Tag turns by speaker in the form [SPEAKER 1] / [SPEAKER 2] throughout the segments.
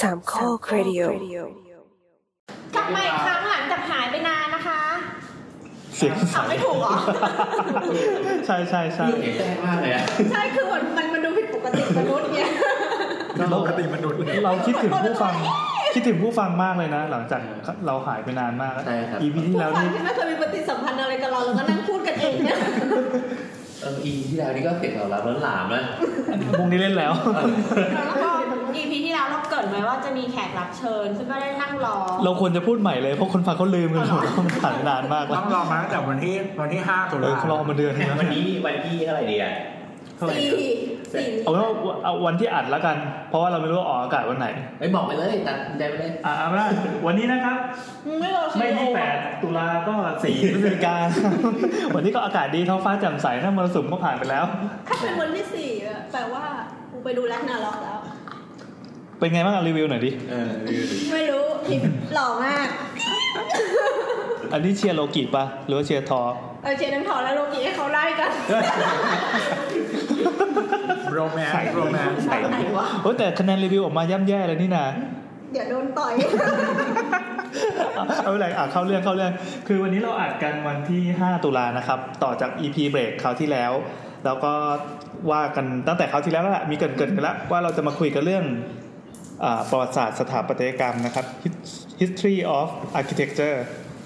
[SPEAKER 1] สามข้อครดิโอ
[SPEAKER 2] กลับมาอีกครั้งหลังจากหายไปนานนะคะ
[SPEAKER 3] เสียง
[SPEAKER 2] ถามไม่ถูกเหรอ
[SPEAKER 3] ใช่ใช่ใช่
[SPEAKER 4] เก่งแจ้งมากเลยอะ
[SPEAKER 2] ใช่คือเหมือนมันมันดูผิดปกติมนุษย์เนี่ย
[SPEAKER 3] เราปกติมนุษย์เราคิดถึงผู้ฟัง คิดถึงผู้ฟังมากเลยนะ หลังจากเราหายไปนานมาก
[SPEAKER 4] ใช่ครับ
[SPEAKER 3] EP ที่
[SPEAKER 2] ผู้
[SPEAKER 3] แล้ว
[SPEAKER 2] ฟัง
[SPEAKER 3] นี่
[SPEAKER 2] ที่ไม่เคยมีปฏิสัมพันธ์อะไรกับเราแล้วก็นั่งพูดกันเองเนี่ย
[SPEAKER 4] เอออีที่แล้วนี่ก็เสียงของเราล้นหลามนะ
[SPEAKER 3] วงนี้เล่นแล้ว
[SPEAKER 2] แล้วก็ EP ที่แล้วเราเกริดไว้ว่าจะมีแขกรับเชิญ ซึ่งก็ได้นั่งรอ
[SPEAKER 3] เราควรจะพูดใหม่เลยเพราะคนฟังเขาลืมกันหมดว่ามันผ่านไปนานมากแล้
[SPEAKER 5] ต้
[SPEAKER 3] ว
[SPEAKER 5] องรอมาตั้งแต่วันที่วันที่ห้าตุ
[SPEAKER 3] เอ
[SPEAKER 5] ลา
[SPEAKER 3] อเราเอามาเดือนนึงแล้ว
[SPEAKER 4] วันนี้วันที่เท่าไหร่ดีอะ
[SPEAKER 2] สี่สี่
[SPEAKER 3] เอาเป็นว่าเอาวันที่อัดแล้วกัน เพราะว่าเราไม่รู้ว่าออกอากาศวันไหน
[SPEAKER 4] ไม่บอกไปเลยตัดใจไปเลย
[SPEAKER 3] อ่าไม่ได้วันนี้นะครับ
[SPEAKER 2] ไม่รอชื่
[SPEAKER 3] ไม่
[SPEAKER 2] อ
[SPEAKER 3] ที่แปดตุลาก็สี่พฤศจิกา วันนี้ก็อากาศดีท้องฟ้าแจ่มใสถ้ามรสุมก็ผ่านไปแล้ว
[SPEAKER 2] ถ้าเป็นวันที่สี่อะแปลว่ากูไปดูแลกนาล็อกแล้ว
[SPEAKER 3] เป็นไงบ้างเอารีวิวหน่อยดิ
[SPEAKER 4] เออ
[SPEAKER 2] ไม่รู้ผิดหล่อมาก
[SPEAKER 3] อันนี้เชียร์โลกิปะหรือว่าเชียร์ทอ
[SPEAKER 2] เอาเชนน้ำถอนแล้วโลกิให้เขาไล่กัน
[SPEAKER 5] โรแมนต์โรแมนต์
[SPEAKER 2] ไปไหนวะ
[SPEAKER 3] โอ้ยแต่คะแนนรีวิวออกมาย่ำแย่เลยนี่นะ
[SPEAKER 2] เดี๋ยวโดนต่อย
[SPEAKER 3] เอาเอาอะไรอ่ะเข้าเรื่องเข้าเรื่อง คือวันนี้เราอัดกันวันที่ 5 ตุลานะครับ ต่อจาก EP เบรกคราวที่แล้ว แล้วก็ว่ากันตั้งแต่คราวที่แล้วแล้วแหละมีเกรินเกรินกันแล้วว่าเราจะมาคุยกันเรื่องอาประวัติศาสตร์สถาปัตยกรรมนะครับ His- history of architecture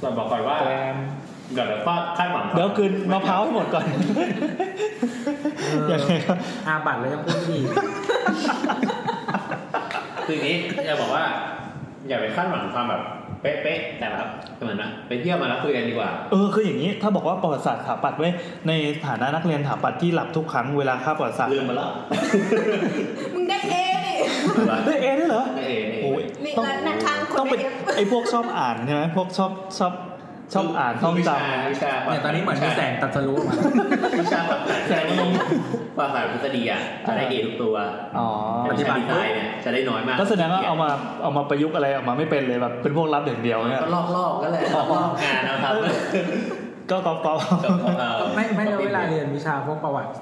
[SPEAKER 4] เราบอกก่อนว่า
[SPEAKER 3] แกรม
[SPEAKER 4] เดี๋ยวฟาดคาดหวัง
[SPEAKER 3] เดี๋ยวคืนมะพร้าวให้หมดก่อน อย่างไรครับ
[SPEAKER 5] อาบัตแล้วยังพูดไม่ดี
[SPEAKER 4] คืออย่างนี้จะบอกว่า อย่าไปคาดหวังความแบบเป๊ะๆแต่แบบเหมือนนะไปเที่ยวมาแล้วคุยกันดีกว่า
[SPEAKER 3] เออคืออย่างนี้ถ้าบอกว่าประวัติศาสตร์สถาปัตย์ไว้ยในฐานะนักเรียนสถาปัตย์ที่หลับทุกครั้งเวลาคาบประวัติศาสตร์
[SPEAKER 4] ลืมไปแล้ว
[SPEAKER 2] มึงได้เอ๊ดิ
[SPEAKER 3] เฮ้ยเอด้วยเหรอ
[SPEAKER 4] ไม่เอง
[SPEAKER 3] โอ้ย
[SPEAKER 2] นี่
[SPEAKER 3] ต้อง
[SPEAKER 2] แล้วนะคะคน
[SPEAKER 3] ต้องเป็น
[SPEAKER 2] ไม่เอฟ
[SPEAKER 3] ไอ้พวกชอบอ่านใช่ไหมพวกชอบชอบชอบอ่านท่องจ
[SPEAKER 4] วิชา
[SPEAKER 5] เนี่ยตอนนี้เหมือนมีแสงตรัดสรู้ออกมา
[SPEAKER 4] วิชาแบบแสงลงว่าสายทฤษฎีอ่ะจะได้เอทุกตัว
[SPEAKER 3] ำอ๋อ
[SPEAKER 4] ปฏิบัติดีไซน์เนี่ยจะได้น้อยมาก
[SPEAKER 3] ก็แสดงว่าเอามาเอามาประยุกต์อะไรออกมาไม่เป็นเลยแบบเป็นพวกรับอย่างเดียวเนี่ย
[SPEAKER 4] ก็ลอกลอกๆก็แหละลอกๆงานนะครับ
[SPEAKER 3] ก็ก๊อปก๊อป
[SPEAKER 5] ไม่ไม่แล้วเวลาเรียนวิชาพวกประวัติ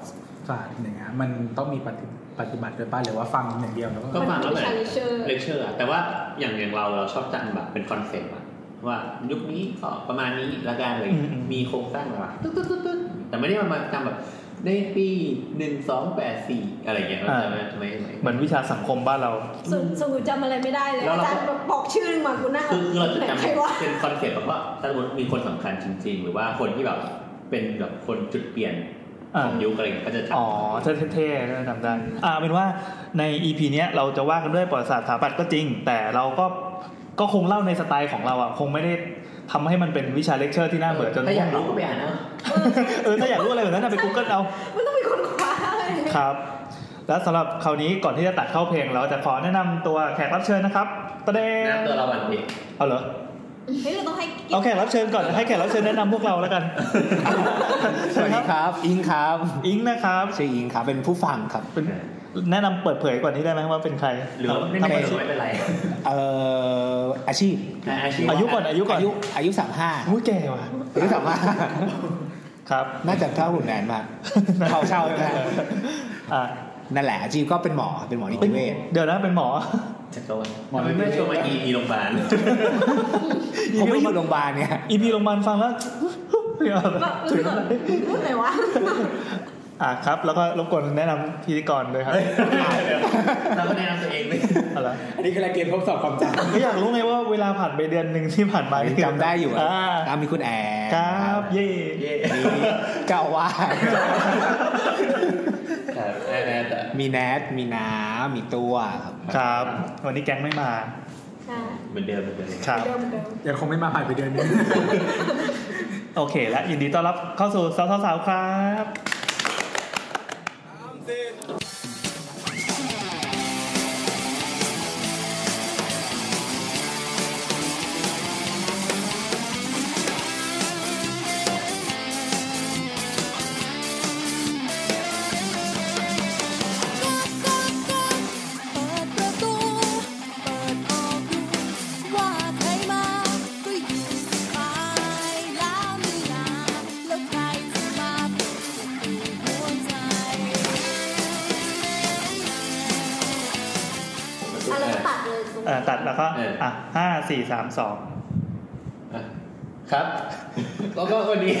[SPEAKER 5] ศาสตร์อย่างเงี้ยมันต้องมีปฏิปฏิบัติด้วยป่ะหรือว่าฟังอย่างเดียวแล้วก็
[SPEAKER 4] ก็ฟังแล้วแบบ
[SPEAKER 2] มันเป็นวิชา lecture
[SPEAKER 4] เลคเชอร์อะแต่ว่าอย่างอย่างเราเราชอบจังแบบเป็นคอนเซ็ปต์อะว่ายุคนี้ก็ประมาณนี้ละกันอะไรอย่างเลยมีโครงสร้างแบบตึ๊ดตึ๊ดตึ๊ดตึ๊ดแต่ไม่ได้มาจำแบบในปีหนึ่งสองแปดสี่อะไรอย่างเงี้ยใช่ไหมทำไมไม่
[SPEAKER 3] เหมือนวิชาสังคมบ้านเรา
[SPEAKER 2] ส่วนส่วนกูจำอะไรไม่ได้เลย
[SPEAKER 4] แล้ว
[SPEAKER 2] อา
[SPEAKER 4] เรา
[SPEAKER 2] จารย์บอกชื่อหนึ่งมากูนั่ง
[SPEAKER 4] คือคือเราจะจำ
[SPEAKER 2] ใครวะ
[SPEAKER 4] เป็นคอนเซ็ปต์แบบว่าถ้าสมมติมีคนสำคัญจริง ๆ หรือว่าคนที่แบบเป็นแบบคนจุดเปลี่ยนของยุคอะไรเงี้ยก็จะจำ
[SPEAKER 3] อ๋อเท่ๆก็จำได้ อ่าเอาเป็นว่าใน EP เนี้ยเราจะว่ากันด้วยประวัติศาสตร์สถาปัตย์ก็จริง แต่เราก็ก็คงเล่าในสไตล์ของเราอ่ะคงไม่ได้ทำให้มันเป็นวิชาเลคเชอร์ที่น่าเบื่อจน
[SPEAKER 4] ถ้าอยากรู้ก็ไปอ่านเอา
[SPEAKER 3] เออถ้าอยากรู้อะไรแบบนั้นนะไป Google เอา
[SPEAKER 2] มันต้องมีคนคว้าอะไรอย่างเงี้ย
[SPEAKER 3] ครับ แล้วสำหรับคราวนี้ก่อนที่จะตัดเข้าเพลง เราจะขอแนะนำตัวแขกรับเชิญนะครับประเด็น
[SPEAKER 4] แนะนำตัวเราบันที
[SPEAKER 3] เอาเหรอ
[SPEAKER 2] เฮ้ยเราต้องให้เกียร
[SPEAKER 3] เอา
[SPEAKER 2] ติ
[SPEAKER 3] แขกรับเชิญก่อนให้แขกรับเชิญแนะนำพวกเราแล้วกัน
[SPEAKER 6] สวัสดีครับ อิงครับ
[SPEAKER 3] อิงนะครับ
[SPEAKER 6] ชื่ออิงครับเป็นผู้ฟัง ครับ
[SPEAKER 3] เป็นแนะนำเปิดเผยก่อนนี้ได้ไหมว่าเป็นใคร
[SPEAKER 4] หรือว่าไม่
[SPEAKER 3] ทำ
[SPEAKER 4] เป็นไร
[SPEAKER 3] ไม
[SPEAKER 4] ไม่เป็นไร
[SPEAKER 6] เอ่ออาชีพ
[SPEAKER 4] อาชีพ
[SPEAKER 3] อายุก่อนอายุก่อน
[SPEAKER 6] อายุอายุสามห้า
[SPEAKER 3] อุ้ยแก่ว่ะ
[SPEAKER 6] อายุสามห้า
[SPEAKER 3] ครับ
[SPEAKER 6] น่าจะเท่าหุ่นแนนมากเท่าเช่าใช่ไหม
[SPEAKER 3] อ่ะ
[SPEAKER 6] นั่นแหละอาชีพก็เป็นหมอเป็นหมอนิติเวช
[SPEAKER 3] เดี๋ยวนะเป็นหมอ
[SPEAKER 4] จักรวาลทำไมไม่ชวนมาอีมีโรงพยาบาล
[SPEAKER 6] ผมไม่อยู่โรงพยาบาลเนี่ย
[SPEAKER 3] อีพีโรงพยาบาลฟังแล้วเดี๋ยว
[SPEAKER 2] แบบรู้สึกพูดไหนวะ
[SPEAKER 3] อ่ะครับ แล้วก็รบกวนแนะนำพิธีกรด้วยครับ
[SPEAKER 4] เราก็แนะนำตัวเองเลย
[SPEAKER 3] เอาละ
[SPEAKER 6] อันนี้คือรายเกมทดสอบความจ
[SPEAKER 3] ก็อยากรู้ไงว่าเวลาผ่านไปเดือนหนึ่งที่ผ่านมา
[SPEAKER 6] ำจำได้อยู่อะ
[SPEAKER 3] า
[SPEAKER 6] ตามมีคุณแอน
[SPEAKER 3] ครับ เย่
[SPEAKER 4] เย่
[SPEAKER 6] มีเจ้าอาว่า
[SPEAKER 4] ค
[SPEAKER 6] ส
[SPEAKER 4] รับแน่ๆแต่
[SPEAKER 6] มีแนทมีน้ำมีตัวครับ
[SPEAKER 3] ครับ วันนี้แก๊งไม่มา
[SPEAKER 2] ใช่
[SPEAKER 4] เหมือนเดิมเหมือนเดิม
[SPEAKER 3] ครับ
[SPEAKER 2] เดิมเดิม
[SPEAKER 5] ยังคงไม่มาผ่านไปเดือน นี้
[SPEAKER 3] โอเค และยินดีต้อนรับเข้าสู่สาวสาวๆๆครับ
[SPEAKER 7] เปิดประตู เปิดออกดูว่าใครมาก็อยู่สบายแล้วไม่นานแล้วใครจะมาปลุกหัวใจ
[SPEAKER 3] อ่าตัดแล้วก็
[SPEAKER 4] เอออ่
[SPEAKER 3] อ่ะห้าสี่สามสอง
[SPEAKER 4] อ่ะครับ แล้วก็วันนี้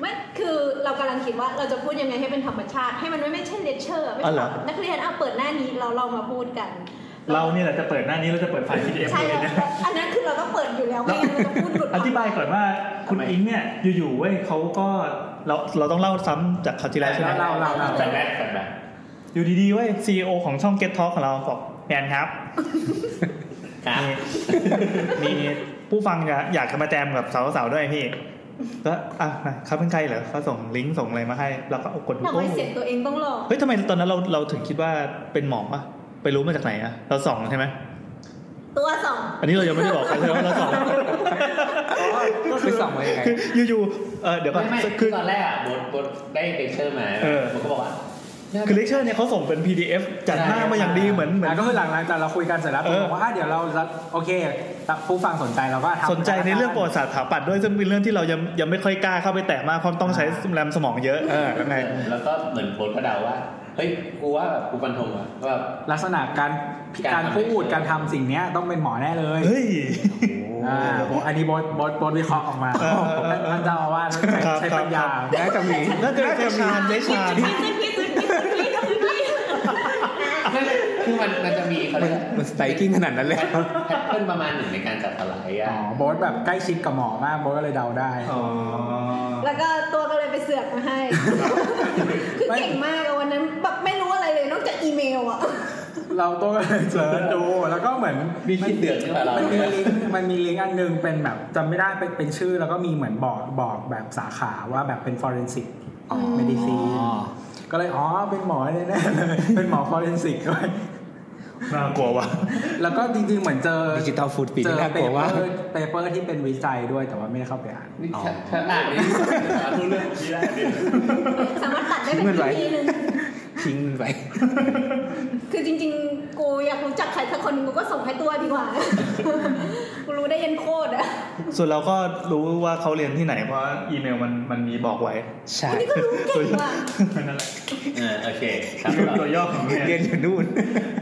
[SPEAKER 2] ไม่คือเรากำลังคิดว่าเราจะพูดยังไงให้เป็นธรรมชาติ ให้มันไม่ใช่เลคเชอร์ไม่ใช่แบบนักเรียนเอาเปิดหน้านี้เราเรามาพูดกัน
[SPEAKER 3] เราเนี่ยแหละจะเปิดหน้านี้เราจะเปิดไฟล์ PDF
[SPEAKER 2] ใช่
[SPEAKER 3] เลย
[SPEAKER 2] แล้ว
[SPEAKER 3] เนี่ย
[SPEAKER 2] อันนั้นคือเราต้องเปิดอยู่แล้วไม่งั้นเราจะพูดหลุด
[SPEAKER 3] อธิบายก่อนว่าคุณ
[SPEAKER 4] ทำไม
[SPEAKER 3] อิงเนี่ยอยู่ๆเว้ยเขาก็เราเราต้องเล่าซ้ำจากคราวที่แล้วใช่ไหม
[SPEAKER 5] เล่าเล่าเล่า
[SPEAKER 4] แฟนแบ็คแฟนแบ็ค
[SPEAKER 3] อยู่ดีๆเว้ยซีอของช่อง Get Talk ของเราบอกแอนครับ
[SPEAKER 4] ครับ
[SPEAKER 3] มี มีผู้ฟังอยากอยากจะมาแจมกับสาวๆด้วยพี่แล้วอ่ะนะครับเป็นใครเหรอเขาส่งลิงก์ส่งอะไรมาให้เราก็กดดู
[SPEAKER 2] ทำไม
[SPEAKER 3] โอ้
[SPEAKER 2] เสียงตัวเองต้องหลอก
[SPEAKER 3] เฮ้ยทำไมตอนนั้นเราเราถึงคิดว่าเป็นหมอวะไปรู้มาจากไหนอะเราส่องใช่ไหม
[SPEAKER 2] ตัวสอง
[SPEAKER 3] อันนี้เรายังไม่ได้บอกใครเลยว่าเรา ส่อง
[SPEAKER 6] ไปส่องมายังไง
[SPEAKER 3] คืออยู่ๆเออเดี๋ยวก่อ
[SPEAKER 4] ไม่
[SPEAKER 3] น
[SPEAKER 4] ไม่คื
[SPEAKER 3] คือ อ
[SPEAKER 4] ตอนแรกอ่ะบทบทได้เลคเชอร์มา
[SPEAKER 3] เออ
[SPEAKER 4] ผมก็บอกว่า
[SPEAKER 3] คือเลคเชอร์เนี่ยเขาส่งเป็น PDF จัดหน้ามาอย่างดีเหมือนเหมือน
[SPEAKER 5] ะก็คือหลังๆจากเราคุยกันเสร็จแล้ว
[SPEAKER 3] เอ
[SPEAKER 5] ผม
[SPEAKER 3] อ
[SPEAKER 5] บอกว่าอ่ะเดี๋ยวเราโอเคผู้ฟังสนใจเราก็ทำ
[SPEAKER 3] สนใจในเรื่องประวัติศาสตร์สถาปัตย์ด้วยซึ่งเป็นเรื่องที่เรายังยังไม่ค่อยกล้าเข้าไปแตะมากเพราะต้องใช้แรมสมองเยอะเออแล้วไง
[SPEAKER 4] แล้วก็เหมือนโพสต์ก็เดาว่า เฮ้ย กูว่าแบบกูฟันธงอะว่าแบบ
[SPEAKER 5] ลักษณะการ
[SPEAKER 4] กา
[SPEAKER 5] การ ร
[SPEAKER 4] ทำ
[SPEAKER 5] พูดการทำสิ่งเนี้ยต้องเป็นหมอแน่เลย
[SPEAKER 3] เฮ้ย
[SPEAKER 5] อ่าผมอันนี้บอสบอสบอสวิเคราะห์ออกมา
[SPEAKER 3] เออเออเออ
[SPEAKER 5] ท่านเจ้าอาวาสใช้
[SPEAKER 3] ครับ
[SPEAKER 5] ใช้
[SPEAKER 3] ครับ
[SPEAKER 5] ปัญญา
[SPEAKER 6] น่าจะมี
[SPEAKER 3] น่าจะใช้ชาญใช้ชาญ
[SPEAKER 2] พี่ซึ่งพี่ซึ่งพี่ซึ่งพี่ก็คือพี่
[SPEAKER 4] ไม่ไม่คือมันมันจะมีเขา
[SPEAKER 6] มั
[SPEAKER 4] เรี
[SPEAKER 6] น
[SPEAKER 4] ยกอะไร
[SPEAKER 6] มันสไตรกิ้งขนาดนั้นเลย
[SPEAKER 4] แพทเทิร์นประมาณหนึ่งในการจัดสไลด์
[SPEAKER 5] อ๋
[SPEAKER 4] อะ
[SPEAKER 5] อบอสแบบใกล้ชิดกับหมอมากบอสก็เลยเดาได้
[SPEAKER 3] อ๋อ
[SPEAKER 2] แล้วก็ตัวก็เลยไปเสือกมาให้ คือเก่งมากอะวันนั้นแบบไม่รู้อะไรเลยนอกจากอีเมลอะ
[SPEAKER 5] เราต้องไปเสิร์ชดูแล้วก็เหมือน
[SPEAKER 4] มีคิดเดือดขึ้นมาเรา
[SPEAKER 5] มันมี
[SPEAKER 4] เนี่ย
[SPEAKER 5] ลิงก์มันมีลิงก์อันหนึงเป็นแบบจำไม่ได้เป็นเป็นชื่อแล้วก็มีเหมือนบอกบอกแบบสาขาว่าแบบเป็น forensic medicine ก็เลยอ๋อเป็นหมอแน่ๆเลยเป็นหมอ forensic ด้วย
[SPEAKER 3] น่ากลัวว่ะ
[SPEAKER 5] แล้วก็จริงๆ เหมือนเจอ
[SPEAKER 6] ดิจิตอลฟูดปี
[SPEAKER 5] เจ
[SPEAKER 6] นี่
[SPEAKER 5] อ
[SPEAKER 6] น่าก
[SPEAKER 5] เป
[SPEAKER 6] ลั
[SPEAKER 5] เป
[SPEAKER 6] ว
[SPEAKER 5] อ
[SPEAKER 6] ว่าก
[SPEAKER 5] ร์เปเปอร์ที่เป็นวิจัยด้วยแต่ว่าไม่ได้เข้าไปอ่าน
[SPEAKER 4] นี่ถ้าถ้าอ่านนี่อ่านรู้เรื่องนี้ได้ดิ
[SPEAKER 2] สามารถตัดได้เป็
[SPEAKER 6] เงิ
[SPEAKER 2] น
[SPEAKER 6] นไหล
[SPEAKER 2] ทีนึง
[SPEAKER 6] ทิ้งมันไป
[SPEAKER 2] คือจริง ๆ กูอยากรู้จักใครสักคนกูก็ส่งให้ตัวดีกว่ากูรู้ได้เย็นโคตรอะ
[SPEAKER 3] ส่วนเราก็รู้ว่าเขาเรียนที่ไหนเพราะอีเมลมันมันมีบอกไว้
[SPEAKER 6] ใช่
[SPEAKER 2] อันนี้ก็รู้เก่งว่ะ
[SPEAKER 3] นั่นแหละ
[SPEAKER 4] เออโอเคครับ
[SPEAKER 3] ตัวย่อของ
[SPEAKER 6] เรี
[SPEAKER 3] เรีย
[SPEAKER 6] ยน
[SPEAKER 3] น
[SPEAKER 6] อยู่นู่น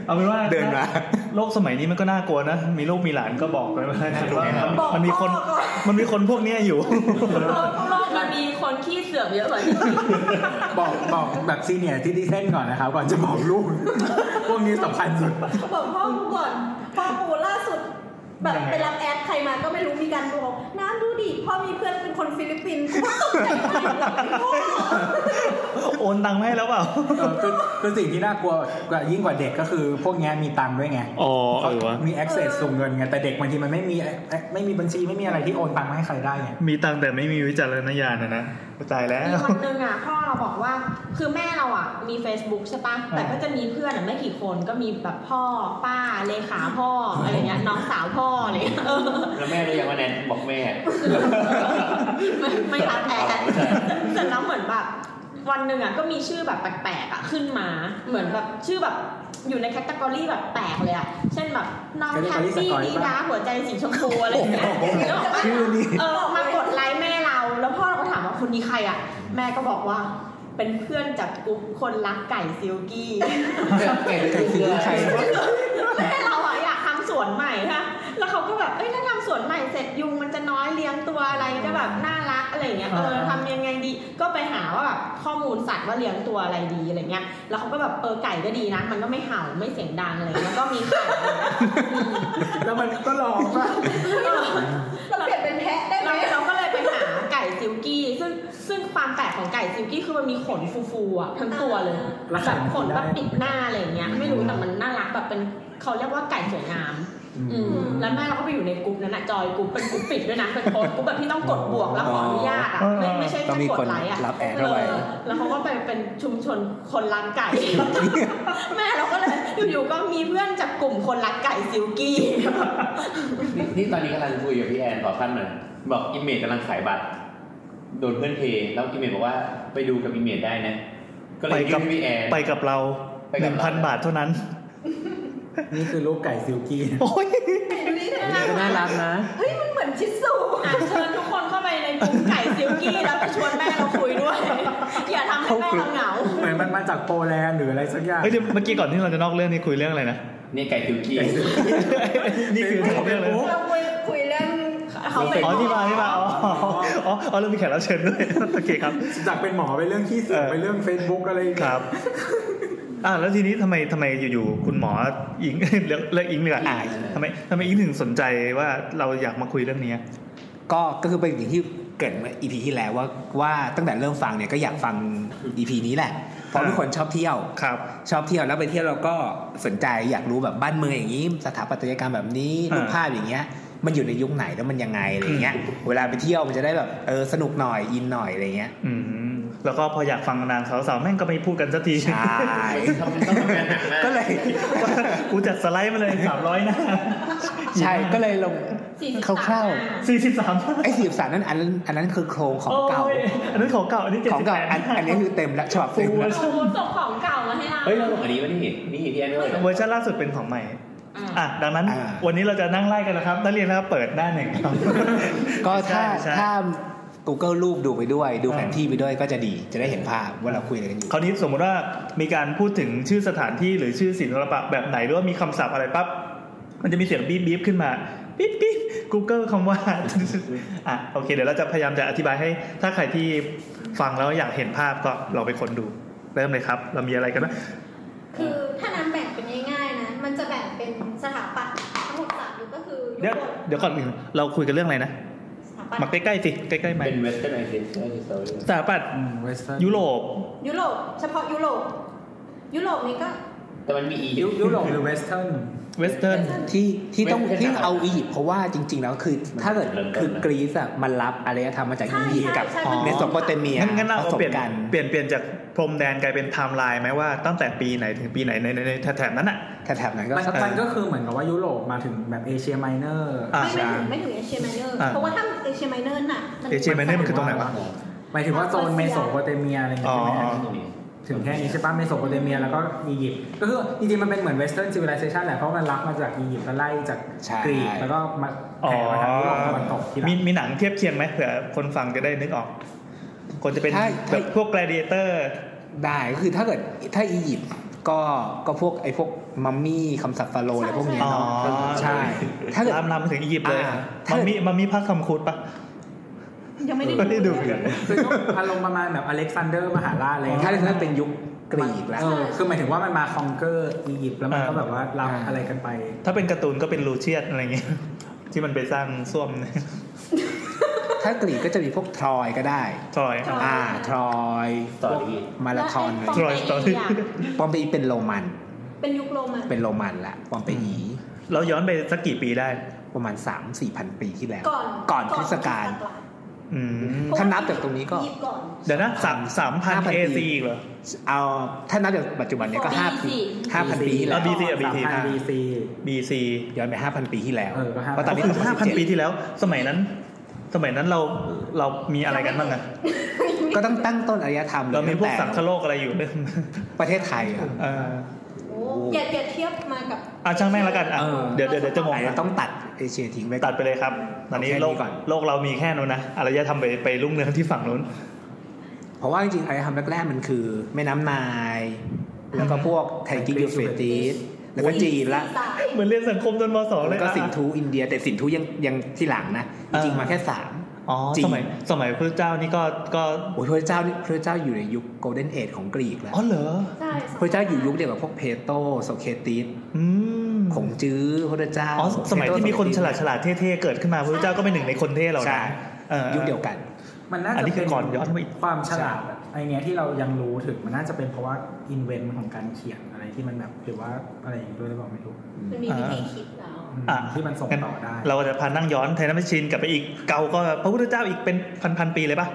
[SPEAKER 3] เอาเป็นว่า
[SPEAKER 6] เดินมา
[SPEAKER 3] โลกสมัยนี้มันก็น่ากลัวนะ มีลูกมีหลานก็บอกไปว่า
[SPEAKER 2] บอก
[SPEAKER 3] มันมีคน
[SPEAKER 2] พ่อก่อน
[SPEAKER 3] มันมีคนพวกเนี้ยอยู่
[SPEAKER 8] มันมีคนขี้เสือกเยอะกว่าที่
[SPEAKER 5] บอกบอกแบบซีเนียร์ที่ดีเซนก่อนนะครับก่อนจะบอกลู ก พวกนี้สำคัญสุด
[SPEAKER 2] บอกพ่อกูก่อนพ่อกูล่าสุด แบบ
[SPEAKER 3] ยังไง
[SPEAKER 2] ไปรับแอดใครมาก็ไม่รู้มีการบอกน้ำดูดิพ่อมีเพื่อนเป็นคนฟิลิปปินส์ กูตกใจพ่อ
[SPEAKER 3] โอนตังค์มาให้แล้วเปล่า
[SPEAKER 5] เออคือคือสิ่งที่น่ากลัวกว่ายิ่งกว่าเด็กก็คือพวกเนี้ยมีตังค์ด้วยไง
[SPEAKER 3] อ๋อ
[SPEAKER 5] เขามี access ส่งเงินไงแต่เด็กบางทีมันไม่มีไม่มีบัญชีไม่มีอะไรที่โอนตังค์มาให้ใครได้ไง
[SPEAKER 3] มีตังค์แต่ไม่มีวิจารณญาณนะนะตายแล้
[SPEAKER 8] มี
[SPEAKER 3] ว
[SPEAKER 8] วันหนึ่งอ่ะพ่อเราบอกว่า คือแม่เราอ่ะมี Facebook ใช่ปะแต่ก็จะมีเพื่อนอะไม่กี่คนก็มีแบบพ่อป้าเลขาพ่ออะไรเงี้ยน้องสาวพ่ออะไรเงี้ยเออ
[SPEAKER 4] แล้วแม่รู้ยังว่าแนนบอกแม่
[SPEAKER 8] ไม่ไม่ทักแอดแต่แล้วเหมือนแบบวันหนึ่งอ่ะก็มีชื่อแบบแปลกๆอ่ะขึ้นมา เหมือนแบบชื่อแบบอยู่ในแคตตากรีแบบแปลกเลยอ่ะเช่นแบบน้องแฮปปี้ดีด้าหัวใจสีชมพูอะไรอย่างเงี้ยแล้วแบบว่า
[SPEAKER 5] ชื่อนี้
[SPEAKER 8] เออมากดไลค์แม่เรา แล้วพ่อเราก็ถามว่าคนนี้ใครอ่ะ แม่ก็บอกว่า เป็นเพื่อนจากกลุ่มคนรักไก่ซิลกี้
[SPEAKER 4] แก่เลยคือใคร
[SPEAKER 8] แม่เราอ่ะอยากทำสวนใหม่ฮะแล้วเขาก็แบบเอ้ยถ้าทำสวนใหม่เสร็จยุงมันจะน้อยเลี้ยงตัวอะไรก็แบบน่ารักอะไรอย่างเงี้ยเออทำยังไงดี ก็ไปหาว่าแบบข้อมูลสัตว์ว่าเลี้ยงตัวอะไรดีอะไรเงี้ยแล้วเขาก็แบบเออไก่ก็ดีนะ มันก็ไม่เห่าไม่เสียงดังอะไรเงี้ยแล้วก็มีไข่
[SPEAKER 5] แล้วมันก็ลองว่า
[SPEAKER 2] เราเปลี่ยนเป็นแพะได้ไหม
[SPEAKER 8] เราเราก็เลยไปหาไก่ซิลกี้ ซึ่งซึ่งความแปลกของไก่ซิลกี้คือมันมีขนฟูๆอะทั้งตัวเลย
[SPEAKER 5] ร
[SPEAKER 8] แบ
[SPEAKER 5] หัส
[SPEAKER 8] บขนแบบปิดหน้าอะไรอย่างเงี้ย ไม่รู้แต่มันน่ารักแบบเป็นเขาเรียกว่าไก่สวยงาม อืมแล้วแม่เราก็ไปอยู่ในกลุ่มนั้นอะจอยกลุ่มเป็นกลุ่มปิดด้วยนะเป็นโพสต์กลุ่มแบบที่ต้องกดบวกแล้วขออนุญาตอะไม่ไม่ใช่
[SPEAKER 6] ต้อง
[SPEAKER 8] แค่
[SPEAKER 6] มี
[SPEAKER 8] ก
[SPEAKER 6] ค
[SPEAKER 8] ด
[SPEAKER 6] น
[SPEAKER 8] ไลค์อะ
[SPEAKER 6] รับแอด
[SPEAKER 8] เอ
[SPEAKER 6] เข้าไป
[SPEAKER 8] อแล้วเขาก็ไปเป็นชุมชนคนรักไก่ แม่เราก็เลยอยู่ๆก็มีเพื่อนจากกลุ่มคนรักไก่ซิลกี้
[SPEAKER 4] นี่นี่ตอนนี้กำลังคุยกับพี่แอนขอขั้นหน่อยบอกอิเมจกำลังขายบัตรโดนเพื่อนเทแล้วอิเมจบอกว่าไปดูกับอิเมจได้นะ ก็เลยยื่นให้พี่แอน
[SPEAKER 3] ไปกับเรา
[SPEAKER 4] ไป
[SPEAKER 3] ห
[SPEAKER 4] กั
[SPEAKER 3] นึ่
[SPEAKER 4] บ
[SPEAKER 3] ง
[SPEAKER 4] เรา
[SPEAKER 3] พันบาทเท่านั้น
[SPEAKER 5] นี่คือลูกไก่ซิลกี้
[SPEAKER 3] โอ้ย
[SPEAKER 6] น่ารักนะ
[SPEAKER 2] เฮ้ยมันเหมือนชิสุ
[SPEAKER 8] อ่ะเชิญทุกคนเข้าไปในกลุ่มไก่ซิลกี้แล้วไปชวนแม่เราคุยด้วย อย่าทำให้แม่เราเหงา
[SPEAKER 5] เหมือนมันมาจากโปแลนด์หรืออะไรสักอย่าง
[SPEAKER 3] เฮ้ยเดี๋ยวเมื่อกี้ก่อนที่เราจะนอกเรื่องนี่คุยเรื่องอะไรนะ
[SPEAKER 4] เนี่ยไก่ฟิวกี้
[SPEAKER 3] นี่คือทำเรื่องเลย
[SPEAKER 2] เราคุยคุยเรื่องเขาเป็น
[SPEAKER 3] อ๋อที่มาที่มาอ๋ออ๋ออ๋อเรามีแขกรับเชิญด้วย โอเคครับ
[SPEAKER 5] จากเป็นหมอไปเรื่องขี้เสือกไปเรื่อง Facebook อะไรอย่าง
[SPEAKER 3] ค
[SPEAKER 5] เงี้ย
[SPEAKER 3] รับ อ่าแล้วทีนี้ทำไมทำไมอยู่ๆคุณหมออิง เลือกเลือกอิงเลยอ่ะ
[SPEAKER 4] อิง
[SPEAKER 3] ทำไมทำไมอิงถึงสนใจว่าเราอยากมาคุยเรื่องเนี้ย
[SPEAKER 6] ก็ก็คือเป็นอย่างที่เกริดเมื่อ EP ที่แล้วว่าว่าตั้งแต่เริ่มฟังเนี่ยก็อยากฟัง EP นี้แหละเพราะทุกคนชอบเที่ยว
[SPEAKER 3] ครับ
[SPEAKER 6] ชอบเที่ยวแล้วไปเที่ยวเราก็สนใจอยากรู้แบบบ้านเมืองอย่างนี้ สถาปัตยกรรมแบบนี้
[SPEAKER 3] อ่ารู
[SPEAKER 6] รูปภาพอย่างเงี้ย มันอยู่ในยุคไหนแล้วมันยังไงอะไรเงี้ย เวลาไปเที่ยวมันจะได้แบบเออสนุกหน่อยอินหน่อยอะไรเงี้ย
[SPEAKER 3] อืมแล้วก็พออยากฟังนางสาวๆแม่งก็ไม่พูดกันสักที
[SPEAKER 6] ใช่
[SPEAKER 4] ทำต้องทำงานหนักมาก
[SPEAKER 6] ก็เลย
[SPEAKER 3] กูจัดสไลด์มาเลยสามร้อยหน้า
[SPEAKER 6] ใช่ก็เลยลงคร่าว
[SPEAKER 3] สี่สิบสาม
[SPEAKER 6] ๆไอ้สีบสารนั้นอันนั้นอันนั้นคือโครงของเก่า
[SPEAKER 3] อันนั้นของเก่าอันนี้เจ็ด
[SPEAKER 6] ของ
[SPEAKER 3] สิบ
[SPEAKER 6] เก่า
[SPEAKER 3] แปด
[SPEAKER 6] อันอันนี้คือเต็มแล้วฉบับเต็มแล้ว
[SPEAKER 8] เอาส่งของเก่ามาให้เรา
[SPEAKER 4] เฮ้ยเราลงอันนี้มานี่นี่พี่แอนเลย
[SPEAKER 3] เวอร์ชันล่าสุดเป็นของใหม่ อ่ะดังนั้นวันนี้เราจะนั่งไล่กันนะครับนักเรียนนะครับเปิดหน้าหนึ่งครับ
[SPEAKER 6] ก็ถ้า
[SPEAKER 3] ใช่ใช่
[SPEAKER 6] ถ้า Google รูปดูไปด้วยดูแผน
[SPEAKER 3] อ่า
[SPEAKER 6] ที่ไปด้วยก็จะดีจะได้เห็นภาพว่าเราคุยอะไรกันอยู่
[SPEAKER 3] คราวนี้สมมติว่ามีการพูดถึงชื่อสถานที่หรือชื่อศิลปะแบบไหนหรือว่ามีคำศัพท์อะไรปั๊บมันจะมีเสียงบีบบีบขึ้นมาบีบบีบ Google คำว่า อ่ะโอเค เดี๋ยวเราจะพยายามจะอธิบายให้ ถ้าใครที่ฟังแล้วอยากเห็นภาพก็ลองไปค้นดูเริ่มเลยครับ เรามีอะไรกันบ้าง
[SPEAKER 2] คือถ้าน้ำแบ่งเป็นง่ายๆนะ มันจะแบ่งเป็นสถาปัตย์ทั้งหมดสามยุคก็คือ
[SPEAKER 3] เดี๋ยว
[SPEAKER 2] ยุค
[SPEAKER 3] เดี๋ยวก่อนอื่นเราคุยกันเรื่องอะไรนะ
[SPEAKER 2] สถาปัต
[SPEAKER 3] มา
[SPEAKER 2] ย์
[SPEAKER 3] ใกล้ๆสิใกล้ๆไหม
[SPEAKER 4] เป็นเวสเทิร์นไอเซนเซอร์ที่เรา
[SPEAKER 3] สถาปัตย์
[SPEAKER 5] อืม Western
[SPEAKER 3] ยุโรป
[SPEAKER 2] ยุโรปเฉพาะยุโรปยุโรปนี่ก็
[SPEAKER 4] แต่มันมีอี
[SPEAKER 5] ยุ
[SPEAKER 4] ยุ
[SPEAKER 5] ยุโรปหรือเวสเทิร์น
[SPEAKER 3] เวสเทิร์น
[SPEAKER 6] ที่ที่ต้อง
[SPEAKER 4] เว้นเส้น
[SPEAKER 6] ที่
[SPEAKER 4] ทาง
[SPEAKER 6] เอาอียิปต์เพราะว่าจริง ๆ แล้วคือถ้าเกิด
[SPEAKER 4] เริ่มต้น
[SPEAKER 6] คือกรีซอะมันรับอารยธรรมมาจาก
[SPEAKER 2] ใช่
[SPEAKER 6] อียิปต์กับ
[SPEAKER 2] ใช่ใช่มัน
[SPEAKER 6] เมโสโปเตเมีย
[SPEAKER 3] งั้นงั้นเรา
[SPEAKER 6] ผ
[SPEAKER 3] เอา
[SPEAKER 6] ส
[SPEAKER 3] เปลี่ย
[SPEAKER 6] ม
[SPEAKER 3] น
[SPEAKER 6] กัน
[SPEAKER 3] เปลี่ยนเปลี่ยนจากพรมแดนกลายเป็นไทม์ไลน์ไหมว่าตั้งแต่ปีไหนถึงปีไหนในในในแถบๆนั้นอ่ะ
[SPEAKER 6] แถบๆนั้นก็
[SPEAKER 5] มัน
[SPEAKER 6] สัก
[SPEAKER 5] มันก็คือเหมือนกับว่ายุโรปมาถึงแบบเอเชียไมเนอร์
[SPEAKER 3] อ่ะ
[SPEAKER 2] ไม่ไม่ถึงไม่ถึงเอเชียไมเนอร์
[SPEAKER 3] อ่า
[SPEAKER 2] เพราะว่าถ้าเอเชียไมเนอร์น่ะมัน
[SPEAKER 3] เอเชียไมเนอร์มันคือตรงไหนวะ
[SPEAKER 5] หมายถึงว่าโซนเมโสโปเตเมียอะไรอย่างเงี้ยใช่ไหม
[SPEAKER 3] อ๋
[SPEAKER 5] ฮะ
[SPEAKER 3] อ
[SPEAKER 5] ถึงแค่นี้ใช่ปะเมโสโปเตเมียแล้วก็อียิปต์ก็คือจริงๆมันเป็นเหมือนเวสเทิร์นซิวิลิเซชันแหละเพราะมันรับมาจากอียิปต์แล้วไล่จากกรีกแล้วก็มา
[SPEAKER 3] อ๋อ
[SPEAKER 5] แผ่มาทางยุโรปตะวันตกที่หลัง
[SPEAKER 3] มีมีหนังเทียบเคียงไหมเผื่อคนฟังจะได้นึกออก คนจะเป็น
[SPEAKER 6] ถ้า
[SPEAKER 3] แบ
[SPEAKER 6] ถ้า
[SPEAKER 3] บพวก gladiator
[SPEAKER 6] ได้ก็คือถ้าเกิดถ้าอียิปต์ก็ก็พวกไอ้พวกมัมมี่คำสับฟาโรห์อะไรพวกเนี้ย
[SPEAKER 3] อ๋อ
[SPEAKER 6] เนาะใช่ ถ้าเกิด
[SPEAKER 3] ลามลามมาถึงอียิปต์เลย
[SPEAKER 6] อ่าถ้า
[SPEAKER 3] มัน
[SPEAKER 6] เกิด
[SPEAKER 3] มีมันมีภาคคำคูดปะ
[SPEAKER 2] ยังไม่ได้
[SPEAKER 3] ไม่ได้
[SPEAKER 2] ดู
[SPEAKER 3] ดูเหมือน
[SPEAKER 5] คือก็อารมณ์ประมาณแบบอเล็กซานเดอร์มหาราชอะไร
[SPEAKER 6] ถ้าเกิดนั้นเป็นยุคกรีกแล้ว
[SPEAKER 5] เออคือหมายถึงว่ามันมาคองเกอร์อียิปต์แล้วมันก็แบบว่ารับ
[SPEAKER 6] อ่า
[SPEAKER 5] อะไรกันไป
[SPEAKER 3] ถ้าเป็นการ์ตูนก็เป็นลูเชียสอะไรเงี้ยที่มันไป สร้างส้วม
[SPEAKER 6] ถ้ากรีกก็จะมีพวกทรอยก็ได้
[SPEAKER 3] ซอย
[SPEAKER 6] อ่าทรอย
[SPEAKER 4] ต่อดี
[SPEAKER 6] มาราธอน
[SPEAKER 8] แว
[SPEAKER 6] เลย
[SPEAKER 8] ไปมเป
[SPEAKER 3] Story
[SPEAKER 8] อะ
[SPEAKER 6] ปอมเปอีเป็นโรมัน
[SPEAKER 2] เป็นยุคโรมัน
[SPEAKER 6] เป็นโรมันละปอมเปอี
[SPEAKER 3] เราย้อนไปสักกี่ปีได้
[SPEAKER 6] ประมาณ 3-4พันปีที่แล้ว
[SPEAKER 2] ก่อน
[SPEAKER 6] ก่อนคริสตกาล
[SPEAKER 3] อืม
[SPEAKER 6] ถ้านับจากตรงนี้ก็
[SPEAKER 2] ยีบก่อน
[SPEAKER 3] เดี๋ยวนะสามสามพัน
[SPEAKER 6] 5,000ปี
[SPEAKER 3] เอซีอีกเหรอ
[SPEAKER 6] เอาถ้านับจากปัจจุบันเนี่ยก็ห้า
[SPEAKER 8] ปี
[SPEAKER 6] ปี
[SPEAKER 8] สี่
[SPEAKER 6] ห้าพันปีที่
[SPEAKER 3] เอา
[SPEAKER 6] แล้ว
[SPEAKER 3] BC อ่ะ BC
[SPEAKER 5] สามพัน
[SPEAKER 3] อ่ะ
[SPEAKER 5] BC
[SPEAKER 3] บีซี
[SPEAKER 6] ย้อนไปห้าพันปีที่แล้ว
[SPEAKER 5] เออก็ห้า
[SPEAKER 6] เพราะตอนนี้
[SPEAKER 3] ก็
[SPEAKER 6] เรา
[SPEAKER 3] คือ
[SPEAKER 6] ห้า
[SPEAKER 3] ห้า
[SPEAKER 6] พั
[SPEAKER 3] พั
[SPEAKER 6] น
[SPEAKER 3] นปี
[SPEAKER 6] ปีที่
[SPEAKER 3] ที่แล้ว สมัยนั้น สมัยนั้นเราเรามีอะไรกันบ้างอะ
[SPEAKER 6] ก็ต้องตั้งต้นอารยธรรม
[SPEAKER 3] เรามีพวก
[SPEAKER 6] ตั้งแต่
[SPEAKER 3] สังคโลกอะไร อยู่ด้วย
[SPEAKER 6] ประเทศไทยอะ
[SPEAKER 3] เออ
[SPEAKER 2] โอ้อย่าอย่าเทียบมากับ
[SPEAKER 3] อ่ะช่างแม่งแล้วกันอ่ะ
[SPEAKER 6] เออ
[SPEAKER 3] เดี๋ยวเดี๋ยวเดี๋ยวจะงง
[SPEAKER 6] อาจจะต้องตัดเอเชียทิ้งไปก่
[SPEAKER 3] ตั
[SPEAKER 6] อ
[SPEAKER 3] ด
[SPEAKER 6] น
[SPEAKER 3] ไปเลยครับ ตอนนี้
[SPEAKER 6] เอาแค่นี้
[SPEAKER 3] โลก
[SPEAKER 6] ก่อน
[SPEAKER 3] โลกเรามีแค่นู้นนะอารยธรรมไปไปลุ่งเรืองที่ฝั่งนู้น
[SPEAKER 6] เพราะว่าจริงๆอารยธรรมแรกๆมันคือ แม่น้ำนาย แล้วก็พวกไทยกิกยูเฟรติสแล้วก็จีนละ
[SPEAKER 3] เหมือนเรียนสังคมจนมสองเล
[SPEAKER 6] แล้
[SPEAKER 3] ยว
[SPEAKER 6] ก็
[SPEAKER 3] อ่ะ
[SPEAKER 6] สินธุอินเดียแต่สินธุยังยังที่หลังนะจริงๆมาแค่สาม
[SPEAKER 3] อ๋อ
[SPEAKER 6] จีน
[SPEAKER 3] สมัยสมัยพระเจ้านี่ก็ก็
[SPEAKER 6] โอ้ยพระเจ้านี่พระเจ้าอยู่ในยุคโกลเด้นเอจของกรีกแล้ว
[SPEAKER 3] อ๋อเหรอ
[SPEAKER 6] พระเจ้าอยู่ยุคเดียวกับพวกเพโตโสเคติส
[SPEAKER 3] อืม
[SPEAKER 6] ผงจื้อพระเจ้า
[SPEAKER 3] อ๋อสมัยที่มีคนฉลาด
[SPEAKER 6] เ
[SPEAKER 3] ฉลาดเท่ๆเกิดขึ้นมาพระเจ้าก็เป็นหนึ่งในคนเท่เหล่า
[SPEAKER 6] ใช่
[SPEAKER 3] นั้นเออ
[SPEAKER 6] ยุคเดียวกัน
[SPEAKER 5] มันน่า
[SPEAKER 3] อัน
[SPEAKER 5] จะ
[SPEAKER 3] นี้คื
[SPEAKER 5] เป็
[SPEAKER 3] อก่อนย้อนไปอีก
[SPEAKER 5] ความฉลาดไอเนี้ยที่เรายังรู้ถึงมันน่าจะเป็นเพราะว่าอินเวนต์ของการเขียนอะไรที่มันแบบหรือว่าอะไรอย่างนี้ด้วยหรือเปล่าไม่รู้
[SPEAKER 2] มันมีวิธีคิดแล้ว
[SPEAKER 5] อืม
[SPEAKER 3] อ่ะ
[SPEAKER 5] ที่มันส่งต่อได้
[SPEAKER 3] เราก็จะพานั่งย้อนไทยนัมชินกลับไปอีกเก่าก็พระพุทธเจ้าอีกเป็นพันๆปีเลยปะ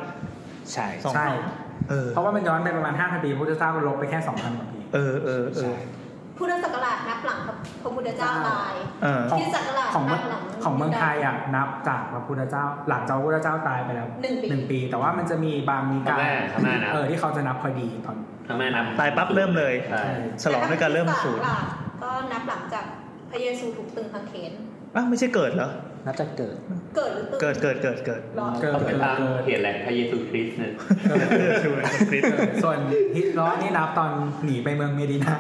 [SPEAKER 6] ใช่
[SPEAKER 3] สอง
[SPEAKER 5] ใช่
[SPEAKER 3] เออ
[SPEAKER 5] เพราะว่ามันย้อนไปประมาณ 5,000 ปีพุทธเจ้าก็ลบไปแค่ 2,000กว่าปี
[SPEAKER 3] เออเออเอ
[SPEAKER 6] ใช่
[SPEAKER 3] อ
[SPEAKER 2] พุทธศักราชนับหลังพระพุทธเจ้าตาย
[SPEAKER 3] เออ
[SPEAKER 5] ของ
[SPEAKER 2] คริสตศักราช
[SPEAKER 5] ของเมื
[SPEAKER 2] นั
[SPEAKER 5] อง
[SPEAKER 2] บหลัง
[SPEAKER 5] ของเมืองไทยอ่ะนับจากพระพุทธเจ้า หลังจากพระพุทธเจ้าตายไปแล้ว
[SPEAKER 2] หนึ่งปี
[SPEAKER 5] ปี แต่ว่ามันจะมีบางนิกาย
[SPEAKER 4] พม่าพม่านะ
[SPEAKER 5] เออที่เขาจะนับพอดีตอน
[SPEAKER 4] ทำไมนะ
[SPEAKER 3] ตายปั๊บเริ่มเลย
[SPEAKER 4] ใช่
[SPEAKER 3] ฉลองด้วยการเริ่มศูนย์
[SPEAKER 2] แต่ถ้าคริสตศักราชก็นับหลังจากพระเยซูถูกตึงคังเขน
[SPEAKER 3] อ้าวไม่ใช่เกิดเหรอ
[SPEAKER 6] นับจากเกิด
[SPEAKER 2] เกิดหรือตึง
[SPEAKER 3] เกิดเกิดเกิดเกิด
[SPEAKER 2] หรอ
[SPEAKER 5] เกิด
[SPEAKER 4] ต้องไป
[SPEAKER 5] เกิด
[SPEAKER 4] ตาม
[SPEAKER 5] เกิด
[SPEAKER 4] เหตุแหละพระเยซูคริสต์เนี่ย
[SPEAKER 5] เกิด
[SPEAKER 3] เออชูคริสต์
[SPEAKER 5] เกิดส่วนฮิตร้อนนี่นับตอนหนีไปเมืองเมดินา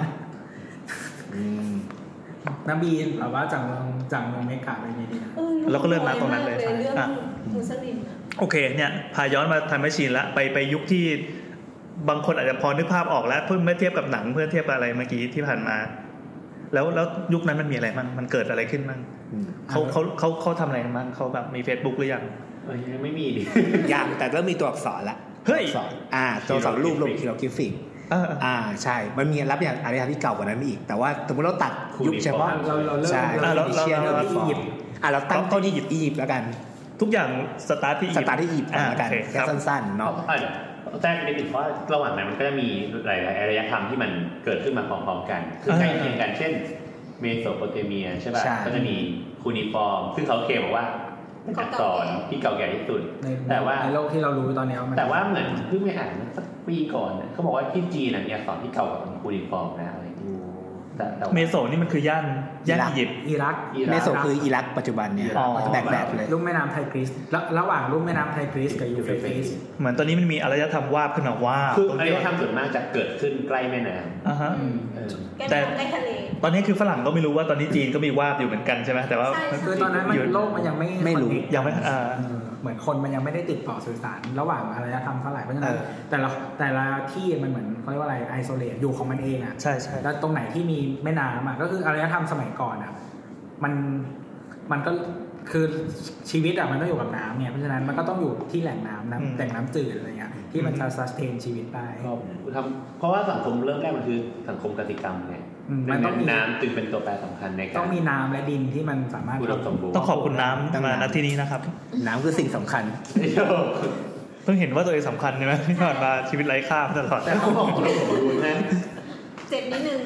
[SPEAKER 5] น้ำบีนแบบว่าจากเมืองจากเมืองเมกาไปเมดินา
[SPEAKER 3] แล้วก็เริ่มมาตรงนั้นเลย
[SPEAKER 2] เรื่อง
[SPEAKER 3] อ่ะ
[SPEAKER 2] มุสลิมอะ
[SPEAKER 3] โอเคเนี่ยพาย้อนมาทำแมชชีนละไปไปยุคที่บางคนอาจจะพอนึกภาพออกแล้วเพื่อเมื่อเทียบกับหนังเพื่อเทียบกับอะไรเมื่อกี้ที่ผ่านมา แล้วแล้วยุคนั้นมันมีอะไรบ้างมันเกิดอะไรขึ้นบ้างเขาเขาเขาเขาทำอะไรกันบ้างเขาแบบมี Facebook หรือยัง
[SPEAKER 4] เออยังไม่มีดิ
[SPEAKER 6] อย่างแต่เริ่มมีตัวอักษรละ
[SPEAKER 3] เฮ้ย
[SPEAKER 6] ตัวอักษรอ่า ตัวอักษรรูปลงคิโลกิฟิก
[SPEAKER 3] เออ
[SPEAKER 6] อ่าใช่ มันมีรับอย่างอารยธรรมที่เก่ากว่านั้นอีก แต่ว่าสมมติเราตัด
[SPEAKER 4] คูณ
[SPEAKER 6] ยุคเฉพาะ
[SPEAKER 4] อีก
[SPEAKER 5] เราเราเริ่ม
[SPEAKER 6] ใช่
[SPEAKER 5] เรา
[SPEAKER 6] เราเชียร์เราอียิปต์อ่ะเราตั้งต้นที่อียิปต์อียิปต์แล้วกัน
[SPEAKER 3] ทุกอย่างสตาร์ทที่
[SPEAKER 6] สตาร์ทที่อียิปต์ก่อน
[SPEAKER 3] อ่า
[SPEAKER 6] แล้วกัน
[SPEAKER 3] โอเคค
[SPEAKER 6] แค่
[SPEAKER 3] รับ
[SPEAKER 6] สั้นๆ
[SPEAKER 4] เนาะ
[SPEAKER 6] เนาะ
[SPEAKER 4] อ่ะแทรกนิดนึงเพราะระหว่างนั้นมันก็จะมีหลายๆอารยธรรมที่มันเกิดขึ้นมาพร้อมๆกัน คือใกล้เคียงกัน เช่น เมโสโปเตเมียใช่ป่ะ ก็จะมีคูนิฟอร์ม ซึ่งเขาเคลมบอกว่าเป็นอักษรที่เก่าแก่ที่สุด
[SPEAKER 5] ใน
[SPEAKER 4] แต่ว่า
[SPEAKER 5] ในโลกที่เรารู้ตอนเนี้ยมัน
[SPEAKER 4] แต่ว่าเหมือนเพิ่งไปอ่านเมื่อสักปีก่อนเนี่ยเขาบอกว่าที่จีนน่ะมีอักษรที่เก่ากว่าคูนิฟอร์มนะอะไรอย่างเงี้ยแต่แต่ว่า
[SPEAKER 3] เมโสนี่มันคือย่านย่านอียิปต์
[SPEAKER 5] อิรัก
[SPEAKER 4] อิรัก
[SPEAKER 6] เมโสคืออิรักปัจจุบันเนี่ย
[SPEAKER 3] อ๋อ
[SPEAKER 6] แบ่งแบบเลย
[SPEAKER 5] ลุ่มแม่น้ำไทยกรีซแล้วระหว่างลุ่มแม่น้ำไทยกรีซกับยูเฟรติส
[SPEAKER 3] เหมือนตอนนี้มันมีอารยธรรมวาบขึ้นมาว่าบ
[SPEAKER 4] คือ
[SPEAKER 3] ตรง
[SPEAKER 4] อาร
[SPEAKER 3] ที่
[SPEAKER 4] ย
[SPEAKER 3] ว่า
[SPEAKER 4] ธรรมส่วนมากจะเกิดขึ้นใกล้แม่น้ำ
[SPEAKER 3] อ่าฮะ
[SPEAKER 4] เออ
[SPEAKER 3] แต่
[SPEAKER 2] แก้น้ำใกล้ทะเล
[SPEAKER 3] ตอนนี้คือฝรั่งก็ไม่รู้ว่าตอนนี้จีนก็มีวาบอยู่เหมือนกันใช่ไหมแต่ว่า
[SPEAKER 2] ใช่ใช่
[SPEAKER 5] คือตอนนั้นมัน
[SPEAKER 3] อยู่
[SPEAKER 5] โลกมันยังไม่
[SPEAKER 6] ไม่
[SPEAKER 5] ค
[SPEAKER 6] รู้
[SPEAKER 5] อนเนค
[SPEAKER 3] ยังไม่อ่า
[SPEAKER 5] เออเหมือนคนมันยังไม่ได้ติดต่อสื่อสาร ระหว่างอารยธรรมเท่าไหร่เพราะฉะนั้น
[SPEAKER 3] เออ
[SPEAKER 5] แต่ละแต่ละที่มันเหมือนเขาเรียกว่าอะไรไอโซเลตอยู่ของมันเองอ่ะ
[SPEAKER 3] ใช่ใช่
[SPEAKER 5] แล้วตรงไหนที่มีแม่น้ำอ่ะก็คืออารยธรรมสมัยก่อนอ่ะมันมันก็คือชีวิตอ่ะมันต้องอยู่กับน้ำเนี่ยเพราะฉะนั้นมันก็ต้องอยู่ที่แหล่งน้ำ
[SPEAKER 3] อืม
[SPEAKER 5] น้ำแหล่งน้ำจืดอะไรเงี้ยที่มันจะซัสเทนชีวิตได้
[SPEAKER 4] ทำเพราะว่าสังคมเริ่มแรกมันคือสังคมกติกรรมไง
[SPEAKER 5] อืม
[SPEAKER 4] ดั
[SPEAKER 5] มัน
[SPEAKER 4] ง
[SPEAKER 5] ต้อ
[SPEAKER 4] นั้
[SPEAKER 5] ง
[SPEAKER 4] น
[SPEAKER 5] มี
[SPEAKER 4] น้ำจึงเป็นตัวแปรสำคัญในกา
[SPEAKER 5] ต้อง
[SPEAKER 4] ร
[SPEAKER 5] มีน้ำและดินที่มันสามารถ
[SPEAKER 4] อุดมสมบูรณ์
[SPEAKER 3] ต้องขอบคุณน้ำมาณที่นี้นะครับ
[SPEAKER 6] น้ำคือสิ่งสำคัญ
[SPEAKER 3] เพิ่งเห็นว่าตัวเองสำคัญใช่ไหมที่ผ่านมาชีวิตไร้ค่ามาตลอด
[SPEAKER 4] แต่เขาบอกอุดมสมบูรณ์นะ
[SPEAKER 2] เจ็บนิดนึง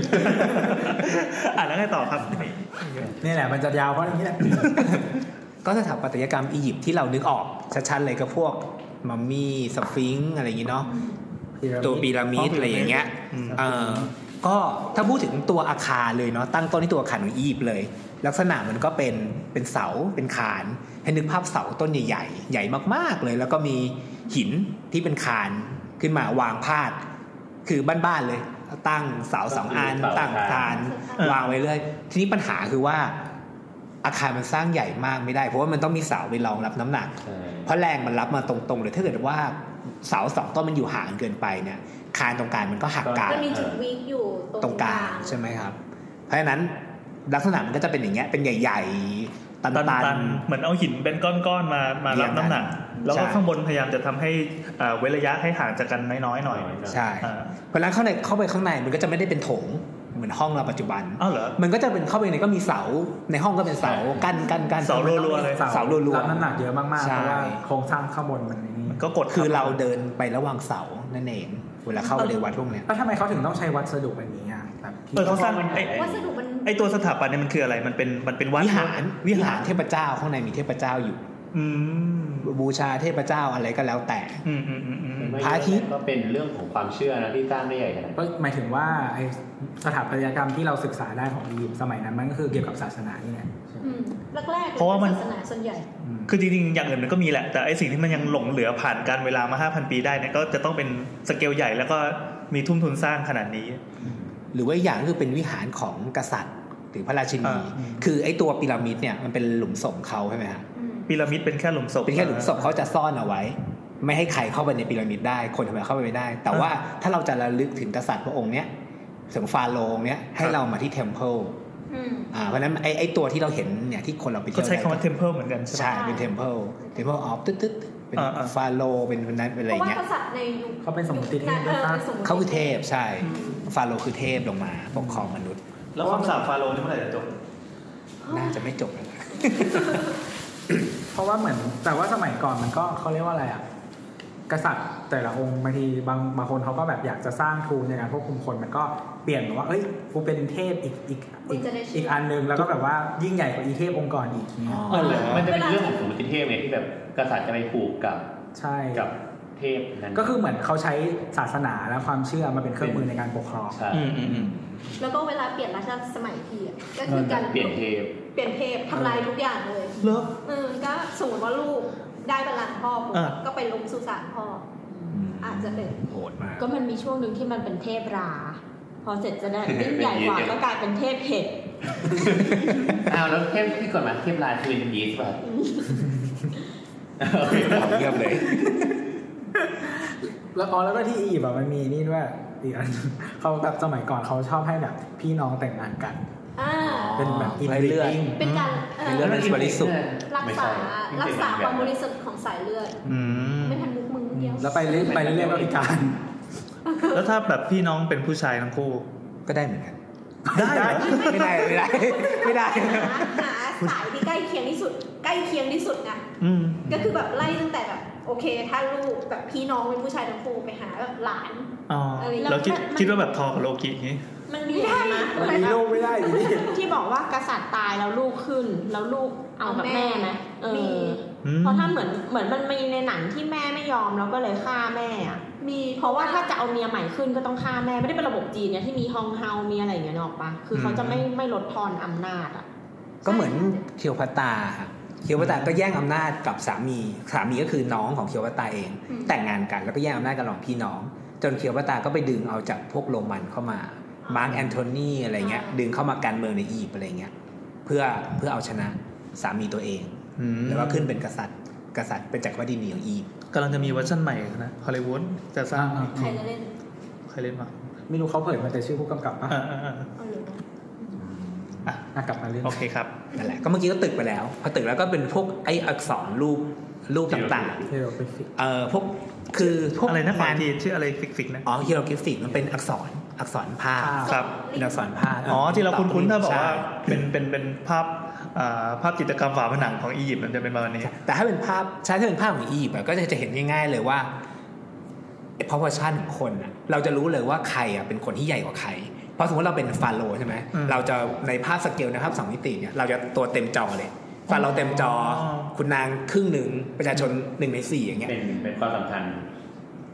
[SPEAKER 3] อ่านแล้วไงต่อครับ
[SPEAKER 5] นี่แหละมันจะยาวเพราะอย่างนี้แหละ
[SPEAKER 6] ก็สถาปัตยกรรมอียิปต์ที่เรานึกออกชัดๆเลยก็พวกมัมมี่สฟิงซ์อะไรอย่างนี้เนาะ ตัวพีระมิดอะไรอย่างเงี้ย
[SPEAKER 3] อืม
[SPEAKER 6] เออก็ถ้าพูดถึงตัวอาคารเลยเนาะตั้งต้นที่ตัวอาคารของอียิปต์เลย ลักษณะมันก็เป็นเป็นเสาเป็นคาน ให้นึกภาพเสาต้นใหญ่ๆ ใหญ่มากๆเลย แล้วก็มีหินที่เป็นคานขึ้นมาวางพาด คือบ้านๆเลย ตั้งเสาสองอันตั้งคานวางไว้เลย ทีนี้ปัญหาคือว่า อาคารมันสร้างใหญ่มากไม่ได้ เพราะว่ามันต้องมีเสาไปรองรับน้ำหนัก
[SPEAKER 4] ใช่
[SPEAKER 6] เพราะแรงมันรับมาตรงๆเลยถ้าเกิดว่าเสาสองต้นมันอยู่ห่างเกินไปเนี่ยคานตรงกลางมันก็หักกลาง
[SPEAKER 2] มันมีจุดวีคอยู่
[SPEAKER 6] ตรงกลางใช่ไหมครับ เพราะฉะนั้นลักษณะมันก็จะเป็นอย่างเงี้ยเป็นใหญ่ๆตัน
[SPEAKER 3] ตัน
[SPEAKER 6] ๆ
[SPEAKER 3] ตันเหมือนเอาหินเป็นก้อนๆมามารับน้ำหนัก
[SPEAKER 6] เรียงกัน
[SPEAKER 3] แล้วก็
[SPEAKER 6] ใช่
[SPEAKER 3] ข้างบนพยายามจะทำให้อ่าเว้นระยะให้ห่างจากกันน้อยๆหน่อย
[SPEAKER 4] น้อย
[SPEAKER 6] ใช่
[SPEAKER 3] อ่า
[SPEAKER 6] เพราะฉะนั้นเข้าในเข้าไปข้างในมันก็จะไม่ได้เป็นโถงเหมือนห้องเราปัจจุบัน
[SPEAKER 3] อ้าวเหรอ
[SPEAKER 6] มันก็จะเป็นเข้าไปในก็มีเสาในห้องก็เป็นเสากั้นกั้นกั้น
[SPEAKER 3] เสารัวๆเลย
[SPEAKER 6] เสารัวๆ
[SPEAKER 5] รับน้ำหนักเยอะมากๆ
[SPEAKER 6] ใช่
[SPEAKER 5] เพราะว่าโครงสร้างข้างบนมันนี่
[SPEAKER 3] มันก็กด
[SPEAKER 6] คือเราเดินไประหว่างเสานั่นเองเวลาเข้าไปในวัดพวกเนี้ย
[SPEAKER 5] แล้วทำไมเขาถึงต้องใช้วัสดุแบบนี้อ่ะแบบที่
[SPEAKER 3] เออเขาสร้างไอ้
[SPEAKER 2] วัสดุมัน
[SPEAKER 3] ไอ้ตัวสถาปัตย์เนี่ยมันคืออะไรมันเป็นมันเป็นวัด
[SPEAKER 6] วิหาร
[SPEAKER 3] วิ
[SPEAKER 6] วิ
[SPEAKER 3] หา
[SPEAKER 6] หาร รเทพเจ้าข้างในมีเทพเจ้าอยู่
[SPEAKER 3] อืม
[SPEAKER 6] บูชาเทพเจ้าอะไรก็แล้วแต่
[SPEAKER 3] อืมอืมอืมอืม
[SPEAKER 6] พระอาทิตย์
[SPEAKER 4] ก็เป็นเรื่องของความเชื่อนะที่สร้างได้ใหญ่ขนาด
[SPEAKER 5] ก็หมายถึงว่าไอ้สถาปัตยกรรมที่เราศึกษาได้ของอียิปต์สมัยนั้นมันก็คือเกี่ยวกับศาสนานี่ไง
[SPEAKER 2] อืมแรกๆลยศาสนาส่วนใหญ่
[SPEAKER 5] อืม
[SPEAKER 3] คือจริงๆอย่างอื่นมันก็มีแหละ แต่ไอ้สิ่งที่มันยังหลงเหลือผ่านการเวลามา 5,000 ปีได้เนี่ยก็จะต้องเป็นสเกลใหญ่แล้วก็มีทุ่มทุนสร้างขนาดนี้
[SPEAKER 6] หรือว่าอีกอย่างก็คือเป็นวิหารของกษัตริย์หรือพระราชินี
[SPEAKER 3] อ่า
[SPEAKER 6] คือไอ้ตัวพีระมิดเนี่ยมันเป็นหลุมศพเขาใช่ไหมฮะ
[SPEAKER 3] พีระมิดเป็นแค่หลุมศพ
[SPEAKER 6] เป็นแค่หลุมศพเขาจะซ่อนเอาไว้ ไม่ให้ใครเข้าไปในพีระมิดได้ คนธรรมดาเข้าไปไม่ได้ แต่ว่าถ้าเราจะระลึกถึงกษัตริย์พระองค์เนี้ยถึงฟาโรห์องค์เนี้ยให้
[SPEAKER 3] ครับ
[SPEAKER 6] เรามาที่เทมเพล
[SPEAKER 2] อืม
[SPEAKER 6] อ่าเพราะฉะนั้นไอ้ไอ้ตัวที่เราเห็นเนี่ยที่คนเราไป
[SPEAKER 3] ก็
[SPEAKER 6] เที่ยว
[SPEAKER 3] ใช้คำว่า
[SPEAKER 6] ได้
[SPEAKER 3] temple เหมือนกันใช่ไหม
[SPEAKER 6] ใช่เป็นเทมเพลเทมเพลออฟตึ๊ดตึ๊ดๆเป็น
[SPEAKER 3] อ่าอ่า
[SPEAKER 6] ฟาโรห์เป็นเป็นนั้นเป็น
[SPEAKER 2] เพ
[SPEAKER 6] อะไรอ
[SPEAKER 2] ราะว่า
[SPEAKER 6] ย่างเงี้ย
[SPEAKER 2] กษัตริย์ในยุค
[SPEAKER 5] เขาเป็นสมมติเทพ
[SPEAKER 2] นั้นเอ
[SPEAKER 5] ด้วย
[SPEAKER 2] อ
[SPEAKER 5] ปะ
[SPEAKER 2] ป็นสมมุติ
[SPEAKER 6] เขาคือเทพใช่ ฟาโรห์คือเทพลงมาปกครองมนุษย์
[SPEAKER 3] แล้วคำสาปฟาโรห์นี่เมื่อไหร่จะจบ
[SPEAKER 6] น่าจะไม่จบแล้วนะ
[SPEAKER 5] เพราะว่าเหมือนแต่ว่าสมัยก่อนมันก็เขาเรียกว่าอะไรอ่ะกษัตริย์แต่ละองค์บางทีบางบางคนเขาก็แบบอยากจะสร้างทูลในการควบคุมคนมันก็เปลี่ยนแบบว่าเอ้ยกูเป็นเทพอีกอีกอีกอีกอันหนึงแล้วก็แบบว่ายิ่งใหญ่กว่าอีเทพองค์ก่อนอีกเนี่ย
[SPEAKER 4] เออมันจะเป็นเรื่องของสมมติเทพไงที่แบบกษัตริย์จะไปผูกกับ
[SPEAKER 5] ใช่
[SPEAKER 4] กับเทพนั้น
[SPEAKER 5] ก็คือเหมือนเขาใช้ศาสนาและความเชื่อมาเป็นเครื่องมือในการปกครอง
[SPEAKER 4] ใช่
[SPEAKER 3] อืมอืมอืม
[SPEAKER 2] แล้วก็เวลาเปลี่ยนราชสมัยทีอะก็คือการ
[SPEAKER 4] เปลี่ยนเทพ
[SPEAKER 2] เปลี่ยนเทพทำลายทุกอย่างเลย
[SPEAKER 3] เลิก
[SPEAKER 2] เออก็สมมติว่าลูกได้บัลลังก์พ่อปุ๊บ
[SPEAKER 3] อ่า
[SPEAKER 2] ก็ไปลงสุสานพ่อออาจจะเป็น
[SPEAKER 6] โหดมาก
[SPEAKER 8] ก็มันมีช่วงหนึ่งที่มันเป็นเทพรา พอเสร็จจะได้ยิ่งใหญ่กว่าก็กลายเป็นเทพเห็ด
[SPEAKER 4] อ้าวแล้วเทพที่ก่อนมาเทพลายทวินบีสป่ะโอเค
[SPEAKER 6] เงียบเลย
[SPEAKER 5] แล้วอ๋อแล้วก็ที่อียิปต์อะมันมีนี่ด้วยอีกอันเขาแบบสมัยก่อนเขาชอบให้แบบพี่น้องแต่งงานกัน
[SPEAKER 2] อ่า
[SPEAKER 5] เป็นแบบอิน
[SPEAKER 6] ไล่
[SPEAKER 5] บรี
[SPEAKER 6] เลือด
[SPEAKER 5] ดิ้ง
[SPEAKER 2] เป็นการเอ่อ
[SPEAKER 6] เรื่อง บริสุทธิ์
[SPEAKER 2] รักษารักษาความบริสุทธิ์ของสายเลือด
[SPEAKER 3] อืม
[SPEAKER 2] ไม่ทันมุกมึงเดียว
[SPEAKER 5] แล้วไปเรื่อยไปเรื่อยๆก็พิการ
[SPEAKER 3] แล้วถ้าแบบพี่น้องเป็นผู้ชายทั้งคู่
[SPEAKER 6] ก็ได้เหมือนกัน
[SPEAKER 3] ได้เหรอ
[SPEAKER 6] ไม่ได้ไม่ได้ไม่ได้
[SPEAKER 2] หาหาสายที่ใกล้เคียงที่สุด ใกล้เคียงที่สุดไง
[SPEAKER 3] อืม
[SPEAKER 2] ก็คือแบบไล่ตั้งแต่แบบโอเค ถ้าลูกแบบพี่น้องเป็นผู้ชายทั้งคู่ไปหาแบบหลาน
[SPEAKER 3] อ๋อ
[SPEAKER 2] อะไรนะ
[SPEAKER 3] แล้วคิดคิดว่าแบบทอกับโลกิอย่างงี้
[SPEAKER 8] มันมีได้ไหม
[SPEAKER 5] มันมีลูกไม่ได้อยู่ดี
[SPEAKER 8] ที่บอกว่ากษัตริย์ตายแล้วลูกขึ้น แล้วลูกเอากับแม่ไหมเอ
[SPEAKER 2] มี
[SPEAKER 8] อ
[SPEAKER 3] อืม
[SPEAKER 8] เพราะถ้าเหมือนเหมือนมันมีในหนังที่แม่ไม่ยอมแล้วก็เลยฆ่าแม่อะ
[SPEAKER 2] มี
[SPEAKER 8] เพราะว่าถ้าจะเอาเมียใหม่ขึ้นก็ต้องฆ่าแม่ไม่ได้เป็นระบบจีนเนี่ยที่มีฮองเฮามีอะไรอย่างเงี้ยนึกออกปะคือเขาจะไม่ไม่ลดทอนอำนาจอ่ะ
[SPEAKER 6] ก็เหมือนเคียวพัตตาครับเคียวพัตตาก็แย่งอำนาจกับสามี สามีก็คือน้องของเคียวพัตตาเอง แต่งงานกันแล้วก็แย่งอำนาจกันระหลองพี่น้อง จนเคียวพัตตาก็ไปดึงเอาจากพวกโรมันเข้ามา มาร์กแอนโทนีอะไรเงี้ย ดึงเข้ามาการเมืองในอียิปต์อะไรเงี้ย เพื่อเพื่อเอาชนะสามีตัวเอง
[SPEAKER 3] อืม
[SPEAKER 6] แล้วก็ขึ้นเป็นกษัตริย์ กษัตริย์เป็นจักรวรรดินีของอียิปต์
[SPEAKER 3] กำลังจะมีเวอร์ชันใหม่นะฮอลลีวูดจะสร้างอีก
[SPEAKER 2] ใครจะเล่น
[SPEAKER 3] ใครเล่นมา
[SPEAKER 5] ไม่รู้เขาเผยมาแต่ชื่อผู้กำกับปะ
[SPEAKER 3] อ่าอ่าอ่า
[SPEAKER 2] เอาหรือไม่
[SPEAKER 5] อ่ะกลับมาเรื่อง
[SPEAKER 3] โอเคครับ
[SPEAKER 6] นั่นแหละก็เมื่อกี้ก็ตึกไปแล้ว พอตึกแล้วก็เป็นพวกไอ้อักษรรูปรูปต่าง
[SPEAKER 5] เทโลไปฟิก
[SPEAKER 6] ๆเอ่อพวกคือพวก
[SPEAKER 3] อะไรนะขออี
[SPEAKER 6] งาน
[SPEAKER 3] กทีชื่ออะไรฟิกๆนะ
[SPEAKER 6] อ๋อเฮีโรกริฟิกมันเป็นอักษรอักษรภาพ
[SPEAKER 3] ครับ
[SPEAKER 6] เป็นอักษรภาพ
[SPEAKER 3] อ๋อที่เราคุ้นๆถ้าบอกว่า
[SPEAKER 6] ใช่
[SPEAKER 3] เป็นเป็นเป็นภาพอ่าภาพจิตรกรรมฝาผนังของอียิปต์มันจะเป็นประมาณนี้
[SPEAKER 6] แต่ถ้าเป็นภาพใช่ถ้าเป็นภาพของอียิปต์อะก็จะจะเห็นง่าย ๆ เลยว่าพอพอชั่นของคนอะเราจะรู้เลยว่าใครอะเป็นคนที่ใหญ่กว่าใคร เพราะสมมติเราเป็นฟาโรห์ใช่ไหม
[SPEAKER 3] อืม
[SPEAKER 6] เราจะในภาพสเกลในภาพสองมิติเนี่ยเราจะตัวเต็มจอเลยฟาโรห์เต็มจออ
[SPEAKER 3] อ
[SPEAKER 6] คุณนางครึ่งหนึ่งประชาชนหนึ่งในสี่อย่างเงี้ย
[SPEAKER 4] เป็นเป็นความสำคัญ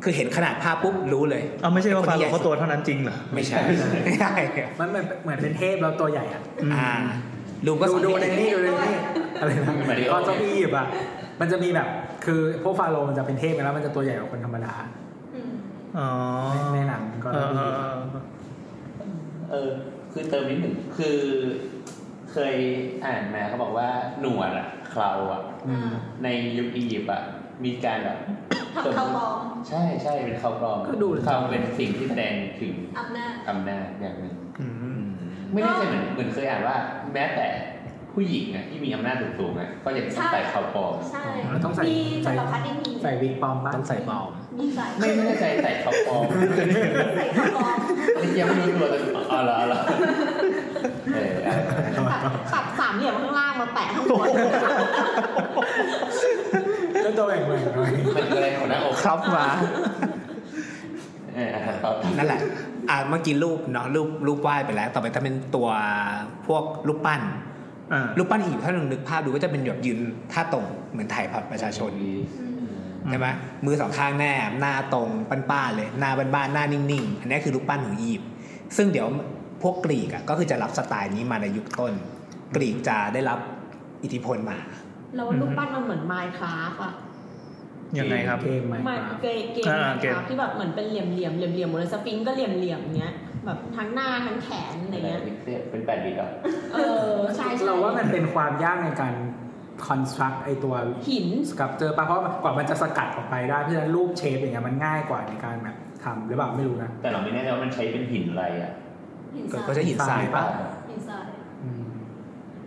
[SPEAKER 6] คือเห็นขนาดภาพปุ๊บรู้เลย
[SPEAKER 3] เอาไม่ใช่ว่าฟาโร
[SPEAKER 6] เป็นคนที่ใหญ่
[SPEAKER 3] ห์เขาตัวเท่านั้นจริงเหรอ
[SPEAKER 6] ไม่ใช่ไม่ใช่
[SPEAKER 5] มันเหมือนเหมือนเป็นเทพแล้วตัวใหญ่อะ
[SPEAKER 3] อืม
[SPEAKER 6] อ่ารูปก็
[SPEAKER 5] ดู
[SPEAKER 6] สอง
[SPEAKER 5] ดูใน
[SPEAKER 6] มิติ
[SPEAKER 5] นี่ดูในนี่อะไรนะ
[SPEAKER 4] มาริโอ
[SPEAKER 5] ตอนเจ้าพี่อียิปต์อะมันจะมีแบบ คือพวกฟาโรห์มันจะเป็นเทพไปแล้วมันจะตัวใหญ่กว่าคนธรรมดา
[SPEAKER 2] อืม
[SPEAKER 3] อ๋อ
[SPEAKER 5] ในหนังก็
[SPEAKER 3] เออ
[SPEAKER 5] ดู
[SPEAKER 3] เอ
[SPEAKER 5] ดี
[SPEAKER 3] อเออ
[SPEAKER 4] เออ คือเติมนิดหนึ่งคือ เคยอ่านมาเขาบอกว่าหนวดอะเคราอะ
[SPEAKER 5] อืม
[SPEAKER 4] ในยุคอียิปต์อะมีการแบบ
[SPEAKER 2] ทำเขาปลอม
[SPEAKER 4] ใช่ใช่เป็นเขาปลอมเขาเป็นสิ่งที่แสดงถึง
[SPEAKER 2] อำนาจ
[SPEAKER 4] อำนาจอย่างหนึ่ง
[SPEAKER 3] อืม
[SPEAKER 6] อืม
[SPEAKER 4] ไม่แน่ใจเหมือนเหมือนเคยอ่านว่า แม้แต่ผู้หญิงอะที่มีอำนาจสูงๆอะก็ยังต้องใส่เขาปลอม
[SPEAKER 2] ใช่
[SPEAKER 5] แล้วต้องใส่
[SPEAKER 2] มี
[SPEAKER 5] ใส่
[SPEAKER 2] สารพัดที่มี
[SPEAKER 5] ใส่วิกปลอมปะ
[SPEAKER 6] ต้องใส่บอม
[SPEAKER 2] มีสาย
[SPEAKER 4] ไม่แน่ใจใส่เขาปลอม
[SPEAKER 2] ใส่เขาปลอม
[SPEAKER 4] ไอ้เหี้ยังไม่รู้ตัวเลยอ๋อเหรอเหรอเออเอา
[SPEAKER 8] ตัดตัดสามเหลี่ยมข้างล่างมาแปะข้างบน
[SPEAKER 5] แล้วตัวแหว่งแหว่งๆหน่อย
[SPEAKER 4] มันคืออะไรของหน้าอก
[SPEAKER 6] ครับมา
[SPEAKER 4] เอออ่ะต่อต่อ
[SPEAKER 6] นั่นแหละ อ่าเมื่อกี้รูปเนาะรูปรูปวาดไปแล้ว ต่อไปถ้าเป็นตัวพวกรูปปั้น
[SPEAKER 3] อ่า
[SPEAKER 6] รูปปั้นอีกถ้าลองนึกภาพดูก็จะเป็นหยดยืนท่าตรงเหมือนถ่ายผัดประชาชนใช่ไหมมือสองข้างแนบหน้าตรงป้านๆเลย หน้าบ้านๆหน้านิ่งๆ อันนี้คือรูปปั้นของอียิปต์ซึ่งเดี๋ยวพวกกรีกอ่ะก็คือจะรับสไตล์นี้มาในยุคต้น กรีกจะได้รับอิทธิพลมา
[SPEAKER 8] แล้วรูปปั้นมันเหมือนไมค์คราฟอ่ะ
[SPEAKER 3] ยังไงครับ
[SPEAKER 5] เกมใหม่
[SPEAKER 8] ไม่
[SPEAKER 5] ครับ
[SPEAKER 8] เกมเกม
[SPEAKER 3] อ่า
[SPEAKER 8] นะ
[SPEAKER 3] เกม
[SPEAKER 8] ครับที่แบบเหมือนเป็นเหลี่ยมเหลี่ยมเหลี่ยมเหลี่ยมหมดเลยสฟิงก์ก็เหลี่ยมเหลี่ยมเงี้ยแบบทั้งหน้าทั้งแขนอะไรเงี้ย
[SPEAKER 4] เป็นแปดบิตเหรอ
[SPEAKER 8] เออใช่ใช่
[SPEAKER 5] เราว่ามันเป็นความยากในการ construct ไอตัว
[SPEAKER 8] หิน
[SPEAKER 5] สกับเจอปะเพราะกว่ามันจะสกัดออกไปได้เพราะฉะนั้นรูปเชฟอย่างเงี้ยมันง่ายกว่าในการแบบทำหรือเปล่าไม่รู้นะ
[SPEAKER 4] แต่เราไม่แน่ใจว่ามันใช้เป็นหินอะไรอ่ะ
[SPEAKER 2] หิน
[SPEAKER 6] ก็
[SPEAKER 2] สาย
[SPEAKER 6] ก็จะหินทรายปะ
[SPEAKER 2] หินสาย
[SPEAKER 5] อืม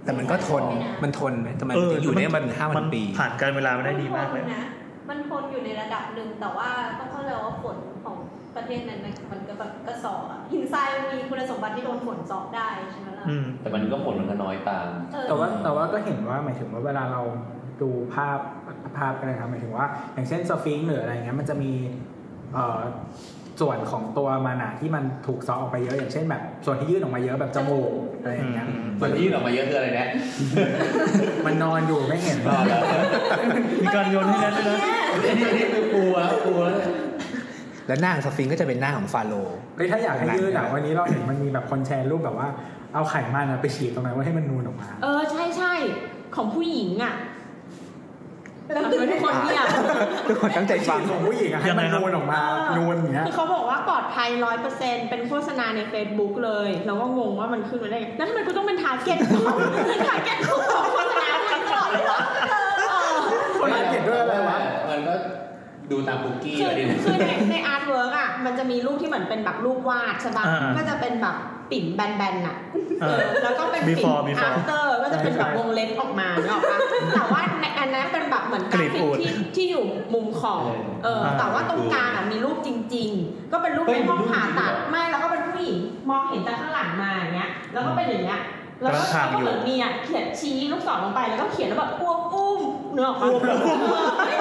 [SPEAKER 6] แต่มันก็ทนมันทนไหมทำไม
[SPEAKER 3] เ
[SPEAKER 6] มันถึงอยู่ได้มันห้าพันปี
[SPEAKER 3] ผ่านการเวลามาได้ดีมากเลย
[SPEAKER 2] นทนนะมันทนอยู่ในระดับหนึ่งแต่ว่าต้องเข้าใจว่าฝนของประเทศนั้นนะมันก็แบบก็สอบอะหินทรายมันมีคุณสมบัติที่โดนฝนสอบได้ใช่ไหมล่ะ
[SPEAKER 3] อืม
[SPEAKER 4] แต่มันก็ผลมันก็น้อยตาม
[SPEAKER 2] เออ
[SPEAKER 5] แต่ว่าแต่ว่าก็เห็นว่าหมายถึงว่าเวลาเราดูภาพภาพกันนะครับหมายถึงว่า อย่างเช่นสฟิงค์หรืออะไรเงี้ยมันจะมีเอ่อส่วนของตัวมันอะที่มันถูกซอกออกไปเยอะ อย่างเช่นแบบ ส่วนที่ยื่นออกมาเยอะแบบจมูกอะไรอย่างเงี้ย
[SPEAKER 3] อืม
[SPEAKER 4] ส่วนที่ออกมาเยอะคืออะไรนะ
[SPEAKER 5] มันนอนอยู่ไม่เห็นหร
[SPEAKER 4] ร
[SPEAKER 5] อ
[SPEAKER 4] อก ดแล้ว
[SPEAKER 3] มีการโยนให้แล้วด้วยนะ
[SPEAKER 4] อันนี้อันนี้คือปูแล้วปูแล้ว
[SPEAKER 6] แล้วหน้าของสฟิงก์ก็จะเป็นหน้าของฟาโรห์
[SPEAKER 5] เฮ้ยถ้าอยากให้ยื่นอะวันนี้เราเห็นมันมีแบบคนแชร์รูปแบบว่าเอาไขมันอะไปฉีดตรงไหนว่าให้มันนูนออกมา
[SPEAKER 8] เออใช่ใช่ของผู้หญิงอ่ะ
[SPEAKER 2] ไป
[SPEAKER 8] แล้วคือทุกคนเงียบ
[SPEAKER 6] ทุกคนตั้งใจฟัง
[SPEAKER 5] ของผู้หญิงอะให้มัน
[SPEAKER 3] ยังไงครับ
[SPEAKER 5] นูนออกมานูนอย่างเงี้ย
[SPEAKER 8] คือเขาบอกว่าปลอดภัยร้อยเปอร์เซ็นเป็นโฆษณาใน Facebook เลย เราก็งงว่ามันขึ้นมาได้ไงแล้วทำไมกูต้องเป็นทาร์เก็ต ทาร์เก็ตของโฆษณาไทยตลอดเลยเหรอเออ
[SPEAKER 5] คนอังกฤษด้วยอะไรวะ
[SPEAKER 4] มันก็ดูตามคุกกี้
[SPEAKER 8] คือ
[SPEAKER 4] อะไรเนี่ย
[SPEAKER 8] คือในในอาร์ตเวิร์กอ่ะ มันจะมีรูปที่เหมือนเป็นแบบรูปวาดใช่ปะ
[SPEAKER 3] อ่า
[SPEAKER 8] ก็จะเป็นแบบปิ่นแบนๆอ่ะ
[SPEAKER 3] เออ
[SPEAKER 8] แล้วก็เป็นปิ่น
[SPEAKER 3] Before before
[SPEAKER 8] after ก็จะเป็นแบบวงเล็บออกมาเนกออก ปะแต่ว่าในอันนั้นเป็นแบบเหมือนกราฟิกที่ที่อยู่มุมของ เออ แต่ว่าตรงกลางอ่ะมีรูปจริง ๆ ก็เป็นรูปในห้องผ่าตัด ไม่แล้วก็เป็นผู้หญิงมองเห็นจากข้างหลังมาอย่างเงี้ย แล้วก็เป็นอย่างเงี้ย แล้วก็
[SPEAKER 3] กำลังทำอยู่
[SPEAKER 8] ก็เหมือนเมียเขียนชี้ลูกศรลงไปแล้วก็เขียนแล้วแบบอ้วกอุ้มเนื้อออกมาปร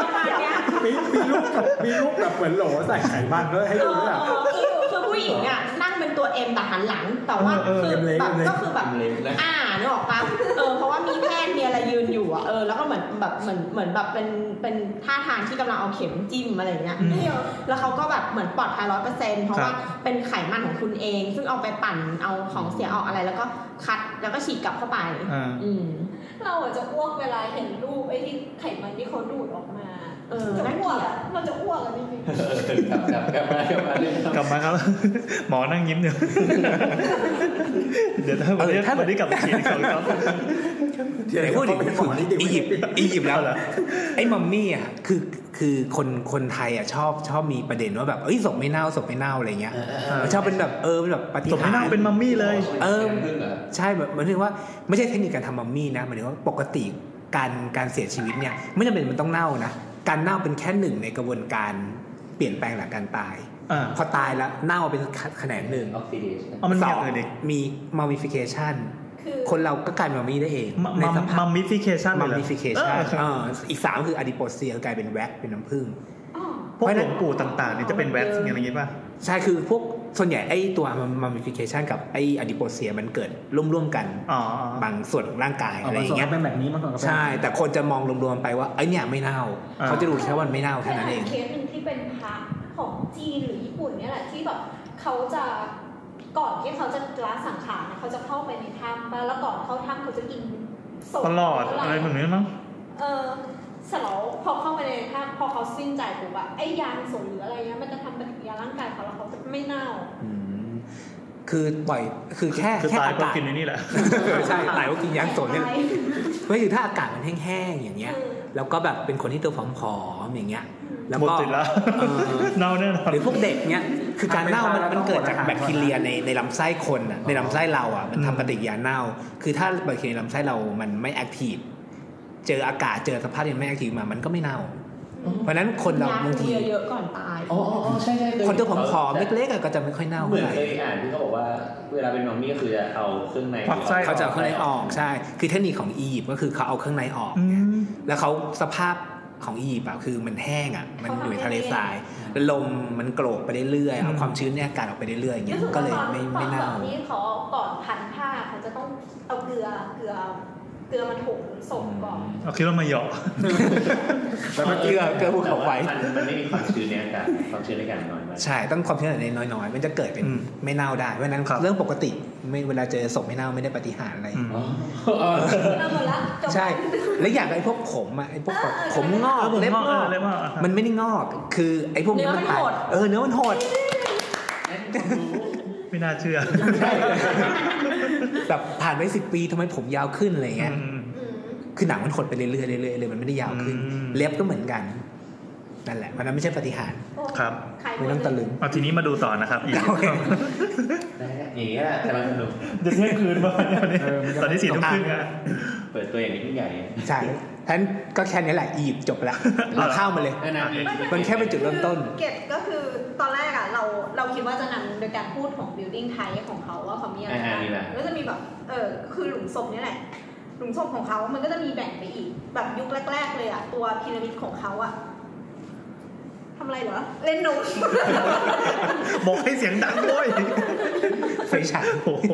[SPEAKER 8] ะมาณเนี้ย
[SPEAKER 5] มีมีรูปกับมีรูปแบบเหมือนโหลใส่ไขมันด้วยให้
[SPEAKER 8] เอ
[SPEAKER 5] ดู
[SPEAKER 8] อ
[SPEAKER 5] แบบ
[SPEAKER 8] คือคือผู้หญิงอ่ะนั่งเป็นตัวเอ็มแต่หันหลัง แต่ว่า
[SPEAKER 5] เออเออ
[SPEAKER 8] คือ
[SPEAKER 5] เอ็มเล็กเอ็มเล็ก
[SPEAKER 8] แบบก็คือแบบ
[SPEAKER 4] เล็กนะ
[SPEAKER 8] อ่านึกออกปะเออเพราะว่ามีแพทย์มีอะไรยืนอยู่อ่ะเออแล้วก็เหมือนแบบเหมือนเหมือนแบบเป็นเป็นท่าทางที่กำลังเอาเข็มจิ้มอะไรอย่างเงี้ย
[SPEAKER 3] อืม
[SPEAKER 8] แล้วเขาก็แบบเหมือนปลอดภัยร้อยเปอร์เซ็นต์เพ
[SPEAKER 3] ค
[SPEAKER 8] ราะ
[SPEAKER 3] รับ
[SPEAKER 8] ว่าเป็นไขมันของคุณเอง ซึ่งเอาไปปั่นเอาของเสียออกอะไรแล้วก็คัดแล้วก็ฉีดกลับเข้าไป
[SPEAKER 3] อ่า
[SPEAKER 8] อืม
[SPEAKER 2] เราอาจจะอ้วกเวลาเห็นรูปไอ้ที่ไขมันที่เขาดูดออกมา
[SPEAKER 8] เออ
[SPEAKER 2] จะ
[SPEAKER 8] น่า
[SPEAKER 2] อ้
[SPEAKER 8] เก
[SPEAKER 2] วก
[SPEAKER 8] ลียด
[SPEAKER 2] อะเราจะอ้วกอะพี่มิน
[SPEAKER 4] กลับกลับกลับมากลับมาเรื่อง
[SPEAKER 3] กลับมาครับ หมอนั่งยิ้มอยู่ เดี๋ยวถ้าวัน
[SPEAKER 6] เอ
[SPEAKER 3] นี้
[SPEAKER 6] อถ้า
[SPEAKER 3] วันนี้กลับมาเขียน อีกสองรอบ
[SPEAKER 6] เดี๋ยวพูดถึงถึงอียิปต์อียิปต์แล้ว
[SPEAKER 3] เอาเหรอ
[SPEAKER 6] ไอ้มัมมี่อ่ะคือคือคนคนไทยอ่ะชอบชอบมีประเด็นว่าแบบเอ้ยศพไม่เน่าศพไม่เน่าอะไรเงี้ยชอบเป็นแบบเออเป็นแบบปฏิ
[SPEAKER 3] สม
[SPEAKER 6] หา
[SPEAKER 3] ไม่นั่ง
[SPEAKER 6] รย์
[SPEAKER 3] เป็นมัมมี่เลย
[SPEAKER 6] เออ
[SPEAKER 4] ขึ้นเหรอ
[SPEAKER 6] ใช่แบบหมายถึงว่าไม่ใช่เทคนิคการทำมัมมี่นะหมายถึงว่าปกติการการเสียชีวิตเนี่ยไม่จำเป็นมันต้องเน่านะการเน่าเป็นแค่หนึ่งในกระบวนการเปลี่ยนแปลงหลังการตาย
[SPEAKER 3] อ่า
[SPEAKER 6] พอตายแล้วเน่าเป็นแขนงหนึ่ง
[SPEAKER 4] ออกซิเดช
[SPEAKER 3] เอามัน
[SPEAKER 6] ส
[SPEAKER 3] มีอย่าง ง
[SPEAKER 6] อ
[SPEAKER 3] อื่นอีก
[SPEAKER 6] มีมัมมิฟิเคชัน
[SPEAKER 2] คือ
[SPEAKER 6] คนเราก็กลายเป็นมัมมี่ได้เอง
[SPEAKER 3] มัม
[SPEAKER 6] ใน
[SPEAKER 3] มัม
[SPEAKER 6] สภาพ
[SPEAKER 3] มัมมิฟิเคชันเล
[SPEAKER 6] มั
[SPEAKER 3] ย
[SPEAKER 6] ม
[SPEAKER 3] เหรอ
[SPEAKER 6] มิฟิเค
[SPEAKER 3] เอ
[SPEAKER 6] ชัน
[SPEAKER 3] อ
[SPEAKER 6] อีกสามคืออะดิโปเซียกลายเป็นแว็กเป็นน้ำผึ้ง
[SPEAKER 2] อ๋อ
[SPEAKER 3] พวก
[SPEAKER 6] เพ
[SPEAKER 3] ห
[SPEAKER 6] ราะฉะ
[SPEAKER 3] ล
[SPEAKER 6] นั้
[SPEAKER 3] วน งปู่ต่างๆเนี่ยจะเป็นแว็กซ์อย่างนี้ป่ะ
[SPEAKER 6] ใช่คือพวกส่วนใหญ่ไอ้ตัวมัมมิฟิเคชันกับไอ้อะดิโปเซียมันเกิดร่วมๆกัน
[SPEAKER 3] อ๋อ
[SPEAKER 6] บางส่วนของร่างกาย
[SPEAKER 5] เออ
[SPEAKER 6] อะไร
[SPEAKER 5] มา
[SPEAKER 6] อ
[SPEAKER 5] ส่
[SPEAKER 6] ย่าง งเงี้ย
[SPEAKER 5] เป็นแบบนี้มาก่อนก็เป็น
[SPEAKER 6] ใช่ แต่คนจะมองรวมๆไปว่าไอ้เนี่ยไม่เน่า
[SPEAKER 3] อ่า
[SPEAKER 6] เขาจะดูแค่ว่ามันไม่เน่าแค่นั้นเอง
[SPEAKER 2] เคสหนึ่งที่เป็นพระของจีนหรือญี่ปุ่นเนี่ยแหละที่แบบเขาจะก่อนที่เขาจะละสังขารนะเขาจะเข้าไปในถ้ำปะแล้วก่อนเข้าถ้ำเขาจะกินศพ
[SPEAKER 3] ตลอดอะไรแบบนี้มั้ง
[SPEAKER 2] เออเสร็จแล้วพอเข้าไปในถ้ำพอเขาสิ้นใจปุ๊บอะไอ้ยางสนหรืออะไรเงี้ยมันจะทำปฏิกิริยาร่างกายเขาแล้วเขาจะไม่เน่า
[SPEAKER 6] อืมคือปล่อยคือแค่
[SPEAKER 3] คือ
[SPEAKER 6] แค่
[SPEAKER 3] ตาย
[SPEAKER 6] อา
[SPEAKER 3] เพราะ
[SPEAKER 6] กาศ
[SPEAKER 3] กินในนี่แหละ
[SPEAKER 6] ใช่ตายเพราะกินยางสนเนี่ย
[SPEAKER 2] ใช่
[SPEAKER 6] ไม่คือถ้าอากาศมันแห้งๆอย่างเงี้ย แล้วก็แบบเป็นคนที่ตัวผอมๆอย่างเงี้ย แล้ว
[SPEAKER 3] หมด
[SPEAKER 6] ก็
[SPEAKER 3] ติดแล้ว
[SPEAKER 6] เออ
[SPEAKER 3] เน่าแน่นอน
[SPEAKER 6] หรือพวกเด็กเนี้ยคือการเน่ามันมันเกิดจากแบคทีเรียในในลำไส้คนอ่ะในลำไส้เราอ่ะมัน
[SPEAKER 3] อืม
[SPEAKER 6] ทำปฏิกิริยาเน่า คือถ้าแบคทีเรียในลำไส้เรามันไม่แอคทีฟเจออากาศเจอสภาพที่มันไม่แอคทีฟมามันก็ไม่เน่า เพราะฉะนั้นคนเรา
[SPEAKER 8] ยา
[SPEAKER 6] บางที
[SPEAKER 8] เยอะๆก่อนตาย
[SPEAKER 4] อ๋ออ๋ออ๋อใช่ใช่ย
[SPEAKER 6] คนตัวผอมๆเล็กๆอะก็จะไม่ค่อยเน่า
[SPEAKER 4] เหมื
[SPEAKER 6] เท่า
[SPEAKER 4] อน
[SPEAKER 6] ไหร่
[SPEAKER 4] เคยอ่านที่เขาบอกว่าเวลาเป็นมัมมี่ก็คือจะเอาเครื่องใน
[SPEAKER 3] ควักไส้
[SPEAKER 6] เขาจะเอาเครื่องในออกใช่ คือเทคนิคของอียิปต์ก็คือเขาเอาเครื่องในออก
[SPEAKER 3] อื
[SPEAKER 6] เนี่ย
[SPEAKER 3] ม
[SPEAKER 6] แล้วเขาสภาพของอียิปต์อะคือมันแห้งอ่ะมันอยู่ในทะเลทรายแล้วลมมันโกรกไปเรื่อยๆเอาความชื้นในอากาศออกไปเรื่อยๆอย่างเงี้ยก็เลยไม่ไม่
[SPEAKER 2] ต
[SPEAKER 6] เน่า
[SPEAKER 2] อนนี้เขาก่อนพันผ้าเขาจะต้องเอาเกลือเกลือเกลือมาถมศพก่อน
[SPEAKER 3] เอาคิดว่ามาเหยาะ
[SPEAKER 6] แล้วก็เกลือเกลือภูเขาไฟ
[SPEAKER 4] แต่ว่มันมันไม่มีความชื้นในอากาศความชื้นในอากาศน้อยมาก
[SPEAKER 6] ใช่ต้องความชื้นในน้อยๆ มันจะเกิดเป็น
[SPEAKER 3] อืม
[SPEAKER 6] ไม่เน่าได้เพราะฉะนั้น
[SPEAKER 3] ครับ
[SPEAKER 6] เรื่องปกติไม่เวลาเจอศพไม่เน่าไม่ได้ปฏิหารย์อะไร
[SPEAKER 3] อืม
[SPEAKER 2] เอาหมดละจบ
[SPEAKER 6] ใช่ และอย่างไอ้พวกผมอะไอ้พวกแบบผมงอก
[SPEAKER 3] เออผม
[SPEAKER 6] เล็บ
[SPEAKER 3] งอก
[SPEAKER 6] งอ
[SPEAKER 3] เอก อเล็บงอกอ่ะ
[SPEAKER 6] มันไม่ได้งอก คือไอ้พวกนี้
[SPEAKER 8] เนื้อ
[SPEAKER 6] มัน
[SPEAKER 8] มัน
[SPEAKER 6] ตาย
[SPEAKER 8] หด
[SPEAKER 6] เออเนื้อมันหด
[SPEAKER 3] ไม่น่าเชื่อ
[SPEAKER 6] แบบผ่านไปสิปีทำไมผมยาวขึ้นอะไรเงี้ย
[SPEAKER 3] อืม
[SPEAKER 2] อืม
[SPEAKER 6] คือหนังมันหดไปเรื่อยๆเรื่อยๆเลยมันไม่ได้ยาวขึ้น
[SPEAKER 3] อืม
[SPEAKER 6] เล็บก็เหมือนกันนั่นแหละเพราะฉะนั้นไม่ใช่ปฏิหารย์
[SPEAKER 2] โอ้
[SPEAKER 3] ครับ
[SPEAKER 2] ขายหม
[SPEAKER 6] ไม่
[SPEAKER 2] ด
[SPEAKER 6] ต้องตะลึง
[SPEAKER 3] เอาทีนี้มาดูต่อนะครับอีก
[SPEAKER 6] โอเค
[SPEAKER 4] อย่างนี้แหละกำลังสนุก
[SPEAKER 3] จะเที่ยงคืนป่ะเนี่ยวันนี้
[SPEAKER 5] เออมันจะ
[SPEAKER 3] ตอนนี้สี่ทุ่มครึ่งอะ
[SPEAKER 4] เปิดตัวอย่างยิ่งใหญ่
[SPEAKER 6] ใช่ท่านก็แค่นี้แหละอียิปต์จบ ละเราเข้ามาเลย
[SPEAKER 4] นานี
[SPEAKER 6] มันแค่เป็นจุดเริ่มต้น
[SPEAKER 2] เก็บก็คือตอนแรกอะเราเราคิดว่าจะนำโดยการพูดของ building type ของเขาว่าเขามีอะไร
[SPEAKER 4] อ่า
[SPEAKER 2] บ้าง
[SPEAKER 4] นี่แหละ
[SPEAKER 2] แล้วจะมีแบบเออคือหลุมศพเนี่ยแหละ หลุมศพของเขามันก็จะมีแบ่งไปอีก แบบยุคแรก ๆ เลยอะตัวพีระมิดของเขาอะทำอะไรเหรอเล่นนม
[SPEAKER 3] บอกให้เสียงดังโว้ย
[SPEAKER 6] ไฟฉาย
[SPEAKER 3] โอ้โห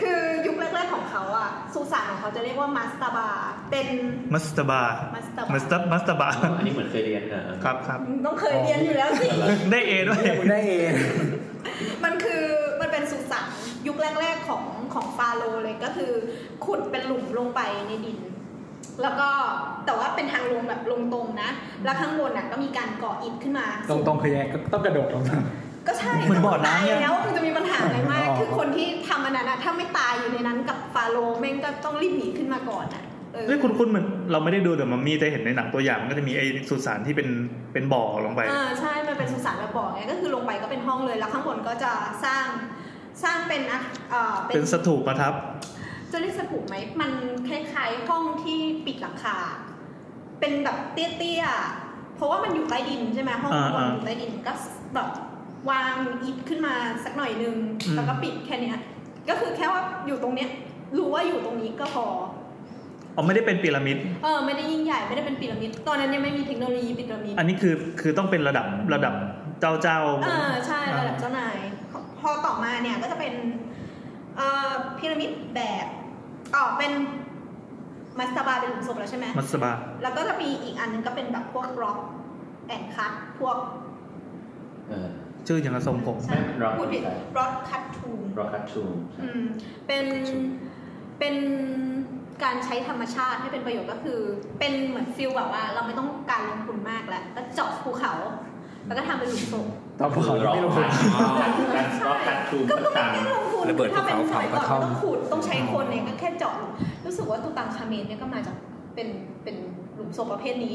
[SPEAKER 2] คือยุคแรก ๆ ของเขาอ่ะสุสานของเขาจะเรียกว่ามัสตาบาเป็น
[SPEAKER 3] มัสตาบา
[SPEAKER 2] มัสตา
[SPEAKER 3] มั
[SPEAKER 2] บา
[SPEAKER 3] สตามัสตาบา
[SPEAKER 4] อันนี้เหมือนเคยเรียนอ่ะ
[SPEAKER 3] ครับครับ
[SPEAKER 2] ต้องเคยเรียนอยู่แล้วสิ
[SPEAKER 3] ได้เอด้วย
[SPEAKER 5] มึงได้เอง
[SPEAKER 2] มันคือมันเป็นสุสานยุคแรก ๆ ของของฟาโรห์เลยก็คือ ขุดเป็นหลุมลงไปในดิน แล้วก็แต่ว่าเป็นทางลงแบบลงตรงนะ แล้วข้างบนน่ะก็มีการก่ออิฐขึ้นมา
[SPEAKER 5] ตรงตรงๆคือยังไงก็ต้องกระโดดลงมา
[SPEAKER 2] ก็ใช่
[SPEAKER 3] เหมือนบ่อน้ำ
[SPEAKER 2] ตาย
[SPEAKER 3] เนี่ย
[SPEAKER 2] แล้วมันจะมีปัญหาอะไรมาก
[SPEAKER 5] อ๋อ
[SPEAKER 2] คือคนที่ทำอันนั้นอะถ้าไม่ตายอยู่ในนั้นกับฟาโรห์แม่งก็ต้องรีบหนีขึ้นมาก่อนอะเออ
[SPEAKER 3] เฮ้ยคุณคุณเหมือนเราไม่ได้ดูเดี๋ยวมัมมี่แต่เห็นในหนังตัวอย่างมันก็จะมีไอ้สุสานที่เป็นเป็นบ่อลงไป
[SPEAKER 2] อ่าใช่ มันเป็นสุสานแบบบอกไงก็คือลงไปก็เป็นห้องเลย แล้วข้างบนก็จะสร้างสร้างเป็นอะเอ่อ
[SPEAKER 3] เป็นสถูปประทับ
[SPEAKER 2] จะเรียกสถูปไหมมันคล้ายๆห้องที่ปิดหลังคา เป็นแบบเตี้ยๆ เพราะว่ามันอยู่ใต้ดินใช่ไหมห้อง
[SPEAKER 3] อ่า
[SPEAKER 2] ข้างบน
[SPEAKER 3] อ่า
[SPEAKER 2] อยู่ใต้ดินก็แบบวางอิฐขึ้นมาสักหน่อยนึง
[SPEAKER 3] อืม
[SPEAKER 2] แล้วก็ปิดแค่เนี้ยก็คือแค่ว่าอยู่ตรงเนี้ยรู้ว่าอยู่ตรงนี้ก็พอ
[SPEAKER 3] อ๋อไม่ได้เป็นพีระมิด
[SPEAKER 2] เออไม่ได้ยิ่งใหญ่ไม่ได้เป็นพีระมิดตอนนั้นยังไม่มีเทคโนโลยีพีระมิด
[SPEAKER 3] อันนี้คือคือต้องเป็นระดับระดับเจ้าเจ้า
[SPEAKER 2] เออใช่ระดับเจ้านายพอต่อมาเนี่ยก็จะเป็นเอ่อพีระมิดแบบอ๋อเป็นมัสตาบาเป็นหลุมศพแล้วใช่ไหม
[SPEAKER 3] มัสบา
[SPEAKER 2] แล้วก็จะมีอีกอันหนึงก็เป็นแบบพวกร็อกแอนคัทพวก
[SPEAKER 4] เออ
[SPEAKER 3] ชื่ออย่างกระทรงผม
[SPEAKER 2] ใช่
[SPEAKER 4] rock
[SPEAKER 2] พูดผิด
[SPEAKER 4] ใช่
[SPEAKER 2] ร็อกคัททูม
[SPEAKER 4] รอคัตชู
[SPEAKER 2] อืมเป็นเป็นการใช้ธรรมชาติให้เป็นประโยชน์ก็คือ เป็นเหมือนฟิลแบบว่า เราไม่ต้องการลงทุนมากแล้วก็เจาะภูเขา แล้วก็ทำเป็นหลุมศพ
[SPEAKER 5] ต้องภูเขา
[SPEAKER 4] รอ
[SPEAKER 5] ไม่ลง
[SPEAKER 4] คัตชูร
[SPEAKER 2] ใช่
[SPEAKER 4] อคัตชู
[SPEAKER 2] ก็
[SPEAKER 4] ก็
[SPEAKER 2] ก็ไม่
[SPEAKER 4] ตาม
[SPEAKER 2] ได้ลงทุน
[SPEAKER 6] ระเบิด
[SPEAKER 2] ถ้าเป็นสมัยก่อน
[SPEAKER 6] ภูเขาเผากระท่อม
[SPEAKER 2] ต้องขุดต้องใช้คนเนี่ยก็แค่เจาะรู้สึกว่าตุตังคาเมนเนี่ยก็มาจากเป็นเป็นหลุมศพประเภทนี้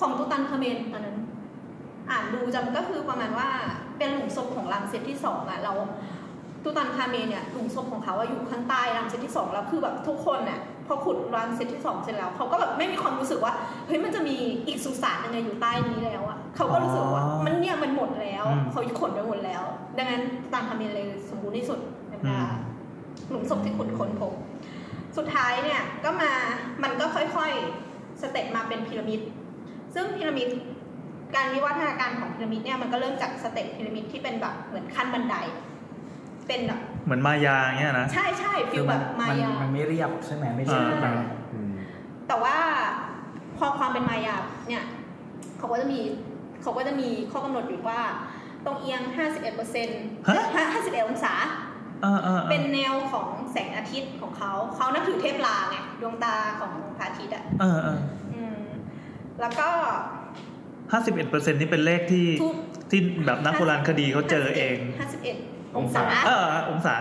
[SPEAKER 2] ของตุตังคาเมนตอนนั้น อ่านดูจำก็คือประมาณว่าเป็นหลุมศพของรังเซตที่สองอะเราตุตันคาเมนเนี่ยหลุมศพของเขาอะอยู่ข้างใต้รังเซตที่สองแล้วคือแบบทุกคนอะพอขุดรังเซตที่สองเสร็จแล้วเขาก็แบบไม่มีความรู้สึกว่าเฮ้ยมันจะมีอีกสุสานยังไงอยู่ใต้นี้แล้วอะเขาก็รู้สึกว่า
[SPEAKER 5] อ๋อ
[SPEAKER 2] มันเนี่ยมันหมดแล้ว
[SPEAKER 3] อืม
[SPEAKER 2] เขาขนไปหมดแล้ว ดังนั้นตุตันคาเมนเลยสมบูรณ์ที่สุดในบรรดาหลุมศพที่ขุดค้นพบสุดท้ายเนี่ยก็มามันก็ค่อยๆสเต็ปมาเป็นพีระมิด ซึ่งพีระมิด การวิวัฒนาการของพีระมิดเนี่ยมันก็เริ่มจากสเต็ปพีระมิดที่เป็นแบบเหมือนขั้นบันได เป็นแบบ
[SPEAKER 3] เหมือนมายาเงี้ยนะ
[SPEAKER 2] ใช่ใช่ฟิลแบบมายา
[SPEAKER 5] นไม่เรียบใช่ไหมไม่เรียบ
[SPEAKER 3] อ่า
[SPEAKER 5] แบบ
[SPEAKER 2] แต่ว่าพอความเป็นมายาเนี่ยเขาก็จะมีเขาก็จะมีข้อกำหนดอยู่ว่าต้องเอียง 51เปอร์เซ็นต์51องศา
[SPEAKER 3] อ่าอ่า
[SPEAKER 2] เป็นแนวของแสงอาทิตย์ของเขา เขานับถือเทพลาไงดวงตาของพระอาทิตย์อ่ะ
[SPEAKER 3] อ่าอ่า
[SPEAKER 2] อืมแล้วก็
[SPEAKER 3] ห้าสิบเอ็ดเปอร์เซ็นนี่เป็นเลขที่
[SPEAKER 2] ทุก
[SPEAKER 3] ที่แบบนักโบราณคดีเขาเจอเอง
[SPEAKER 2] 51องศา
[SPEAKER 3] เออองศา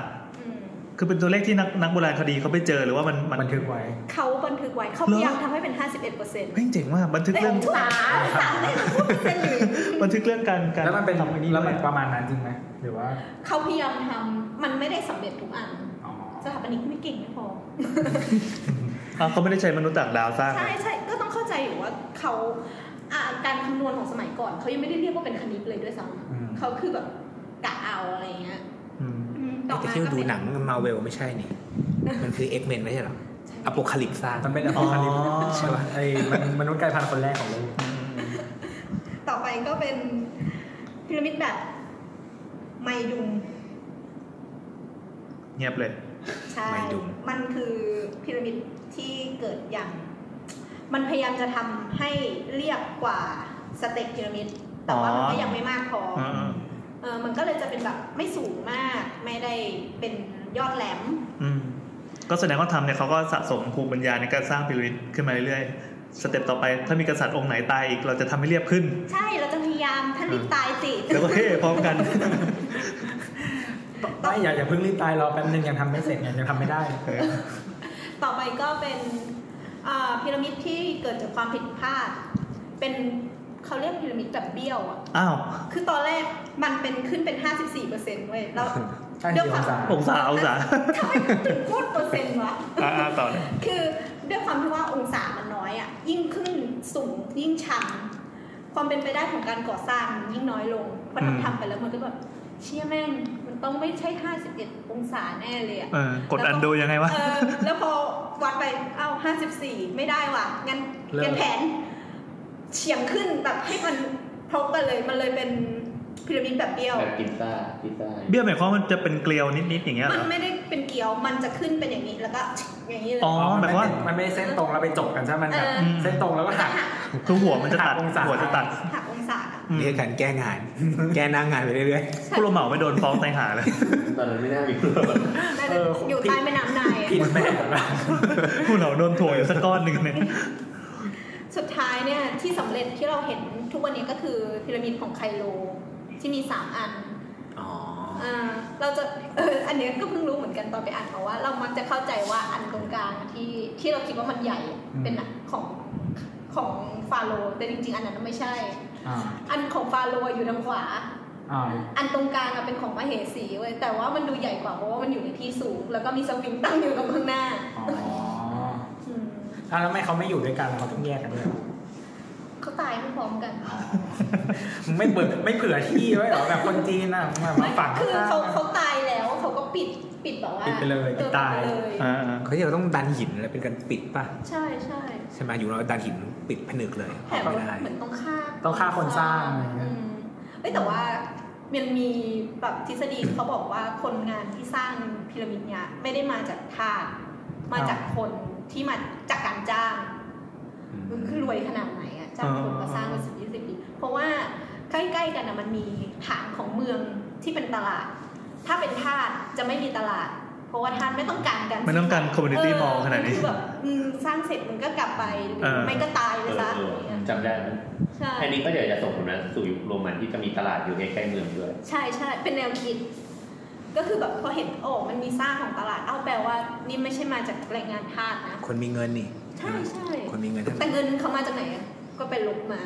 [SPEAKER 2] อืม
[SPEAKER 3] คือเป็นตัวเลขที่นักนักโบราณคดีเขาไปเจอหรือว่ามันมัน
[SPEAKER 5] บันทึกไว้
[SPEAKER 2] เขาบันทึกไว้เขา
[SPEAKER 3] เหร
[SPEAKER 2] พ
[SPEAKER 3] อ
[SPEAKER 2] ยายามทำให้เป็น 51เปอร์เซ็นต์
[SPEAKER 3] เฮ้ยเจ๋งว่ากบันทึก
[SPEAKER 2] เรื่
[SPEAKER 3] เรื่
[SPEAKER 2] อ
[SPEAKER 3] อง ง
[SPEAKER 2] สามสามเนี่ยพูดเป็นอยู่
[SPEAKER 3] บันทึกเรื่องการการ
[SPEAKER 5] แล้วมันเป็น
[SPEAKER 3] ทำอันนี้
[SPEAKER 5] แล้ว
[SPEAKER 3] ด้ว
[SPEAKER 5] มั
[SPEAKER 3] ย
[SPEAKER 5] นประมาณนั้นจริงไหมหรือว่า
[SPEAKER 2] เขาพยายามทำมันไม่ได้สำเร็จทุกอัน
[SPEAKER 5] อ๋อ
[SPEAKER 2] สถาปนิกไม่เก่งไม่พอ
[SPEAKER 3] อ่ะเขาไม่ได้ใช้มนุษย์ต่างดาวสร้าง
[SPEAKER 2] ใช่ใช่ก็ต้องเข้าใจอยู่ว่าเขาอ่าการคำนวณของสมัยก่อน เขายังไม่ได้เรียกว่าเป็นคณิตเลยด้วยซ้
[SPEAKER 5] อืม
[SPEAKER 2] ำเขาคือแบบกะเอาอะไรเงี้ย
[SPEAKER 3] อืม
[SPEAKER 2] อืม
[SPEAKER 6] ไปเที่ยวดูหนังมาเวลไม่ใช่นี่ มันคือเอ็กเมนไม่ใช่เหรออโปคาลิปสร้าง
[SPEAKER 5] มันเป็นอพอลิปใช่ป่ะไอ้มันมนุษย์กลายพันธุ์คนแรกของโล ก
[SPEAKER 2] ต่อไปก็เป็นพีระมิดแบบไมดุง
[SPEAKER 3] เงียบเลย
[SPEAKER 2] ใช่ มันคือพีระมิดที่เกิดอย่าง มันพยายามจะทำให้เรียบกว่าสเต็กพีระมิด แต่ว่ามัน
[SPEAKER 3] อ๋อ
[SPEAKER 2] ก็ยังไม่มากพออ
[SPEAKER 3] อ่าอ่า
[SPEAKER 2] เออมันก็เลยจะเป็นแบบไม่สูงมาก ไม่ได้เป็นยอดแหลม
[SPEAKER 3] อืมก็แสดงว่าทำเนี่ยเขาก็สะสมภูมิปัญญาในการสร้างพีระมิดขึ้นมาเรื่อยๆสเต็ปต่อไปถ้ามีกษัตริย์องค์ไหนตายอีกเราจะทำให้เรียบขึ้น
[SPEAKER 2] ใช่ เราจะพยายามท่านรีบตายสิ
[SPEAKER 3] แล้วก็เฮ้พร้อมกัน
[SPEAKER 5] ไม่อย่าอย่าเพิ่งรีบตายรอแป๊บนึงยังทำไม่เสร็จยังทำไม่ได้
[SPEAKER 2] ต่อไปก็เป็นอ่าพีระมิดที่เกิดจากความผิดพลาด เป็นเขาเรียกพีระมิดแบบเบี้ยวอ่ะ
[SPEAKER 3] อ้าว
[SPEAKER 2] คือตอนแรกมันเป็นขึ้นเป็น 54เปอร์เซ็นต์เว้ยแล้ว
[SPEAKER 5] ใช่ที่องศา
[SPEAKER 3] องศาองศา
[SPEAKER 2] ทำไมมันถึงพูดเปอร์เซ็นต์วะ
[SPEAKER 3] อ่าอ่าต่อเลย
[SPEAKER 2] คือด้วยความที่ว่าองศามันน้อยอ่ะ ยิ่งขึ้นสูงยิ่งชัน ความเป็นไปได้ของการก่อสร้างมันยิ่งน้อยลงพอ
[SPEAKER 3] อืม
[SPEAKER 2] ทำทำไปแล้วมันก็แบบเชี่ยแม่งมันต้องไม่ใช่ 51 องศาแน่เลยอ่ะ
[SPEAKER 3] เออกดอันโดยังไงวะ
[SPEAKER 2] เออแล้วพอวัดไปเอ้า54 ไม่ได้ว่ะ งั้นเปลี่ยนแผนเฉียงขึ้นแบบให้มันพบกันเลยมันเลยเป็นพีระมิดแบบเดียว
[SPEAKER 4] แบบพิซซ่าพิซซ่า
[SPEAKER 3] เบี้ยหมายความว่ามันจะเป็นเกลียวนิดๆอย่างเงี้ย
[SPEAKER 2] มั
[SPEAKER 3] เหร
[SPEAKER 2] น
[SPEAKER 3] อ
[SPEAKER 2] ไม่ได้เป็นเกลียวมันจะขึ้นเป็นอย่างนี้แล้วก็อย่างนี้เลย
[SPEAKER 3] อ๋อหมายความว่า
[SPEAKER 5] มันไม่ได้เส้นตรงแล้วไปจบกันใช่ไหมมันแบบ
[SPEAKER 2] เออ
[SPEAKER 5] เส้นตรงแล้วก็หัก
[SPEAKER 3] คือหัวมันจะตัด
[SPEAKER 5] หักองศา
[SPEAKER 3] หัวจะตัด
[SPEAKER 2] หักอง ศาสตร์อะ
[SPEAKER 6] นี่คือการแก้งาน แก้หน้างานไปเรื่อย
[SPEAKER 3] ผู้รับเหมาไม่โดนฟ้องตายหาเลย
[SPEAKER 4] ตอนนั้นไม่น่ามี
[SPEAKER 2] น่าจะอยู่ใต้แม่น้ำไนายอะ
[SPEAKER 5] ผิดแบบนะ
[SPEAKER 3] ผู้เหมาโดนถ่วงอยู่สักก้อนหนึ่งเนี่ย
[SPEAKER 2] สุดท้ายเนี่ยที่สำเร็จที่เราเห็นทุกวันนี้ก็คือพีระมิดของไคโลที่มีสามอัน
[SPEAKER 4] อ๋อ
[SPEAKER 2] อ่าเราจะเอออันเนี้ยก็เพิ่งรู้เหมือนกันตอนไปอ่านเพราะว่าเรามักจะเข้าใจว่าอันตรงกลางที่ที่เราคิดว่ามันใหญ่เป็นอันของของฟาโรห์แต่จริง ๆ อันนั้นไม่ใช่
[SPEAKER 5] อ่า
[SPEAKER 2] อันของฟาโรห์อยู่ทางขวา
[SPEAKER 5] อ่า
[SPEAKER 2] อันตรงกลางอะเป็นของมเหสีเว้ยแต่ว่ามันดูใหญ่กว่าเพราะว่ามันอยู่ในที่สูง แล้วก็มีสฟิงค์ตั้งอยู่ตรงข้างหน้า
[SPEAKER 5] อ๋อ
[SPEAKER 2] อืม
[SPEAKER 5] อ่ะแล้วทำไม่เขาไม่อยู่ด้วยกันแล้วเขาต้องแยกกันด้วยเหรอ
[SPEAKER 2] เขาตายไม่พร้อมกัน
[SPEAKER 5] ไม่เปิดไม่เผื่อที่ไว้เหรอแบบคนจีนอ่ะแบบมาฝัง
[SPEAKER 2] คือเขาเขาตายแล้วเขาก็ปิดปิดแบบว่า
[SPEAKER 5] ปิดไปเลย
[SPEAKER 2] ออ
[SPEAKER 5] ปิดตาย
[SPEAKER 2] ปิดไปเลย
[SPEAKER 3] อ่า
[SPEAKER 6] ๆเขาจะต้องดันหินแล้วเป็นการปิดป่ะ
[SPEAKER 2] ใช่ใช่
[SPEAKER 6] ใช่ไหมอยู่เราดันหินปิดผนึกเลย
[SPEAKER 2] แถม
[SPEAKER 6] เอาไม่ได้
[SPEAKER 2] เหมือนต้องฆ่า
[SPEAKER 5] ต้องฆ่าคนสร้างอะไรเงี้
[SPEAKER 2] อื
[SPEAKER 5] ย
[SPEAKER 2] มเอ้ยแต่ว่ามันมีแบบทฤษฎีเขาบอกว่าคนงานที่สร้างพีระมิดเนี่ยไม่ได้มาจากทาสมาจากคนที่มาจากการจ้าง
[SPEAKER 6] อืม
[SPEAKER 2] คือรวยขนาดไหนอะจ้างคนมาสร้างมาสิบยี่สิบปี เพราะว่าใกล้ๆกันนะมันมีฐานของเมืองที่เป็นตลาด ถ้าเป็นทาสจะไม่มีตลาด เพราะว่าทาสไม่ต้องการกัน
[SPEAKER 3] มันต้องการคอมมูนิตี้มอลขนาดนี้
[SPEAKER 2] คือแบบอืมสร้างเสร็จมันก็กลับไปหรือ
[SPEAKER 3] เออ
[SPEAKER 2] ไม่ก็ตายไป
[SPEAKER 4] เออ
[SPEAKER 2] ซะ
[SPEAKER 4] เอ
[SPEAKER 2] อะไร
[SPEAKER 4] อ
[SPEAKER 2] เงี้ย
[SPEAKER 4] จำได้ไหม
[SPEAKER 2] ใช่
[SPEAKER 4] อันนี้ก็เดี๋ยวจะส่งผมนะสู่ยุคโรมันที่จะมีตลาดอยู่ใกล้ๆเมืองด้วย
[SPEAKER 2] ใช่ใช่เป็นแนวคิด ก็คือแบบพอเห็นโอ้มันมีสร้างของตลาดเอ้าแปลว่า นี่ไม่ใช่มาจากแรงงานทาสนะ
[SPEAKER 6] คนมีเงินนี่
[SPEAKER 2] ใช่ใช่
[SPEAKER 6] คนมีเงินทั้ง
[SPEAKER 2] แต่เงินเขามาจากไหนอะก็ไปลบมา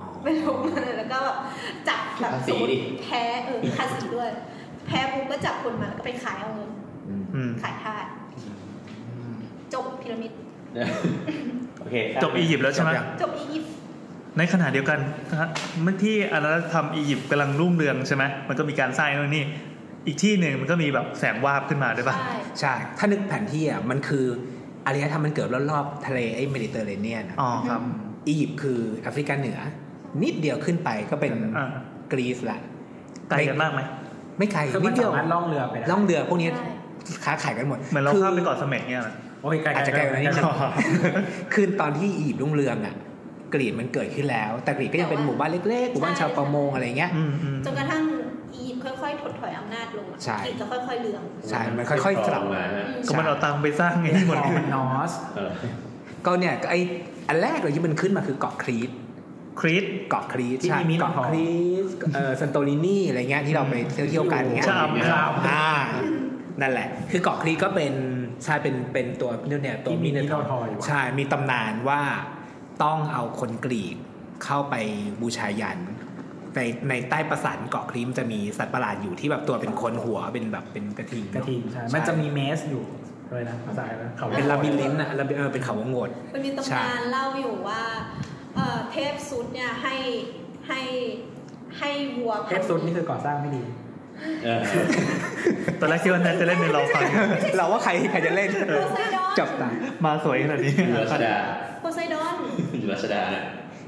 [SPEAKER 6] อ๋อ
[SPEAKER 2] ไปลงมาเลยแล้วก็แบบจับแบบ
[SPEAKER 4] ภาษี
[SPEAKER 2] สูต
[SPEAKER 4] ดิ
[SPEAKER 2] รแพ้เออภาษีด้วย แพ้ปุ๊บก็จับคนมาแล้วก็ไปขายเอาเงิน
[SPEAKER 4] อืม
[SPEAKER 3] อืม
[SPEAKER 2] ขายทาสจบพีระมิด
[SPEAKER 4] โอเค
[SPEAKER 3] จบอียิปต์แล้วใช่ไหม
[SPEAKER 2] จบอียิปต์
[SPEAKER 3] ในขณะเดียวกันนะฮะเมื่อที่อารยธรรมอียิปต์กำลังรุ่งเรืองใช่ไหมมันก็มีการสร้างนู่นนี่ อีกที่หนึ่งมันก็มีแบบแสงวาบขึ้นมาด้วยป่ะ
[SPEAKER 2] ใช่
[SPEAKER 6] ใช่ ถ้านึกแผนที่อ่ะมันคืออารยธรรมมันเกิดรอบๆทะเลไอ้เมดิเตอร์เรเนียนอะ
[SPEAKER 3] อ๋อครับ
[SPEAKER 6] อียิปต์คือแอฟริกาเหนือ นิดเดียวขึ้นไปก็เป็น
[SPEAKER 3] อ่า
[SPEAKER 6] กรีซละ
[SPEAKER 3] ไกลกันมากไหม
[SPEAKER 6] ไม่ไกล
[SPEAKER 5] คือ
[SPEAKER 6] นิ
[SPEAKER 5] มั
[SPEAKER 6] ด
[SPEAKER 5] น
[SPEAKER 6] เดีย
[SPEAKER 5] สาว มารถล่องเรือไปได้
[SPEAKER 6] ล่องเรือพวกนี้
[SPEAKER 2] ใช่
[SPEAKER 6] ค้าขายกันหมด
[SPEAKER 3] เหมือนเรา
[SPEAKER 6] คื
[SPEAKER 3] ข้ามไปเกาะเสม็ดเนี่ยเหรอ
[SPEAKER 5] โอ้ยไกลๆ
[SPEAKER 6] อาจจะไกลกว่านั้นนิดนึง
[SPEAKER 3] อ๋อ
[SPEAKER 6] คือตอนที่อียิปต์รุ่งเรืองอ่ะกรีกมันเกิดขึ้นแล้ว แต่กรีกก็ยังเป็นหมู่บ้านเล็กๆหมู่บ้านชาวประมงอะไรเงี้ย
[SPEAKER 3] อืมอืม
[SPEAKER 2] จนกระทั่งอียิปต์ค่อยๆถดถอยอำนาจลงอะ
[SPEAKER 6] ใช่
[SPEAKER 2] อียิปต์จะค่อยๆเหลือง
[SPEAKER 6] ใช่มันค่อยๆสลับ
[SPEAKER 4] มาฮะ
[SPEAKER 2] อืม
[SPEAKER 3] ก็มันเอาตังค์ไปสร้างไงที่หมด
[SPEAKER 5] เกา ะมันนอส
[SPEAKER 4] เออ
[SPEAKER 6] ก็เนี่ยไออันแรกเลยที่มันขึ้นมาคือเกาะครีต
[SPEAKER 3] ครีต
[SPEAKER 6] เกาะครีต
[SPEAKER 5] ที่
[SPEAKER 6] ใช่
[SPEAKER 5] มีมิน
[SPEAKER 6] เกาะ
[SPEAKER 5] ทอ
[SPEAKER 6] ค
[SPEAKER 5] ง
[SPEAKER 6] รีตเอ่อซันโตลินีอะไรเงี้ยที่เราไปเที่ยวๆกันเงี้ย
[SPEAKER 3] ชะอำ
[SPEAKER 5] ครับ
[SPEAKER 6] อ่านั่นแหละ คือเกาะครีตก็เป็นใช่เป็นเป็นตัวเนี่ยตัว
[SPEAKER 5] ที่มี
[SPEAKER 6] มิน
[SPEAKER 5] มิน
[SPEAKER 6] ท
[SPEAKER 5] ท
[SPEAKER 6] อ
[SPEAKER 5] อง งอยู่อะ
[SPEAKER 6] ใช่ มีตำนานว่าต้องเอาคนกรีกเข้าไปบูชายัน ในในใต้ปราสาทเกาะครีมจะมีสัตว์ประหลาดอยู่ที่แบบตัวเป็นคนหัวเป็นแบบเป็นกระทิง
[SPEAKER 5] กระทิงใช่ มันจะมีเมสอยู่เลยนะภาษาอะไรนะเขา
[SPEAKER 6] เป็นลาบิลินอะลาบิเออเป็นเขาวงกต
[SPEAKER 2] มันมี
[SPEAKER 6] ใช่
[SPEAKER 2] ตำนานเล่าอยู่ว่าเอ่อเทพซุดเนี่ยให้ให้ให้วัว
[SPEAKER 5] เทพซุดนี่คือก่อสร้างไม่ดี
[SPEAKER 4] เออ
[SPEAKER 3] ตอนแรกคิดว่าแนทจะเล่นในรอฟัง
[SPEAKER 6] เราว่าใครใครจะเล่น
[SPEAKER 2] โพไซดอน
[SPEAKER 6] จับตา
[SPEAKER 3] มาสวยขนาดนี้
[SPEAKER 4] อยู่รัชดา
[SPEAKER 2] โพไซดอน
[SPEAKER 4] อยู่รัชดานะ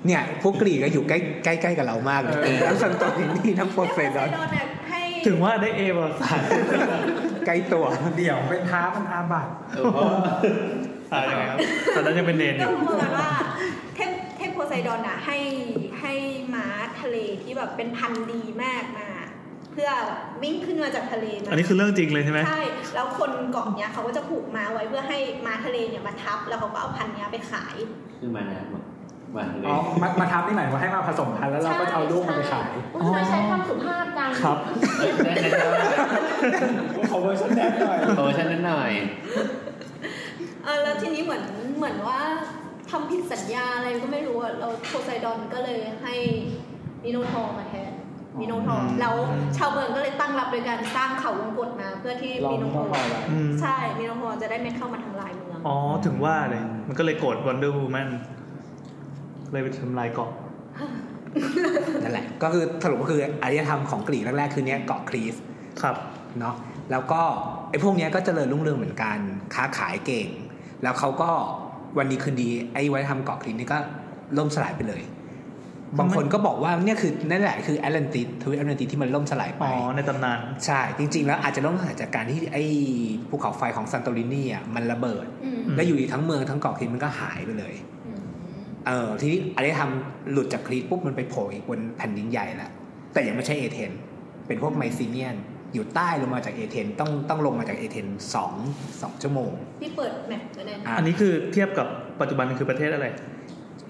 [SPEAKER 6] เนี่ยพวกกรีกก็อยู่ใกล้ใกล้ใกล้กับเรามากเลย
[SPEAKER 5] เออ
[SPEAKER 6] ทั้งสันโตลินีทั้งโปรเฟสซอน
[SPEAKER 2] เทพโพไซดอนเนี่ยให้
[SPEAKER 3] ถึงว่าได้เอวสาร
[SPEAKER 6] ใกล้ตัว
[SPEAKER 5] เดี๋ยวเป็นท้ามันอาบัต
[SPEAKER 4] เออเพราะว่า
[SPEAKER 3] อ่าอย่างนั้นตอนนั้นยังเป็นเนนอ
[SPEAKER 2] ก็
[SPEAKER 3] ยู่
[SPEAKER 2] คือประมาณว่าเทพเทพโพไซดอนอ่ะให้ให้ม้าทะเลที่แบบเป็นพันธุ์ดีมากมา เพื่อวิ่งขึ้นมาจากทะเลมา
[SPEAKER 3] อันนี้คือเรื่องจริงเลยใช่ไหม
[SPEAKER 2] ใช่แล้วคนเกาะเนี้ยเขาก็จะผูกม้าไว้เพื่อให้ม้าทะเลเนี่ยมาทับ แล้วเขาก็เอาพันธุ์เนี้ยไปขาย
[SPEAKER 4] คือมานะมาเล
[SPEAKER 5] อ๋อย มามาทับนี่หมายว่าให้มาผสมกันแล้วเราก็จะเอาลูกมันไปขาย
[SPEAKER 8] อุ๊ยทำไมใช้ความสุภาพจัง
[SPEAKER 3] ครับ
[SPEAKER 4] เอ้ยแนะน
[SPEAKER 5] ขอเวอร์ชันแรกหน่อย
[SPEAKER 4] ำโปรโมชั่นนั้นหน่อย
[SPEAKER 2] เออแล้วทีนี้เหมือนเหมือนว่าทำผิดสัญญาอะไรก็ไม่รู้อะเราโพไซดอนก็เลยให้มิโนทอร์มาแทนมิโนทอร์
[SPEAKER 3] อืม
[SPEAKER 2] แล้วชาวเมืองก็เลยตั้งรับโดยการสร้างเขาวงกตมาเพื่อที่
[SPEAKER 5] ลอง
[SPEAKER 2] มิโนท
[SPEAKER 5] มา
[SPEAKER 2] อ
[SPEAKER 5] ปล่อย
[SPEAKER 2] ร์
[SPEAKER 5] ไว้
[SPEAKER 3] อืม
[SPEAKER 2] ใช่มิโนทอร์จะได้ไม่เข้ามาทำลายเมือง
[SPEAKER 3] อ๋อถึงว่าเลย มันก็เลยโกรธวันเดอร์ m ูแมนเลยไปทำลายเกาะ
[SPEAKER 6] นั่นแหละ ก็คือสรุปก็คืออารยธรรมของกรีกแรกๆคือเนี้ยเกาะครีส
[SPEAKER 3] ครับ
[SPEAKER 6] เนาะแล้วก็ไอ้พวกเนี้ยก็เจริญรุ่งเรืองเหมือนกันค้าขายเก่ง แล้วเขาก็วันดีคืนดีไอ้วัฒนธรรมเกาะคลินนี่ก็ล่มสลายไปเลย บางคนก็บอกว่าเนี่ยคือนั่นแหละคือแอตแลนติสทวีปแอตแลนติสที่มันล่มสลายไป
[SPEAKER 3] อ๋อ ในตำนาน
[SPEAKER 6] ใช่ จริง ๆ แล้วอาจจะล่มสลายจากการที่ไอ้ภูเขาไฟของซันโตรินีอ่ะมันระเบิด
[SPEAKER 2] อืม
[SPEAKER 3] ม
[SPEAKER 6] แล้วอยู่ดีทั้งเมืองทั้งเกาะคลินมันก็หายไปเลย
[SPEAKER 2] อืม
[SPEAKER 6] เออทีนี้อะไรทำหลุดจากครีตปุ๊บมันไปโผล่อีกบนแผ่นดินใหญ่ละแต่ยังไม่ใช่เอเธนเป็นพวกไมซีเนียน อยู่ใต้ลงมาจากเอเธนต้องต้องลงมาจากเอเธนสองสองชั่วโมง
[SPEAKER 2] ที่เปิดแมปไว้เนี่ย
[SPEAKER 6] อ่ะ
[SPEAKER 3] อันนี้คือเทียบกับปัจจุบันคือประเทศอะไร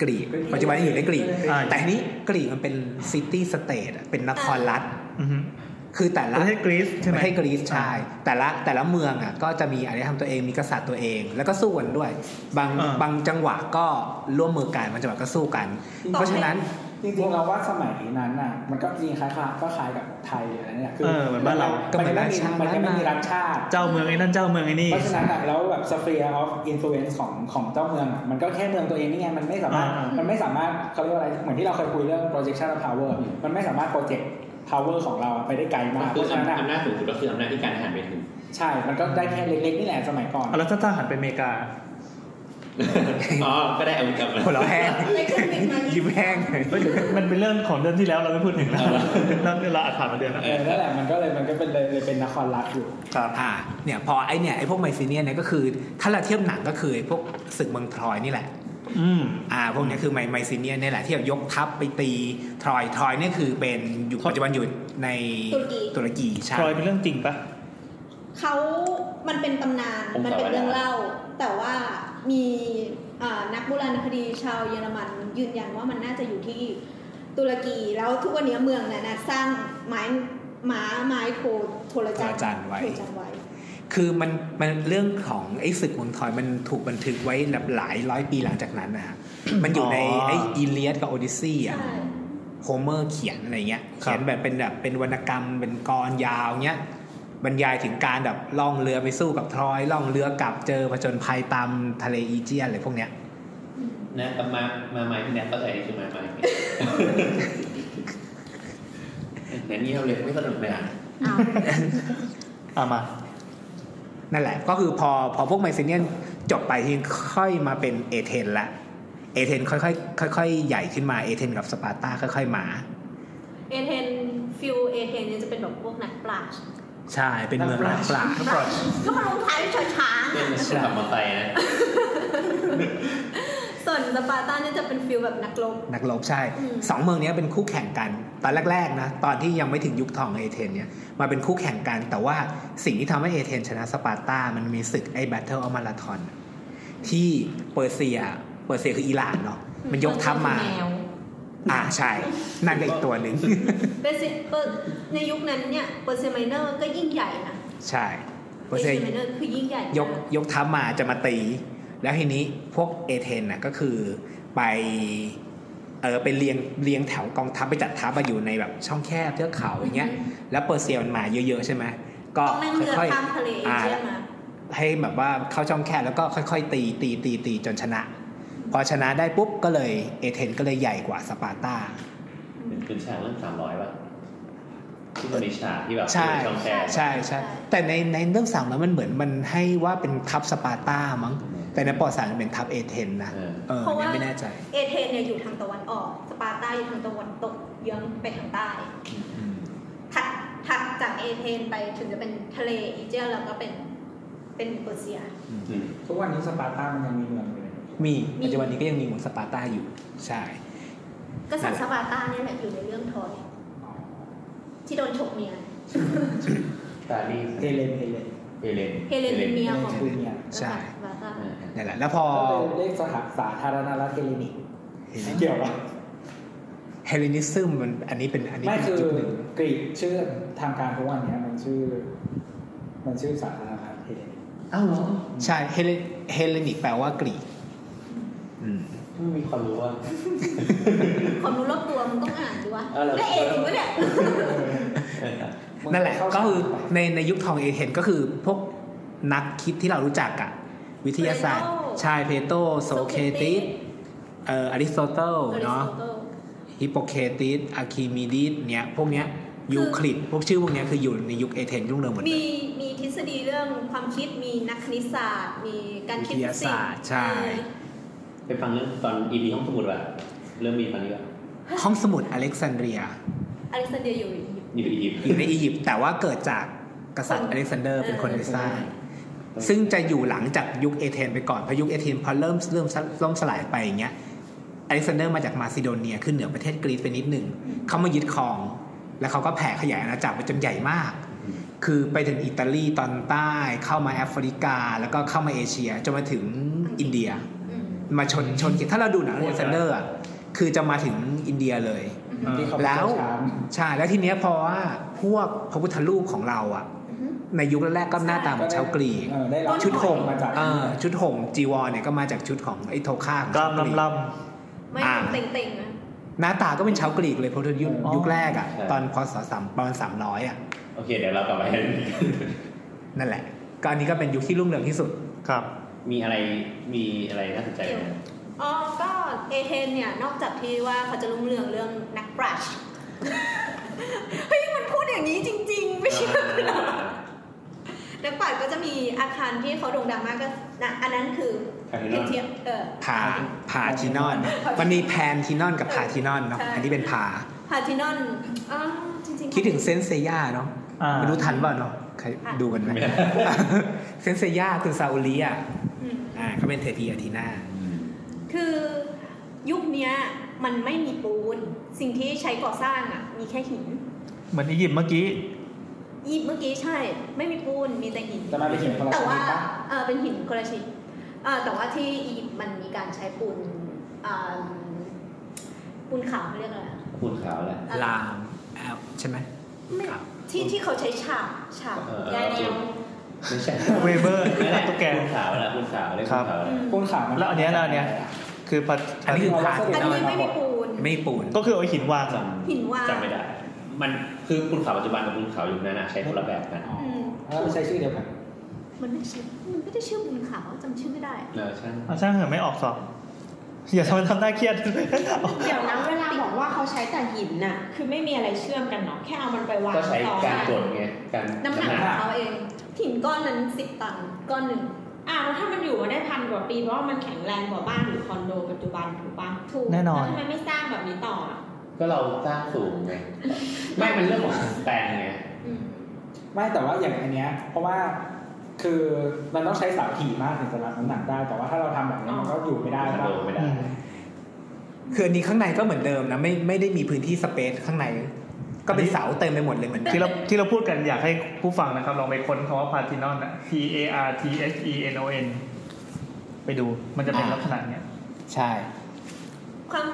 [SPEAKER 6] กรีกปัจจุบันนี้อยู่ในกรีก
[SPEAKER 3] อ่า
[SPEAKER 6] แต่ทีนี้กรีกมันเป็นซิตี้สเตทเป็นนครรัฐ
[SPEAKER 3] อือฮึ
[SPEAKER 6] คือแต่
[SPEAKER 3] ป
[SPEAKER 6] ละ
[SPEAKER 3] ระเทศกรีซใช่ไหม
[SPEAKER 6] ประเทศกรีซใช่แต่ละแต่ละเมืองอ่ะก็จะมีอารยธรรมตัวเองมีกษัตริย์ตัวเอง แล้วก็สู้กันด้วย บาง
[SPEAKER 3] อ่า
[SPEAKER 6] บางจังหวะก็ร่วมมือกันบางจังหวะก็สู้กัน เพราะฉะนั้น
[SPEAKER 5] จริงๆเราว่าสมัยนั้นน่ะ มันก็จริงๆคล้ายๆก็คล้ายกับไทยอะไรเนี่ยคื
[SPEAKER 3] เออเหมือนบ้านเรา
[SPEAKER 6] ก็เหมือน
[SPEAKER 5] ไม่มี
[SPEAKER 6] บ้านชาติ
[SPEAKER 5] มันจะไม่มีรัฐชาติ
[SPEAKER 3] เจ้าเมืองไอ้นั่นเจ้าเมืองไอ้นี่
[SPEAKER 5] เพราะฉะนั้นอะแล้วแบบ sphere of influence ของของเจ้าเมืองอะมันก็แค่เมืองตัวเองนี่ไงมันไม่สามารถ
[SPEAKER 3] อ่ามั
[SPEAKER 5] มันไม่สามารถเขาเรียกว่าอะไรเหมือนที่เราเคยคุยเรื่อง projection of power มันไม่สามารถ project power ของเราอะไปได้ไกล
[SPEAKER 4] ก็
[SPEAKER 5] มากเพ
[SPEAKER 4] คือ
[SPEAKER 5] ราะฉะนั้นอะ
[SPEAKER 4] อำนาจสูงสุดก็คืออำนาจที่การทหารไปถึง
[SPEAKER 5] ใช่มันก็ได้แค่เล็กๆนี่แหละสมัยก่อน
[SPEAKER 3] เอาแล้วถ้าทหารไปอเมริกา
[SPEAKER 4] อ๋อ ก็ได้อาวุธกลับมา
[SPEAKER 6] หัวเราะแห้ ง
[SPEAKER 2] ในเครื่องบินมานี่
[SPEAKER 6] ยิ้มแห้ง
[SPEAKER 3] เฮ้ยเดี๋ยวมันเป็นเรื่องของเดือนที่แล้วเราไม่พูดถึงแล้วนั่น เราอาจผ่านมาเดือนแล้ว
[SPEAKER 5] เออนั่นแหละมันก็เลยมันก็เป็นเลยเลยเป็นนครรัฐอยู่
[SPEAKER 3] ครับ
[SPEAKER 6] อ่าเนี่ยพอไอเนี่ยไอพวกไมซีเนียนเนี่ยก็คือ ถ้าเราเทียบหนังก็คือไอ้พวกศึกเมืองทรอยนี่แหละ
[SPEAKER 3] อืม
[SPEAKER 6] อ่าพวกเนี้ยคือไมไมซีเนียนนี่แหละที่แบบยกทัพไปตีทรอยทรอยเนี่ยคือเป็นอยู่ปัจจุบันอยู่ใน
[SPEAKER 2] ตุรกี
[SPEAKER 6] ตุรกีใช่
[SPEAKER 3] ทรอยเป็นเรื่องจริงปะ
[SPEAKER 2] เขา มันเป็นตำนาน มันเป็นเรื่องเล่า แต่ว่ามีอ่านักโบราณคดีชาวเยอรมันยืนยันว่ามันน่าจะอยู่ที่ตุรกี แล้วทุกวันนี้เมืองนั้นนะสร้างไม้หมาไม้โทโทรจัน
[SPEAKER 6] โทรจันไว้
[SPEAKER 2] โทรจันไว้
[SPEAKER 6] คือมันมันเรื่องของไอ้ศึกเมืองทอยมันถูกบันทึกไว้แบบหลายร้อยปีหลังจากนั้นนะฮะ มันอยู่ใน
[SPEAKER 3] อ๋อ
[SPEAKER 6] ไอ้อีเลียสกับโอดิซีอ่ะ
[SPEAKER 2] ใช่
[SPEAKER 6] โฮเมอร์เขียนอะไรเงี้ย
[SPEAKER 3] ครับ
[SPEAKER 6] เขียนแบบเป็นแบบเป็นวรรณกรรมเป็นกรยาวเงี้ยบรรยายถึงการแบบล่องเรือไปสู้กับทรอยล่องเรือกลับเจอผจญภัยตามทะเลอีเจียนอะไรพวกเนี้ย
[SPEAKER 4] นะกับมา มาไม้ที่แนทเข้าใจคือมาไม้แนทนี่เราเรียนไม่สนุกเลยอ่ะ
[SPEAKER 3] อ่ะมา
[SPEAKER 6] นั่นแหละก็คือพอพอพวกไมซิเนียนจบไปทีนี้ค่อยมาเป็นเอเธนละเอเธนค่อยๆค่อยๆใหญ่ขึ้นมาเอเธนกับสปาร์ตาค่อย ๆ มา
[SPEAKER 2] เอเธนฟิลเอเธนเนี่ยจะเป็นแบบพวกนักปราชญ์
[SPEAKER 6] ใช่เป็นเมืองนักปราชญ์
[SPEAKER 2] ก็มาลงท้ายด้วยช้างๆ
[SPEAKER 4] เล่
[SPEAKER 2] อะ
[SPEAKER 4] นคนขับมอเตอร์ไซค์นะ
[SPEAKER 2] ส่วนสปาร์ตาเนี่ยจะเป็นฟิลแบบนักรบ
[SPEAKER 6] นักรบใช่
[SPEAKER 2] อืม
[SPEAKER 6] สองเมืองเนี้ยเป็นคู่แข่งกัน ตอนแรกๆนะตอนที่ยังไม่ถึงยุคทองเอเธนเนี่ยมาเป็นคู่แข่งกัน แต่ว่าสิ่งที่ทำให้เอเธนชนะสปาร์ตามันมีศึกไอ้แบทเทิลออมาราทอนที่เปอร์เซียเปอร์เซียคืออิหร่านเนาะมันยกทัพมา
[SPEAKER 8] แนว
[SPEAKER 6] อ่าใช่นั่นก็อีกตัวหนึ่ง
[SPEAKER 2] เบสิเปอร์ในยุคนั้นเนี่ยเปอร์เซไมเนอร์ก็ยิ่งใหญ่นะ
[SPEAKER 6] ใช่เป
[SPEAKER 2] เปอ
[SPEAKER 6] อร์
[SPEAKER 2] ร์เซ
[SPEAKER 6] เซีย
[SPEAKER 2] ไมเนอร์คือยิ่งใหญ่มาย
[SPEAKER 6] กยกทัพมาจะมาตี แล้วทีนี้พวกเอเธนน่ะก็คือไปเออไปเรียงเรียงแถวกองทัพไปจัดทัพมาอยู่ในแบบช่องแคบเทือกเขาอย่างเงี้ย แล้วเปอร์เซียมันมาเยอะๆใช่ไหมก็
[SPEAKER 2] ต้องนั่งเรือ
[SPEAKER 6] ค่อย
[SPEAKER 2] ข้ามทะเลเอ
[SPEAKER 6] อ่า
[SPEAKER 2] เชียมา
[SPEAKER 6] ๆ ให้แบบว่าเข้าช่องแคบแล้วก็ค่อย ๆ ตีตีตีตีจนชนะ พอชนะได้ปุ๊บก็เลยเอเธนก็เลยใหญ่กว่าสปาร์ตา
[SPEAKER 4] เหมือนคุณฉากเรื่องสามร้อยป่ะที่มันมีฉากที่แบบ
[SPEAKER 6] ใช่
[SPEAKER 4] เป็นช่องแคบ
[SPEAKER 6] ใช่ใช่แต่ในในเรื่องสามแล้วมันเหมือนมันให้ว่าเป็นทัพสปาร์ตามั้งแต่ในประวัติศาสตร์มันเป็นทัพเอเธนนะ
[SPEAKER 4] เออ
[SPEAKER 6] เออ
[SPEAKER 2] เพราะ
[SPEAKER 6] เนี่ย
[SPEAKER 2] ว่า
[SPEAKER 6] ไม่แน่ใจ
[SPEAKER 2] เอเธนเนี่ยอยู่ทางตะวันออก สปาร์ตาอยู่ทางตะวันตกเยื้องไปทางใต้ ถัดถัดจากเอเธนไปถึงจะเป็นทะเลอีเจียนแล้วก็เป็นเป็นเปอร์เซีย
[SPEAKER 4] อืม
[SPEAKER 5] ทุกวันนี้สปาร์ตามันยังมีเมืองอยู่เลย
[SPEAKER 6] มีปัจจุบันนี้ก็ยังมีเมืองสปาร์ตาอยู่ใช่
[SPEAKER 2] กษัตริย์สปาร์ตาเนี่ยแหละอยู่ในเรื่องทอยที่โดนฉกเมีย
[SPEAKER 4] ตาลี
[SPEAKER 5] เฮเลนเฮเลน
[SPEAKER 4] เฮเลน
[SPEAKER 2] เฮเลนเป็นเมียของ
[SPEAKER 5] คือเนี่ย
[SPEAKER 2] ก
[SPEAKER 6] ใช่
[SPEAKER 2] ษัตริย์สปาร์ตา
[SPEAKER 4] เออ
[SPEAKER 6] นั่นแหละแล้วพอ
[SPEAKER 5] ก็เลยเรียกสถาสาธารณรัฐเฮเลนิกเกี่ยวปะ
[SPEAKER 6] เฮลเลนิซึมมันอันนี้เป็นอันนี้
[SPEAKER 5] ไม่
[SPEAKER 6] เป็น
[SPEAKER 5] คือ
[SPEAKER 6] จุดหนึ่ง
[SPEAKER 5] กรีกชื่อทางการทุกวันเนี้ยมันชื่อ มันชื่อสาธารณรัฐเฮเลน
[SPEAKER 4] อ้าวเหรอ
[SPEAKER 6] ใช่เฮเลเฮเลนิกแปลว่ากรีก
[SPEAKER 4] ไม่มีความรู้ว่า
[SPEAKER 2] ความรู้รอบตัวมันต้องอ่านดีวะ
[SPEAKER 4] เอาเหรอ
[SPEAKER 2] และเอถึงวะเนี่ย
[SPEAKER 6] นั่นแหละก็คือในในยุคทองเอเธนก็คือพวกนักคิดที่เรารู้จักอะวิทยาศาสตร์
[SPEAKER 2] Plato
[SPEAKER 6] ใชายเพโตโซเคติสเอ่ออริสโตเติลเนาะฮิปโปเคติสอะคิมิดิสเนี้ยพวกเนี้ยยูคลิดพวกชื่อพวกเนี้ยคืออยู่ในยุคเอเธนรุ่งเรืองหมดเล
[SPEAKER 2] มี
[SPEAKER 6] ย
[SPEAKER 2] มีทฤษฎีเรื่องความคิดมีนักคณิตศาสตร์ มีการคิดฟิ
[SPEAKER 6] วิทยา
[SPEAKER 2] สิก
[SPEAKER 6] ศาส
[SPEAKER 2] ส์
[SPEAKER 6] ตร์ใช่
[SPEAKER 4] ไปฟังเรื่องตอนอีพีห้องสมุดว่ะเรื่องมีฟังนี้ป่ะ
[SPEAKER 6] ห้องสมุดอเล็กซานเดรีย
[SPEAKER 2] อเล็กซานเดรียอยู่อียิปต์
[SPEAKER 4] อยู่อียิปต์
[SPEAKER 6] อยู่ในอียิปต์แต่ว่าเกิดจากกษัตริย์อเล็กซานเดอร์เป็นคนไปสร้าง ซึ่งจะอยู่หลังจากยุคเอเธนไปก่อนเพราะยุคเอเธนพอเริ่มเริ่มเริ่มสลายไปอย่างเงี้ย อเล็กซานเดอร์มาจากมาซิโดเนียขึ้นเหนือประเทศกรีซไปนิดหนึ่ง เขามายึดครอง แล้วเขาก็แผ่ขยายอาณาจักรไปจนใหญ่มาก คือไปถึงอิตาลีตอนใต้เข้ามาแอฟริกา แล้วก็เข้ามาเอเชียจนมาถึงอินเดีย
[SPEAKER 2] อืม
[SPEAKER 6] มาชนชนกันถ้าเราดูหนังอเล็กซานเดอร์อะคือจะมาถึงอินเดียเลย
[SPEAKER 5] ที่เขา
[SPEAKER 6] แล้ว
[SPEAKER 5] ช้าง
[SPEAKER 6] ใช่ แล้วทีเนี้ยเพราะว่าพวกพระพุทธรูปของเราอ่ะ ในยุคแรกๆก็หน้าตาเหมือนชาวกรีก
[SPEAKER 5] เออได้รับ
[SPEAKER 6] ชุดห่ม
[SPEAKER 5] มาจาก
[SPEAKER 6] เออชุดห่มจีวรเนี่ยก็มาจากชุดของไอ้โทค่าของ
[SPEAKER 3] ก
[SPEAKER 6] ช
[SPEAKER 3] ล้าว ม
[SPEAKER 6] กรีก
[SPEAKER 3] ล่ำ
[SPEAKER 2] ไม่
[SPEAKER 6] อ่า
[SPEAKER 2] เต็งๆนะ
[SPEAKER 6] หน้าตาก็เป็นชาวกรีกเลยเพราะยุค
[SPEAKER 3] อ๋อ
[SPEAKER 6] ยุคแรกอ่ะ
[SPEAKER 4] ใช่
[SPEAKER 6] ตอนพศสามประมาณสามร้อยอ่ะ
[SPEAKER 4] โอเค เดี๋ยวเรากลับมา
[SPEAKER 6] นั่นแหละ ก็อันนี้ก็เป็นยุคที่รุ่งเรืองที่สุด
[SPEAKER 3] ๆครับ
[SPEAKER 4] มีอะไรมีอะไรน่าสนใจไหม
[SPEAKER 2] อ๋อก็เอเธนเนี่ยนอกจากที่ว่าเขาจะรุ่งเรืองเรื่องนักปราช ญ์เฮ้ยมันพูดอย่างนี้จริง ๆ ไม่ใช่ นักปราชญ์ก็จะมีอาคารที่เขาโด่งดังมากก็นะอันนั้นคือ
[SPEAKER 4] คาเท
[SPEAKER 2] เพ
[SPEAKER 4] นอน
[SPEAKER 2] เทียเออ
[SPEAKER 6] พาพาทีนอน มันมีแพนทีนอนกับพาทีนอนเนาะ
[SPEAKER 2] ใช่
[SPEAKER 6] อันนี้เป็นพา
[SPEAKER 2] พาทินอนอ๋อจริงๆ
[SPEAKER 6] คิดถึงเซนเซย่าเนาะ
[SPEAKER 3] อ่า
[SPEAKER 6] ไม่รู้ทันเปล่าเนาะใคร
[SPEAKER 2] อ่ะ
[SPEAKER 6] ดูกันไหม เซนเซย่าคือซาอุลีอ่ะ
[SPEAKER 2] อืม
[SPEAKER 6] อ่าเขาเป็นเทพีอาทีนา
[SPEAKER 2] คือยุคเนี้ยมันไม่มีปูน สิ่งที่ใช้ก่อสร้างอ่ะ มีแค่หิน
[SPEAKER 3] เหมือนอียิปต์เมื่อกี้
[SPEAKER 2] ยีบเมื่อกี้ใช่ ไม่มีปูนมีแต่หิน
[SPEAKER 5] จะมาไปเห็นคนละ
[SPEAKER 2] แต่
[SPEAKER 5] ชนิ
[SPEAKER 2] ว่า
[SPEAKER 5] ดปะ
[SPEAKER 2] เออเป็นหินคนละชนิดเออแต่ว่าที่อียิปต์มันมีการใช้ปูนอ่าปูนขาวเขาเรียกอะไรอะ
[SPEAKER 4] คุณขาวแหละ
[SPEAKER 6] ลามแอลใช่ไหม
[SPEAKER 2] ไม่
[SPEAKER 6] ครับ
[SPEAKER 2] ที่ที่เขาใช้ฉากฉาก
[SPEAKER 4] เออ
[SPEAKER 2] ยายแนว
[SPEAKER 4] ไม่ใช่
[SPEAKER 3] เวเบอร์
[SPEAKER 4] นั่นแหละ
[SPEAKER 3] ตุ๊กแก
[SPEAKER 4] คุณขาวแหละคุณขาวเรียกคุณขาวแหละ
[SPEAKER 2] อืม
[SPEAKER 5] คนขาวมั
[SPEAKER 3] แล้วอันเนี้ยแล้วอันเนี้ยคือพัด
[SPEAKER 6] อันนี้คือพาที
[SPEAKER 2] อัน
[SPEAKER 6] นอ
[SPEAKER 2] นี้
[SPEAKER 6] น
[SPEAKER 2] ไม่มีปูน
[SPEAKER 6] ไม่มีปูน
[SPEAKER 3] ก็คือเอาหินวาง
[SPEAKER 4] จ
[SPEAKER 3] อะ
[SPEAKER 2] หินว่าง
[SPEAKER 4] ำจำไม่ได้ มันคือคุณขาวปัจจุบันกับคุณขาวอยู่นั้นนะใช้คนละแบบกัน
[SPEAKER 5] อ๋อ
[SPEAKER 2] อืม
[SPEAKER 5] แล้วใช้ชื่อเดียวกัน
[SPEAKER 2] มันไม่ใช่มันไม่ได้ชื่อปูนขาวจำชื่อไม่ได้
[SPEAKER 4] เออใช่
[SPEAKER 3] เอาช่างเหอะไม่ออกสอบอย่าทำทำหน้าเค รียด
[SPEAKER 8] เดี๋ยวนะเวลาบอกว่าเขาใช้แต่หินน่ะ คือไม่มีอะไรเชื่อมกันเนาะแค่เอามันไปวาง
[SPEAKER 4] ก็ใช้
[SPEAKER 8] ซ้อน
[SPEAKER 4] การ
[SPEAKER 8] อะ
[SPEAKER 4] กดไงการ
[SPEAKER 2] น้ำหนักของเขาเองหินก้อนนั้นสิบตันก้อนหนึ่ง
[SPEAKER 8] อ่าแล้วถ้ามันอยู่มาได้พันกว่าปีเพราะว่ามันแข็งแรงกว่าบ้านหรือคอนโดปัจจุบันถูกปะ
[SPEAKER 2] ถูก
[SPEAKER 3] แน่นอน
[SPEAKER 8] แล้วทำไมไม่สร้างแบบนี้ต่ออะ
[SPEAKER 4] ก็เราสร้างสูงไงไม่เป็นเรื่องของแปลงไง
[SPEAKER 2] อืม
[SPEAKER 5] ไม่แต่ว่าอย่างอันเนี้ยเพราะว่าคือมันต้องใช้เสาถี่มากถึงจะรับน้ำหนักได้ แต่ว่าถ้าเราทำแบบนี้มันก็อยู่ไม่ได้
[SPEAKER 4] คอน
[SPEAKER 5] ปะ
[SPEAKER 4] โดไม่ได้
[SPEAKER 6] คืออันนี้ข้างในก็เหมือนเดิมนะไม่ไม่ได้มีพื้นที่สเปซข้างใน ก็เป็นเสาเต็มไปหมดเลยเหมือน
[SPEAKER 3] ที่เราที่เราพูดกันอยากให้ผู้ฟังนะครับ ลองไปค้นคำว่าพาทินอนอะ P A R T H E N O N ไปดูมันจะเป็นลักษณะเนี้ย
[SPEAKER 6] ใช่
[SPEAKER 2] ความ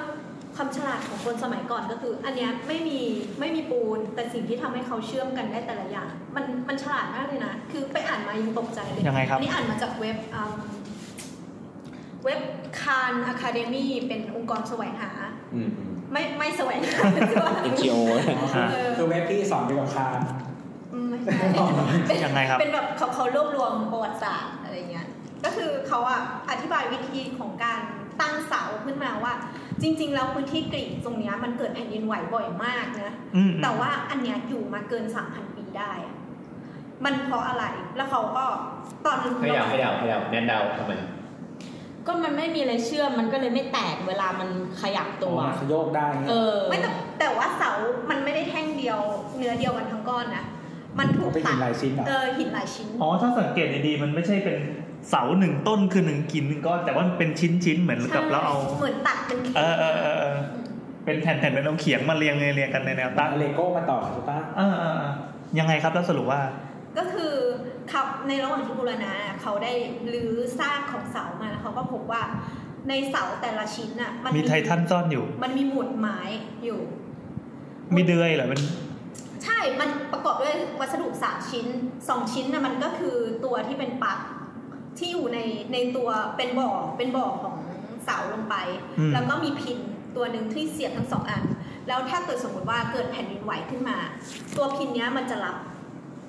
[SPEAKER 2] ความฉลาดของคนสมัยก่อนก็คือ อันเนี้ยไม่มีไม่มีปูน แต่สิ่งที่ทำให้เขาเชื่อมกันได้แต่ละอย่าง มันมันฉลาดมากเลยนะ คือไปอ่านมายังตกใจเลย
[SPEAKER 3] ยังไงครับ
[SPEAKER 2] อันนี้อ่านมาจากเว็บอืมเว็บคานอะคาเดมีเป็นองค์กรแสวงหา
[SPEAKER 4] อืม
[SPEAKER 2] ไม่ ไม่แสวงหา
[SPEAKER 6] NGO
[SPEAKER 2] เออ
[SPEAKER 5] คือเว็บที่สอนเกี่ยวกับคาน
[SPEAKER 2] อืมไม่ใช่เป็น
[SPEAKER 3] ยังไงครับ
[SPEAKER 2] เป็นแบบเขาเขารวบรวมประวัติศาสตร์อะไรเงี้ย ก็คือเขาอะอธิบายวิธีของการตั้งเสาขึ้นมาว่า จริง ๆ แล้วพื้นที่กรีกตรงเนี้ยมันเกิดแผ่นดินไหวบ่อยมากนะ
[SPEAKER 3] อืม
[SPEAKER 2] แต่ว่าอันเนี้ยอยู่มาเกิน 3,000 ปีได้อะมันเพราะอะไร แล้วเขาก็ตอน
[SPEAKER 4] พยายามพยายามพยายามแนนเดาทำไม
[SPEAKER 8] ก็มันไม่มีอะไรเชื่อมมันก็เลยไม่แตกเวลามันขยับตัว
[SPEAKER 5] มันขยโยกได้
[SPEAKER 8] เออ
[SPEAKER 2] ไม่แต่แต่ว่าเสา มันไม่ได้แท่งเดียว เนื้อเดียวกันทั้งก้อนนะ มันถู
[SPEAKER 5] เอา
[SPEAKER 2] ก
[SPEAKER 5] ไป
[SPEAKER 2] ตั
[SPEAKER 5] กิ
[SPEAKER 2] ด
[SPEAKER 5] นหลายชิ้นเหรอ
[SPEAKER 2] เออหินหลายชิ้น
[SPEAKER 3] อ๋อ ถ้าสังเกตดีๆ มันไม่ใช่เป็นเสาหนึ่งต้นคือหนึ่งกิ่งหนึ่งก้อน แต่ว่ามันเป็นชิ้นๆ เหมือนกับเราเอา
[SPEAKER 2] เหมือนตัดเป็น
[SPEAKER 3] เออเออเออเออเป็นแผ่นๆเป็นเอาเขียงมาเรียงเรียงๆกันในแนวตั้ง
[SPEAKER 5] เอาเลโก้มาต่อใช่ปะ
[SPEAKER 3] เออเออเออยังไงครับแล้วสรุปว่า
[SPEAKER 2] ก็คือขับในระหว่างที่บูรณะน่ะเขาได้รื้อซากของเสามาแล้วเขาก็พบว่าในเสาแต่ละชิ้นน่ะมัน
[SPEAKER 3] มีไททันซ่อนอยู่
[SPEAKER 2] มันมีหมุดไม้อยู่
[SPEAKER 3] มีเดือยเหรอมัน
[SPEAKER 2] ใช่ มันประกอบด้วยวัสดุสามชิ้นสองชิ้นนะมันก็คือตัวที่เป็นปลั๊กที่อยู่ในในตัวเป็นบ่อเป็นบ่อของเสาลงไป
[SPEAKER 3] อืม
[SPEAKER 2] แล้วก็มีพินตัวหนึ่งที่เสียบทั้งสองอัน แล้วถ้าเกิดสมมติว่าเกิดแผ่นดินไหวขึ้นมา ตัวพินเนี้ยมันจะรับ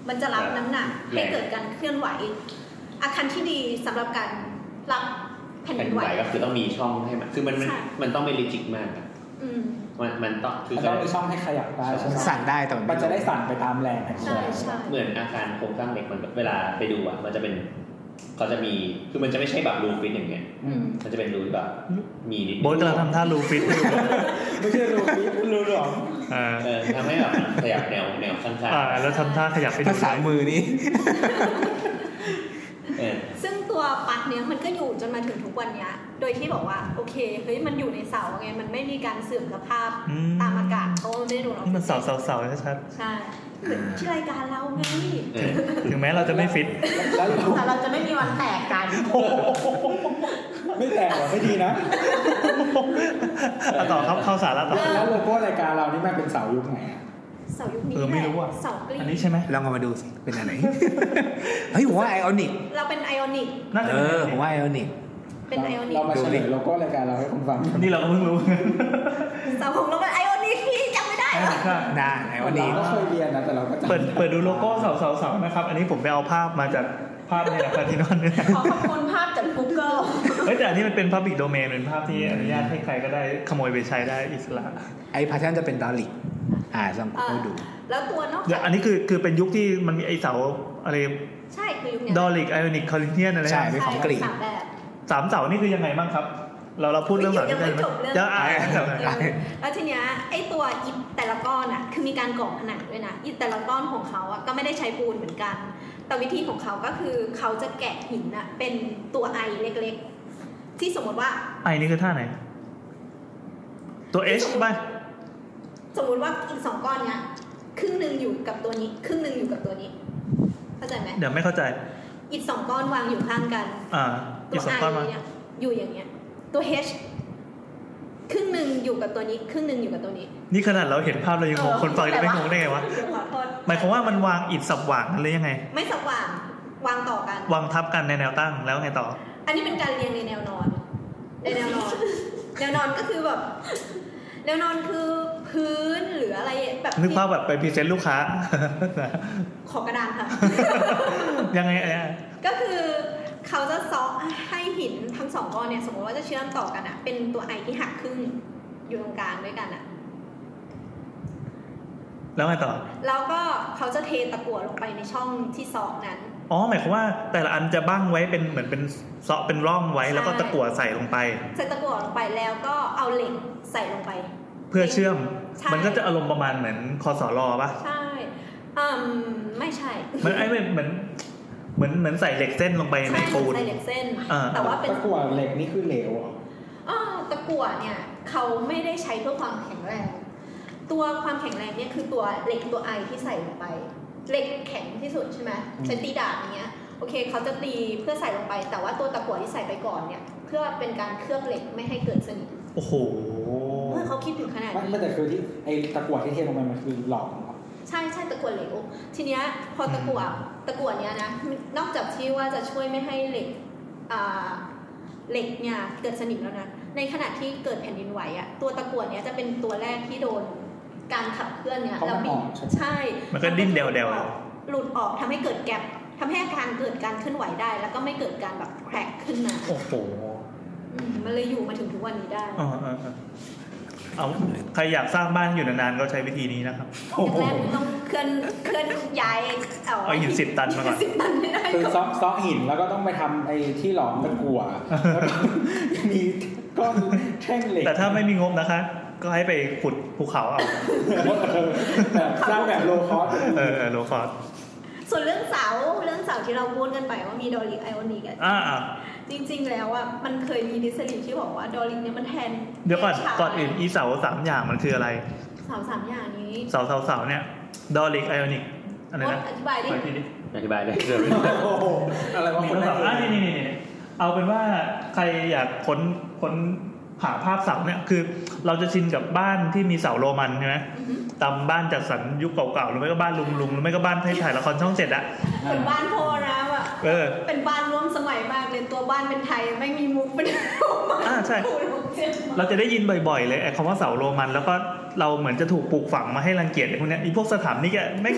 [SPEAKER 2] มันจะรับน้ำหนักให้เกิดการเคลื่อนไหว อาคารที่ดีสำหรับการรับแผ่น
[SPEAKER 4] แผ่
[SPEAKER 2] ดิ
[SPEAKER 4] น
[SPEAKER 2] น
[SPEAKER 4] ไห
[SPEAKER 2] ไห
[SPEAKER 4] ว
[SPEAKER 2] ว
[SPEAKER 4] ก็คือต้องมีช่องให้มัน คือมันมัน
[SPEAKER 2] ใช่
[SPEAKER 4] มันต้องไม่ลิจิกมากอะ
[SPEAKER 2] อืม
[SPEAKER 4] มันมันต้องคือ
[SPEAKER 5] มัน
[SPEAKER 4] ก็
[SPEAKER 5] ต้องมีช่องให้ขยับได้ใช่ไหม
[SPEAKER 6] สั่นได้แต่มัน
[SPEAKER 5] มัน
[SPEAKER 6] ไม่
[SPEAKER 5] จะได้สั่นไปตามแรงแห่ง
[SPEAKER 2] ใช่ใช่
[SPEAKER 4] เหมือนอาคารโครงสร้างเหล็กมันเวลาไปดูอะมันจะเป็นเขาจะมีคือมันจะไม่ใช่แบบรูฟิตอย่างเงี้ย
[SPEAKER 5] อืม
[SPEAKER 4] มันจะเป็นรูแบบ มีนิด
[SPEAKER 3] โบ๊ทกำลังทำท่าลูฟิ ตอยู่
[SPEAKER 5] ไม่ใช่รูปีรูหรอก
[SPEAKER 3] เออ
[SPEAKER 4] เออทำให้แบบมันขยับแนวแนวข้าง
[SPEAKER 3] อ่า แล้วทำท่าขยับไปดู
[SPEAKER 6] ภาษามือนี่
[SPEAKER 4] ๆเออ
[SPEAKER 2] ซึ่งตัว ตัวปักเนี้ยมันก็อยู่จนมาถึงทุกวันเนี้ย โดยที่บอกว่าโอเคเฮ้ยมันอยู่ในเสาไงมันไม่มีการเสื่อมสภาพ
[SPEAKER 3] อืม
[SPEAKER 2] ตามอากาศเพราะว่ามันไม่ได้โดนออก
[SPEAKER 3] นี่
[SPEAKER 2] ซิ
[SPEAKER 3] มัน
[SPEAKER 2] เจ
[SPEAKER 3] เสาน เสาเสาชัด
[SPEAKER 2] ใช่เหมือนที่รายการเราไง
[SPEAKER 4] เออ
[SPEAKER 3] ๆถึงแม้เราจะไม่ฟิต
[SPEAKER 5] แล้ว
[SPEAKER 8] แต่เราจะไม่มีวันแตก กัน
[SPEAKER 5] ไม่แตกหรอไม่ดีนะ
[SPEAKER 3] อ่ะต่อครับเข้าสาระต่อ
[SPEAKER 5] แล้วโลโก้รายการเรานี่มันเป็นเสายุคไหนอะ
[SPEAKER 2] เสายุคนี้
[SPEAKER 3] เออไม่รู้อะ
[SPEAKER 2] เสากรี
[SPEAKER 3] อัน
[SPEAKER 2] น
[SPEAKER 3] นี้ใช่ไหม
[SPEAKER 6] ลองเอามาดูสิเป็นอันไหน เฮ้ยผมว่าไอออนิก
[SPEAKER 2] เราเป็นไอออนิก
[SPEAKER 3] น่าจะ
[SPEAKER 6] เอ
[SPEAKER 3] เป็น
[SPEAKER 6] อ
[SPEAKER 3] อันนี้
[SPEAKER 6] ผมว่าไอออนิก
[SPEAKER 2] เป็นไอออนิ
[SPEAKER 5] เรา
[SPEAKER 2] ก
[SPEAKER 5] มาเฉลยโลโก้รายการเราให้คุณฟัง
[SPEAKER 3] นี่เราก็เพิ่งรู้
[SPEAKER 2] เสาของเราเป็นไอออนิกพี่จำไม่ได้เหรอ
[SPEAKER 3] ใช่
[SPEAKER 6] ได้ไอออนิ
[SPEAKER 5] เรา
[SPEAKER 6] ก
[SPEAKER 5] ก็เคยเรียนนะแต่เราก็จำ
[SPEAKER 3] เปิดเปิดดูโลโก้เสาเสาเสานะครับ อันนี้ผมไปเอาภาพมาจากภาพเนี่ยแหละพาทินอนเนี่ย
[SPEAKER 8] ขอขอบคุณภาพจาก Google
[SPEAKER 3] เฮ้ยแต่อันนี้มันเป็น Public Domain เป็นภาพที่อนุญาตให้ใครก็ได้ขโมยไปใช้ได้อิสระ
[SPEAKER 6] ไอพาชันจะเป็นดอลลิกอ่าลอง
[SPEAKER 2] อ่า
[SPEAKER 6] เข้าดู
[SPEAKER 2] แล้วตัวนอก
[SPEAKER 3] เดี๋ยวอันนี้คือคือเป็นยุคที่มันมีไอเสาอะไร
[SPEAKER 2] ใช่คือยุคเนี้ย
[SPEAKER 3] ดอลิกไอออนิกคอลิเนียนอะไร
[SPEAKER 6] ใช่
[SPEAKER 3] นะ
[SPEAKER 6] เป็นของกรีก
[SPEAKER 2] สามแบบ
[SPEAKER 3] สามเสานี่คือยังไงบ้างครับ เราเราพูดเรื่องเสา
[SPEAKER 2] ยั
[SPEAKER 3] นี้
[SPEAKER 2] ง
[SPEAKER 3] ได้
[SPEAKER 2] ไม่
[SPEAKER 3] ไหม
[SPEAKER 2] จบเรื่อง
[SPEAKER 3] เดี๋ยวอ่ะ
[SPEAKER 2] เออแล้วทีเนี้ยไอตัวอิฐแต่ละก้อนอ่ะคือมีการก่อผนังด้วยนะอิฐแต่ละก้อนของเขาอ่ะก็ไม่ได้ใช้ปูนเหมือนกัน แต่วิธีของเขาก็คือเขาจะแกะหินอ่ะเป็นตัวไอเล็กๆ ที่สมมติว่า
[SPEAKER 3] ไอนี่คือท่าไหน ตัว H ป่ะ
[SPEAKER 2] สมมติว่าอีกสองก้อนเนี้ยครึ่งหนึ่งอยู่กับตัวนี้ครึ่งหนึ่งอยู่กับตัวนี้เข้าใจไหม
[SPEAKER 3] เดี๋ยวไม่เข้าใจ
[SPEAKER 2] อิฐสองก้อนวางอยู่ข้างกัน
[SPEAKER 3] อ่า
[SPEAKER 2] ตั
[SPEAKER 3] อี
[SPEAKER 2] ว
[SPEAKER 3] กสอง
[SPEAKER 2] ไอ
[SPEAKER 3] ก้อนมา
[SPEAKER 2] เนี่ยอยู่อย่างเงี้ยตัว H ครึ่งหนึ่งอยู่กับตัวนี้ครึ่งหนึ่งอยู่กับตัวนี้
[SPEAKER 3] นี่ขนาดเราเห็นภาพเรายังงงคนฟังจะไม่งงได้ไงวะ
[SPEAKER 2] ขอโทษ
[SPEAKER 3] หมายความว่ามันวางอิฐสับหว่างหรือยังไง
[SPEAKER 2] ไม่สว่างวางต่อกัน
[SPEAKER 3] วางทับกันในแนวตั้งแล้วไงต่อ
[SPEAKER 2] อันนี้เป็นการเรียงในแนวนอน ในแน วนอน แนวนอนก็คือแบบ แนวนอนคือพื้นหรืออะไรแบบ
[SPEAKER 3] นึกภาพแบบไปพรีเซนต์ลูกค้า
[SPEAKER 2] ขอกระดานค่ะ
[SPEAKER 3] ยังไงเอ่ย
[SPEAKER 2] ก็คือเขาจะซ้อให้หินทั้งสองก้อนเนี่ย สมมติว่าจะเชื่อมต่อกันอะเป็นตัวไอที่หักครึ่งอยู่ตรงกลางด้วยกันอะ
[SPEAKER 3] แล้วไงต่อ
[SPEAKER 2] แล้วก็เขาจะเทตะกั่วลงไปในช่องที่ซอกนั้น
[SPEAKER 3] อ๋อหมายความว่าแต่ละอันจะบั้งไว้เป็นเหมือนเป็นเซาะเป็นร่องไว้
[SPEAKER 2] ใช่
[SPEAKER 3] แล้วก็ตะกั่วใส่ลงไป
[SPEAKER 2] ใส่ตะกั่วลงไปแล้วก็เอาเหล็กใส่ลงไป
[SPEAKER 3] เพื่อเชื่อม
[SPEAKER 2] ใช่
[SPEAKER 3] มันก็จะอารมณ์ประมาณเหมือนคอสอรอปะ
[SPEAKER 2] ใช่อืมไม่ใช่
[SPEAKER 3] เหมือนไอ้เหมือนเหมือนเหมือนเหมือนใส่เหล็กเส้นลงไปใน
[SPEAKER 2] ใช่
[SPEAKER 3] ปูน
[SPEAKER 2] ใส่เหล็กเส้น
[SPEAKER 3] อ่า
[SPEAKER 2] แต่ว่าเป็น
[SPEAKER 5] ตะกั่วเหล็กนี่คือเหลวเหรอ
[SPEAKER 2] อาตะกั่วเนี่ยเขาไม่ได้ใช้เพื่อความแข็งแรง ตัวความแข็งแรงเนี่ยคือตัวเหล็กตัวไอที่ใส่ลงไปเหล็กแข็งที่สุดใช่ไหมใช้ตีดาบอย่างเงี้ยโอเคเขาจะตีเพื่อใส่ลงไป แต่ว่าตัวตะกั่วที่ใส่ไปก่อนเนี่ยเพื่อเป็นการเคลือบเหล็กไม่ให้เกิดสนิม
[SPEAKER 3] โอ้โห
[SPEAKER 2] เมื่อเขาคิดถึงขนาด
[SPEAKER 5] ไม่
[SPEAKER 2] นี้
[SPEAKER 5] ไม่แต่คือที่ไอ้ตะกั่วที่เทลงไปมันคือหลอมเหรอ
[SPEAKER 2] ใช่ใช่ตะกั่วเหลวทีเนี้ยพอตะกั่วตะกั่วเนี้ยนะนอกจากที่ว่าจะช่วยไม่ให้เหล็กอ่าเหล็กเนี่ยเกิดสนิมแล้วนะในขณะที่เกิดแผ่นดินไหวอะตัวตะกั่วเนี้ยจะเป็นตัวแรกที่โดนการขับเคลื่อนเนี่ย
[SPEAKER 5] เขาะ
[SPEAKER 2] แล้ว
[SPEAKER 5] มัน
[SPEAKER 2] บี
[SPEAKER 5] อ่อบ นใช่ไหม
[SPEAKER 2] ใช่
[SPEAKER 3] มันก็ดิ้นเดี่ยวๆ
[SPEAKER 2] หลุดออกทำให้เกิดแกลบทำให้อาการเกิดการเคลื่อนไหวได้ แล้วก็ไม่เกิดการแบบแครกขึ้นมา
[SPEAKER 3] โอ้โห
[SPEAKER 2] อืมมันเลยอยู่มาถึงทุกวันนี้ได้
[SPEAKER 3] อ่าอ่าอ่าเอาใครอยากสร้างบ้านอยู่นานๆก็ใช้วิธีนี้นะครับ
[SPEAKER 2] อย่างแรกต้องเคลื่อนเคลื่อนย้าย
[SPEAKER 3] เอาหิน10ตันมาก่อน
[SPEAKER 2] สิบตันไม่ได้
[SPEAKER 5] คือ
[SPEAKER 2] ก่อน
[SPEAKER 5] ซอกซอกหินแล้วก็ต้องไปทำไอ้ที่หลอมตะกั่วแล้วก็มีก้อนแท่งเหล็ก
[SPEAKER 3] แต่ถ้าไม่มีงบนะคะ ก็ให้ไปขุดภูเขาเอา
[SPEAKER 5] แบบสร้างแบบโลคอส
[SPEAKER 3] เออโลคอส
[SPEAKER 2] ส่วนเรื่องเสาเรื่องเสาที่เราพูดกันไปว่ามีดอลลิกไอออนิกอะ
[SPEAKER 3] อ่าอ่า
[SPEAKER 2] จริง ๆ แล้วอ่ะมันเคยมีดิสซิลิที่บอกว่าดอลลิกเนี่ยมันแทน
[SPEAKER 3] เดี๋ยวก่อน
[SPEAKER 2] เสา
[SPEAKER 3] ก่อนอื่นอีเสาสามอย่างมันคืออะไร
[SPEAKER 2] เสาสามอย่างนี้
[SPEAKER 3] เสาเสาเสาเนี่ยดอลิกไอออนิกอันไหน
[SPEAKER 2] ว่า
[SPEAKER 3] นะ
[SPEAKER 2] อธิบายดิ
[SPEAKER 3] ขออีกทีดิ
[SPEAKER 4] อธิบายได้เ
[SPEAKER 5] โอ้โหอะไรวะ
[SPEAKER 3] มี
[SPEAKER 5] คน
[SPEAKER 3] เสา
[SPEAKER 5] ละ
[SPEAKER 3] อ่ะนี่นี่นี่นี่เอาเป็นว่าใครอยากค้นค้นหาภาพเสาเนี่ยคือ เราจะชินกับบ้านที่มีเสาโรมันใช่ไหม
[SPEAKER 2] อือหือ
[SPEAKER 3] ตามบ้านจัดสรรยุคเก่าๆหรือไม่ก็บ้านลุงลุงหรือไม่ก็บ้านที่ถ่ายละครช่องเจ็ดอะ
[SPEAKER 2] เป็นบ้านโพนะแบบ
[SPEAKER 3] เออ
[SPEAKER 2] เป็นบ้านร่วมสมัยมากเลยตัวบ้านเป็นไทยไม่มีมุกเป็น
[SPEAKER 3] อ่าใช่ เราจะได้ยินบ่อยๆเลยไอ้คำว่าเสาโรมัน แล้วก็เราเหมือนจะถูกปลูกฝังมาให้รังเกียจไอ้พวกเนี้ยไอีพวกสถาปนิกอะแม่ง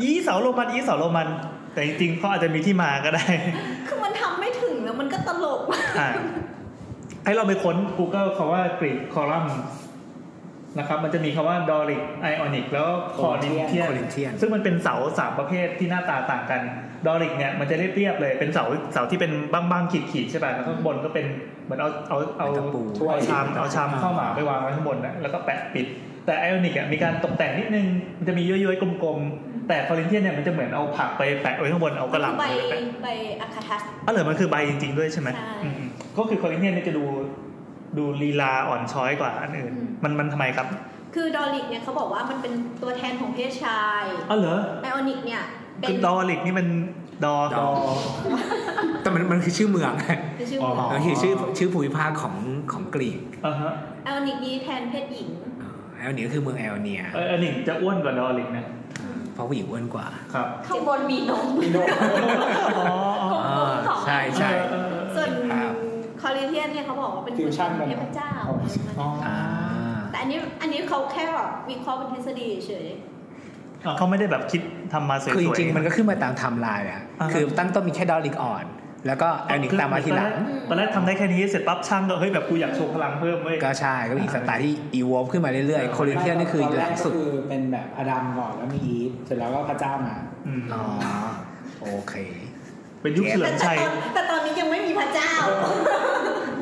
[SPEAKER 3] อีเสาโรมันอีเสาโรมัน แต่จริงๆเขาอาจจะมีที่มาก็ได้
[SPEAKER 2] คือมันทำไม่ถึงแล้วมันก็ตลกมาก
[SPEAKER 3] อ่ะให้เราไปค้น Google คาว่ากรีกคอลัมน์นะครับ มันจะมีคาว่าดอริกไอออนิกแล้วคอรินเทียน
[SPEAKER 6] Corinthian
[SPEAKER 3] ซึ่งมันเป็นเสาสามประเภทที่หน้าตาต่างกันดอริกเนี่ยมันจะเรียบๆเลยเป็นเสาเสาที่เป็นบ้างๆขีดๆใช่ป่ะแล้วข้างบนก็เป็นเหมือนเอาเอาเอา
[SPEAKER 6] ตะปู
[SPEAKER 3] เอาชามเอาชามข้าวหมากไปวางไว้ข้างบนนะแล้วก็แปะปิด แต่ไอออนิกอ่ะมีการตกแต่งนิดนึงมันจะมีย้อยๆกลมๆ แต่คอรินเทียนเนี่ยมันจะเหมือนเอาผักไปแปะไว้ข้างบนเอากระหล่ำ
[SPEAKER 2] ใบ
[SPEAKER 3] ไปแปะ
[SPEAKER 2] ใบอะคาทัส
[SPEAKER 3] อ๋อเหรอมันคือใบจริง ๆด้วยใช่ไหม
[SPEAKER 2] ใช่
[SPEAKER 3] อืมๆก็คือคอรินเทียนเนี่ยจะดูดูลีลาอ่อนช้อยกว่าอันอื่น
[SPEAKER 2] อืม
[SPEAKER 3] มันมันทำไมครับ
[SPEAKER 2] คือดอลิกเนี่ยเขาบอกว่ามันเป็นตัวแทนของเพศชาย
[SPEAKER 3] อ๋อเหรอ
[SPEAKER 2] ไบออนิกเนี่ยเป็
[SPEAKER 3] คื
[SPEAKER 2] น
[SPEAKER 3] อดอลิกนี่มันดอ
[SPEAKER 6] ดอ แต่มันมันคือชื่อเมือง
[SPEAKER 2] คือชื่อเมือง
[SPEAKER 6] มันคือชื่อชื่อภูมิภาคของของกรีก
[SPEAKER 3] อ่าฮะ
[SPEAKER 2] ไบออนิกนี้แทนเพศหญิง
[SPEAKER 6] แอลเนียก็คือเมืองแอลเนีย
[SPEAKER 3] เอออันนี้จะอ้วนกว่าดอลิกนะ
[SPEAKER 6] เพราะผู้หญิงอ้วนกว่า
[SPEAKER 3] ครับ
[SPEAKER 8] ข้างบนมีนม
[SPEAKER 3] อ๋ออ๋อ
[SPEAKER 8] อ๋ออ๋อ
[SPEAKER 6] ใช่ใช่
[SPEAKER 3] เออเออเออ
[SPEAKER 2] ส่วน
[SPEAKER 6] ครับ
[SPEAKER 2] คอริเทียนเนี่ยเขาบอกว่าเป็น
[SPEAKER 5] ฟิวชั่น
[SPEAKER 2] ค
[SPEAKER 5] กัน
[SPEAKER 2] น
[SPEAKER 5] เหรอ
[SPEAKER 2] เทพเจ้า
[SPEAKER 5] อ๋อ
[SPEAKER 6] อ่า
[SPEAKER 2] แต่อันนี้อันนี้เขาแค่แบบวิเคราะห์เป็นทฤษฎีเฉย
[SPEAKER 3] อ่ะเขาไม่ได้แบบคิดทำมาสวยๆ
[SPEAKER 6] คือจริงๆมันก็ขึ้นมาตามไทม์ไลน์อะ
[SPEAKER 3] อ่า
[SPEAKER 6] คือตั้งต้นมีแค่ดอลลิกอ่อน แล้วก็แอลนิกตามมาทีหลัง
[SPEAKER 3] ตอนแรกทำได้แค่นี้เสร็จปั๊บช่างก็เฮ้ยแบบกูอยากโชว์พลังเพิ่มเว้ย
[SPEAKER 6] ก็ใช่ก็มีสไตล์ที่อีวอลขึ้นมาเรื่อยๆ โคลินเทียนนี่คือ
[SPEAKER 5] ตแร
[SPEAKER 6] หลั
[SPEAKER 5] ก
[SPEAKER 6] ง
[SPEAKER 5] ก็
[SPEAKER 6] สุด
[SPEAKER 5] คือเป็นแบบอดัมก่อนแล้วมีอีฟเสร็จแล้วก็พระเจ้ามา
[SPEAKER 3] อืม
[SPEAKER 6] อ๋อ โอเค
[SPEAKER 3] เป็นยุคเฉลิมชัย
[SPEAKER 2] แต่ตอนนี้ยังไม่มีพระเจ้า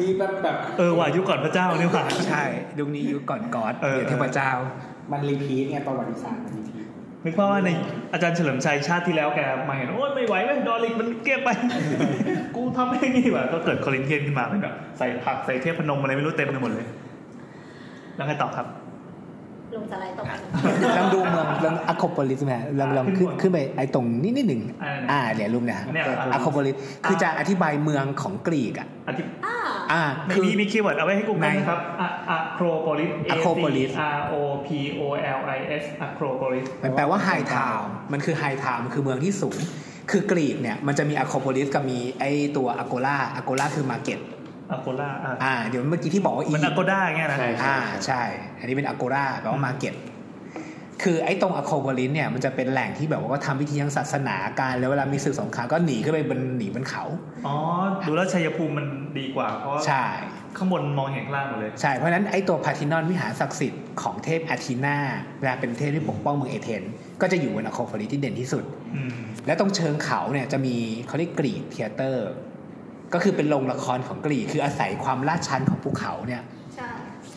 [SPEAKER 5] มีแบบแบบ
[SPEAKER 3] เออว่ะยุคก่อนพระเจ้านี่หว่า
[SPEAKER 6] ใช่ยุคนี้ยุคก่อนกอด
[SPEAKER 3] เออ
[SPEAKER 6] เดี๋ยวเทพเจ้า
[SPEAKER 5] มันรีพีทไงประวัติศาสตร์มันรีพีท
[SPEAKER 3] นึกว่าว่าในอาจารย์เฉลิมชัยชาติที่แล้วแกมาเห็นโอ้ยไม่ไหวเว้ยดอลิกมันเกลียดไป กูทำให้นี่ดีกว่าก็เกิดคอรินเทียนขึ้นมาเป็นแบบใส่ผักใส่เทพนมอะไรไม่รู้เต็มไปหมดเลย แล้วไงต่อครับ
[SPEAKER 2] ลงสไลด์ต่อไป
[SPEAKER 6] ลองดูเมืองลองอะคอปอลิสไหมลองลองขึ้นขึ้นไปไอ้ตรงนิดนิดหนึ่ง
[SPEAKER 3] อ่า
[SPEAKER 6] อ่าเดี๋ยวรูปนะ
[SPEAKER 3] เนี่ย
[SPEAKER 6] อะคอปอลิสคือจะอธิบายเมืองของกรีกอ่ะ
[SPEAKER 3] อธิบ
[SPEAKER 2] อ่า
[SPEAKER 6] อ่า
[SPEAKER 3] ใน
[SPEAKER 6] คือ
[SPEAKER 3] นี้มีคีย์เวิร์ดเอาไว้ให้กลุ่มด้วยนะครับอะอะโครโปลิส A
[SPEAKER 6] Acropolis
[SPEAKER 3] C R O P O L I S อะโครโปลิส
[SPEAKER 6] มันแปลว่าไฮทาวมันคือไฮทาวมันคือเมืองที่สูง คือกรีกเนี่ยมันจะมีอะคอโปลิสกับมีไอตัวอโกล่าอโกล่าคือมาร์เก็ต
[SPEAKER 3] อะโกล่าอ่ะ
[SPEAKER 6] อ่า เดี๋ยวเมื่อกี้ที่บอกว่าอี
[SPEAKER 3] มันอะโกด้าเงี้ยนะ
[SPEAKER 4] ใช่
[SPEAKER 6] อ่า
[SPEAKER 4] ใช่
[SPEAKER 6] ใช่ อันนี้เป็นอโกล่าแปลว่ามาร์เก็ต คือไอ้ตรงอโคโปลิสเนี่ยมันจะเป็นแหล่งที่แบบว่าก็ทำพิธีทางศาสนาการ แล้วเวลามีศึกสงครามก็หนีขึ้นไปบนหนีบนเขา
[SPEAKER 3] อ๋อ ดูแล้วชัยภูมิมันดีกว่า เพราะ
[SPEAKER 6] ใช่
[SPEAKER 3] ข้างบนมองเห็นข้างล่างหมดเลย
[SPEAKER 6] ใช่เพราะฉะนั้นไอ้ตัวพาทินอนวิหารศักดิ์สิทธิ์ของเทพอาทีนาเวลาเป็นเทพที่ปกป้องเมืองเอเธนส์ก็จะอยู่บนอโคโปลิสที่เด่นที่สุด
[SPEAKER 3] อืม
[SPEAKER 6] และตรงเชิงเขาเนี่ยจะมีเขาเรียกกรีกเทเตอร์ ก็คือเป็นโรงละครของกรีกคืออาศัยความลาดชันของภูเขาเนี่ย
[SPEAKER 2] ใช่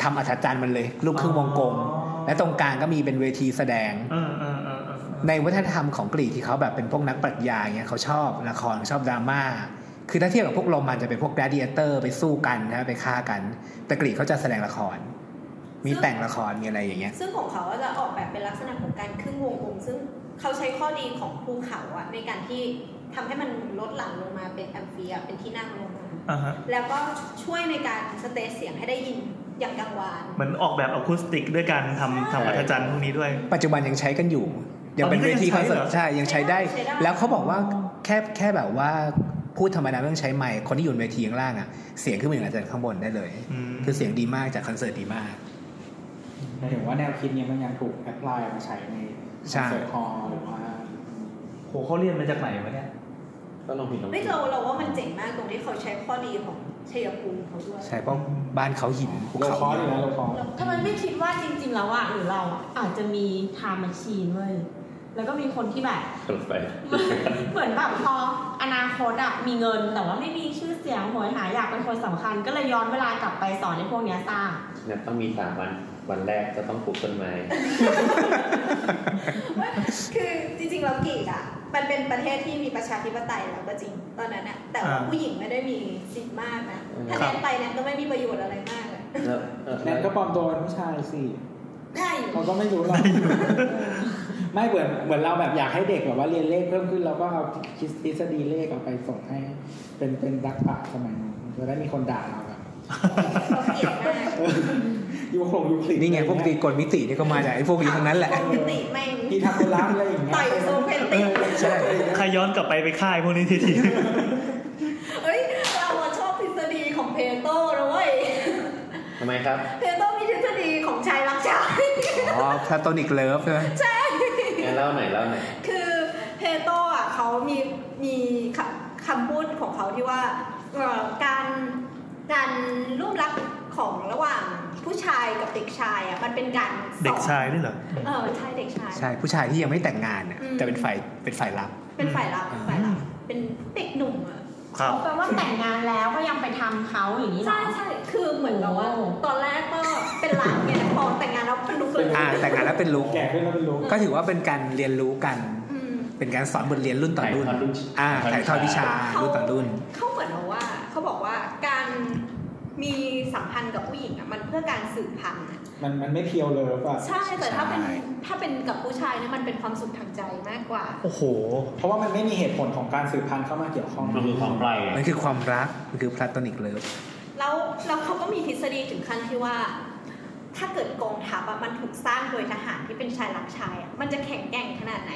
[SPEAKER 6] ทำอัศจรรย์มันเลยรูปครึ่งวงกลม
[SPEAKER 3] อ๋อ
[SPEAKER 6] และตรงกลางก็มีเป็นเวทีแสดง
[SPEAKER 3] เออเออเออเออ
[SPEAKER 6] ในวัฒนธรรมของกรีกที่เขาแบบเป็นพวกนักปรัชญาเงี้ยเขาชอบละครชอบดราม่าคือถ้าเทียบกับพวกโรมันจะเป็นพวก g ร a d เ a เตอร์ไปสู้กันนะไปฆ่ากัน แต่กรีกเขาจะแสดงละคร มีแต่งละครมีอะไรอย่างเงี้ย
[SPEAKER 2] ซึ่งของเขาก็จะออกแบบเป็นลักษณะของการครึ่งวงกลมซึ่งเขาใช้ข้อดีของภูเขาอะในการที่ทำให้มันลดหลั่นลงมาเป็นแอมเฟียเป็นที่นั่งลงมา
[SPEAKER 3] อ่าฮะ
[SPEAKER 2] แล้วก็ช่วยในการสเตจเสียงให้ได้ยินอย่างกังวาน
[SPEAKER 3] เหมือนออกแบบอะคูสติกด้วยการทำทำอัธจันทร์พวกนี้ด้วย
[SPEAKER 6] ปัจจุบันยังใช้กันอยู่ ยังเป็นเวทีคอนเสิร์ตใช่ยังใช้ได้
[SPEAKER 2] ใช้ได้
[SPEAKER 6] แล้วเขาบอกว่าแค่แค่แบบว่าพูดธรรมดาไม่ต้องใช้ไมค์คนที่อยู่บนเวทีข้างล่างอ่ะเสียงขึ้นมาอย่างอาจารย์ข้างบนได้เลย
[SPEAKER 3] อืม
[SPEAKER 6] คือเสียงดีมากจากคอนเสิร์ตดีมาก
[SPEAKER 5] หมายถึงว่าแนวคิดเนี้มันยังถูกแอพพลายมาใช้ในค
[SPEAKER 6] ใช่
[SPEAKER 5] อนเสิร์ตฮอลล์หรือว่า
[SPEAKER 3] โหเขาเรียนมาจากไหนวะเนี่ย
[SPEAKER 4] ก็ลองผิดลองถู
[SPEAKER 2] ไม่
[SPEAKER 4] ก
[SPEAKER 2] เราเราว่ามันเจ๋งมากตรงที่เขาใช้ข้อดีของชัยภูมิเขาด้วย
[SPEAKER 6] ใช่เพราะบ้านเขาหินภู
[SPEAKER 5] โล
[SPEAKER 6] เขา
[SPEAKER 5] คอสอยู่นะโลคอส
[SPEAKER 8] ทำไมไม่คิดว่าจริง ๆ แล้วอ่ะหรือเราอะอาจจะมีไทม์แมชชีนเว้ยแล้วก็มีคนที่แบบ
[SPEAKER 4] สรุปไป
[SPEAKER 8] เหมือนแบบพออนาคตอะมีเงินแต่ว่าไม่มีชื่อเสียงโหยหาอยากเป็นคนสำคัญ ก็เลยย้อนเวลากลับไปสอนในพวกเนี้ยสร้าง
[SPEAKER 4] เนี่ยต้องมีสามวัน วันแรกจะต้องปลูกต้นไม้
[SPEAKER 2] เว้ยคือจริงๆแล้วกรีกอะมันเป็นประเทศที่มีประชาธิปไตยแล้วก็จริงตอนนั้นอะแต่ว่า
[SPEAKER 3] อ่า
[SPEAKER 2] ผู้หญิงไม่ได้มีสิทธิ์มากนะ
[SPEAKER 4] อืม
[SPEAKER 2] ถ้าแนนไปแนนก็ไม่มีประโยชน์อะไรมากอะ
[SPEAKER 4] แล้วเออ
[SPEAKER 5] แนนก็ปลอมตัวเป็นผู้ชายสิ
[SPEAKER 2] ได้ อยู่
[SPEAKER 5] เขาก็ไม่รู้หรอกไม่เหมือนเหมือนเราแบบอยากให้เด็กแบบว่าเรียนเลขเพิ่มขึ้นเราก็เอาคิดทฤษฎีเลขเอาไปส่งให้ เป็นเป็นรักปากสมัยนั้นจะได้มีคนด่าเราแบบ
[SPEAKER 2] เขาเกลียดมาก
[SPEAKER 5] เออยูโครงยูคลิป
[SPEAKER 6] นี่ไงพวกตีกลมิตินี่ก็มาจากไอ้พวกนี้ทั้งนั้นแหละ
[SPEAKER 2] ปกติแม่ง
[SPEAKER 5] มีทาโกรัสอะไรอย่างเงี้ย
[SPEAKER 2] ต่อยโซเพนติ
[SPEAKER 5] ออ
[SPEAKER 6] ใช่
[SPEAKER 3] ใครย้อนกลับไปไปค่ายพวกนี้ทีที
[SPEAKER 2] เอ้ยเราอะชอบทฤษฎีของเพโตนะเว้ย
[SPEAKER 4] ทำไมครับ
[SPEAKER 2] เพโตมีทฤษฎีของชายรักชาย
[SPEAKER 6] อ๋อพลาโตนิกเลิฟใช่ไหม
[SPEAKER 4] แอนเล่าหน่อยเล่าหน่อย
[SPEAKER 2] คือเพโตอ่ะเขามีมีคำคำพูดของเขาที่ว่าเอ่อการการร่วมรักของระหว่างผู้ชายกับเด็กชายอ่ะมันเป็นการสอน
[SPEAKER 3] เด็กชายด้วยเหรอ
[SPEAKER 2] เออใช่เด็กชาย
[SPEAKER 6] ใช่ผู้ชายที่ยังไม่แต่งงานน่ะ
[SPEAKER 2] อืม
[SPEAKER 6] แต่เป็นฝ่ายเป็นฝ่ายรับ
[SPEAKER 2] เป็นฝ่ายรับ
[SPEAKER 6] อืม
[SPEAKER 2] ฝ่ายรับเป็นเด็กหนุ่มอ่ะ
[SPEAKER 3] ครับ
[SPEAKER 8] แปลว่าแต่งงานแล้วก็ยังไปทำเขาอย่างนี้เหร
[SPEAKER 2] ใช่
[SPEAKER 8] อ
[SPEAKER 2] ใช่คือเหมือนกับว่า
[SPEAKER 8] โอ้
[SPEAKER 2] ตอนแรกก็เป็นหลานไงพอแต่งงานแล้วเป็นลูกเลย
[SPEAKER 6] อ่าแต่งงานแล้วเป็นลุก
[SPEAKER 5] แก่ขึ้นแล้วเป็นลุง
[SPEAKER 6] ก็ถือว่าเป็นการเรียนรู้กัน เป็นการสอนบทเรียนรุ่นต่อรุ่น
[SPEAKER 4] ถ่ายทอดรุ่น
[SPEAKER 6] อ่าถ่ายทอดวิชารุ่นต่อรุ่น
[SPEAKER 2] เขาเหมือนกับว่าเขาบอกว่าการมีสัมพันธ์กับผู้หญิงอ่ะมันเพื่อการสืบพันธุ์อะ
[SPEAKER 5] มันมันไม่เพียวเลยหรือเปล่า
[SPEAKER 2] ใช่แต่ถ้าเป็น
[SPEAKER 6] ใช่
[SPEAKER 2] ถ้าเป็นกับผู้ชายเนี่ยมันเป็นความสุขทางใจมากกว่า
[SPEAKER 3] โอ้โห
[SPEAKER 5] เพราะว่ามันไม่มีเหตุผลของการสืบพันธุ์เข้ามาเกี่ยวข้อง
[SPEAKER 4] มันคือความไร่
[SPEAKER 6] มันคือความรักมันคือพลาตอนิกเลิฟ
[SPEAKER 2] แล้วแล้วเขาก็มีทฤษฎีถึงขั้นที่ว่า ถ้าเกิดกองทัพอะมันถูกสร้างโดยทหารที่เป็นชายรักชายอะมันจะแข็งแกร่งขนาดไหน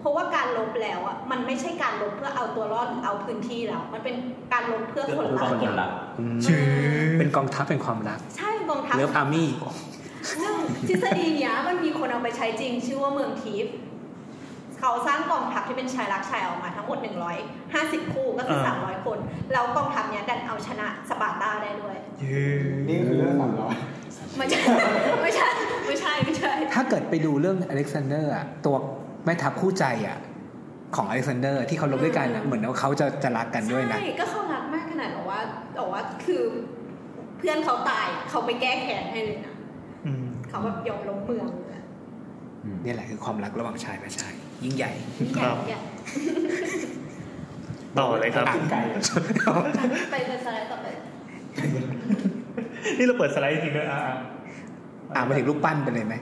[SPEAKER 2] เพราะว่าการลบแล้วอะมันไม่ใช่การลบเพื่อเอาตัวรอดหรือเอาพื้นที่แล้ว มันเป็นการลบเพื่อ
[SPEAKER 4] เรื่อ
[SPEAKER 2] ผล
[SPEAKER 4] ง
[SPEAKER 2] ลั
[SPEAKER 4] ความ
[SPEAKER 2] พธ์
[SPEAKER 4] กดดัน
[SPEAKER 2] ชื่อ
[SPEAKER 6] เป็นกองทัพเป็นความรัก
[SPEAKER 2] ใช่กองทัพ
[SPEAKER 6] เลิฟอาร์มี่
[SPEAKER 2] ซึ่งทฤษฎีเนี้ยมันมีคนเอาไปใช้จริง ชื่อว่าเมืองทิพย์เขาสร้างกองทัพที่เป็นชายรักชายออกมาทั้งหมด 150 คู่ก็คืออา 300 คน แล้วกองทัพเนี้ยดันเอาชนะสปาร์ตาได้ด้วย
[SPEAKER 5] นี่คือเรื่องสามร้อย
[SPEAKER 2] ไม่ใช่ไม่ใช่ไม่ใช่ไม่ใช่
[SPEAKER 6] ถ้าเกิดไปดูเรื่องอเล็กซานเดอร์อะตัวแม่ทัพคู่ใจอะของอเล็กซานเดอร์ที่เขาลบด้วยกันอะเหมือนว่าเขาจะจะรักกันด้วยนะ
[SPEAKER 2] ใช่ก็เขารักมากขนาดบอกว่าบอกว่าคือเพื่อนเขาตายเขาไปแก้แค้นให้เลยนะ
[SPEAKER 3] อืม
[SPEAKER 2] เขาแบบยอมลงเมืองเลยอะ
[SPEAKER 6] นี่แหละคือความรักระหว่างชายกับชาย ยิ่งใหญ่
[SPEAKER 2] นี่ไงเนี่ย
[SPEAKER 3] ต่อเลยครับ
[SPEAKER 5] กินไก่
[SPEAKER 2] ไปเป็นสไลด์ต่อไป
[SPEAKER 3] นี่เราเปิดสไลด์จริงด้วยอ่า
[SPEAKER 6] อ่ามาถึงรูปปั้นไปเลยไหม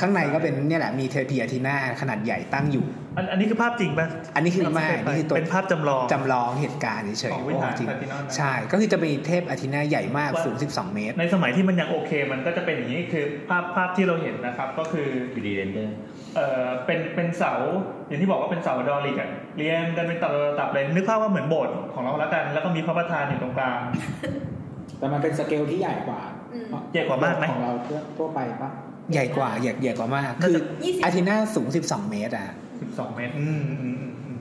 [SPEAKER 6] ข้างในก็เป็นเนี่ยแหละมีเทพีอาทินาขนาดใหญ่ตั้งอยู่
[SPEAKER 3] อันอันนี้คือภาพจริงป่ะ
[SPEAKER 6] อันนี้คือไม่อันนี่คือตัว
[SPEAKER 3] เป็นภาพจำลอง
[SPEAKER 6] จำลองเหตุการณ์เฉย
[SPEAKER 3] ของ
[SPEAKER 6] ๆ
[SPEAKER 3] วิหาร
[SPEAKER 6] จริง
[SPEAKER 3] อาทินานะ
[SPEAKER 6] ใช่ก็คือจะมีเทพอาทินาใหญ่มาก
[SPEAKER 3] ว่า
[SPEAKER 6] สูง 12 เมตร
[SPEAKER 3] ในสมัยที่มันยังโอเค มันก็จะเป็นอย่างนี้คือภาพภาพที่เราเห็นนะครับ ก็คือ
[SPEAKER 4] อยู่ดีเรนเดอร์
[SPEAKER 3] เอ่อเป็นเป็นเสาอย่างที่บอกว่าเป็นเสาดอริกอะเรียงกันเป็นตับๆตับเลยนึกภาพว่าเหมือนโบสถ์ของเราละกัน แล้วก็มีพระประธานอยู่ตรงกลาง
[SPEAKER 5] แต่มันเป็นสเกลที่ใหญ่กว่า
[SPEAKER 2] อืม
[SPEAKER 3] ใหญ่กว่ามากไหม
[SPEAKER 5] ของเราทั่วทั่วไปปะ
[SPEAKER 6] ใหญ่กว่าใหญ่ใหญ่กว่ามาก คือ
[SPEAKER 2] ยี่สิบ
[SPEAKER 6] อาทินาสูง 12 เมตรอ่ะ
[SPEAKER 3] 12 เมตรอืมอืมอืมอืม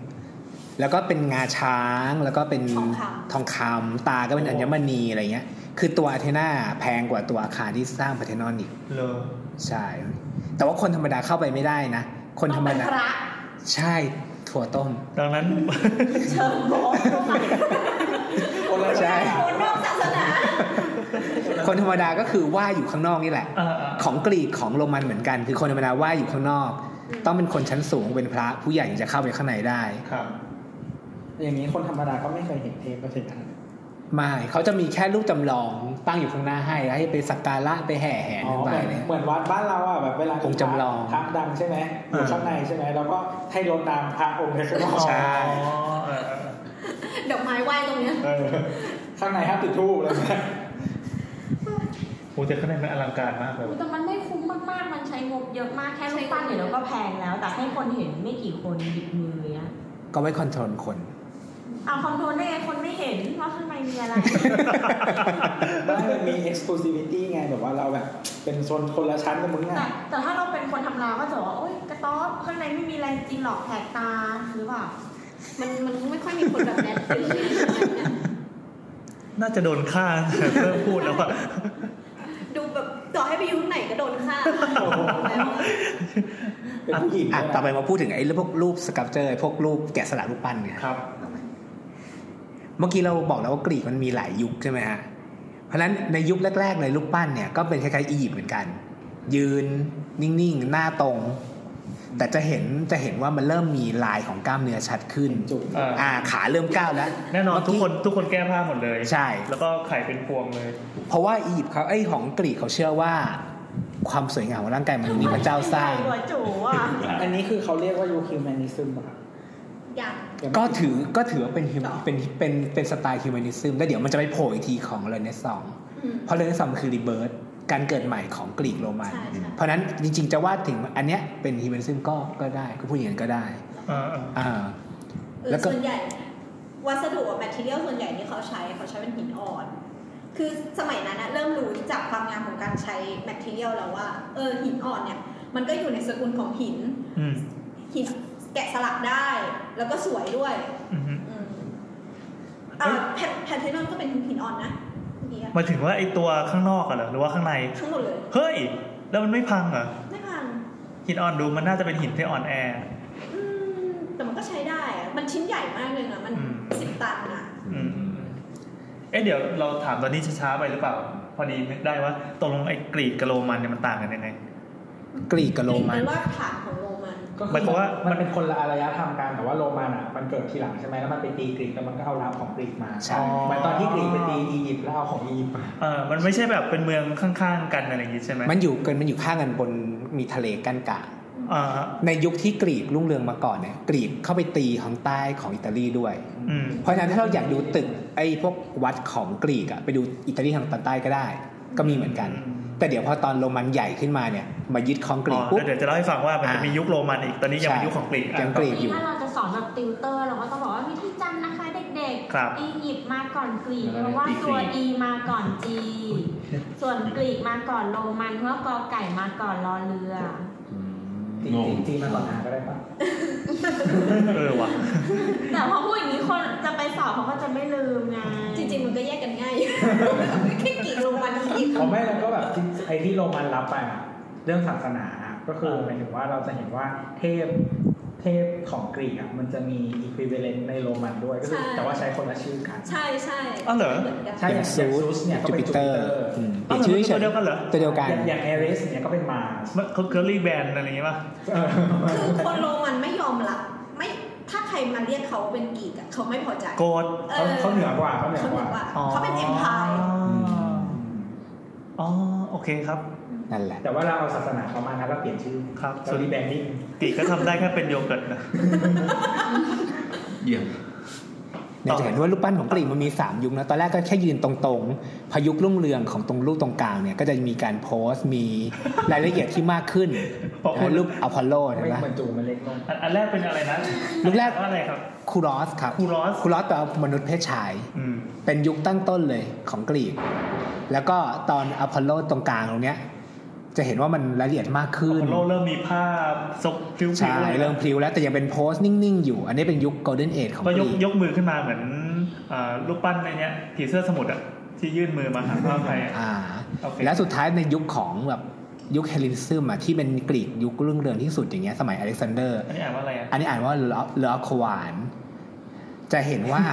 [SPEAKER 6] แล้วก็เป็นงาช้างแล้วก็เป็น
[SPEAKER 2] ทองค
[SPEAKER 6] ทองคำตาก็เป็น
[SPEAKER 3] โอ้
[SPEAKER 6] อัญมณีอะไรเงี้ย คือตัวอาเทนาแพงกว่าตัวอาคารที่สร้างพาร์เทนอนอีก
[SPEAKER 3] เลอ
[SPEAKER 6] ใช่ แต่ว่าคนธรรมดาเข้าไปไม่ได้นะ
[SPEAKER 2] ำ
[SPEAKER 6] คนธรรม
[SPEAKER 2] ต้อง
[SPEAKER 6] ดา
[SPEAKER 2] เป็นพระ
[SPEAKER 6] ใช่ถั่วต้ม
[SPEAKER 3] ดังนั้น
[SPEAKER 2] เชิญโบสถ์เข้าไป
[SPEAKER 5] คนละ
[SPEAKER 6] ใช่
[SPEAKER 2] คนนอกศาสนา
[SPEAKER 6] คนธรรมดาก็คือว่าอยู่ข้างนอกนี่แหละ
[SPEAKER 3] อ่าอ่า
[SPEAKER 6] ของกรีกของโรมันเหมือนกัน คือคนธรรมดาว่าอยู่ข้างนอก ต้องเป็นคนชั้นสูงเป็นพระผู้ใหญ่ถึงจะเข้าไปข้างในได้
[SPEAKER 3] ครับ
[SPEAKER 5] อย่างนี้คนธรรมดาก็ไม่เคยเห็นเทพก็เช่นกัน
[SPEAKER 6] ไม่เขาจะมีแค่รูปจำลองตั้งอยู่ข้างหน้าให้แล้วให้ไปสักการะไปแห่แห่
[SPEAKER 5] อ๋อ
[SPEAKER 6] กันไป
[SPEAKER 5] เหมือน
[SPEAKER 6] เนี่ย
[SPEAKER 5] เหมือนวัดบ้านเราอ่ะแบบเวลา
[SPEAKER 6] องค์จำลอง
[SPEAKER 5] พระดังใช่ไหมอยู่ข้างในใช่ไหมแล้วก็ให้รดน้ำพระองค์ในข้างนอก
[SPEAKER 6] ใช่
[SPEAKER 3] อ๋อเออเออ
[SPEAKER 2] ดอกไม้ไหว้ตรงเนี้ย
[SPEAKER 5] เออข้างในห้ามติดทูบเลย นะ
[SPEAKER 3] โอ้แต่ข้างในมันอลังการมากเลยว่ะ
[SPEAKER 8] แต่มันไม่คุ้มมากๆ มันใช้งบเยอะมากแค่รูปปั้นอยู่แล้วก็แพงแล้ว แต่ให้คนเห็นไม่กี่คนหยิบมือเนี้ย
[SPEAKER 6] ก็ไว้คอนโทรลคน
[SPEAKER 8] เอาคอนโทรลได้ไงคนไม่เห็นว่าข้างในมีอะไร
[SPEAKER 5] บ้านมันมี exclusivity ไงแบบว่าเราแบบ เป็นโซนคนละชั้นกับมึง
[SPEAKER 8] แต่
[SPEAKER 5] อ่ะ
[SPEAKER 8] แต่ถ้าเราเป็นคนทำลาวก็จะบอกว่าโอ๊ยกระต๊อบข้างในไม่มีอะไรจริงหรอกแหกตาหรือเปล่า
[SPEAKER 2] มันมันไม่ค่อยมีคนแบบนั้นอยู่ในนั้นนะ
[SPEAKER 3] น่าจะโดนฆ่า เริ่มพูดแล้วอะ
[SPEAKER 2] ดูแบบต่อให้ไปอยู่ที่ไหนก็โดนฆ่าแล้วอะ
[SPEAKER 5] เป็นผู้หญิง
[SPEAKER 6] อ่ะ
[SPEAKER 5] ด้วยนะ
[SPEAKER 6] ต่อไปมาพูดถึงไอ้พวกรูปสกับเจอพวกรูปแกะสลักรูปปั้นเนี่ย
[SPEAKER 3] ครับ
[SPEAKER 6] เมื่อกี้เราบอกแล้วว่ากรีกมันมีหลายยุคใช่ไหมฮะ เพราะฉะนั้นในยุคแรกๆเลยรูปปั้นเนี่ยก็เป็นคล้ายๆอียิปต์เหมือนกัน ยืนนิ่งๆ หน้าตรง แต่จะเห็นจะเห็นว่ามันเริ่มมีลายของกล้ามเนื้อชัดขึ้น
[SPEAKER 5] จุก
[SPEAKER 3] เอออ่
[SPEAKER 6] อ่าขาเริ่มก้าวแล้ว
[SPEAKER 3] แน่นอน
[SPEAKER 6] เมื่
[SPEAKER 3] ทุกคนทุกคนแก้ผ้าหมดเลย
[SPEAKER 6] ใช่
[SPEAKER 3] แล้วก็ไข่เป็นพวงเลย
[SPEAKER 6] เพราะว่าอียิปต์เขาไอ้ยของกรีกเขาเชื่อว่า ความสวยงามของร่างกายมนุษย์นี่พระเจ้าสร้าง
[SPEAKER 8] หัวจู๋อ่ะ
[SPEAKER 5] อันนี้คือเขาเรียกว่า euphuism ป่ะครับ
[SPEAKER 2] อย่าง
[SPEAKER 5] ยังไม่
[SPEAKER 6] ก็ถือก็ถือว่าเป็น hum- เป็นเป็นเป็นสไตล์ฮิวแมนิซึมแล้วเดี๋ยวมันจะไปโผล่อีกทีของเรเนซองส์
[SPEAKER 2] อืม
[SPEAKER 6] เพราะเรเนซองส์มันคือรีเบิร์ตการเกิดใหม่ของกรีกโรมัน
[SPEAKER 2] ใช่ใช่
[SPEAKER 6] เพราะฉะนั้นจริง ๆ จะว่าถึงอันเนี้ยเป็นฮิวแมนิซึมก็ก็ได้ก็พูดอย่างนั้นก็ได้
[SPEAKER 3] อ่าอ่า
[SPEAKER 6] อ่า
[SPEAKER 2] เออ
[SPEAKER 6] แล้วก็
[SPEAKER 2] ส่วนใหญ่ วัสดุแมทเทียลส่วนใหญ่ที่เขาใช้เขาใช้เป็นหินอ่อน คือสมัยนั้นนะเริ่มรู้จากความงามของการใช้แมทเทียลแล้วว่าเออหินอ่อนเนี่ย มันก็อยู่ในสกุลของหิน
[SPEAKER 3] อืม
[SPEAKER 2] หินแกะสลักได้ แล้วก็สวยด้วย
[SPEAKER 3] อืม
[SPEAKER 2] อืมอ่าแพทแพทเทนอนก็เป็นหินอ่อนนะเมื่อกี้อะ
[SPEAKER 3] หมายถึงว่าไอตัวข้างนอกอะเหรอหรือว่าข้างใน
[SPEAKER 2] ทั้งหมดเลย
[SPEAKER 3] เฮ้ย แล้วมันไม่พังเหรอ
[SPEAKER 2] ไม่พัง
[SPEAKER 3] หินอ่อนดูมันน่าจะเป็นหินที่อ่อนแอ
[SPEAKER 2] อืมแต่มันก็ใช้ได้อะมันชิ้นใหญ่มากเลยนะมัน
[SPEAKER 3] อืม
[SPEAKER 2] สิบตันอะ
[SPEAKER 3] อืมเอ๊ะเดี๋ยวเราถามตอนนี้ช้าๆไปหรือเปล่า พอดีนึกได้ว่าตกลงไอ้กรีกกับโรมันเนี่ยมันต่างกันยังไง
[SPEAKER 6] กรีกกับโรมัน
[SPEAKER 2] เป็นว่าฐานของโรมัน
[SPEAKER 5] ก็คือ
[SPEAKER 3] หมายความว่ามั
[SPEAKER 5] นเป็นคนละอารยธรรมกันแต่ว่าโรมันอ่ะมันเกิดทีหลังใช่ไหมแล้วมันไปตีกรีกแล้วมันก็เอารามของกรีกมา
[SPEAKER 6] ใช่
[SPEAKER 5] เหมือนตอนที่กรีกไปตีอียิปต์แล้วเอาของอียิปต์มา
[SPEAKER 3] เออมันไม่ใช่แบบเป็นเมืองข้างๆกันอะไรอย่างงี้ใช่ไหม
[SPEAKER 6] มันอยู่เกินมันอยู่ข้างกันบนมีทะเลกั้นกลาง
[SPEAKER 3] อ่าฮะ
[SPEAKER 6] ในยุคที่กรีกรุ่งเรืองมาก่อนเนี่ยกรีกเข้าไปตีของใต้ของอิตาลีด้วย
[SPEAKER 3] อืม
[SPEAKER 6] เพราะฉะนั้นถ้าเราอยากดูตึกไอ้พวกวัดของกรีกอะไปดูอิตาลีทางตอนใต้ก็ได้ ก็มีเหมือนกัน
[SPEAKER 3] อืม
[SPEAKER 6] แต่เดี๋ยวพอตอนโรมันใหญ่ขึ้นมาเนี่ยมายึดของกรี
[SPEAKER 3] อ๋อก
[SPEAKER 6] ปุ๊บ
[SPEAKER 3] แล้วเดี๋ยวจะเล่าให้ฟังว่ามันจะ
[SPEAKER 6] อ่ามี
[SPEAKER 3] มียุคโรมันอีกตอนนี้ยังเป็น
[SPEAKER 6] ใช่
[SPEAKER 3] ยุคของกรีกอ่ะ
[SPEAKER 6] ยังกรี
[SPEAKER 8] นี่ถ้าเราจะสอนแบบติวเตอร์เราก็ต้องบอกว่าวิธีจำนะคะเด็ก
[SPEAKER 3] ครับ
[SPEAKER 8] อียิปต์มาก่อนกรีก
[SPEAKER 5] แล้
[SPEAKER 8] เพ
[SPEAKER 5] วก็
[SPEAKER 8] ราะว่าตัว
[SPEAKER 4] Greek
[SPEAKER 8] E มาก่อน G ส่วนกรีกมาก่อนโรมันเพราะกอไก่มาก่อนรอเรือ
[SPEAKER 5] จริ
[SPEAKER 4] งง
[SPEAKER 5] งจริงมาต่อหน้าก็ได้ปะ
[SPEAKER 3] เออว่ะ
[SPEAKER 8] แต่พอพูดอย่างนี้คนจะไปสอบเขาก็จะไม่ลืมไง
[SPEAKER 2] จริง ๆ มันก็แยกกันง่าย แค่กรีกโรมันอีก
[SPEAKER 5] ผมไม่แล้วก็แบบที่ไอ้ที่โรมันรับไปอะเรื่องศาสนาก็คือหมายถึงว่าเราจะเห็นว่าเทพเทพของกรีกอ่ะมันจะมีอีควิเวเลนในโรมันด้วยก็คือแต่ว่าใช้คนละชื่อกัน
[SPEAKER 2] ใช่ใช่
[SPEAKER 3] อ๋อเหรอ
[SPEAKER 2] มือนกัน
[SPEAKER 5] ใช่อย่างซูสเนี่ยก็
[SPEAKER 6] จู
[SPEAKER 5] เป็น
[SPEAKER 6] ปิ
[SPEAKER 5] จู
[SPEAKER 6] เตอ
[SPEAKER 5] ปิ
[SPEAKER 6] ร์
[SPEAKER 5] เตอร์
[SPEAKER 6] อืมเป
[SPEAKER 3] อ๋อ
[SPEAKER 6] ลี่ยน
[SPEAKER 3] เหรอ
[SPEAKER 6] ชื่อ
[SPEAKER 3] มันตัวย
[SPEAKER 6] เฉ
[SPEAKER 3] เดียวกันเหรอ
[SPEAKER 6] ตัวเดียวกัน
[SPEAKER 5] อย่างเอริสเนี่ยก็เป็นมาร์ส
[SPEAKER 3] มันเขาเกอร์ลี่แบนอะไรอย่างงี้ป่ะ
[SPEAKER 5] เออ
[SPEAKER 2] คือคนโรมันไม่ยอมรับไม่ถ้าใครมาเรียกเขาเป็นกรีกอะเขาไม่พอใจ
[SPEAKER 3] โกด
[SPEAKER 2] เออ
[SPEAKER 5] เขาเขาเหนือกว่าเขาเหนือ
[SPEAKER 2] เขา
[SPEAKER 5] ก
[SPEAKER 2] เหมื
[SPEAKER 5] ว่า
[SPEAKER 2] อนว่าเขาเป็นเอ็มพาย
[SPEAKER 3] อ๋อโอเคครับ
[SPEAKER 6] นั่นแหละ
[SPEAKER 5] แต่ว่าเราเอาศาสนาเขามานะเราเปลี่ยนชื่อ
[SPEAKER 3] ครับ
[SPEAKER 5] เราดีแบนดิ้ง
[SPEAKER 3] กรีกก็ทำได้แค่เป็นโยเกิร์ตนะ
[SPEAKER 4] เยี่ยม
[SPEAKER 6] เนี่ยจะเห็นว่ารูปปั้นของกรีกมันมี 3 ยุคนะ ตอนแรกก็แค่ยืนตรงๆ พายุครุ่งเรืองของตรงรูปตรงกลางเนี่ยก็จะมีการโพสต์มีรายละเอียดที่มากขึ้น
[SPEAKER 3] เพราะคุณ
[SPEAKER 6] รูปอพอลโลใช่
[SPEAKER 5] ไม่
[SPEAKER 6] ไหม
[SPEAKER 5] เหมือนจูมันเล็กลง
[SPEAKER 3] อันอันแรกเป็นอะไรนะ
[SPEAKER 6] ยุคแรก
[SPEAKER 3] ว่าอะไรครับ
[SPEAKER 6] คูรอสครับ
[SPEAKER 3] Kouros
[SPEAKER 6] คูรอสแปลว่ามนุษย์เพศชาย
[SPEAKER 3] อืม
[SPEAKER 6] เป็นยุคตั้งต้นเลยของกรีก แล้วก็ตอนอพอลโลตรงกลางตรงเนี้ย จะเห็นว่ามันรายละเอียดมากขึ้น
[SPEAKER 3] โลกเริ่มมีภาพซกผิวๆ
[SPEAKER 6] ใช่เริ่มพลิ้วแล้วแต่ยังเป็นโพสต์นิ่งๆอยู่ อันนี้เป็นยุคโกลเด้นเอจของ
[SPEAKER 3] ก็
[SPEAKER 6] ก
[SPEAKER 3] ย
[SPEAKER 6] รี
[SPEAKER 3] ก
[SPEAKER 6] ก
[SPEAKER 3] ยกมือขึ้นมาเหมือนเอ่อรูปปั้นในเนี้ยผีเสื้อสมุทรอะที่ยื่นมือมาหาภาพใครอะ
[SPEAKER 6] อ่า
[SPEAKER 3] โอเค
[SPEAKER 6] และสุดท้ายในยุคของแบบยุคเฮลลินซึมอ่ะที่เป็นกรีกยุครุ่งเรืองที่สุดอย่างเงี้ยสมัยอเล็กซานเดอร์
[SPEAKER 3] อันนี้อ่านว่าอะไรอะ
[SPEAKER 6] อันนี้อ่านว่าเลอเลอคอวาน จะเห็นว่า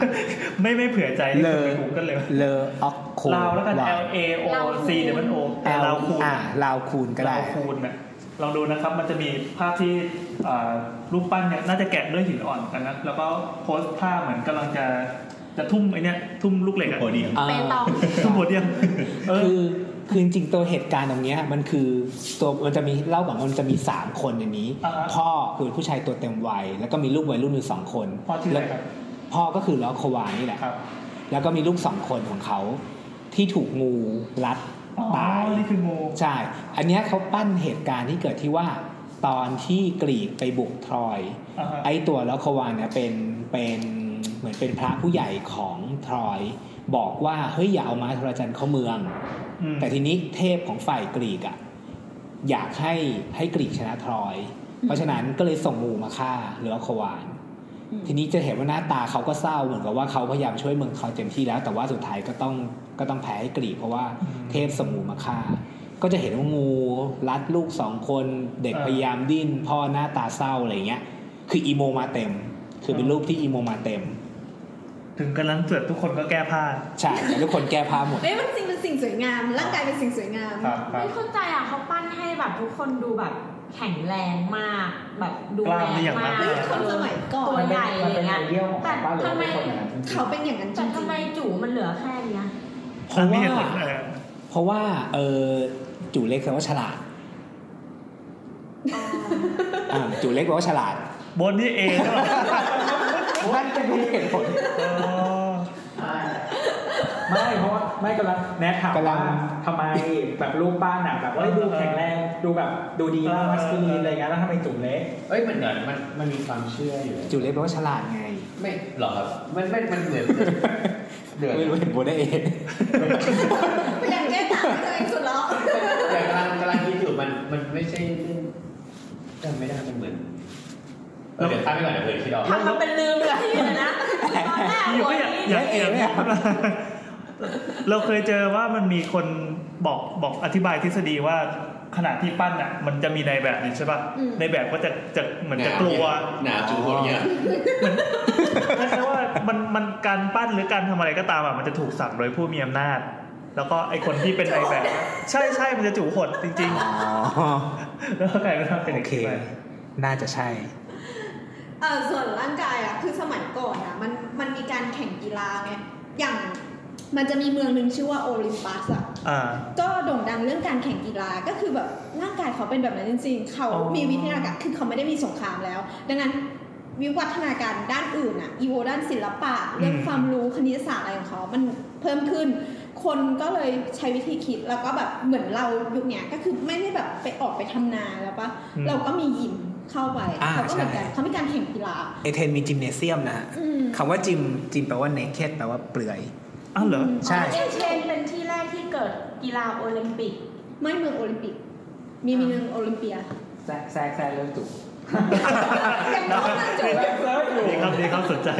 [SPEAKER 3] ไม่ ไม่เผื่อใจ
[SPEAKER 6] เล
[SPEAKER 3] ที่
[SPEAKER 6] อ
[SPEAKER 3] ไปกูเกิลเลย
[SPEAKER 6] เลอออกโคว
[SPEAKER 3] ลาวแล้วกัน
[SPEAKER 6] า
[SPEAKER 3] L A O C เดี๋ยวมัน O
[SPEAKER 6] น
[SPEAKER 3] ลาวคูณ
[SPEAKER 6] อ่าลาวคูณก็
[SPEAKER 3] ลา
[SPEAKER 6] ได้
[SPEAKER 3] วคูณอะลองดูนะครับมันจะมีภาพที่เอ่อรูปปั้นเนี่ยน่าจะแกะด้วยหินอ่อนกันนะแล้วก็โพสต์ท่าเหมือนกำลังจะจะทุ่มไอเนี้ยทุ่มลูกเหล็กอะ
[SPEAKER 4] โอดี
[SPEAKER 6] อ่า
[SPEAKER 8] เปตอง
[SPEAKER 3] ทุ่มโพเดียมเออ
[SPEAKER 6] คือคือจริงๆตัวเหตุการณ์ตรงเนี้ยมันคือตัวมันจะมีเล่าก่อนว่ามันจะมีสามคนในนี้
[SPEAKER 3] อ่าฮะ
[SPEAKER 6] พ่อคือผู้ชายตัวเต็มวัย แล้วก็มีลูกวัยรุ่นอยู่สองคน
[SPEAKER 3] พ่อชื่ออะไรครับ
[SPEAKER 6] แล้วพ่อก็คือล้อโควานนี่แหละ
[SPEAKER 3] ครับ
[SPEAKER 6] แล้วก็มีลูกสองคนของเขา ที่ถูกงูรัด
[SPEAKER 3] อ๋อ
[SPEAKER 6] ตาย
[SPEAKER 3] นี่คืองู
[SPEAKER 6] ใช่อันเนี้ยเขาปั้นเหตุการณ์ที่เกิดที่ว่า ตอนที่กรีกไปบุกทรอย
[SPEAKER 3] อ่าฮะ
[SPEAKER 6] ไอ้ตัวแล้วควานเนี่ยเป็นเป็นเหมือนเป็นพระผู้ใหญ่ของทรอย บอกว่าเฮ้ยอย่าเอาไม้ทรจันทร์เข้าเมือง
[SPEAKER 3] อืม
[SPEAKER 6] แต่ทีนี้เทพของฝ่ายกรีกอะอยากให้ให้กรีกชนะทรอย เพราะฉะนั้นก็เลยส่งงูมาฆ่าเหลือควาน
[SPEAKER 2] อืม
[SPEAKER 6] ทีนี้จะเห็นว่าหน้าตาเขาก็เศร้าเหมือนกับว่าเขาพยายามช่วยเมืองทรอยเต็มที่แล้ว แต่ว่าสุดท้ายก็ต้องก็ต้องแพ้ให้กรีกเพราะว่า
[SPEAKER 3] อืม
[SPEAKER 6] เทพส่งงูมาฆ่า ก็จะเห็นว่างูรัดลูกสองคนเด็ก
[SPEAKER 3] เออ
[SPEAKER 6] พยายามดิ้นพ่อหน้าตาเศร้าอะไรเงี้ย คืออีโมมาเต็ม คือเป็นรูปที่อีโมมาเต็ม
[SPEAKER 3] ถึงกำลังเสือกทุกคนก็แก้ผ้า
[SPEAKER 6] ใช่แล้วทุกคนแก้ผ้าหมด
[SPEAKER 2] เอ้ยมันสิ่งเป็นสิ่งสวยงาม ร่างกายเป็นสิ่งสวยงาม
[SPEAKER 3] ครับครับ
[SPEAKER 8] ไม่เข้าใจอ่ะเขาปั้นให้แบบทุกคนดูแบบแข็งแรงมาก แบบดู
[SPEAKER 3] กล้าม
[SPEAKER 8] แรง
[SPEAKER 3] นี่อย่างมาม
[SPEAKER 8] าก ก
[SPEAKER 2] เฮ้ยคนสมัยก่อน
[SPEAKER 8] ตัวใหญ่
[SPEAKER 5] มัน
[SPEAKER 8] อะไร
[SPEAKER 5] เป็น
[SPEAKER 8] เงี้
[SPEAKER 5] ไอย เดียลของบ้านหรือว่าเป็นคนอย่างนั้นจริงๆ
[SPEAKER 2] เขาเป็นอย่างนั้นจ
[SPEAKER 8] แต่
[SPEAKER 2] ริง
[SPEAKER 8] ทำไมจู่มันเหลือแค่เนี้ย
[SPEAKER 6] เพราะ ว่า
[SPEAKER 3] อันนี้เหตุผลเออ
[SPEAKER 6] เพราะว่าเออจู่เล็กแปลว่าฉลาด อ่าจู่เล็กแปลว่าฉลาด
[SPEAKER 3] บนนี่เอง เหรอ
[SPEAKER 6] นั่นเป็นเหตุผล
[SPEAKER 3] อ๋อ
[SPEAKER 5] ไม่เพราะว่าไม่กำลังแนทถาม
[SPEAKER 6] กำลั
[SPEAKER 5] ว่าง ทำไมแบบรูปป้านอ่ะแบบว่าเอ้ยดูแข็งแรงดูแบบดูดีมากมัสคูลีนอะไรเงี้ยแล้วทำไมจุ่มเล็ก
[SPEAKER 4] เอ้ยมันเหมือนมันมันมีความเชื่ออยู่
[SPEAKER 6] จู่เล็กแปลว่าฉลาดไง
[SPEAKER 4] ไม่หรอครับมันไม่มันเหมือนเดือด
[SPEAKER 6] ไม่รู้เห็นโบได้เอง
[SPEAKER 2] ๆอย่างแก้ต่างให้ตัวเองสุดแล้ว
[SPEAKER 4] แต่กำลังกำลังคิดอยู่มันมันไม่ใช่เรื่องจำไม่ได้มันเหมือนเออเดี๋ยวตั้งไว้ก่อนเดี๋ยวเผื่อคิดออก
[SPEAKER 8] ทำมาเป็นลืมเหลือที่เลยนะตอนแรก
[SPEAKER 3] อยู่
[SPEAKER 8] หัว
[SPEAKER 3] ก็อยาก
[SPEAKER 8] นี้
[SPEAKER 3] อยากเองเราเคยเจอว่ามันมีคนบอกบอกอธิบายทฤษฎีว่าขนาดที่ปั้นอ่ะ มันจะมีในแบบนี้ใช่ป่ะในแบบก็จะจะเหมือนจะกลัว
[SPEAKER 4] หนาวจุกคนเนี่ย
[SPEAKER 3] ไม่ใช่ว่ามันมันการปั้นหรือการทำอะไรก็ตามอ่ะมันจะถูกสั่งโดยผู้มีอำนาจ แล้วก็ไอคนที่เป็นในแบบ ใช่ใช่มันจะจู่หดจริง
[SPEAKER 6] อ๋อ
[SPEAKER 3] ๆ แล้วก็กลายเป็นว่าเป็น
[SPEAKER 6] โอ
[SPEAKER 3] อย่าง
[SPEAKER 6] เค
[SPEAKER 3] นี้ไป
[SPEAKER 6] น่าจะใช่
[SPEAKER 2] เออส่วนร่างกายอะคือสมัยก่อนอะมันมันมีการแข่งกีฬาไงอย่างมันจะมีเมืองหนึงชื่อว่าโอลิมปัสอะ
[SPEAKER 3] อ่า
[SPEAKER 2] ก็โด่งดังเรื่องการแข่งกีฬาก็คือแบบร่างกายเขาเป็นแบบนั้นจริงๆ เขา
[SPEAKER 3] อ๋อ
[SPEAKER 2] มีวิทยาการคือเขาไม่ได้มีสงครามแล้ว ดังนั้นวิวัฒนาการด้านอื่นอะอีโวด้านศิลปะเรื่องความรู้คณิตศาสตร์อะไรของเขา มันเพิ่มขึ้น คนก็เลยใช้วิธีคิดแล้วก็แบบเหมือนเรายุคเนี้ยก็คือไม่ได้แบบไปออกไปทำนาแล้วปะ
[SPEAKER 3] อืม
[SPEAKER 2] เราก็มียิมเข้าไป
[SPEAKER 6] อ่า
[SPEAKER 2] เขาก็เหมือนกัน
[SPEAKER 6] ใช่
[SPEAKER 2] เขามีการแข่งกีฬา
[SPEAKER 6] เอเธนมีจิมเนเซียมนะฮะ
[SPEAKER 2] อืม
[SPEAKER 6] คำว่าจิมจิมแปลว่าเนเ e ดแปลว่าเปลือย
[SPEAKER 3] อ้าวเหรอ
[SPEAKER 6] ใช่
[SPEAKER 8] เอเธนเป็นที่แรกที่เกิดกีฬาโอลิมปิก
[SPEAKER 2] ไม่เมืองโอลิมปิก มีมีเมืองโอลิมเปีย
[SPEAKER 5] แซกแซกแซกเริ่มจุก
[SPEAKER 2] แต่ก็มันจบ
[SPEAKER 5] แซกเริ่มอยู่
[SPEAKER 3] ดีครับดีครับสนใจ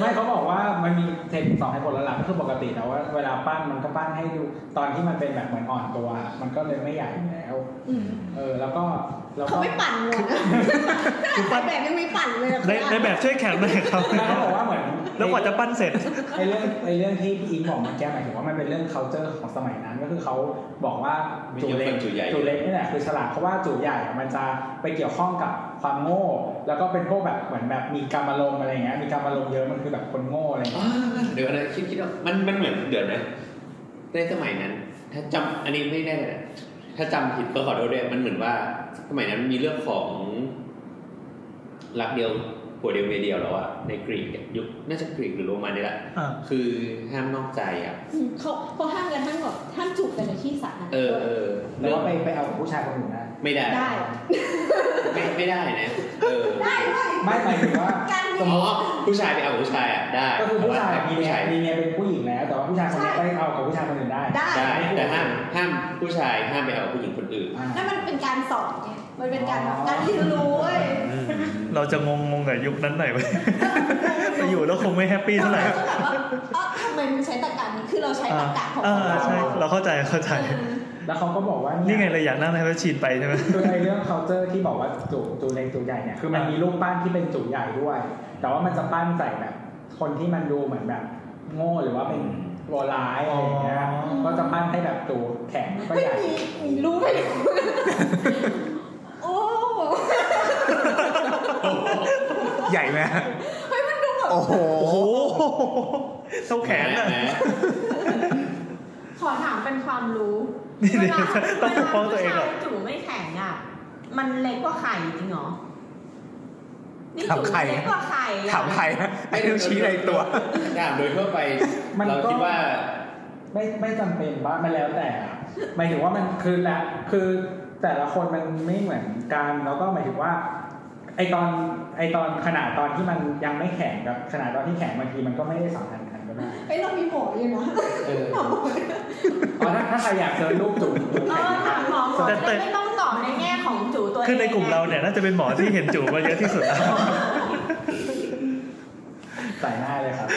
[SPEAKER 5] ไม่เขาบอกว่ามันมีเทคนิคสองให้ผลลัพธ์ก็คือปกตินะว่าเวลาปั้นมันก็ปั้นให้ดูตอนที่มันเป็นแบบเหมือนอ่อนตัว มันก็เลยไม่ใหญ่อยู่แล้ว
[SPEAKER 2] อืม
[SPEAKER 5] เออแล้วก็แล้ว
[SPEAKER 2] เขา
[SPEAKER 5] ก็
[SPEAKER 2] ไม่ปั่นหรอกนะขนาดแบบยังไม่ปั่นเลยอะ
[SPEAKER 3] ในในแบบช่วยแข่งหน่อยครับ
[SPEAKER 5] แล้วเขาบอกว่าเหมือน
[SPEAKER 3] แล้วกว่าจะปั้นเสร็จ
[SPEAKER 5] ไอ้เรื่องไอ้เรื่องที่พี่อิงบอกเมันแก้หมายถึงว่ามันเป็นเรื่อง culture ของสมัยนั้นก็คือเขาบอกว่า
[SPEAKER 4] ไม่ยกเป็นจุใหญ่
[SPEAKER 5] จุเล็กนี่แหละคือฉลาดเพราะว่าจุใหญ่อะมันจะไปเกี่ยวข้องกับความโง่ แล้วก็เป็นพวกแบบเหมือนแบบมีกรรมารมณ์อะไรอย่างเงี้ยมีกรรมารมณ์เยอะมันคือแบบคนโง่อะไรอย่างเงี้ย
[SPEAKER 4] อ่าเดี๋ยวนะคิดคิดว่ามันมันเหมือนเดี๋ยวนะในสมัยนั้น ถ้าจำอันนี้ไม่แน่ใจนะถ้าจำผิดก็ขอโทษด้วยมันเหมือนว่า สมัยนั้นมีเรื่องของรักเดียวผัวเดียวเมียเดียวแล้วอะในกรีกอะยุคน่าจะกรีกหรือโรมันนี่แหละ
[SPEAKER 3] อ่า
[SPEAKER 4] คือห้ามนอกใจอะ
[SPEAKER 2] อืมเขาเขาห้ามกันทั้งแบบห้ามจูบกันในที่สาธาร
[SPEAKER 4] เอ
[SPEAKER 2] ณะ
[SPEAKER 4] อเออ
[SPEAKER 5] แล้
[SPEAKER 4] เรื่
[SPEAKER 5] ว
[SPEAKER 4] อง
[SPEAKER 5] ก็ไปไปเอากับผู้ชายคนอื่นนะ
[SPEAKER 4] ไม่ได้
[SPEAKER 2] ได้
[SPEAKER 4] ไม่ไม่ได้นะเออ
[SPEAKER 2] ได้ด้วย
[SPEAKER 5] ไม่หมายถึงว่า
[SPEAKER 2] การมี
[SPEAKER 5] สมม
[SPEAKER 4] อ๋อ
[SPEAKER 5] ติ
[SPEAKER 4] ผู้ชายไปเอาผู้ชายอะได้
[SPEAKER 5] ก็คือผู้ชายมี
[SPEAKER 4] ผู้
[SPEAKER 5] เมีย
[SPEAKER 4] ชาย
[SPEAKER 5] มีเมียเป็นผู้หญิงแล้ว แต่ว่าผู้ชายคนนี้
[SPEAKER 2] ใช่
[SPEAKER 5] ไปเอากับผู้ชายคนอื่นได้
[SPEAKER 2] ได้
[SPEAKER 4] ได้แต่ห้ามห้ามผู้ชายห้ามไปเอาผู้หญิงคนอื่น
[SPEAKER 5] อ่า
[SPEAKER 2] นั่นมันเป็นการสอนไงมันเป็นการแบบการเรียนรู้เว้ย
[SPEAKER 3] เราจะงงงงกับยุคนั้นหน่อยไหม ไปอยู่แล้วคงไม่แฮปปี้เท่าไหร่
[SPEAKER 2] ก็แบบว่าเออทำไมมึงใช้ตะการนี้คือเราใช้ตะกะของ
[SPEAKER 3] อ่า
[SPEAKER 2] เรา
[SPEAKER 3] ใช่ เราเข้าใจเข้าใจ
[SPEAKER 2] เออ
[SPEAKER 5] แล้วเขาก็บอกว่า
[SPEAKER 3] นี่
[SPEAKER 5] เนี่
[SPEAKER 3] ไง
[SPEAKER 5] ย
[SPEAKER 3] เราอยากนั่งในแมชชีนไปใช่ไหม
[SPEAKER 5] คือในเรื่อง culture ที่บอกว่าจุจุเล็กจุใหญ่เนี่ยคือมัน
[SPEAKER 3] อ่ามี
[SPEAKER 5] มีรูปปั้นที่เป็นจุใหญ่ด้วย แต่ว่ามันจะปั้นใส่แบบ คนที่มันดูเหมือนแบบ โง่หรือว่าเป็นตัวร้ายอะไรอย่างเงี้ยก็จะปั้นให้แบบจุแข็งก็
[SPEAKER 2] ไม่
[SPEAKER 5] ใหญ่
[SPEAKER 2] มีมีรู้ไหมโอ้
[SPEAKER 6] ใหญ่ไหม
[SPEAKER 2] เฮ้ยมันดูแบบ
[SPEAKER 6] โอ้โห
[SPEAKER 3] โอ้โหเท่าแขนอะ
[SPEAKER 4] แหม
[SPEAKER 8] ขอถามเป็นความรู้
[SPEAKER 3] นี่เดี๋ยวต้องปกป้องตัวเองเหรอ
[SPEAKER 8] วลาผู้ชายจู่ไม่แข็งอ่ะ มันเล็กกว่าไข่จริงเหรอนี่
[SPEAKER 6] ถาม
[SPEAKER 8] จู่
[SPEAKER 6] ใคร
[SPEAKER 8] เล็กกว่าไข่อะ
[SPEAKER 6] ถามใครนะไอ้เรื่องชี้ในตัว
[SPEAKER 4] ถามโดยทั่วไป
[SPEAKER 5] มัน
[SPEAKER 4] เรา
[SPEAKER 5] ก็
[SPEAKER 4] คิดว่า
[SPEAKER 5] ไม่ไม่จำเป็นว่ามันแล้วแต่หมายถึงว่ามันคือละคือแต่ละคนมันไม่เหมือนกันแล้วก็หมายถึงว่า ไอตอนไอตอนขนาดตอนที่มันยังไม่แข็งกับขนาดตอนที่แข็งบางทีมันก็ไม่ได้สัมพันธ์กันก็ได้
[SPEAKER 2] ไอ้ยเรามีหมออยู่นะ
[SPEAKER 4] เออ
[SPEAKER 2] หมอ
[SPEAKER 5] อ๋อถ้าถ้าใครอยากเจอรูปจุ๋มจุ๋ม
[SPEAKER 8] เอ
[SPEAKER 5] แข็ง
[SPEAKER 8] อถามหมอหมอ
[SPEAKER 3] แต่
[SPEAKER 8] จะ
[SPEAKER 3] แต่
[SPEAKER 8] ไม่ต้องตอบในแง่ของจู่ตัวเอง
[SPEAKER 3] คือในกลุ่มเราเนี่ยน่าจะเป็นหมอที่เห็นจูบมาเยอะ ที่สุดแล้ว
[SPEAKER 5] ใส่หน้าเลยครับ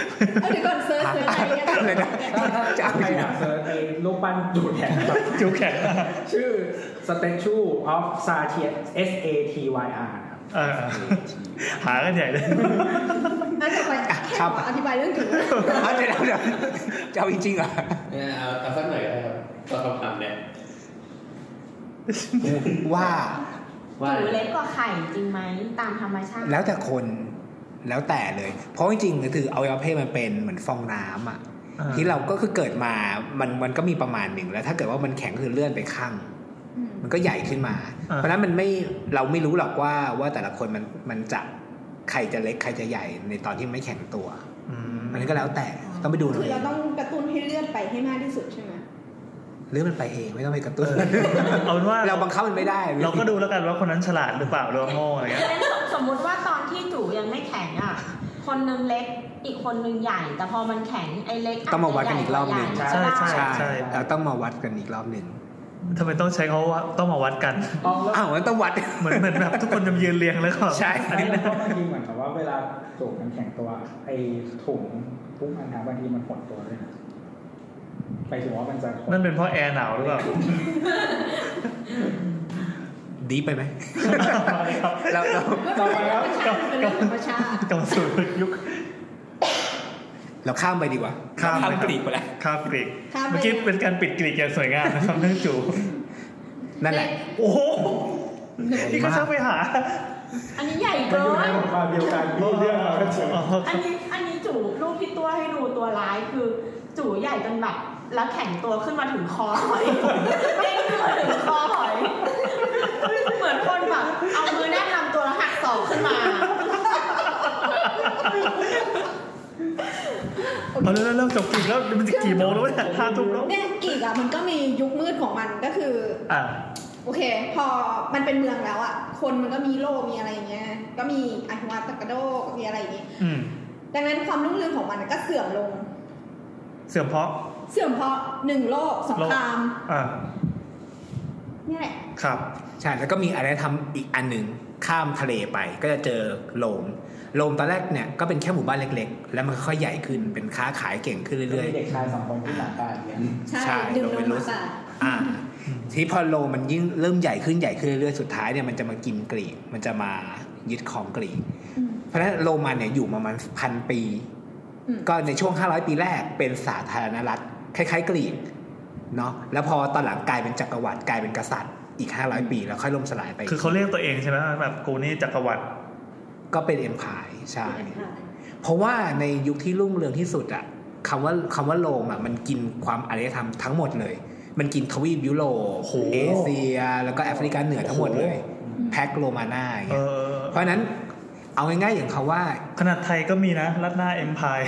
[SPEAKER 2] เอาเดี๋ยวก่อนเซิร์ชเซิร์ชอะไรเนี่ย
[SPEAKER 6] อะไรนะ
[SPEAKER 5] ถ้าถ้าถ้าใครอย ากเจอไอรูปปั้นจุ๋มแข็ง
[SPEAKER 3] จูบแข็งอะ
[SPEAKER 5] ชื่อ statue of Satyr S A T Y R ครับ
[SPEAKER 3] เออ หากันใหญ่เลย
[SPEAKER 2] งั้นเดี๋ยวไปให้หมออธิบายเรื่องถึง
[SPEAKER 6] เอาเดี๋ยวเดี๋ยวจะเอาจริงๆเหรอ
[SPEAKER 4] เนี่ยเอาเอาสักหน่อยก็ได้ครับตอบคำถามเนี่ย
[SPEAKER 6] ว่า
[SPEAKER 4] ว่า
[SPEAKER 8] จู่เล็กกว่าไข่จริงไหมตามธรรมชาติ
[SPEAKER 6] แล้วแต่คนแล้วแต่เลย เพราะจริงๆก็คือเอายาเพศมันเป็นเหมือนฟองน้ำอ่ะ
[SPEAKER 3] อ่า
[SPEAKER 6] ที่เราก็คือเกิดมามันมันก็มีประมาณหนึ่งแล้ว ถ้าเกิดว่ามันแข็งคือเลื่อนไปข้าง มันก็ใหญ่ขึ้นมา
[SPEAKER 3] อ่า
[SPEAKER 6] เพราะฉะนั้นมันไม่เราไม่รู้หรอกว่าว่าแต่ละคนมันมันจะใครจะเล็กใครจะใหญ่ในตอนที่ไม่แข็งตัว
[SPEAKER 3] อืม
[SPEAKER 6] มันก็แล้วแต่ต้องไปดู
[SPEAKER 2] คือ
[SPEAKER 6] เอ
[SPEAKER 2] เรา
[SPEAKER 6] ง
[SPEAKER 2] ต้องกระตุ้นให้เลื่อนไปให้มากที่สุดใช่ไหม
[SPEAKER 6] หรือมันไปเองไม่ต้องไปกระตุ้น
[SPEAKER 3] เอาเป็นว่า
[SPEAKER 6] เราบังคับมันไม่ได้
[SPEAKER 3] เราก็ดูแล้วกันว่าคนนั้นฉลาดหรือเปล่าหรือว่าโง่อะไรเงี้ย
[SPEAKER 8] สมมุติว่าตอนที่จู่ยังไม่แข็งอ่ะ คนหนึงเล็กอีกคนหนึงใหญ่ แต่พอมันแข็งไอ้เล็กจ
[SPEAKER 6] ต้
[SPEAKER 8] จะ
[SPEAKER 6] องมาวัดกันอีกรอบหนึ่ง
[SPEAKER 8] ใหญ่
[SPEAKER 3] ใช่
[SPEAKER 8] ว่า
[SPEAKER 3] ใช่
[SPEAKER 8] ใหญ่
[SPEAKER 3] ใช่
[SPEAKER 6] เราต้องมาวัดกันอีกรอบหนึ่ง
[SPEAKER 3] ทำไมต้องใช้เขาว่าต้องมาวัดกัน
[SPEAKER 5] อ๋อแล้ว
[SPEAKER 6] อ้าวมันต้องวัด
[SPEAKER 3] เหมือนเหมือนแบบทุกคนจะมายืนเรียงแล้วก็
[SPEAKER 6] ใช่
[SPEAKER 3] อันนี้
[SPEAKER 5] แล้
[SPEAKER 3] นะ
[SPEAKER 5] วก็บางทีเหมือนกับว่าเวลาสูบมันแข็งตัว ไอ้ถุงพวกมันนะบางทีมันหดตัวด้วยนะไปถึงว่ามันจะหด
[SPEAKER 3] นั่นเป็นเพราะแอร์หนาวหรือเปล่า
[SPEAKER 6] ดีไปไหม เราเรา
[SPEAKER 5] ต่อไปครับ
[SPEAKER 2] เป็นเรื่องธรรมชาติ
[SPEAKER 3] กลับสู่ยุค
[SPEAKER 6] เราข้ามไปดีกว่า
[SPEAKER 3] ข้ามเลยครับ
[SPEAKER 6] กรีกไปแล้ว
[SPEAKER 3] คาบกรีก
[SPEAKER 2] ข้ามไป
[SPEAKER 3] เมื่อกี้เป็นการปิดกรีกอย่างสวยงามนะครับเรื่องจู
[SPEAKER 6] นั่นแหละ
[SPEAKER 3] โอ้โห
[SPEAKER 6] งง
[SPEAKER 3] นี่ก็
[SPEAKER 6] มา
[SPEAKER 3] ช่าก งไปหา
[SPEAKER 8] อันนี้ใหญ่
[SPEAKER 5] มัน
[SPEAKER 8] เกิ
[SPEAKER 5] อยู่ใน
[SPEAKER 8] น
[SPEAKER 5] บทความเดียวกันที่เรื่องเราก็เจอ
[SPEAKER 8] อันนี้อันนี้จู่รูปพี่ตัวให้ดูตัวร้ายคือ จู่ใหญ่จนแบบแล้วแข็งตัวขึ้นมาถึงคอหอยไม่ขึ้นมาถึงคอหอย เหมือนคนแบบเอามือแนบลำตัวแล้วหักศอกขึ้นมา
[SPEAKER 3] เอาเรื่องเริ่มจบกี่แล้วมันจะกี่โมงแล้วเนี่ยห้าทุ่มแล้ว
[SPEAKER 2] เนี่ยกีกอะมันก็มียุคมืดของมันก็คือ
[SPEAKER 3] อ่ะ
[SPEAKER 2] โอเค พอมันเป็นเมืองแล้วอะคนมันก็มีโลกมีอะไรอย่างเงี้ย ก็มีอาฮิวาตะกะโดก็มีอะไรอย่างงี้
[SPEAKER 3] อืม
[SPEAKER 2] ดังนั้นความรุ่งเรืองของมันก็เสื่อมลง
[SPEAKER 3] เสื่อมเพราะ
[SPEAKER 2] เสื่อมเพราะหนึ่งโลกสงคราม
[SPEAKER 3] อ่ะ
[SPEAKER 2] เนี่ยแหละ
[SPEAKER 3] ครับ
[SPEAKER 6] ใช่แล้วก็มีอารยธรรมอีกอันหนึ่งข้ามทะเลไปก็จะเจอโรมโรมตอนแรกเนี่ยก็เป็นแค่หมู่บ้านเล็กๆ แล้วมันค่อยๆใหญ่ขึ้นเป็นค้าขายเก่งขึ้นเรื่อย
[SPEAKER 5] มีเด็กชายสองคนที่หลังกายเนี่ย
[SPEAKER 2] ใช่
[SPEAKER 6] ใช่
[SPEAKER 2] ดึงล
[SPEAKER 6] โด
[SPEAKER 2] ง
[SPEAKER 6] เมนุ
[SPEAKER 2] มา
[SPEAKER 6] ส
[SPEAKER 2] ค่ะ
[SPEAKER 6] ๆอ่าทีนี้พอโรมมันยิ่งเริ่มใหญ่ขึ้นใหญ่ขึ้นเรื่อยๆสุดท้ายเนี่ยมันจะมากินกรีกมันจะมายึดของกรีก
[SPEAKER 2] อืม
[SPEAKER 6] เพราะฉะนั้นโรมันเนี่ยอยู่มาประมาณพันปี
[SPEAKER 2] อืม
[SPEAKER 6] ก็ในช่วง 500 ปีแรกเป็นสาธารณรัฐคล้ายๆ กรีกเนาะแล้วพอตอนหลังกลายเป็นจักรวรรดิกลายเป็นกษัตริย์อีก 500 ปี แล้วค่อยล่มสลายไป
[SPEAKER 3] คือเขาเรียกตัวเองใช่ไหมแบบกูนี่จักรวรรดิ
[SPEAKER 6] ก็เป็นเอ็มพายใช่
[SPEAKER 2] เป็นค่ะ
[SPEAKER 6] เพราะว่าในยุคที่รุ่งเรืองที่สุดอะคำว่าคำว่าโรมอะมันกินความอารยธรรมทั้งหมดเลย มันกินทวีปยุโรปเอเชีย แล้วก็แอฟริกาเหนือทั้งหมดเลย แพ็กโรมาน่าอย่าง
[SPEAKER 3] เอ
[SPEAKER 6] เงี้ย
[SPEAKER 3] อ
[SPEAKER 6] เพราะฉะนั้นเอาง่ายๆอย่างคำว่า
[SPEAKER 3] ขนาดไทยก็มีนะรัตนาเอ็มพาย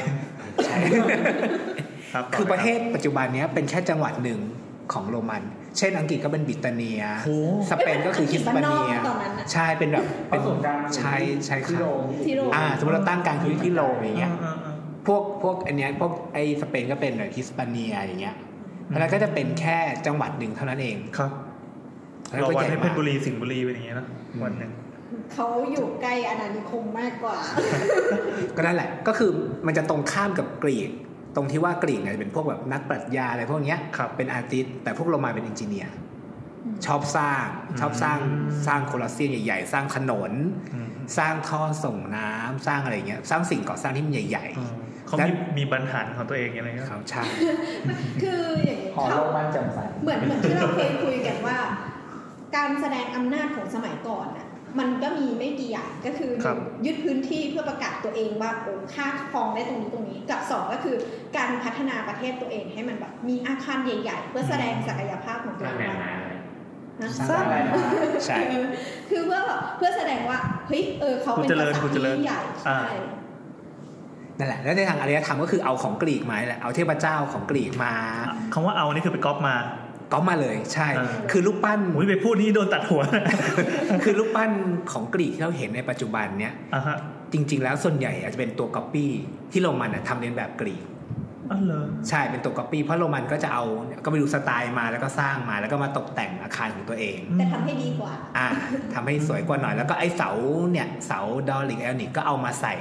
[SPEAKER 3] ครับต่
[SPEAKER 6] คือประเท
[SPEAKER 3] ลย
[SPEAKER 6] ศปัจจุบันเนี้ยเป็นแค่จังหวัดหนึ่งของโรมัน เช่นอังกฤษก็เป็นบริตาเนีย
[SPEAKER 3] โอ้
[SPEAKER 6] สเปนก็คือฮิสปาเนีย
[SPEAKER 2] ตอนนั้นอะ
[SPEAKER 6] ใช่ เป็นแบบ
[SPEAKER 5] เป็
[SPEAKER 6] เป็น น
[SPEAKER 5] ส่วนกลางมันอยู่
[SPEAKER 6] ใช่ใช่
[SPEAKER 5] ที่
[SPEAKER 6] ค่ะ
[SPEAKER 5] โรง
[SPEAKER 2] ที่โรม
[SPEAKER 6] อ่า สมมติเราตั้งกลางคือที่โรมอย่างเงี้ย
[SPEAKER 3] อ่าอ่าอ่า
[SPEAKER 6] พวกพวกอันเนี้ยพวกไอ้สเปนก็เป็นแบบฮิสปาเนียอย่างเงี้ยเพราะฉะนั้นก็จะเป็นแค่จังหวัดหนึ่งเท่านั้นเอง
[SPEAKER 3] ครับ
[SPEAKER 6] แล้ว
[SPEAKER 3] เรา
[SPEAKER 6] ก็
[SPEAKER 3] วัน
[SPEAKER 6] ใหญ่
[SPEAKER 3] ให้เพ
[SPEAKER 6] มา
[SPEAKER 3] ช
[SPEAKER 6] ก
[SPEAKER 3] รบุรีสิงห์บุรีเป็นอย่างเงี้ยนะวันหนึ่ง
[SPEAKER 2] เขาอยู่ใกล้อาณานิคมมากกว่า
[SPEAKER 6] ก็นั่นแหละ ก็คือมันจะตรงข้ามกับกรีก ตรงที่ว่ากรีกเนี่ยจะเป็นพวกแบบนักปรัชญาอะไรพวกเนี้ย
[SPEAKER 3] ครับ
[SPEAKER 6] เป็นอาร์ติสต์แต่พวกโรมันเป็นอินจิเนียร์ชอบสร้างชอบสร้าง
[SPEAKER 3] อืม
[SPEAKER 6] สร้างโคลอสเซียมใหญ่ๆ สร้างถนน
[SPEAKER 3] อืม
[SPEAKER 6] สร้างท่อส่งน้ำสร้างอะไรเงี้ยสร้างสิ่งก่อสร้างที่มันใหญ่
[SPEAKER 3] อืมเขา
[SPEAKER 6] และ
[SPEAKER 3] มีมีบรรหารของตัวเองอะไรเงี้
[SPEAKER 6] ๆ
[SPEAKER 3] ย
[SPEAKER 6] เขาใช่
[SPEAKER 2] คืออย่างนี้
[SPEAKER 5] หอ
[SPEAKER 2] เขา
[SPEAKER 5] โรงมันแจำใส
[SPEAKER 2] เหมือนเหมือนที่เราเคยคุยกันว่า การแสดงอำนาจของสมัยก่อนอะมันก็มีไม่กี่อย่างก็คือหนึ่งยึดพื้นที่เพื่อประกาศตัวเองว่าโอ้ค่าครองได้ตรงนี้ตรงนี้ กับสองก็คือการพัฒนาประเทศตัวเองให้มันแบบมีอาคารใหญ่ ๆ เพื่อแสดงศักยภาพของตัว
[SPEAKER 4] สร้า
[SPEAKER 2] เอง
[SPEAKER 4] งแหล่ง
[SPEAKER 2] ว่า
[SPEAKER 4] น้ำอะไร
[SPEAKER 5] สร้างอะไรนะ
[SPEAKER 6] ใช่
[SPEAKER 2] เออคือเพื่อแบบเพื่อแสดงว่าเฮ้ยเออเขา
[SPEAKER 3] กู
[SPEAKER 2] เป็น
[SPEAKER 3] เจริญ
[SPEAKER 2] กษัต
[SPEAKER 3] กู
[SPEAKER 2] ริย์
[SPEAKER 3] เจริญ
[SPEAKER 2] ที่ใหญ่ใช่
[SPEAKER 3] อ่า
[SPEAKER 6] นั่นแหละแล้วในทางอารยธรรมก็คือเอาของกรีกมาแหละเอาเทพเจ้าของกรีกมา
[SPEAKER 3] คำว่าเอานี่คือไปก๊อปมา
[SPEAKER 6] ก็มาเลยใช่
[SPEAKER 3] เออ
[SPEAKER 6] คือรูปปั้น
[SPEAKER 3] อุ้ยไปพูดนี่โดนตัดหัว
[SPEAKER 6] คือรูปปั้นของกรีกที่เราเห็นในปัจจุบันเนี้ย
[SPEAKER 3] อ่ะฮะ
[SPEAKER 6] จริง ๆ แล้วส่วนใหญ่อาจจะเป็นตัวก๊อปปี้ที่โรมันน่ะทำเลียนแบบกรีก
[SPEAKER 3] อ๋อเหรอ
[SPEAKER 6] ใช่เป็นตัวก๊อปปี้เพราะโรมันก็จะเอาก็ไปดูสไตล์มาแล้วก็สร้างมาแล้วก็มาตกแต่งอาคารของตัวเอง
[SPEAKER 3] อืม
[SPEAKER 2] แต่ทำให้ดีกว่า
[SPEAKER 6] อ่าทำให้สวยกว่าหน่อย แล้วก็ไอ้เสาเนี่ยเสาดอริกแอลนิกก็เอามาใส่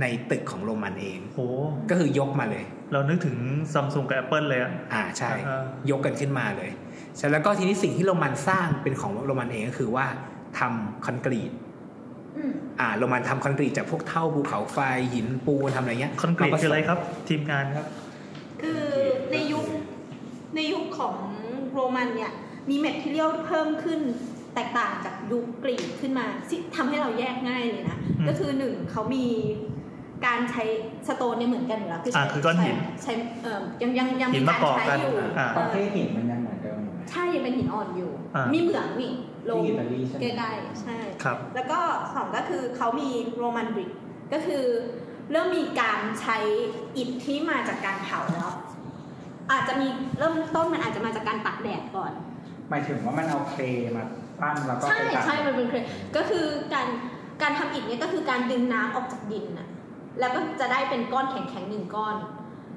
[SPEAKER 6] ในตึกของโรมันเอง
[SPEAKER 3] โห
[SPEAKER 6] ก็คือยกมาเลย
[SPEAKER 3] เรานึกถึงซัมซุงกับแอปเปิลเลยอ่ะ
[SPEAKER 6] อ่าใช่
[SPEAKER 3] อ่าย
[SPEAKER 6] กกันขึ้นมาเลยใช่แล้วก็ทีนี้สิ่งที่โรมันสร้างเป็นของโรมันเองก็คือว่าทำคอนกรีต
[SPEAKER 2] อืม
[SPEAKER 6] อ่าโรมันทำคอนกรีตจากพวกเท่าภูเขาไฟหินปูนทำอะไรเงี้ย
[SPEAKER 3] คอนกรีต
[SPEAKER 6] เามา
[SPEAKER 3] คืออะไร
[SPEAKER 6] ใส่
[SPEAKER 3] ครับ ทีมงานครับ
[SPEAKER 2] คือในยุคในยุคของโรมันเนี่ย มีแมทเทียลเพิ่มขึ้นแตกต่างจากยุคกรีกขึ้นมาที่ทำให้เราแยกง่ายเลยนะ
[SPEAKER 3] อืม
[SPEAKER 2] ก็คือหนึ่งเขามีการใช้สโตนเนี่ยเหมือนกันอยู่แล้ว
[SPEAKER 3] อ่าคือก้อนหิน
[SPEAKER 2] ใช้เอ่อยังยังยัง
[SPEAKER 3] หิ
[SPEAKER 2] มี
[SPEAKER 3] น
[SPEAKER 2] การ
[SPEAKER 3] มาก่อ
[SPEAKER 2] ใช้
[SPEAKER 3] กัน
[SPEAKER 2] อยู่
[SPEAKER 3] อ่า
[SPEAKER 5] ป
[SPEAKER 2] เอ
[SPEAKER 5] ระเท
[SPEAKER 2] อ
[SPEAKER 5] ศหินมันยังเหมือนเดิมอยู่ไหม
[SPEAKER 2] ใช่ยังเป็นหินอ่อนอยู่
[SPEAKER 3] อ่ามี
[SPEAKER 2] มีเหมืองนี่โล
[SPEAKER 5] ที่อิตาลีใช่ไหม
[SPEAKER 2] ใกล้ๆใช่
[SPEAKER 3] ครับ
[SPEAKER 2] แล้วก็สองก็คือเขามีโรมันบริกก็คือเริ่มมีการใช้อิฐที่มาจากการเผาแล้ว อาจจะมีเริ่มต้นมันอาจจะมาจากการตากแดดก่อน
[SPEAKER 5] หมายถึงว่ามันเอาเคลย์มาปั้นแล้วก็
[SPEAKER 2] ใช่
[SPEAKER 5] ไปตัด
[SPEAKER 2] ใช่มันเป็นเครดก็คือการการทำอิฐเนี่ยก็คือการดึงน้ำออกจากดินน่ะแล้วก็จะได้เป็นก้อนแข็งๆหนึ่งก้อน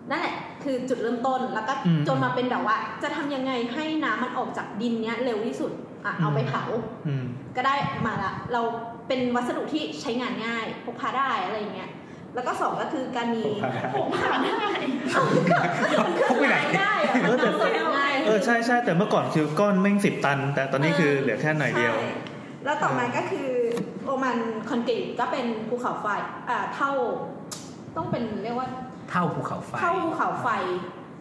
[SPEAKER 2] นั่นแหละคือจุดเริ่มต้นแล้วก็
[SPEAKER 3] อืม
[SPEAKER 2] จนมาเป็นแบบว่า จะทำยังไงให้น้ำมันออกจากดินเนี้ยเร็วที่สุดอ่ะเอาไป
[SPEAKER 3] อืม
[SPEAKER 2] เผา
[SPEAKER 3] อืม
[SPEAKER 2] ก็ได้มาละ เราเป็นวัสดุที่ใช้งานง่ายพกพาได้อะไรอย่างเงี้ย แล้วก็สองก็คือการมีพกพาได้
[SPEAKER 6] พกไปไหน
[SPEAKER 2] ได้อะ
[SPEAKER 3] เออแต่
[SPEAKER 2] มันทำง่าย
[SPEAKER 3] เออใช่ใช่แต่เมื่อก่อนคือก้อนแม่งสิบตัน แต่ตอนนี้คือเหลือแค่หน่อยเดียว
[SPEAKER 2] ใช่แล้วต่อมาก็คือโอมันคอนกรีตก็เป็นภูเขาไฟอ่าเท่า ต้องเป็นเรียกว่า
[SPEAKER 6] เท่าภูเขาไฟ
[SPEAKER 2] เท่าภูเขาไฟ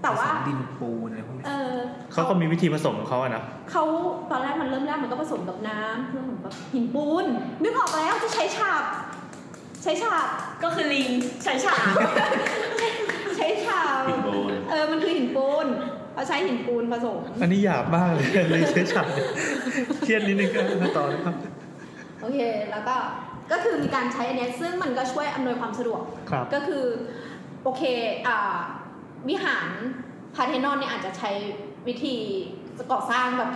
[SPEAKER 2] แต่ว่า
[SPEAKER 6] ผสมดินปูนอะไรพวกนี้
[SPEAKER 2] เออ
[SPEAKER 3] เขาก็มีวิธีผสมของเขาอะนะ
[SPEAKER 2] เขาตอนแรกมันเริ่มแรกมันก็ผสมกับน้ำเพื่อเหมือนแบบหินปูน นึกออกแล้วจะใช้ฉาบ ใช้ฉาบ
[SPEAKER 8] ก็คือลิงใช้ฉาก
[SPEAKER 2] ใช้ฉาบ
[SPEAKER 4] ผิดโบน
[SPEAKER 2] เออ มันคือหินปูนเราใช้หินปูนผสม
[SPEAKER 3] อันนี้หยาบมากเลย เลยใช้ฉากเครียดนิดนึงก็ต่อนะครับ
[SPEAKER 2] โอเค แล้วก็ ก็คือมีการใช้อันเนี้ยซึ่งมันก็ช่วยอำนวยความสะดวก
[SPEAKER 3] ครับ
[SPEAKER 2] ก็คือ โอเคอ่าวิหารพาร์เทนอนเนี่ยอาจจะใช้วิธีก่อสร้างแบบ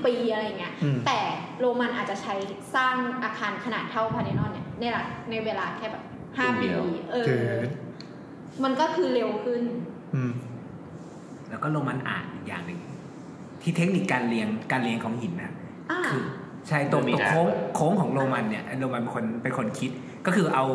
[SPEAKER 2] 30 ปีอะไรเงี้ย
[SPEAKER 3] อืม
[SPEAKER 2] แต่โรมันอาจจะใช้สร้างอาคารขนาดเท่าพาร์เทนอนเนี่ยในละในเวลาแค่แบบห้าปีเออ
[SPEAKER 3] เกิด
[SPEAKER 2] มันก็คือเร็วขึ้น
[SPEAKER 3] อืม
[SPEAKER 6] แล้วก็โรมันอ่านอีกอย่างหนึ่งที่เทคนิคการเรียงการเรียงของหินนะ
[SPEAKER 2] อ่า
[SPEAKER 6] คือใช่ตรงตรงโค้งโค้งของโรมันเนี่ยโรมันเป็นคนเป็นคนคิดก็คือเอา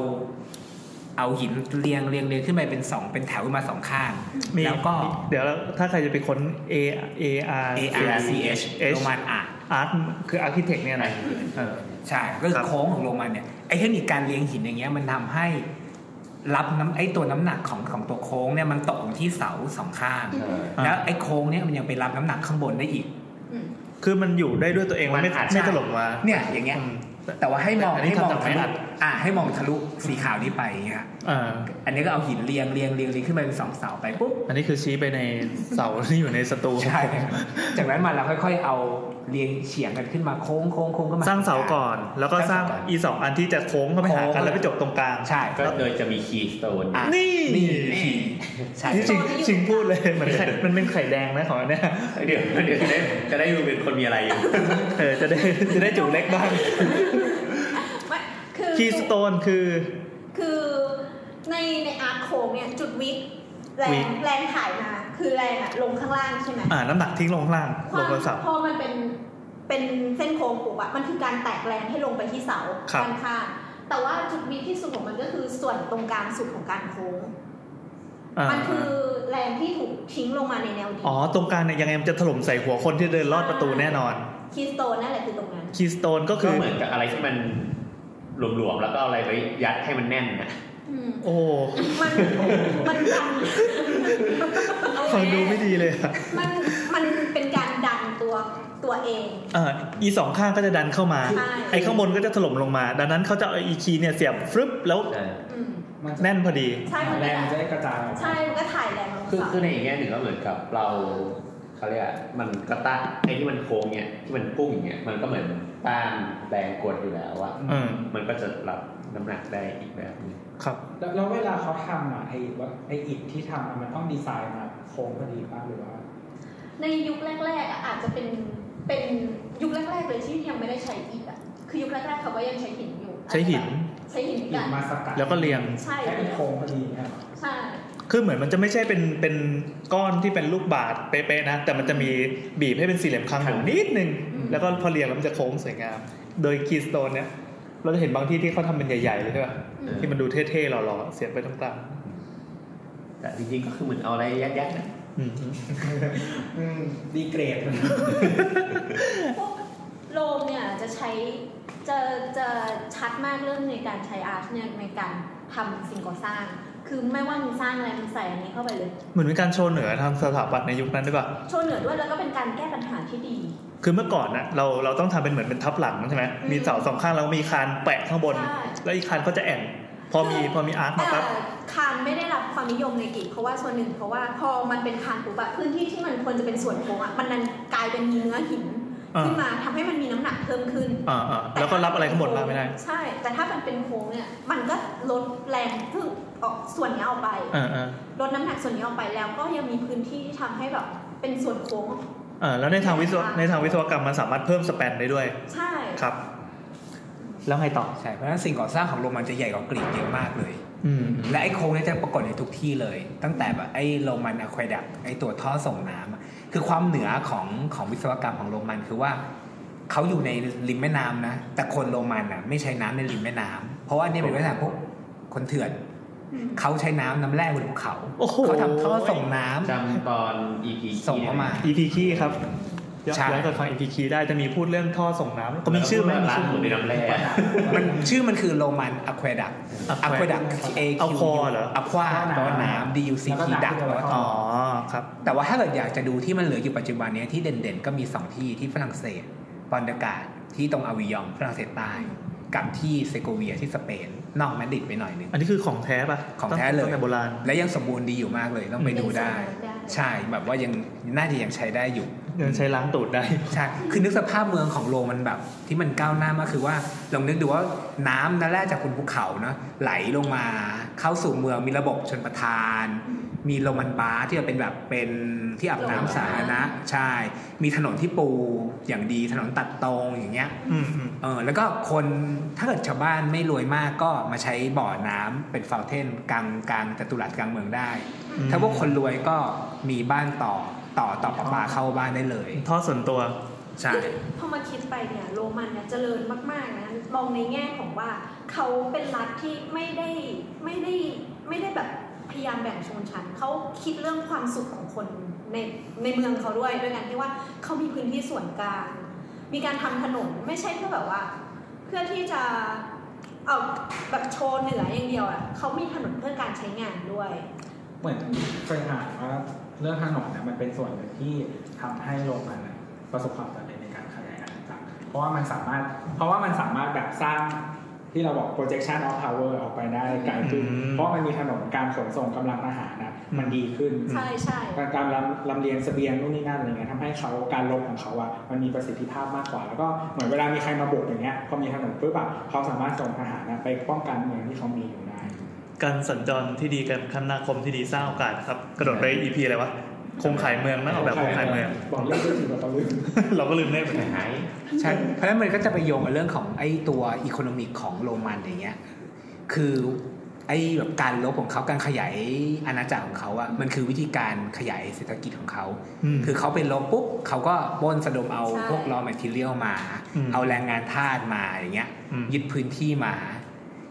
[SPEAKER 6] เอาหินเรียงเรียงเรียงขึ้นไปเป็นสองเป็นแถวขึ้นมาสองข้าง
[SPEAKER 3] มี
[SPEAKER 6] แล้วก็
[SPEAKER 3] เดี๋ยวถ้าใครจะไปค้น A A R
[SPEAKER 6] A R C H โรมันอ่ะ
[SPEAKER 3] Art คือ Architect เนี่ยนะเออ
[SPEAKER 6] ใช่ก็คื
[SPEAKER 3] ครั
[SPEAKER 6] อบ โค้งของโรมันเนี่ยไอ้เทคนิคการเรียงหินอย่างเงี้ยมันทำให้รับน้ำไอ้ตัวน้ำหนักของของตัวโค้งเนี่ยมันตกลงที่เสาสองข้าง แล้วไอ้โค้งเนี่ยมันยังไปรับน้ำหนักข้างบนได้อีก
[SPEAKER 3] คือมันอยู่ได้ด้วยตัวเองมันไม่
[SPEAKER 6] มันอาจจะ
[SPEAKER 3] ไม่ตลบมา
[SPEAKER 6] เนี่ยอย่างเงี้ย
[SPEAKER 3] อืม
[SPEAKER 6] แต่ว่าให้มอง
[SPEAKER 3] อันนี้
[SPEAKER 6] ให้มอง
[SPEAKER 3] ทำจาก
[SPEAKER 6] ทะ
[SPEAKER 3] ไม้
[SPEAKER 6] ลุ
[SPEAKER 3] อัด
[SPEAKER 6] อ่าให้มองทะลุสีขาวนี้ไปอย่างเงี้ย
[SPEAKER 3] อ่า
[SPEAKER 6] อันนี้ก็เอาหินเรียงเรียงเรียงเรียงขึ้นไปเป็นสองเสาไปปุ๊บ
[SPEAKER 3] อันนี้คือชี้ไปในเสาที่อยู่ในสตู
[SPEAKER 6] ใช่ จากนั้นมาเราค่อยๆเอาเรียงเฉียงกันขึ้นมาโค้งโค้งโค้งก็มา
[SPEAKER 3] สร้างเสาก่อน แล้วก็สร้าง
[SPEAKER 6] ก่อน
[SPEAKER 3] อีสองอันที่จะโค้งเข้าไปหากันแล้วไปจบตรงกลาง
[SPEAKER 6] ใช่
[SPEAKER 4] ก็โดยจะมีคีย์สโตน
[SPEAKER 6] อ่ะ
[SPEAKER 3] นี่
[SPEAKER 6] นี่ใช่
[SPEAKER 3] นี่จริงจริงพูดเลยเหมือนไข่มันเป็นไข่แดงนะของอันเนี่ย
[SPEAKER 4] เดี๋ยวเดี๋ยวจะได้จะได้ดูเป็นคนมีอะไรอยู่
[SPEAKER 3] เออจะได้จะได้จุ๋เล็กบ้าง
[SPEAKER 2] ไม่คือ
[SPEAKER 3] คีสโตนคือ
[SPEAKER 2] คือในในอาร์คโคงเนี่ยจุดวิกแร
[SPEAKER 3] วิ
[SPEAKER 2] ง
[SPEAKER 3] ก
[SPEAKER 2] แรงถ่ายมา คือแรงอะลงข้างล่างใช่ไหม
[SPEAKER 3] อ่าน้ำหนักทิ้งลงข้างล่าง
[SPEAKER 2] ค
[SPEAKER 3] ล
[SPEAKER 2] วาง ม
[SPEAKER 3] โทรศัพท์
[SPEAKER 2] พอมันเป็นเป็นเส้นโค้งปุ๊บอะมันคือการแตกแรงให้ลงไปที่เสา
[SPEAKER 3] ครับ
[SPEAKER 2] ด้านข้างแต่ว่าจุดวิกที่สุดของมันก็คือส่วนตรงกลางสุดของการโค้ง
[SPEAKER 3] อ่า
[SPEAKER 2] มันคือแรงที่ถูกทิ้งลงมาในแนวดิ่ง
[SPEAKER 3] อ๋อตรงกลางเนี่ยยังไงมันจะถล่มใส่หัวคนที่เดินลอดประตูแน่นอน
[SPEAKER 2] คีสโตนนั่นแหละคือตรงนั้น
[SPEAKER 3] คีสโตนก็
[SPEAKER 4] ก็
[SPEAKER 3] คือ
[SPEAKER 4] เหมือนกับอะไรที่มันหลวมๆ แล้วก็เอาอะไรไปยัดให้มันแน่นนะ
[SPEAKER 2] อืม
[SPEAKER 3] โอ้
[SPEAKER 2] มันมันดัน
[SPEAKER 3] ฟังดูไม่ดีเลยอะ
[SPEAKER 2] มันมันเป็นการดันตัวตัวเอง
[SPEAKER 3] อ่าอีสองข้างก็จะดันเข้ามา
[SPEAKER 2] ใช่
[SPEAKER 3] ไอ้ข้างบนก็จะถล่มลงมา ดังนั้นเขาจะเอาอีคีย์เนี่ยเสียบฟรึบแล้ว
[SPEAKER 2] อืม
[SPEAKER 5] มันจะ
[SPEAKER 3] แน่นพอดี
[SPEAKER 2] ใช่มัน
[SPEAKER 5] แร
[SPEAKER 2] เป็น
[SPEAKER 5] ง
[SPEAKER 2] แบบ
[SPEAKER 5] จะได้กระจายออก
[SPEAKER 2] ใช่ มันก็ถ่ายแรงลง
[SPEAKER 4] คือ
[SPEAKER 2] เสา
[SPEAKER 4] คือในอีกแง่หนึ่งก็เหมือนกับเราเขาเรียกอะมันกระต้านไอ้ที่มันโค้งเนี่ยที่มันกุ้งอย่างเงี้ยมันก็เหมือนต้านแรงกดอยู่แล้วอะ
[SPEAKER 3] อืม
[SPEAKER 4] มันก็จะรับน้ำหนักได้อีกแบบหนึง
[SPEAKER 3] ครับ
[SPEAKER 5] แล้วแล้วเวลาเขาทำอ่ะไอ้ว่าไอ้อิฐที่ทำอะมันต้องดีไซน์มาโค้งพอดีมากหรือว่า
[SPEAKER 2] ในยุคแรกๆอ่ะอาจจะเป็นเป็นยุคแรกๆเลยที่ยังไม่ได้ใช้อิฐอ่ะ คือยุคแรกๆเขาก็ยังใช้หินอยู่
[SPEAKER 3] ใช้หิน
[SPEAKER 2] ใช้หิน
[SPEAKER 5] อิ
[SPEAKER 2] กั
[SPEAKER 5] ฐ
[SPEAKER 2] น
[SPEAKER 5] มาสกัด
[SPEAKER 3] แล้วก็เรียง
[SPEAKER 2] ใช่
[SPEAKER 5] ให้เป็นโค้งพอดีเนี่ยหรอ
[SPEAKER 2] ใช่
[SPEAKER 3] คือเหมือนมันจะไม่ใช่เป็นเป็นก้อนที่เป็นลูกบาศก์เป๊ะๆนะแต่มันจะมีบีบให้เป็นสี่เหลี่ยมคางอยู่นิดนึง แล้วก็พอเรียงแล้วมันจะโค้งสวยงาม โดยคีสโตนเนี่ย เราจะเห็นบางที่ที่เขาทำเป็นใหญ่ๆเลยใช่ป่ะ
[SPEAKER 2] อืม
[SPEAKER 3] ที่มันดูเท่ๆหล่อๆเสียบไปตรงกลาง
[SPEAKER 4] แต่จริงๆก็คือเหมือนเอาอะไรยัดๆนะ
[SPEAKER 3] อืม
[SPEAKER 5] อืมดีเกรดมัน
[SPEAKER 2] พวกโรมเนี่ยจะใช้จะจะชัดมากเรื่องในการใช้อาร์ตเนี่ยในการทำสิ่งก่อสร้าง คือไม่ว่ามึงสร้างอะไรมึงใส่อันนี้เข้าไปเลย
[SPEAKER 3] เหมือนเป็นการโชว์เหนือทางสถาปัตย์ในยุคนั้นด้วยป่ะ
[SPEAKER 2] โชว์เหนือด้วยแล้วก็เป็นการแก้ปัญหาที่ดี
[SPEAKER 3] คือเมื่อก่อนนะเราเราต้องทำเป็นเหมือนเป็นทับหลังใช่ไหมมีเสาสองข้างแล้วมีคานแปะข้างบน
[SPEAKER 2] ใช่
[SPEAKER 3] แล้วอีกคานก็จะแอ่นพอมีพอมีอาร์คมา
[SPEAKER 2] แต่
[SPEAKER 3] ปั๊บ
[SPEAKER 2] คานไม่ได้รับความนิยมในกรีกเพราะว่าส่วนหนึ่งเพราะว่าพอมันเป็นคานปุ๊บอะพื้นที่ที่มันควรจะเป็นส่วนโค้งอะมันนันกลายเป็นมีเนื้อหินขึ้นมาทำให้มันมีน้ำหนักเพิ่มขึ้น
[SPEAKER 3] อ่าๆแล้วก็รับอะไรข้างบนมางไม่ได้
[SPEAKER 2] ใช่ แต่ถ้ามันเป็นโค้งเนี่ยมันก็ลดแรงพึ่งออกส่วนนี้ออกไป
[SPEAKER 3] อ่าๆ
[SPEAKER 2] ลดน้ำหนักส่วนนี้ออกไปแล้วก็ยังมีพื้นที่ที่ทำให้แบบเป็นส่วนโค้ง
[SPEAKER 3] เออแล้วในทางวิศว
[SPEAKER 2] ค่ะ
[SPEAKER 3] ในทางวิศวกรรมมันสามารถเพิ่มสแปนได้ด้วย
[SPEAKER 2] ใช่
[SPEAKER 3] ครับ แล้วไงต่อ
[SPEAKER 6] ใช่เพราะฉะนั้นสิ่งก่อสร้างของโรมันจะใหญ่กว่ากรีกเยอะมากเลย
[SPEAKER 3] อืม
[SPEAKER 6] และไอ้โค้งเนี่ยจะปรากฏในทุกที่เลย ตั้งแต่แบบไอ้โรมันอะควดักไอ้ตัวท่อส่งน้ำอะคือความเหนือของของวิศวกรรมของโรมันคือว่าเขาอยู่ในริมแม่น้ำนะ แต่คนโรมันอ่ะไม่ใช้น้ำในริมแม่น้ำเพราะว่าเนี่ยเป็นแม่น้ำพวกคนเถื่อน
[SPEAKER 2] อืม
[SPEAKER 6] เขาใช้น้ำน้ำแร่บนภูเขา
[SPEAKER 3] โอ้โห
[SPEAKER 6] เขาทำท่อส่งน้ำ
[SPEAKER 4] จำตอน EP
[SPEAKER 6] ส่งเข้ามา
[SPEAKER 3] EP ขี้ครับ ย้อน
[SPEAKER 6] ใช่
[SPEAKER 3] ย้อนกลับฟังอีพีคีได้จะมีพูดเรื่องท่อส่งน้ำก็มี
[SPEAKER 4] แล้ว
[SPEAKER 3] ชื่อไหม
[SPEAKER 4] พูดว่าร้านหมู
[SPEAKER 3] มี
[SPEAKER 4] ใน
[SPEAKER 3] ชื่อ
[SPEAKER 4] น้ำแร่
[SPEAKER 6] มันชื่อมันคือโรมันอะควดัก
[SPEAKER 3] Aqueduct
[SPEAKER 6] อะควดัก A Q
[SPEAKER 3] Aqua เหรอ
[SPEAKER 6] อะควาแปลว่าน้ำ D U C
[SPEAKER 5] แล้วก็
[SPEAKER 6] T ดั
[SPEAKER 5] Duck
[SPEAKER 6] กแปลว่า
[SPEAKER 5] อ๋
[SPEAKER 6] ท่
[SPEAKER 3] อ๋
[SPEAKER 6] อ
[SPEAKER 3] อ
[SPEAKER 5] อ
[SPEAKER 3] ครับ
[SPEAKER 6] แต่ว่าถ้าเกิดอยากจะดูที่มันเหลืออยู่ปัจจุบันเนี้ยที่เด่นๆ ก็มี 2 ที่ที่ฝรั่งเศสปอนดากาดที่ตรงอาวิยองฝรั่งเศสใต้ กับที่เซโกเวียที่สเปนนอกมาดริดไปหน่อยหนึง
[SPEAKER 3] อันนี้คือของแท้ป่ะ
[SPEAKER 6] ของแท้เลย
[SPEAKER 3] ตั้งแต่โบราณ
[SPEAKER 6] และยังสมบูรณ์ดีอยู่มากเลยต้องไปดูได้ ใช่แบบว่ายังน่าจะยังใช้ได้อยู่
[SPEAKER 3] ยังใช้ล้างตูดได้
[SPEAKER 6] ใช่ คือนึกสภาพเมืองของโรมันแบบ ที่มันก้าวหน้ามากคือว่าลองนึกดูว่าน้ำนั่นแรกจากบนภูเขาเนอะไหลลงมาเข้าสู่เมืองมีระบบชนประทาน มีโรมันบาร์ที่เป็นแบบเป็นที่อาบน้ำสาธารณะใช่ มีถนนที่ปูอย่างดีถนนตัดตรงอย่างเงี้ย
[SPEAKER 3] อืมอืม
[SPEAKER 6] เออแล้วก็คนถ้าเกิดชาวบ้านไม่รวยมากก็มาใช้บ่อน้ำเป็นฟาวเทนกลางกลางจตุรัสกลางเมืองได้ ถ้าพวกคนรวยก็มีบ้านต่อต่อต่อประปาเข้าบ้านได้เลย
[SPEAKER 3] ท่อส่วนตัว
[SPEAKER 6] ใช่
[SPEAKER 2] พอมาคิดไปเนี่ยโรมันเนี่ยเจริญมากๆนะมองในแง่ของว่าเขาเป็นรัฐที่ไม่ได้ไม่ได้ไม่ได้แบบพยายามแบ่งชนชั้นเขาคิดเรื่องความสุขของคนในในเมืองเขาด้วยด้วยกันที่ว่าเขามีพื้นที่ส่วนกลางมีการทำถนนไม่ใช่เพื่อแบบว่า เพื่อที่จะเอาแบบโชว์เหนืออย่างเดียวอ่ะเขามีถนนเพื่อการใช้งานด้วย
[SPEAKER 5] เหมือนเคยอ่านว่าเรื่องถนนเนี่ยมันเป็นส่วนหนึ่งที่ทำให้โรงงานเนี่ยประสบความสำเร็จในการขยายอาณาจักรเพราะว่ามันสามารถ เพราะว่ามันสามารถแบบสร้างที่เราบอก projection of power ออกไปได้ไกลขึ้น
[SPEAKER 3] อืม
[SPEAKER 5] เพราะมันมีถนนการขนส่งกำลังทหารนะมันดีขึ้น
[SPEAKER 2] ใช่ใช่
[SPEAKER 5] การลำลำเลียงเสบียงนู่นนี่นั่นอะไรเงี้ยทำให้เขาการลบของเขาอะมันมีประสิทธิภาพมากกว่า แล้วก็เหมือนเวลามีใครมาบุกอย่างเงี้ยพอมีถนนปุ๊บอะเขาสามารถส่งทหารอะไปป้องกันเมืองที่เขามีอยู่ได้
[SPEAKER 3] การสัญจรที่ดีการคมนาคมที่ดีสร้างโอกาสครับ กระโดดไป EP อะไรวะโครงข่ายเมืองนะออกแบบโครงข่ายเมือง
[SPEAKER 5] บอกเรื่องด้วยสิบอกตะลึง
[SPEAKER 3] เราก็ลืมได้ไปไหน
[SPEAKER 4] หาย
[SPEAKER 6] ใช่ เพราะฉะนั้นมันก็จะไปโยงกับเรื่องของไอ้ตัวอีโคโนมิกของโรมันอย่างเงี้ย คือไอ้แบบการลบของเขาการขยายอาณาจักรของเขาอะมันคือวิธีการขยายเศรษฐกิจของเขา
[SPEAKER 3] ม
[SPEAKER 6] คือเขาไปลบปุ๊บเขาก็บนสะดมเอา
[SPEAKER 2] ใช่
[SPEAKER 6] พวกรอแมทเทียลมา
[SPEAKER 3] อืม
[SPEAKER 6] เอาแรงงานทาสมาอย่างเงี้ย
[SPEAKER 3] อืม
[SPEAKER 6] ยึดพื้นที่มา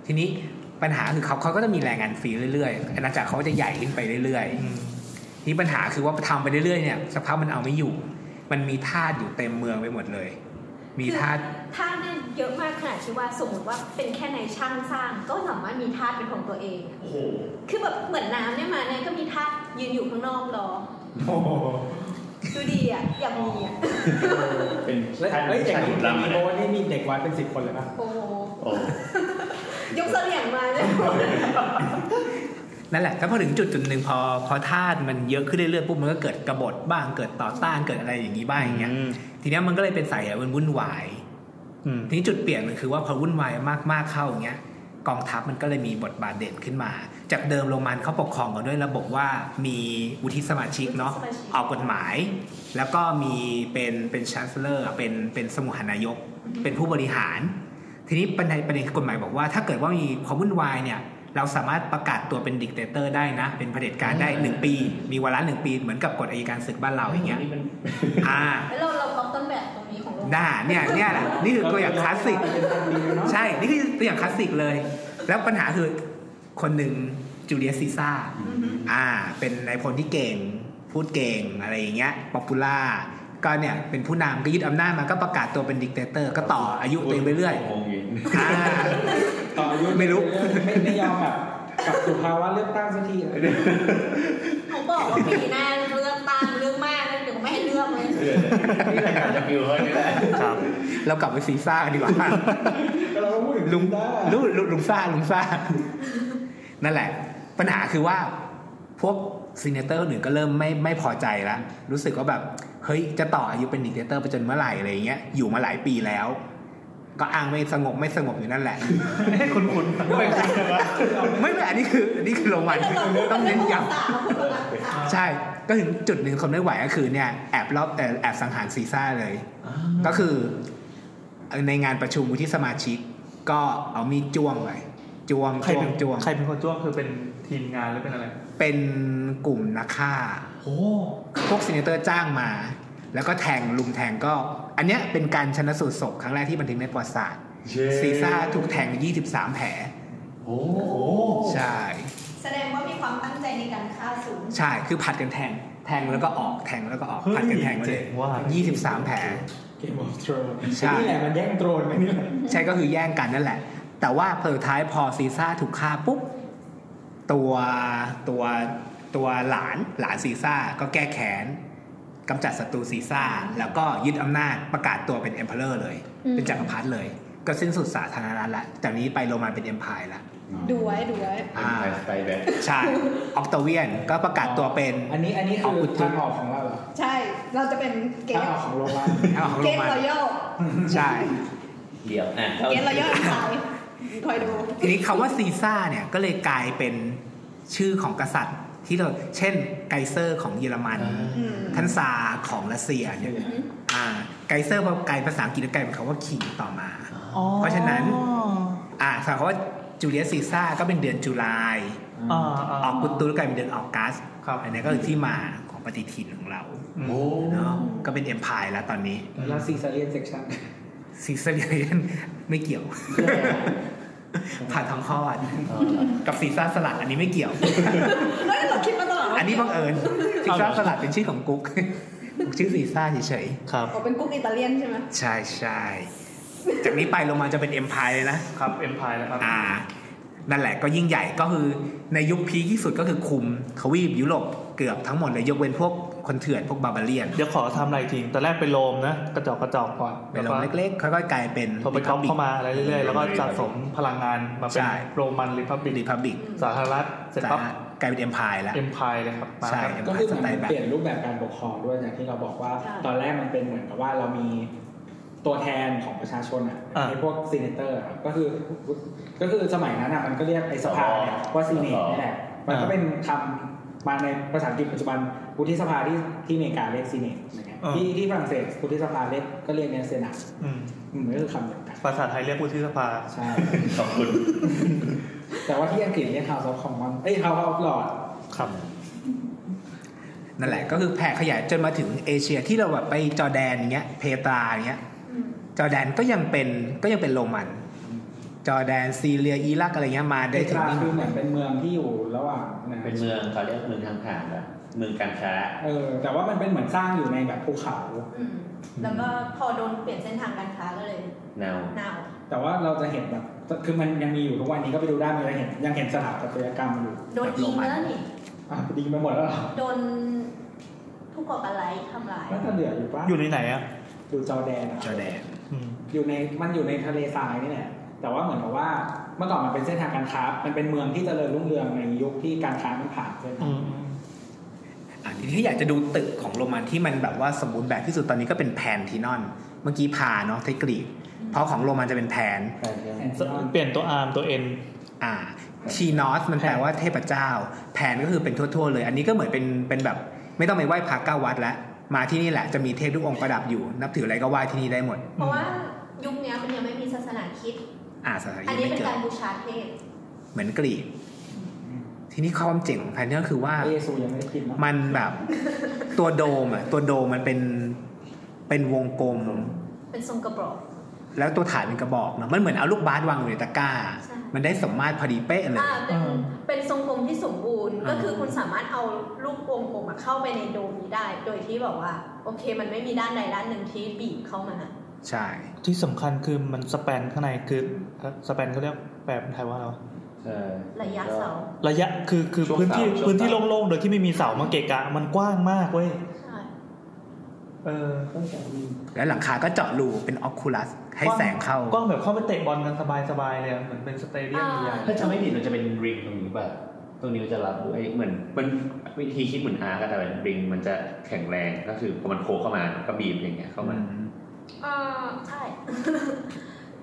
[SPEAKER 6] ทีนี้ปัญหาคือเขาเขาก็จะมีแรงงานฟรีเรื่อยๆ อาณาจักรเขาก็จะใหญ่ขึ้นไปเรื่อยๆ
[SPEAKER 3] อืม
[SPEAKER 6] นี่ปัญหาคือว่าทำไปเรื่อยๆเนี่ยสภาพมันเอาไม่อยู่ มันมีธาตุอยู่เต็มเมืองไปหมดเลย มีธาตุ
[SPEAKER 2] ท่าสเนี่ยเยอะมากขนาดที่ว่าสมมติว่าเป็นแค่ในายช่างสร้างก็สามารถมีท่าสเป็นของตัวเอง
[SPEAKER 4] โอ้โห
[SPEAKER 2] คือแบบเหมือนน้ำเนี่ยมาเนี่ยก็มีท่าสยืนอยู่ข้างนอกรอ
[SPEAKER 5] โอ้โห
[SPEAKER 2] ดูดีอ่ะอยากมีอ่ะ
[SPEAKER 4] เป็น
[SPEAKER 5] แล้ว
[SPEAKER 4] ท่าน
[SPEAKER 5] เอ้ยอย่างนี้
[SPEAKER 4] ขุน
[SPEAKER 5] เด
[SPEAKER 4] รำ
[SPEAKER 5] โบ
[SPEAKER 4] เลย
[SPEAKER 5] นี่มีเด็กวัดเป็นสิบคนเลยป่ะ
[SPEAKER 2] โอ้โห
[SPEAKER 4] โอ้
[SPEAKER 2] ยกเสลี่ยงมาเนี่ย
[SPEAKER 6] นั่นแหละถ้าพอถึงจุดจุดหนึ่งพอพอธาตุมันเยอะขึ้นเรื่อยๆปุ๊บมันก็เกิดกบฏบ้างเกิดต่อต้านเกิดอะไรอย่างนี้บ้างอย่างเงี้ยทีเนี้ยมันก็เลยเป็นสายมันวุ่นวาย
[SPEAKER 3] อืม
[SPEAKER 6] ทีนี้จุดเปลี่ยนมันคือว่าพอวุ่นวายมากๆเข้าอย่างเงี้ยกองทัพมันก็เลยมีบทบาทเด่นขึ้นมา จากเดิมโรมันเขาปกครองกันด้วยระบบว่ามีวุฒิสมาชิกเนาะ ออกกฎหมาย แล้วก็มีเป็นเป็นชันเซลเลอร์เป็นเป็นสมุหานายก เป็นผู้บริหาร ทีนี้ประเด็นประเด็นคือกฎหมายบอกว่า ถ้าเกิดว่ามีความวุ่นวายเนี่ย เราสามารถประกาศตัวเป็นดิกเตเตอร์ได้นะ เป็นเผด็จการได้หนึ่งปี มีวาระหนึ่งปีเหมือนกับกฎอัยการศึกบ้านเราอย่างเงี้ย
[SPEAKER 4] นี่มัน
[SPEAKER 6] อ่า
[SPEAKER 2] แล้วเราเราก๊อปต้นแบบตรงนี้ของโลก
[SPEAKER 6] น่าเนี่ยเนี่ยแหละนี่คือตัวอย่างคลาสสิก
[SPEAKER 5] เป็นคนดีเนาะ
[SPEAKER 6] ใช่ นี่คือตัวอย่างคลาสสิกเลย แล้วปัญหาคือคนหนึ่งจูเลียสซีซ่าร์อ่า เป็นนายพลที่เก่ง พูดเก่งอะไรอย่างเงี้ย ป๊อปปูล่า ก็เนี่ยเป็นผู้นำก็ยึดอำนาจมาก็ประกาศตัวเป็นดิกเตเตอร์ ก็ต่ออายุตัวเองไปเรื่อย
[SPEAKER 4] งงอยู่
[SPEAKER 6] อ่า
[SPEAKER 5] ต่ออายุ
[SPEAKER 6] ไม่รู้
[SPEAKER 5] ไม่ไม่ยอมแบบกลับสู่ภาวะเลือกตั้งสักทีอะไรเนี่ย
[SPEAKER 2] เขาบอกว่าปีหน้าเลือกตั้งเลือกมากเดี๋ยวไม่ให้เลือกเลย
[SPEAKER 4] เออนี่รายการจะฟิวเฮ้ยนี่แหละ
[SPEAKER 3] ครับ
[SPEAKER 6] เรากลับไปซีซ่ากันดีกว่า
[SPEAKER 5] ก็เราก็พูดถึงลุงได้
[SPEAKER 6] ลุงลุงลุงซ่าลุงซ่า นั่นแหละ ปัญหาคือว่า พวกซีเนเตอร์คนอื่นก็เริ่มไม่ไม่พอใจละรู้สึกว่าแบบ เฮ้ย จะต่ออายุเป็นดิกเตอร์ไปจนเมื่อไหร่อะไรอย่างเงี้ยอยู่มาหลายปีแล้ว ก็อ้างไม่สงบไม่สงบอยู่นั่นแหละ
[SPEAKER 3] ให้ คุณคุณไม่คุณเลยวะ
[SPEAKER 6] ไม่ไม่อันนี้คืออันนี้คือโรงมันต้องเน้นย้
[SPEAKER 2] ตาเราพูดว่าตา
[SPEAKER 6] ำใช่ ก็ถึงจุดหนึ่งคนไม่ไหวก็คือเนี่ยแอบรอบเอ่อแอบสังหารซีซ่าเลย ก็คือในงานประชุมวุฒิสมาชิก ก็เอามีดจ้วงไปจ้วง
[SPEAKER 3] ใคร
[SPEAKER 6] จ้ว
[SPEAKER 3] เป็
[SPEAKER 6] ง
[SPEAKER 3] น
[SPEAKER 6] จ้วง
[SPEAKER 3] ใครเป็นคนจ้วงคือเป็นทีมงานหรือเป็นอะไร
[SPEAKER 6] เป็นกลุ่มนักฆ่า
[SPEAKER 3] โอ้
[SPEAKER 6] พวกซีเนเตอร์จ้างมา แล้วก็แทงลุมแทงก็ อันเนี้ยเป็นการชนะสูตรศพครั้งแรกที่บันทึกในประวัติศาสตร์ซีซ่าถูกแทง 23 แผล
[SPEAKER 4] โอ้โห
[SPEAKER 6] ใช่
[SPEAKER 2] แสดงว่ามีความตั้งใจในการฆ่าสูง
[SPEAKER 6] ใช่ คือผัดกันแทง แทงแล้วก็ออกแทงแล้วก็ออก
[SPEAKER 3] เฮ้ย
[SPEAKER 6] ผัดกันแทงไปเล
[SPEAKER 3] เจ๋
[SPEAKER 6] ย
[SPEAKER 3] งว่ะ
[SPEAKER 6] ยี่สิบสามแผล
[SPEAKER 5] เกมออฟโทรน
[SPEAKER 6] ใช่
[SPEAKER 5] นี่แหละมันแย่งโทรนกันนี่แหละ
[SPEAKER 6] ใช่ก็คือแย่งกันนั่นแหละ แต่ว่าเพลท้ายพอซีซ่าถูกฆ่าปุ๊บ ตัวตัวตัวหลานหลานซีซ่าก็แก้แค้นกำจัดศัตรูซีซ่า แล้วก็ยึดอำนาจประกาศตัวเป็นเอ็มเพลเลอร์เลย
[SPEAKER 2] อืม
[SPEAKER 6] เป็นจักรพรรดิเลย ก็สิ้นสุดสาธารณรัฐละจากนี้ไปโรมันเป็นเอ็มพายละ
[SPEAKER 2] ดูไว้ดูไว้
[SPEAKER 6] อ่า
[SPEAKER 4] ไปไปแบบ
[SPEAKER 6] ใช่ออกตเวียนก็ประกาศตัวเป็น
[SPEAKER 5] อันนี้อันนี้คื
[SPEAKER 6] เอาอุ
[SPEAKER 5] อ
[SPEAKER 6] ด
[SPEAKER 5] ทางออกของเราเหรอ
[SPEAKER 2] ใช่เราจะเป็นเก
[SPEAKER 5] ทาง
[SPEAKER 2] ต
[SPEAKER 5] ออกของโรมัน
[SPEAKER 6] เอาของ
[SPEAKER 2] เกต
[SPEAKER 6] โรมัน
[SPEAKER 2] รอยัล
[SPEAKER 6] ใช่
[SPEAKER 4] เดียวอ่ะ
[SPEAKER 2] เกตรอยัลอีสานคอยดู
[SPEAKER 6] ทีนี้คำว่าซีซ่าเนี่ยก็เลยกลายเป็นชื่อของกษัตริย์ที่เราเช่นไกเซอร์ของเยอรมัน
[SPEAKER 2] อืม
[SPEAKER 6] ท่านซาร์ของรัสเซียเนี่ยอ่าไกเซอร์พอกลายภาษาอังกฤษก็กลายเป็นคำว่าคิงต่อมา เพราะฉะนั้น อ่าสาวว่าจูเลียสซีซ่าก็เป็นเดือนจุลาย
[SPEAKER 3] อ่า
[SPEAKER 6] อ
[SPEAKER 3] อ่า
[SPEAKER 6] อกกุตูก็กลายเป็นเดือนออกัส
[SPEAKER 3] ครับ
[SPEAKER 6] อันนี้ก็คือที่มาของปฏิทินของเรา
[SPEAKER 3] อืม
[SPEAKER 4] โอ้
[SPEAKER 6] เนาะก็เป็นเอ็มพายแล้วตอนนี้
[SPEAKER 5] แล้วซีซาเรียนเซกชัน
[SPEAKER 6] ซีเซเรียน ไม่เกี่ยวผ่าทองคลอดกับซีซ่าสลัดอันนี้ไม่เกี่ยว
[SPEAKER 2] เฮ้ยเราคิดมาตลอดว่า
[SPEAKER 6] อันนี้บังเอิญซีซ่าสลัดเป็นชื่อของกุ๊ก กุ๊กชื่อซีซ่าเฉย
[SPEAKER 3] ครับ
[SPEAKER 2] อ๋อเป็นกุ๊กอิตาเลียนใช่ไหม
[SPEAKER 6] ๆใช่ใช่ๆจากนี้ไปลงมาจะเป็นเอ็มพายเลยนะ
[SPEAKER 3] ครับเอ็มพายนะครับ
[SPEAKER 6] อ่านั่นแหละก็ยิ่งใหญ่ก็คือในยุคพีคที่สุดก็คือคุมทวีปยุโรปเกือบทั้งหมดเลยยกเว้นพวกคนเถื่อนพวกบาบาเรียน
[SPEAKER 3] เดี๋ยวขอทำอะไรทิ้งตอนแรกเป็นโรมนะ กระจอกกระจอกก่อน
[SPEAKER 6] เป็นโรงเล็กๆค่อยๆกลายเป็น
[SPEAKER 3] พอไปเข้าเข้ามาอะไรเรื่อยๆ แล้วก็สะสมพลังงานมาเป็น
[SPEAKER 6] ใช่
[SPEAKER 3] โรมันริพับบิ
[SPEAKER 6] รี
[SPEAKER 3] ก
[SPEAKER 6] พับบิก
[SPEAKER 3] สาธารณรัฐเสร็จปั๊บ
[SPEAKER 6] กลายเป็นเอ็มพายแล้ว
[SPEAKER 3] เอ็มพายเลยครับมา
[SPEAKER 6] ใช่
[SPEAKER 3] ครับ
[SPEAKER 5] ก็คือเหมือ
[SPEAKER 6] สไตล์
[SPEAKER 5] น
[SPEAKER 6] แบบ
[SPEAKER 5] เปลี่ยนรูปแบบการปกครองด้วยอย่างที่เราบอกว่า ตอนแรกมันเป็นเหมือนกับว่าเรามีตัวแทนของประชาชนอ่ะไอ้พวกซีเนเตอร์ก็คือก็คือสมัยนั้นอ่ะมันก็เรียกไอ้สภาเนี่ยว่าซีเนตนี่แหละมันก็เป็นคำมาในภาษาอังกฤษปัจจุบันวุฒิสภาที่ที่อเมริกาเรียกซีเนตนะฮะที่ที่ฝรั่งเศสวุฒิสภาเรียกก็เรียกเนี่ยเซนาต
[SPEAKER 3] อืม
[SPEAKER 5] อืมก็คือคำเดียวกัน
[SPEAKER 3] ภาษาไทยเรียกวุฒิสภา
[SPEAKER 5] ใช่
[SPEAKER 4] ขอบคุณ
[SPEAKER 5] แต่ว่าที่อังกฤษเรียก House of Commons เอ้ย House of Lords
[SPEAKER 3] ครับ
[SPEAKER 6] นั่นแหละก็คือแผ่ขยายจนมาถึงเอเชียที่เราแบบไปจอร์แดนอย่างเงี้ยเพตราอย่างเงี้ยจอร์แดนก็ยังเป็นก็ยังเป็นโรมัน จอร์แดนซีเรียอิรักอะไรเงี้ยมา
[SPEAKER 5] เด
[SPEAKER 6] ได้ถึ
[SPEAKER 5] ต
[SPEAKER 6] ง
[SPEAKER 5] รา
[SPEAKER 6] นี่
[SPEAKER 5] คือเหมือนเป็นเมืองที่อยู่ระหว่างะ
[SPEAKER 4] เป็นเมืองเขาเรียกเมืองทางผ่านแบบเมืองการค้า
[SPEAKER 5] เออ แต่ว่ามันเป็นเหมือนสร้างอยู่ในแบบภูเขา
[SPEAKER 2] อืมแล้วก็พอโดนเปลี่ยนเส้นทางการค้าก็เลย
[SPEAKER 4] แนว
[SPEAKER 2] นาว
[SPEAKER 5] แต่ว่าเราจะเห็นแบบ คือมันยังมีอยู่ทุกวันนี้ก็ไปดูได้มันยังเห็นยังเห็นสถาปัตยกรรมอยู่
[SPEAKER 2] โดนยิงแล้วนี่
[SPEAKER 5] อ่ะดีไปหมดแล้วเหรอ
[SPEAKER 2] โดนผู้ก่อการร้ายทำร้าย
[SPEAKER 5] น่าจะเหลืออยู่ปะ
[SPEAKER 3] อยู่ในไหนอ่ะ
[SPEAKER 5] อยู่จอร์แดนอะ
[SPEAKER 6] จอร์แดน
[SPEAKER 3] อืม
[SPEAKER 5] อยู่ในมันอยู่ในทะเลทรายนี่แหละ แต่ว่าเหมือนกับว่าเมื่อก่อนมันเป็นเส้นทางการค้า มันเป็นเมืองที่เจริญรุ่งเรืองในยุคที่การค้ามันผ่านเส้น
[SPEAKER 3] อืม
[SPEAKER 6] อันที่อยากจะดูตึกของโรมันที่มันแบบว่าสมบูรณ์แบบที่สุดตอนนี้ก็เป็นแพนทีนอน เมื่อกี้พาเนาะไทยกรีก เพราะของโรมันจะเป็นแพน
[SPEAKER 5] แอน
[SPEAKER 3] อื
[SPEAKER 5] ซิออ
[SPEAKER 3] ม
[SPEAKER 5] น
[SPEAKER 3] เปลี่ยนตัวอาร์มตัวเอ็น
[SPEAKER 6] อ่าทีนอสมันแปลว่าเทพเจ้า แพนก็คือเป็นทั่วๆเลย อันนี้ก็เหมือนเป็นเป็นแบบ ไม่ต้องไปไหว้พระเก้าวัดแล้วมาที่นี่แหละจะมีเทพทุกองค์ประดับอยู่ นับถืออะไรก็ไหว้ที่นี่ได้หมด
[SPEAKER 2] เพราะว่ายุคเนี้ยมันยังไม่มีศาสนาคริด
[SPEAKER 6] อ่าสถาน
[SPEAKER 2] อัน
[SPEAKER 6] ที่
[SPEAKER 2] นี้
[SPEAKER 6] ไม่
[SPEAKER 2] เป็น
[SPEAKER 6] เกิด
[SPEAKER 2] การบูชาเทพ
[SPEAKER 6] เหมือนกรีก ทีนี้ความเจ๋งของแพนก็คือว่า
[SPEAKER 5] เยซูยังไม่ได้กินเนอะ
[SPEAKER 6] มันแบบตัวโดมอ่ะตัวโดมมันเป็นเป็นวงกลม
[SPEAKER 2] เป็นทรงกระบอก
[SPEAKER 6] แล้วตัวถ่ายเป็นกระบอกเนาะมันเหมือนเอาลูกบาสวางอยู่ในตะกร้า
[SPEAKER 2] ใช่
[SPEAKER 6] มันได้สมมาตรพอดีเป๊ะเลย
[SPEAKER 2] อ่าเป็น
[SPEAKER 3] อืม
[SPEAKER 2] เป็นทรงกลมที่สมบูรณ์
[SPEAKER 6] อ่า
[SPEAKER 2] ก็คือคุณสามารถเอาลูกวงกลมอะเข้าไปในโดมนี้ได้ โดยที่แบบว่า โอเคมันไม่มีด้านใดด้านหนึ่งที่บีบเข้ามา
[SPEAKER 6] ใช่
[SPEAKER 3] ที่สำคัญคือมันสแปนข้างในคือสแปนเขาเรียกแปลเป็นไทยว่าอะไรวะ
[SPEAKER 4] เออ
[SPEAKER 2] ระยะเสา
[SPEAKER 3] ระยะคือคือ
[SPEAKER 4] ช่วง
[SPEAKER 3] พื้นที่
[SPEAKER 4] เสาช่วง
[SPEAKER 3] พื้นที่
[SPEAKER 4] เสา
[SPEAKER 3] โล่งๆโดยที่ไม่มีเสามาเกะกะ มันกว้างมากเว้ย
[SPEAKER 2] ใช่
[SPEAKER 3] เออ
[SPEAKER 6] แล้วหลังคาก็เจาะรูเป็นออคูลัสให้แสงเข้าก
[SPEAKER 3] ล้องแบบเข้าไปเตะบอลกันสบายๆเลยอะเหมือนเป็นสเตเดียมใหญ่
[SPEAKER 4] ถ้าจะไม่ผิดมันจะเป็นริงตรงนี้ป่ะตรงนี้มันจะรับด้วยเหมือนมันวิธีคิดเหมือนอาร์กแต่เป็นริงมันจะแข็งแรงก็คือพอมันโค้งเข้ามามันก็บีบอย่างเงี้ยเข้ามา
[SPEAKER 8] เออ
[SPEAKER 2] ใช่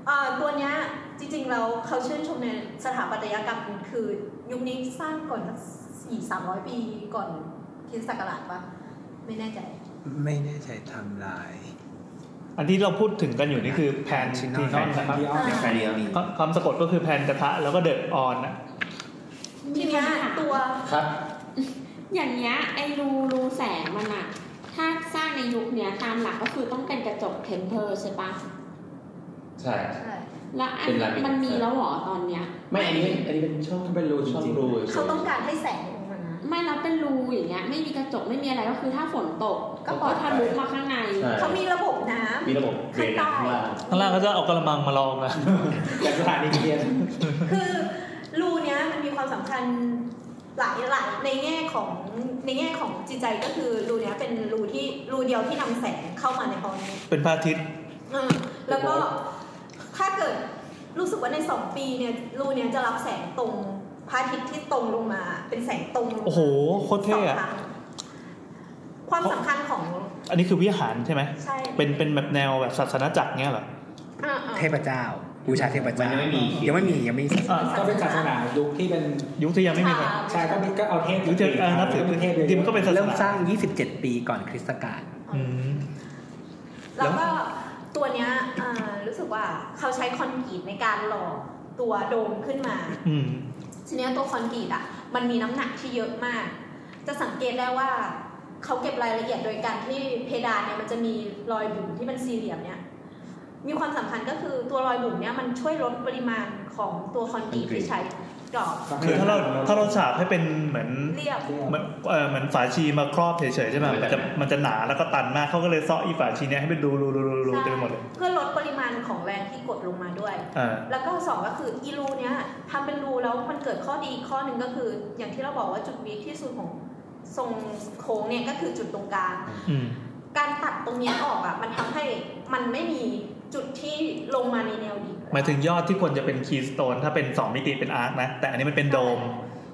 [SPEAKER 2] เอ่อตัวเนี้ยจริงๆเราเขาชื่นชมในสถาปัตยกรรมคือ ยุคนี้สร้างก่อนสักสี่สามร้อยปีก่อนคริสตศักราชปะไม่แน่ใจ
[SPEAKER 6] ไม่แน่ใจไทำลาย
[SPEAKER 3] ๆอันที่เราพูดถึงกันอยู่นี่คือแพนทีนอนนะครับ
[SPEAKER 5] ที่อ้อม
[SPEAKER 6] เป็นแฟนเดียวนี่
[SPEAKER 3] ก็คำสะกดก็คือแพนกระทะแล้วก็เดอะออนอะ
[SPEAKER 2] ทีเนี้ยตัว
[SPEAKER 4] ครับ
[SPEAKER 8] อย่างเงี้ยไอ้รูรูแสงมันอะถ้าสร้างในยุคเนี้ยตามหลักก็คือต้องเป็นกระจกเทมเพอร์ใช่ปะ
[SPEAKER 4] ใช่
[SPEAKER 2] ใช่
[SPEAKER 8] แล้วอัน
[SPEAKER 4] เป็นลามิเนต
[SPEAKER 8] มันมีแล้วเหรอตอนเนี้ย
[SPEAKER 4] ไม่อันนี้อันนี้เป็นช่อง
[SPEAKER 5] เป็นรู
[SPEAKER 4] ช่อง
[SPEAKER 5] จริงๆ
[SPEAKER 4] รู
[SPEAKER 2] เขาต้องการให้แสงออกมา
[SPEAKER 8] อื ไม่แล้วเป็นรูอย่างเงี้ย ไม่มีกระจกไม่มีอะไรก็คือถ้าฝนตก ก็พอทะลุมาข้างใน
[SPEAKER 4] ใช่
[SPEAKER 2] เขามีระบบน้ำ
[SPEAKER 4] มีระบบเบรนน้ำข้างล่าง
[SPEAKER 3] ข้างล่างก็จะเอากระมังมาลองนะ
[SPEAKER 4] แต่สถานีเรียน
[SPEAKER 2] คือรูเนี้ยมันมีความสำคัญหลายหลายในแง่ของในแง่ของจิตใจก็คือรูเนี้ยเป็นรูที่รูเดียวที่นำแสงเข้ามาในตอนนี้
[SPEAKER 3] เป็นพระอาทิตย์
[SPEAKER 2] เออแล้วก็ถ้าเกิดรู้สึกว่าในสองปีเนี่ยรูเนี้ยจะรับแสงตรงพระอาทิตย์ที่ตรงลงมา เป็นแสงตรงลงมา
[SPEAKER 3] โอ้โหโคตร
[SPEAKER 2] สอ
[SPEAKER 3] เท่
[SPEAKER 2] ง
[SPEAKER 3] อะ
[SPEAKER 2] ครั้งความสำคัญของ
[SPEAKER 3] อันนี้คือวิหารใช่ไหม
[SPEAKER 2] ใช่
[SPEAKER 3] เป็นเป็นแบบแนวแบบศาสนจักรเงี้ยเหรอ
[SPEAKER 2] อ่าๆ
[SPEAKER 6] เทพเจ้าบูชาเทพเจ้า
[SPEAKER 4] มัน
[SPEAKER 6] ยั
[SPEAKER 4] ยังไม่มี
[SPEAKER 6] ยังไม่มียังไม่มี
[SPEAKER 3] อ่ะ
[SPEAKER 5] ก็เป็นศาสนายุคที่เป็น
[SPEAKER 3] ยุคที่ยังไม่มีใคร
[SPEAKER 5] ชายก็มีก็เอาเทพ
[SPEAKER 3] ยุคที่เออนับถือ
[SPEAKER 5] เทพเลย
[SPEAKER 3] จริงมันก็เป็นศาสนา
[SPEAKER 6] เริ่มสร้าง 27 ปีก่อนคริสตกาล
[SPEAKER 3] อืม
[SPEAKER 2] แล้วก็ตัวเนี้ยเอ่อรู้สึกว่าเขาใช้คอนกรีตในการหล่อตัวโดมขึ้นมา
[SPEAKER 3] อืม
[SPEAKER 2] ทีเนี้ยตัวคอนกรีตอ่ะ มันมีน้ำหนักที่เยอะมาก จะสังเกตได้ว่าเขาเก็บรายละเอียดโดยการที่เพดานเนี่ยมันจะมีรอยบุ๋มที่เป็นสี่เหลี่ยมเนี่ยมีความสำคัญก็คือตัวรอยบุ๋มเนี่ยมันช่วยลดปริมาณของตัวคอนกรีตที่ใช้กรอบ
[SPEAKER 3] คือถ้าเราถ้าเราฉาบให้เป็นเหมือน
[SPEAKER 2] เรียบ
[SPEAKER 3] เหมือนเออเหมือนฝาชีมาครอบเฉยๆใช่ไหมมันจะมันจะหนาแล้วก็ตันมากเขาก็เลยเซาะอีฝาชีเนี้ยให้เป็นรูรูรูรูรูเต็มไปหมดเลย
[SPEAKER 2] เพื่อลดปริมาณของแรงที่กดลงมาด้วย
[SPEAKER 3] อ่า
[SPEAKER 2] แล้วก็สองก็คืออีรูเนี้ยทำเป็นรูแล้วมันเกิดข้อดีอีกข้อหนึ่งก็คือ อย่างที่เราบอกว่าจุดวีคที่สุดของทรงโค้งเนี่ยก็คือจุดตรงกลาง
[SPEAKER 3] อืม
[SPEAKER 2] การตัดตรงเนี้ยออกอะมันทำให้มันไม่มีจุดที่ลงมาในแนวดิ่ง
[SPEAKER 3] หมายถึงยอดที่ควรจะเป็นคีย์สโตนถ้าเป็น 2 มิติเป็นอาร์คนะ แต่อันนี้มันเป็นโดม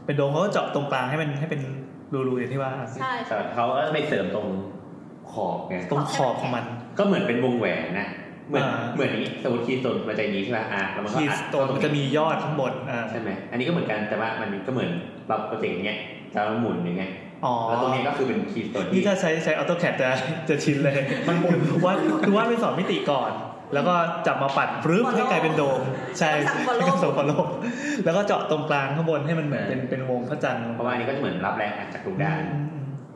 [SPEAKER 3] เป็นโดมเขาก็เจาะตรงกลางให้มันให้เป็นรูๆอย่างที่ว่า
[SPEAKER 2] ใช่
[SPEAKER 4] แต่เขาก็ไปเสริมตรงขอบไง
[SPEAKER 3] ตรงขอบของมัน
[SPEAKER 4] ก็เหมือนเป็นวงแหวนนะ เหมือน
[SPEAKER 3] อ่า
[SPEAKER 4] เหมือนนี้สมมติคีย์สโตนมันจะอย่างนี้ใช่ไหมอ่ะแล้วมันก็
[SPEAKER 3] คีย์
[SPEAKER 4] อัด
[SPEAKER 3] สโต
[SPEAKER 4] เข้าน ตรง
[SPEAKER 3] มันจะมียอดข้างบนอ่า
[SPEAKER 4] ใช่ไหมอันนี้ก็เหมือนกันแต่ว่ามันก็เหมือนเราโปรเจกต์อย่างเงี้ยแล้วเราหมุนอย่างเงี้ย
[SPEAKER 3] อ๋อ
[SPEAKER 4] แล้วตรงนี้ก็คือเป็นคีย์สโตน
[SPEAKER 3] นี่ถ้าใช้ใช้ออโตแคดจะจะชินเลย มันวาดคือวาดเป็นสองมิติก่อน แล้วก็จับมาปั่นปรึ๊บให้กลายเป็นโดม ใช่สองฟอลโลกแล้วก็เจาะตรงกลางข้างบนให้มันเหมือนเป็นเป็นวงพระจันทร์ลง
[SPEAKER 4] เพ
[SPEAKER 3] ไป
[SPEAKER 4] ราะว่าอันนี้ก็จะเหมือนรับแรงอัดจากตรงกลาง
[SPEAKER 3] อืม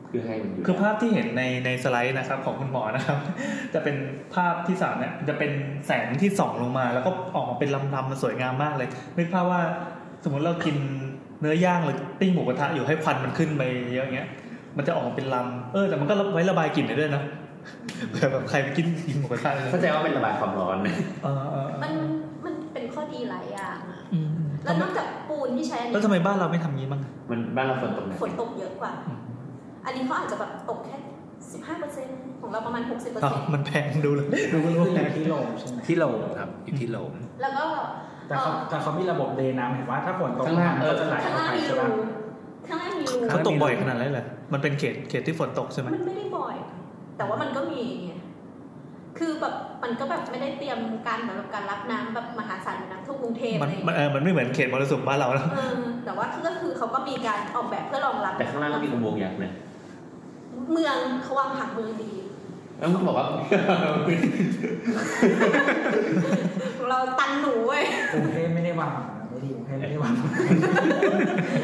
[SPEAKER 4] เพื่อให้มันอยู่
[SPEAKER 3] คือภาพที่เห็นในในสไลด์นะครับของคุณหมอนะครับ จะเป็นภาพที่สามเนี่ยจะเป็นแสงที่ส่องลงมา แล้วก็ออกมาเป็นลำๆมันสวยงามมากเลยนึกภาพว่าสมมติเรากินเนื้อย่างหรือปิ้งหมูกระทะอยู่ให้ควันมันขึ้นไปเยอะอย่างเงี้ย มันจะออกมาเป็นลำเออแต่มันก็ไว้ระบายกลิ่นได้ด้วยนะ เผื่อแบบใครไปกินกินหมูกระทะเล ย
[SPEAKER 4] เข้าใจว่าเป็นระบายความร้อนนะ
[SPEAKER 3] เออเออเอ
[SPEAKER 2] มัน
[SPEAKER 3] อ
[SPEAKER 2] มันเป็นข้อดีหลายอย่างอะ
[SPEAKER 3] อืม
[SPEAKER 2] แล้วนอกจากปูนที่ใช้อัน
[SPEAKER 3] แล้วทำ
[SPEAKER 2] นี้
[SPEAKER 3] ไมบ้านเราไม่ทำงี้บ้าง
[SPEAKER 4] มันบ้านเราฝนตกหนัก
[SPEAKER 2] ฝนตกเยอะกว่า อันนี้เขาอาจจะแบบตกแค่สิบห้าเปอร์เซ็นของเราประมาณหกสิบเปอร์
[SPEAKER 3] อ๋อ
[SPEAKER 2] เซ็น
[SPEAKER 3] มันแพงดู เลยดูก็รู้
[SPEAKER 5] ขึ้น
[SPEAKER 3] ว่าแพ
[SPEAKER 5] อยู่
[SPEAKER 3] ง
[SPEAKER 5] ที่โลมใช่ไหม
[SPEAKER 6] ที่โลมครับอยู่ที่โลม
[SPEAKER 2] แล้วก็
[SPEAKER 5] แต่เขาแต่เขามีระบบเดย์น้ำเห็นว่าถ้าฝนตก
[SPEAKER 4] ข้างล่าง
[SPEAKER 5] น้ำ
[SPEAKER 4] เอ
[SPEAKER 5] ก็
[SPEAKER 4] อ
[SPEAKER 5] จะไหล
[SPEAKER 2] ข้าง
[SPEAKER 5] ออก
[SPEAKER 2] ล่าง
[SPEAKER 5] ไป
[SPEAKER 2] มีรู
[SPEAKER 5] ใช่ปะ
[SPEAKER 2] ข้างล่างมีรู
[SPEAKER 3] เขาตกบ่อยขนาดนั้นเลยเหรอมันเป็นเขตเขตที่ฝนตกใช่ไหม
[SPEAKER 2] มันไม่ได้บ่อย แต่ว่ามันก็มีไงคือแบบมันก็แบบไม่ได้เตรียมการสำหรับการรับน้ำแบบมหาศาลเหมือนน้ำท่วมกรุงเทพ
[SPEAKER 3] มัน
[SPEAKER 2] อะไรอย่างเงี้ย
[SPEAKER 3] มันเออมันไม่เหมือนเขตมรสุมบ้านเราแล้ว
[SPEAKER 2] เออแต่ว่าก็คือเขาก็มีการออกแบบเพื่อรองรับ
[SPEAKER 4] แต่ข้างล่างก็มีอุโมงค์ยักษ์นะ
[SPEAKER 2] เมืองเขาวางผังเมืองดี
[SPEAKER 4] แล้วมึงบอกว่า
[SPEAKER 2] เราตันหนูเว้ย
[SPEAKER 5] กรุงเทพไม่ได้วางไม่ดีกรุงเทพไม่ได้วาง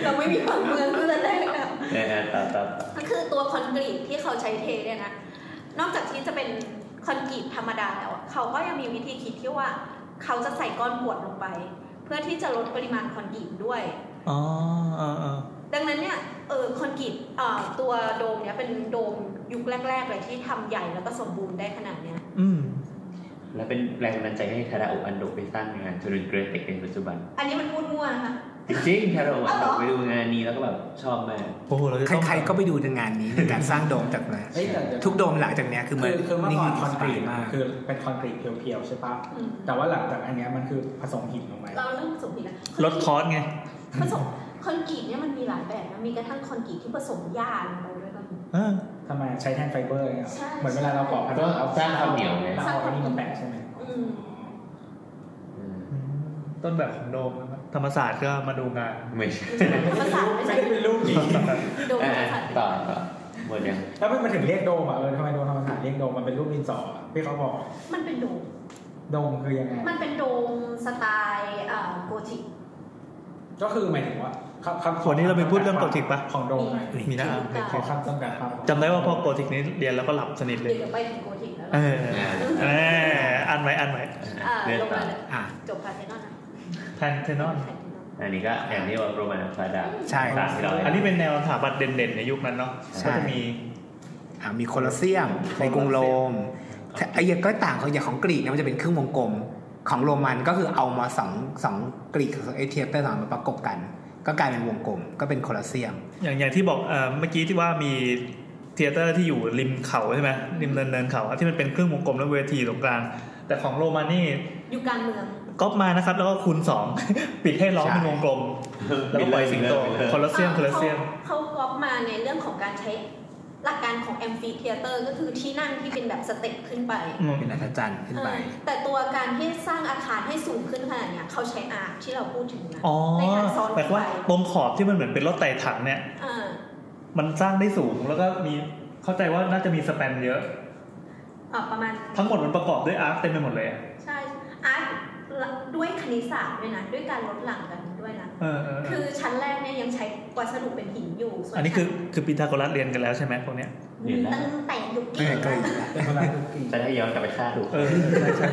[SPEAKER 2] เราไม่มีผังเมืองเพื่อนได้เลยอะ
[SPEAKER 4] เออเออต่อต่อต่อ
[SPEAKER 2] ก็คือตัวคอนกรีตที่เขาใช้เทเนี่ยนะ นอกจากที่จะเป็นคอนกรีตธรรมดาแล้วอะเขาก็ยังมีวิธีคิดที่ว่า เขาจะใส่ก้อนกรวดลงไป เพื่อที่จะลดปริมาณคอนกรีตด้วย
[SPEAKER 3] อ๋อเออเออ
[SPEAKER 2] ดังนั้นเนี่ยเออคอนกรีตเอ่อตัวโดมเนี่ยเป็นโดมยุคแรกๆเลยที่ทำใหญ่แล้วก็สมบูรณ์ได้ขนาดเนี้ย
[SPEAKER 3] อืม
[SPEAKER 4] แล้วเป็นแรงบันดาลใจให้ทาราโอะอันโดะไปสร้างงานจูรินเกรเต็กในปัจจุบัน
[SPEAKER 2] อันนี้มันพูดมั่วนะคะ
[SPEAKER 4] จริงๆทาราโอะอันโดะ
[SPEAKER 2] อ๋อเหรอ
[SPEAKER 4] ไปดูงานนี้แล้วก็แบบชอบมาก
[SPEAKER 3] โอ้โหเราจะต้อง
[SPEAKER 6] ใครๆก็ไปดูในงานนี้ในการสร้างโดมจากนั้น
[SPEAKER 5] เอ้ยแต่เดี๋ยว
[SPEAKER 6] ทุกโดมหลังจากเนี้ยคือ
[SPEAKER 5] คื
[SPEAKER 6] มั
[SPEAKER 5] อ
[SPEAKER 6] น
[SPEAKER 5] คือเมื่อก่อนคอนกรีต
[SPEAKER 6] มาก
[SPEAKER 5] คือเป็นคอนกรีตเพียวๆใช่ปะ
[SPEAKER 2] อืม
[SPEAKER 5] แต่ว่าหลังจากอันเนี้ยมันคือผสมหินลงไป
[SPEAKER 2] เราเริ่มสมผิดแล้ว
[SPEAKER 3] ลดคอร์สไง
[SPEAKER 2] ผสมคอนกรีตเนี่ยมันมีหลายแบบนะมีกระทั่งคอนกรีตที่ผสมหญ้าลงไปด้วยก็มี
[SPEAKER 3] เออ
[SPEAKER 5] ทำไมใช้แทนไฟเบอร์อย่างเงี้ย
[SPEAKER 2] ใช่
[SPEAKER 5] เหมือนเวลาเราก่อผนังเรา
[SPEAKER 4] สร้างความเหนียวไง
[SPEAKER 5] เราเอาอันนี้มาแปะใช่ไหม
[SPEAKER 2] อืม
[SPEAKER 4] อืม
[SPEAKER 3] อืมต้นแบบของโดมนะครับธรรมศาสตร์ก็มาดูงาน
[SPEAKER 4] ไม่ใช่
[SPEAKER 2] ภาษาไม่
[SPEAKER 5] ไม่
[SPEAKER 2] ใช่
[SPEAKER 5] ได้เป็นรูปนี้
[SPEAKER 2] โดม
[SPEAKER 4] อ่ะ
[SPEAKER 2] ภาษา
[SPEAKER 4] อ่ะต่อต่อหมดยัง
[SPEAKER 5] แล้วมันมาถึงเรียกโดมอ่ะเออทำไมโดมธรรมศาสตร์เรียกโดมมันเป็นรูปดินสออ่ะพี่เขาบอก
[SPEAKER 2] มันเป็นโดม
[SPEAKER 5] โดมคือยังไง
[SPEAKER 2] มันเป็นโดมสไตล์เอ่อโกธิก
[SPEAKER 5] ก็คือหมายถึงว่าครับครับ
[SPEAKER 3] วันนี้เราไปพูดเรื่องโกธิกปะ
[SPEAKER 5] ของโดมหน่อย
[SPEAKER 3] มีนะอ่ะโอเค
[SPEAKER 5] ขอคำจำกัดความ
[SPEAKER 3] จำได้ว่าพอโกธิกนี้เรียนแล้วก็หลับสนิทเลย
[SPEAKER 2] เดี๋ยวไปถึงโกธิกแล้ว
[SPEAKER 3] เอ
[SPEAKER 2] ล่ะ
[SPEAKER 3] อเอออันไว้อันไว้
[SPEAKER 2] อ่า
[SPEAKER 4] เรื่อง
[SPEAKER 2] ลง
[SPEAKER 4] ต่อ
[SPEAKER 2] มาเลย
[SPEAKER 6] อ่ะ
[SPEAKER 2] จบพาร์เทนอนนะ
[SPEAKER 3] แทนเทนอน
[SPEAKER 2] พาร์เทนอน
[SPEAKER 4] อันนี้ก็อย่างที่ว่าโรมันพลาดา
[SPEAKER 6] ใช่
[SPEAKER 4] ต่างที่เรา
[SPEAKER 3] อันนี้เป็นแนวสถาปัตย์เด่นๆในยุคนั้นเนาะ
[SPEAKER 6] ใช่
[SPEAKER 3] ก็จะมี
[SPEAKER 6] อ่ะมีโคลอสเซียมในกรุงโรมแต่ไอ้อยังก็ต่างของอย่างของกรีกเนี่ยมันจะเป็นครึ่งวงกลม ของโรมันก็คือเอามาสองสองกรีกไอเทียเตอร์สองมาประกบกัน ก็กลายเป็นวงกลมก็เป็นโคลอสเซียม
[SPEAKER 3] อย่างอย่างที่บอกเอ่อเมื่อกี้ที่ว่ามีเทยเตอร์ที่อยู่ริมเขาใช่ไหมริมเนินเนินเขาอะที่มันเป็นเครื่องวงกลมแล้วเวทีตรงกลาง แต่ของโรมานี่
[SPEAKER 2] อยู่กลางเมือง
[SPEAKER 3] ก๊อปมานะครับ แล้วก็คูณสอง ปิดให้ล้อม
[SPEAKER 6] ใช่
[SPEAKER 3] เป็นวงกล ม แล้วก็ปล่อยสิงโตคอลอสเซียมคอลอสเซียม
[SPEAKER 2] เขาก๊อปมาในเรื่องของการใช้หลักการของแอมฟิเทเตอร์ก็คือที่นั่งที่เป็นแบบสเต็ปขึ้นไป
[SPEAKER 3] อืม
[SPEAKER 6] เป็นอัศจรรย์ขึ้นไป
[SPEAKER 2] เออแต่ตัวการที่สร้างอาคารให้สูงขึ้นขนาดเนี้ยเขาใช้อาร์คที่เราพูดถึงนะ
[SPEAKER 3] อ๋อ
[SPEAKER 2] ในการซ้อน
[SPEAKER 3] แปล
[SPEAKER 2] ขึ้น
[SPEAKER 3] ว่า
[SPEAKER 2] ไป
[SPEAKER 3] ตรงขอบที่มันเหมือนเป็นรถไต่ถังเนี่ย
[SPEAKER 2] เออ
[SPEAKER 3] มันสร้างได้สูงแล้วก็มีเข้าใจว่าน่าจะมีสแปนเยอะ
[SPEAKER 2] เอ่อประมาณ
[SPEAKER 3] ทั้งหมดมันประกอบด้วยอาร์คเต็มไปหมดเลยอะ
[SPEAKER 2] ใช่อาร์ตด้วยคณิตศาสตร์ด้วยนะ ด้วยการลดหลั่งกันด้วยนะ
[SPEAKER 3] เออเออเอ
[SPEAKER 2] คือ
[SPEAKER 3] อ
[SPEAKER 2] ชั้นแรกเนี่ยยังใช้วัสดุเป็นหินอยู่ส่วน
[SPEAKER 3] อันนี้คือคือปีทาโกรัสเรียนกันแล้วใช่ไหมพวกเนี้ย
[SPEAKER 2] ชั้นตั้งแต่ยุค
[SPEAKER 6] ไม่
[SPEAKER 2] กี
[SPEAKER 6] ใช่กรีก
[SPEAKER 4] จะได้ย้อนกลับไปฆ่าดู
[SPEAKER 3] เออใช่ใช่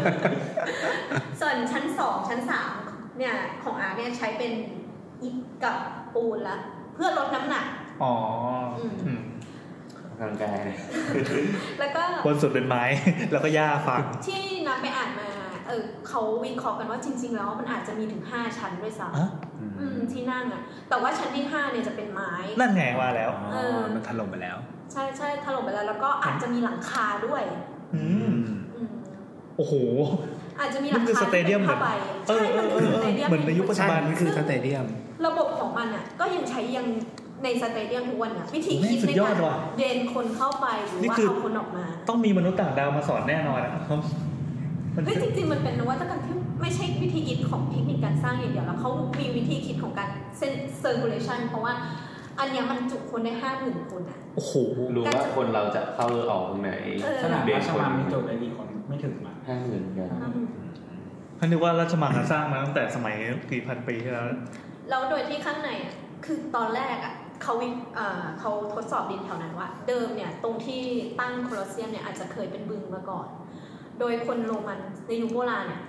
[SPEAKER 2] ส่วนชั้นสองชั้นสามเนี่ยของอาร์ตเนี่ยใช้เป็นอิฐกับปูนละเพื่อลดน้ำหนัก
[SPEAKER 3] อ๋ออืม
[SPEAKER 4] กำลังกายนะ
[SPEAKER 2] แล้วก็
[SPEAKER 3] บนสุดเป็นไม้ แล้วก็หญ้าฟาง
[SPEAKER 2] ที่นักไปอ่านมาเออเขาวิเคราะห์กันว่าจริง ๆ แล้วมันอาจจะมีถึง 5 ชั้นด้วยซ้
[SPEAKER 3] ฮะ
[SPEAKER 2] ำอืมที่นั่งอะแต่ว่าชั้นที่5เนี่ยจะเป็นไม้
[SPEAKER 3] นั่นไงว่าแล้ว
[SPEAKER 6] อ๋อมันถล่มไปแล้ว
[SPEAKER 2] ใช่ใช่ถล่มไปแล้วแล้วก็อาจจะมีหลังคาด้วย
[SPEAKER 3] อืม
[SPEAKER 2] อืม
[SPEAKER 3] โอ้โห
[SPEAKER 2] อาจจะมีหลัง
[SPEAKER 3] มันคือ
[SPEAKER 2] คา
[SPEAKER 3] สเตเดียมเหมือน
[SPEAKER 2] ผ้าใบ
[SPEAKER 3] เออ
[SPEAKER 2] ใช่มัน
[SPEAKER 3] เอ
[SPEAKER 2] คือส
[SPEAKER 3] อเออ
[SPEAKER 2] เตเดียม
[SPEAKER 3] เหมือนในยุคปัจจุ
[SPEAKER 6] ใช่
[SPEAKER 3] บั
[SPEAKER 6] นี่คือสเตเดียม
[SPEAKER 2] ระบบของมันอ่ะก็ยังใช้ยังในสเตเดียมทุกวันอ่ะวิธี
[SPEAKER 3] โอ้โห
[SPEAKER 2] คิด
[SPEAKER 3] สุ
[SPEAKER 2] ใน
[SPEAKER 3] ดยอก
[SPEAKER 2] า
[SPEAKER 3] ด
[SPEAKER 2] ร
[SPEAKER 3] ว่ะ
[SPEAKER 2] เดนคนเข้าไปหรือ
[SPEAKER 3] นี่
[SPEAKER 2] ว่า
[SPEAKER 3] คือ
[SPEAKER 2] เอาคนออกมา
[SPEAKER 3] ต้องมีมนุษย์ต่างดาวมาสอนแน่นอนอะครับมัน
[SPEAKER 2] เฮ้ยจริงๆมันเป็นนวัตกรรมที่ไม่ใช่วิธีคิดของเทคนิคการสร้างอย่างเดียวแล้วเขามีวิธีคิดของการเซอร์คูลเลชันเพราะว่าอันเนี้ยมันจุคนได้ห้าหมื่นคนอ่ะ
[SPEAKER 3] โอ้โห
[SPEAKER 4] รู้ว่าคนเราจะเข้าหรือออกตรงไหน
[SPEAKER 2] เออ
[SPEAKER 5] ขนาด
[SPEAKER 4] เบร
[SPEAKER 5] ราช
[SPEAKER 4] คน
[SPEAKER 5] มังมีจบเลยกี่คนไม่ถึงมา
[SPEAKER 4] ห้าหมื่นกัน
[SPEAKER 3] ท่านนึกว่าราชมังคลาสร้างมาตั้งแต่สมัยกี่พันปีที่แล้ว
[SPEAKER 2] แล้วโดยที่ข้างในอะคือตอนแรกอ่ะเขาวิเอ่อเขาทดสอบดินแถวนั้นว่า เดิมเนี่ยตรงที่ตั้งโคลอสเซียมเนี่ยอาจจะเคยเป็นบึงมาก่อน โดยคนโรมันในยุคโบราณเนี่ย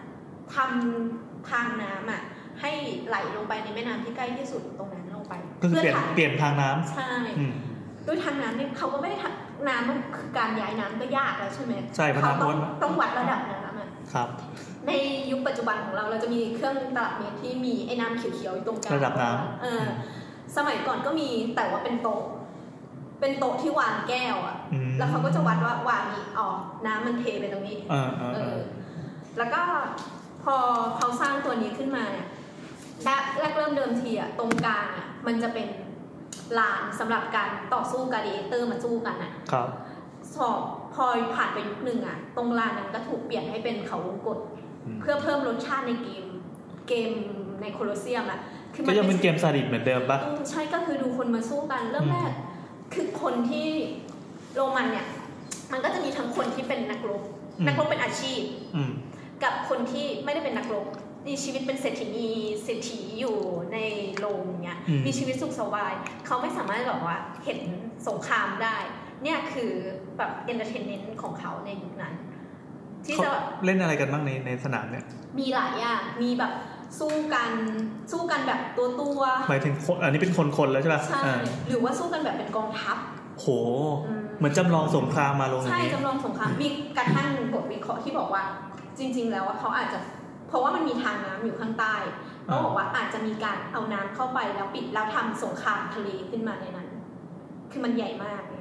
[SPEAKER 2] ทำทางน้ำอ่ะให้ไหลลงไปในแม่น้ำที่ใกล้ที่สุดตรงนั้นลงไป
[SPEAKER 3] ก็คือเปลี่ยน
[SPEAKER 2] ถ่าย
[SPEAKER 3] เปลี่ยนทางน้ำ
[SPEAKER 2] ใช่
[SPEAKER 3] อืม
[SPEAKER 2] ด้วยทางน้ำเนี่ยเขาก็ไม่ได้ทำน้ำมันคือการย้ายน้ำก็ยากแล้วใช่ไหม
[SPEAKER 3] ใช่เพราะ
[SPEAKER 2] เขาต้อง
[SPEAKER 3] น้ำล้น
[SPEAKER 2] ต้องวัดระดับน้ำอ่ะ
[SPEAKER 3] ครับ
[SPEAKER 2] ในยุคปัจจุบันของเราเราจะมีเครื่องตลับเมตรที่มีไอ้น้ำเขียวๆอยู่ตรงกลาง
[SPEAKER 3] ระดับน้
[SPEAKER 2] เออ สมัยก่อนก็มีแต่ว่าเป็นโต๊ะ เป็นโต๊ะที่วางแก้วอะ
[SPEAKER 3] อืม
[SPEAKER 2] แล้วเขาก็จะวัดว่าวางนี้อ๋อน้ำมันเทไปตรงนี้
[SPEAKER 3] เออเออ
[SPEAKER 2] เอ
[SPEAKER 3] เออ
[SPEAKER 2] อ แล้วก็พอเขาสร้างตัวนี้ขึ้นมาเนี่ยแรกแรกเริ่มเดิมทีอะตรงกลางอะมันจะเป็นลานสำหรับการต่อสู้กาดิเอเตอร์มาสู้กันอะ
[SPEAKER 3] ครับ
[SPEAKER 2] สอบพอผ่านไปยุคหนึ่งอะตรงลานนั้นก็ถูกเปลี่ยนให้เป็นเขาวงกต
[SPEAKER 6] อืม
[SPEAKER 2] เพื่อเพิ่มรสชาติในเกม เกมในโคลอสเซียมอะคือมั
[SPEAKER 3] ก็
[SPEAKER 2] น
[SPEAKER 3] ยัง
[SPEAKER 2] เป็
[SPEAKER 3] เป็น นเกมซาดิสเหมือนเดิมปะ
[SPEAKER 2] อืมใช่ก็คือดูคนมาสู้กันเริ่ม
[SPEAKER 3] อืม
[SPEAKER 2] แรก คือคนที่โรมันเนี่ย มันก็จะมีทั้งคนที่เป็นนักรบนักรบเป็นอาชีพ
[SPEAKER 3] อืม
[SPEAKER 2] กับคนที่ไม่ได้เป็นนักรบมีชีวิตเป็นเศรษฐินีเศรษฐีอยู่ในโรงเนี่ย
[SPEAKER 3] อืม
[SPEAKER 2] มีชีวิตสุขสบาย เขาไม่สามารถแบบว่าเห็นสงครามได้ เนี่ยคือแบบเอนเตอร์เทนเมนต์ของเขาในยุคนั้น ที่จะแบบ
[SPEAKER 3] เล่นอะไรกันบ้างในในสนามเนี่ย
[SPEAKER 2] มีหลายอย่างมีแบบสู้กันสู้กันแบบตัวตัวๆ
[SPEAKER 3] หมายถึงคนอันนี้เป็นคนคนๆแล้วใช่ปะ
[SPEAKER 2] ใช่
[SPEAKER 3] อ่า
[SPEAKER 2] หรือว่าสู้กันแบบเป็นกองทัพ
[SPEAKER 3] โห
[SPEAKER 2] อืม
[SPEAKER 3] เหมือนจำลองสงครามมาลงใน
[SPEAKER 2] ใช่
[SPEAKER 3] นี้
[SPEAKER 2] จำลองสงครามมีกระทั่งบทวิเคราะห์ที่บอกว่า จริง ๆ แล้วว่าเขาอาจจะ เพราะว่ามันมีทางน้ำอยู่ข้างใต้เขา
[SPEAKER 3] อ่า
[SPEAKER 2] บอกว่าอาจจะมีการเอาน้ำเข้าไปแล้วปิดแล้วทำสงครามทะเลขึ้นมาในนั้น คือมันใหญ่มากไง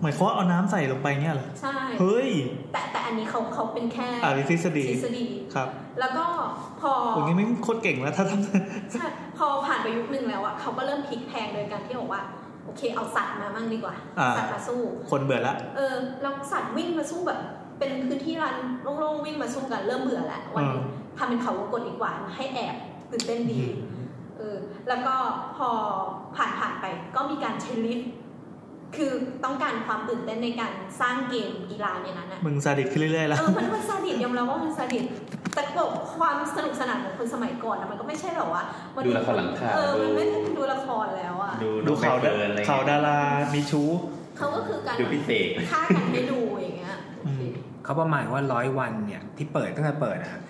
[SPEAKER 3] หมายความว่าเอาน้ำใส่ลงไปเนี่ยเหรอ
[SPEAKER 2] ใช่
[SPEAKER 3] เฮ้ย
[SPEAKER 2] แต่แต่อันนี้เขาเขาเป็นแค่
[SPEAKER 3] อ่าทฤษฎี
[SPEAKER 2] ทฤษฎี
[SPEAKER 3] ครับ
[SPEAKER 2] แล้วก็พอ
[SPEAKER 3] โอ้ยงี้ไม่งโคตรเก่งแล้วถ้าทำ
[SPEAKER 2] ใช่พอผ่านไปยุคหนึ่งแล้วอะเขาก็เริ่มพลิกแพลงโดยการที่บอกว่า โอเค เอาสัตว์มามั่งดีกว่า
[SPEAKER 3] อ่า
[SPEAKER 2] สัตว์มาสู้
[SPEAKER 3] คนเบื่อละ
[SPEAKER 2] เออแล้วสัตว์วิ่งมาสู้แบบ เป็นพื้นที่รันโล่งๆวิ่งมาสู้กันเริ่มเบื่อแล้ววันนี้
[SPEAKER 3] อืม
[SPEAKER 2] ทำเป็นเขาวงกลอีกหวานให้แอบตื่นเต้นดีเออแล้วก็พอผ่านผ่านๆไปก็มีการใช้ลิฟต์คือต้องการความตื่นเต้นในการสร้างเกมกีฬาในนั้นอะ
[SPEAKER 3] มึงซาดิสขึ้นเรื่อยๆละ
[SPEAKER 2] เออมันมันซาดิสยอมรับว่ามันซาดิสแต่ก็บอกความสนุกสนานของคนสมัยก่อนนะมันก็ไม่ใช่หรอวะมัน
[SPEAKER 4] ดูละครหลังข่าว
[SPEAKER 2] เออมันไม่ได้ดูละครแล้วอะ
[SPEAKER 4] ดู
[SPEAKER 3] ดูข่าว
[SPEAKER 4] เดินอะไร
[SPEAKER 3] ข่าวดา
[SPEAKER 4] เงี้ย
[SPEAKER 3] รามีชู้
[SPEAKER 2] เขาก็คือการ
[SPEAKER 4] ดูพิเศษ
[SPEAKER 2] ฆ่ากันให้ดูอย่างเงี้ย
[SPEAKER 3] อืม
[SPEAKER 6] เขาประมาณว่าร้อยวันเนี่ยที่เปิดตั้งแต่เปิดนะ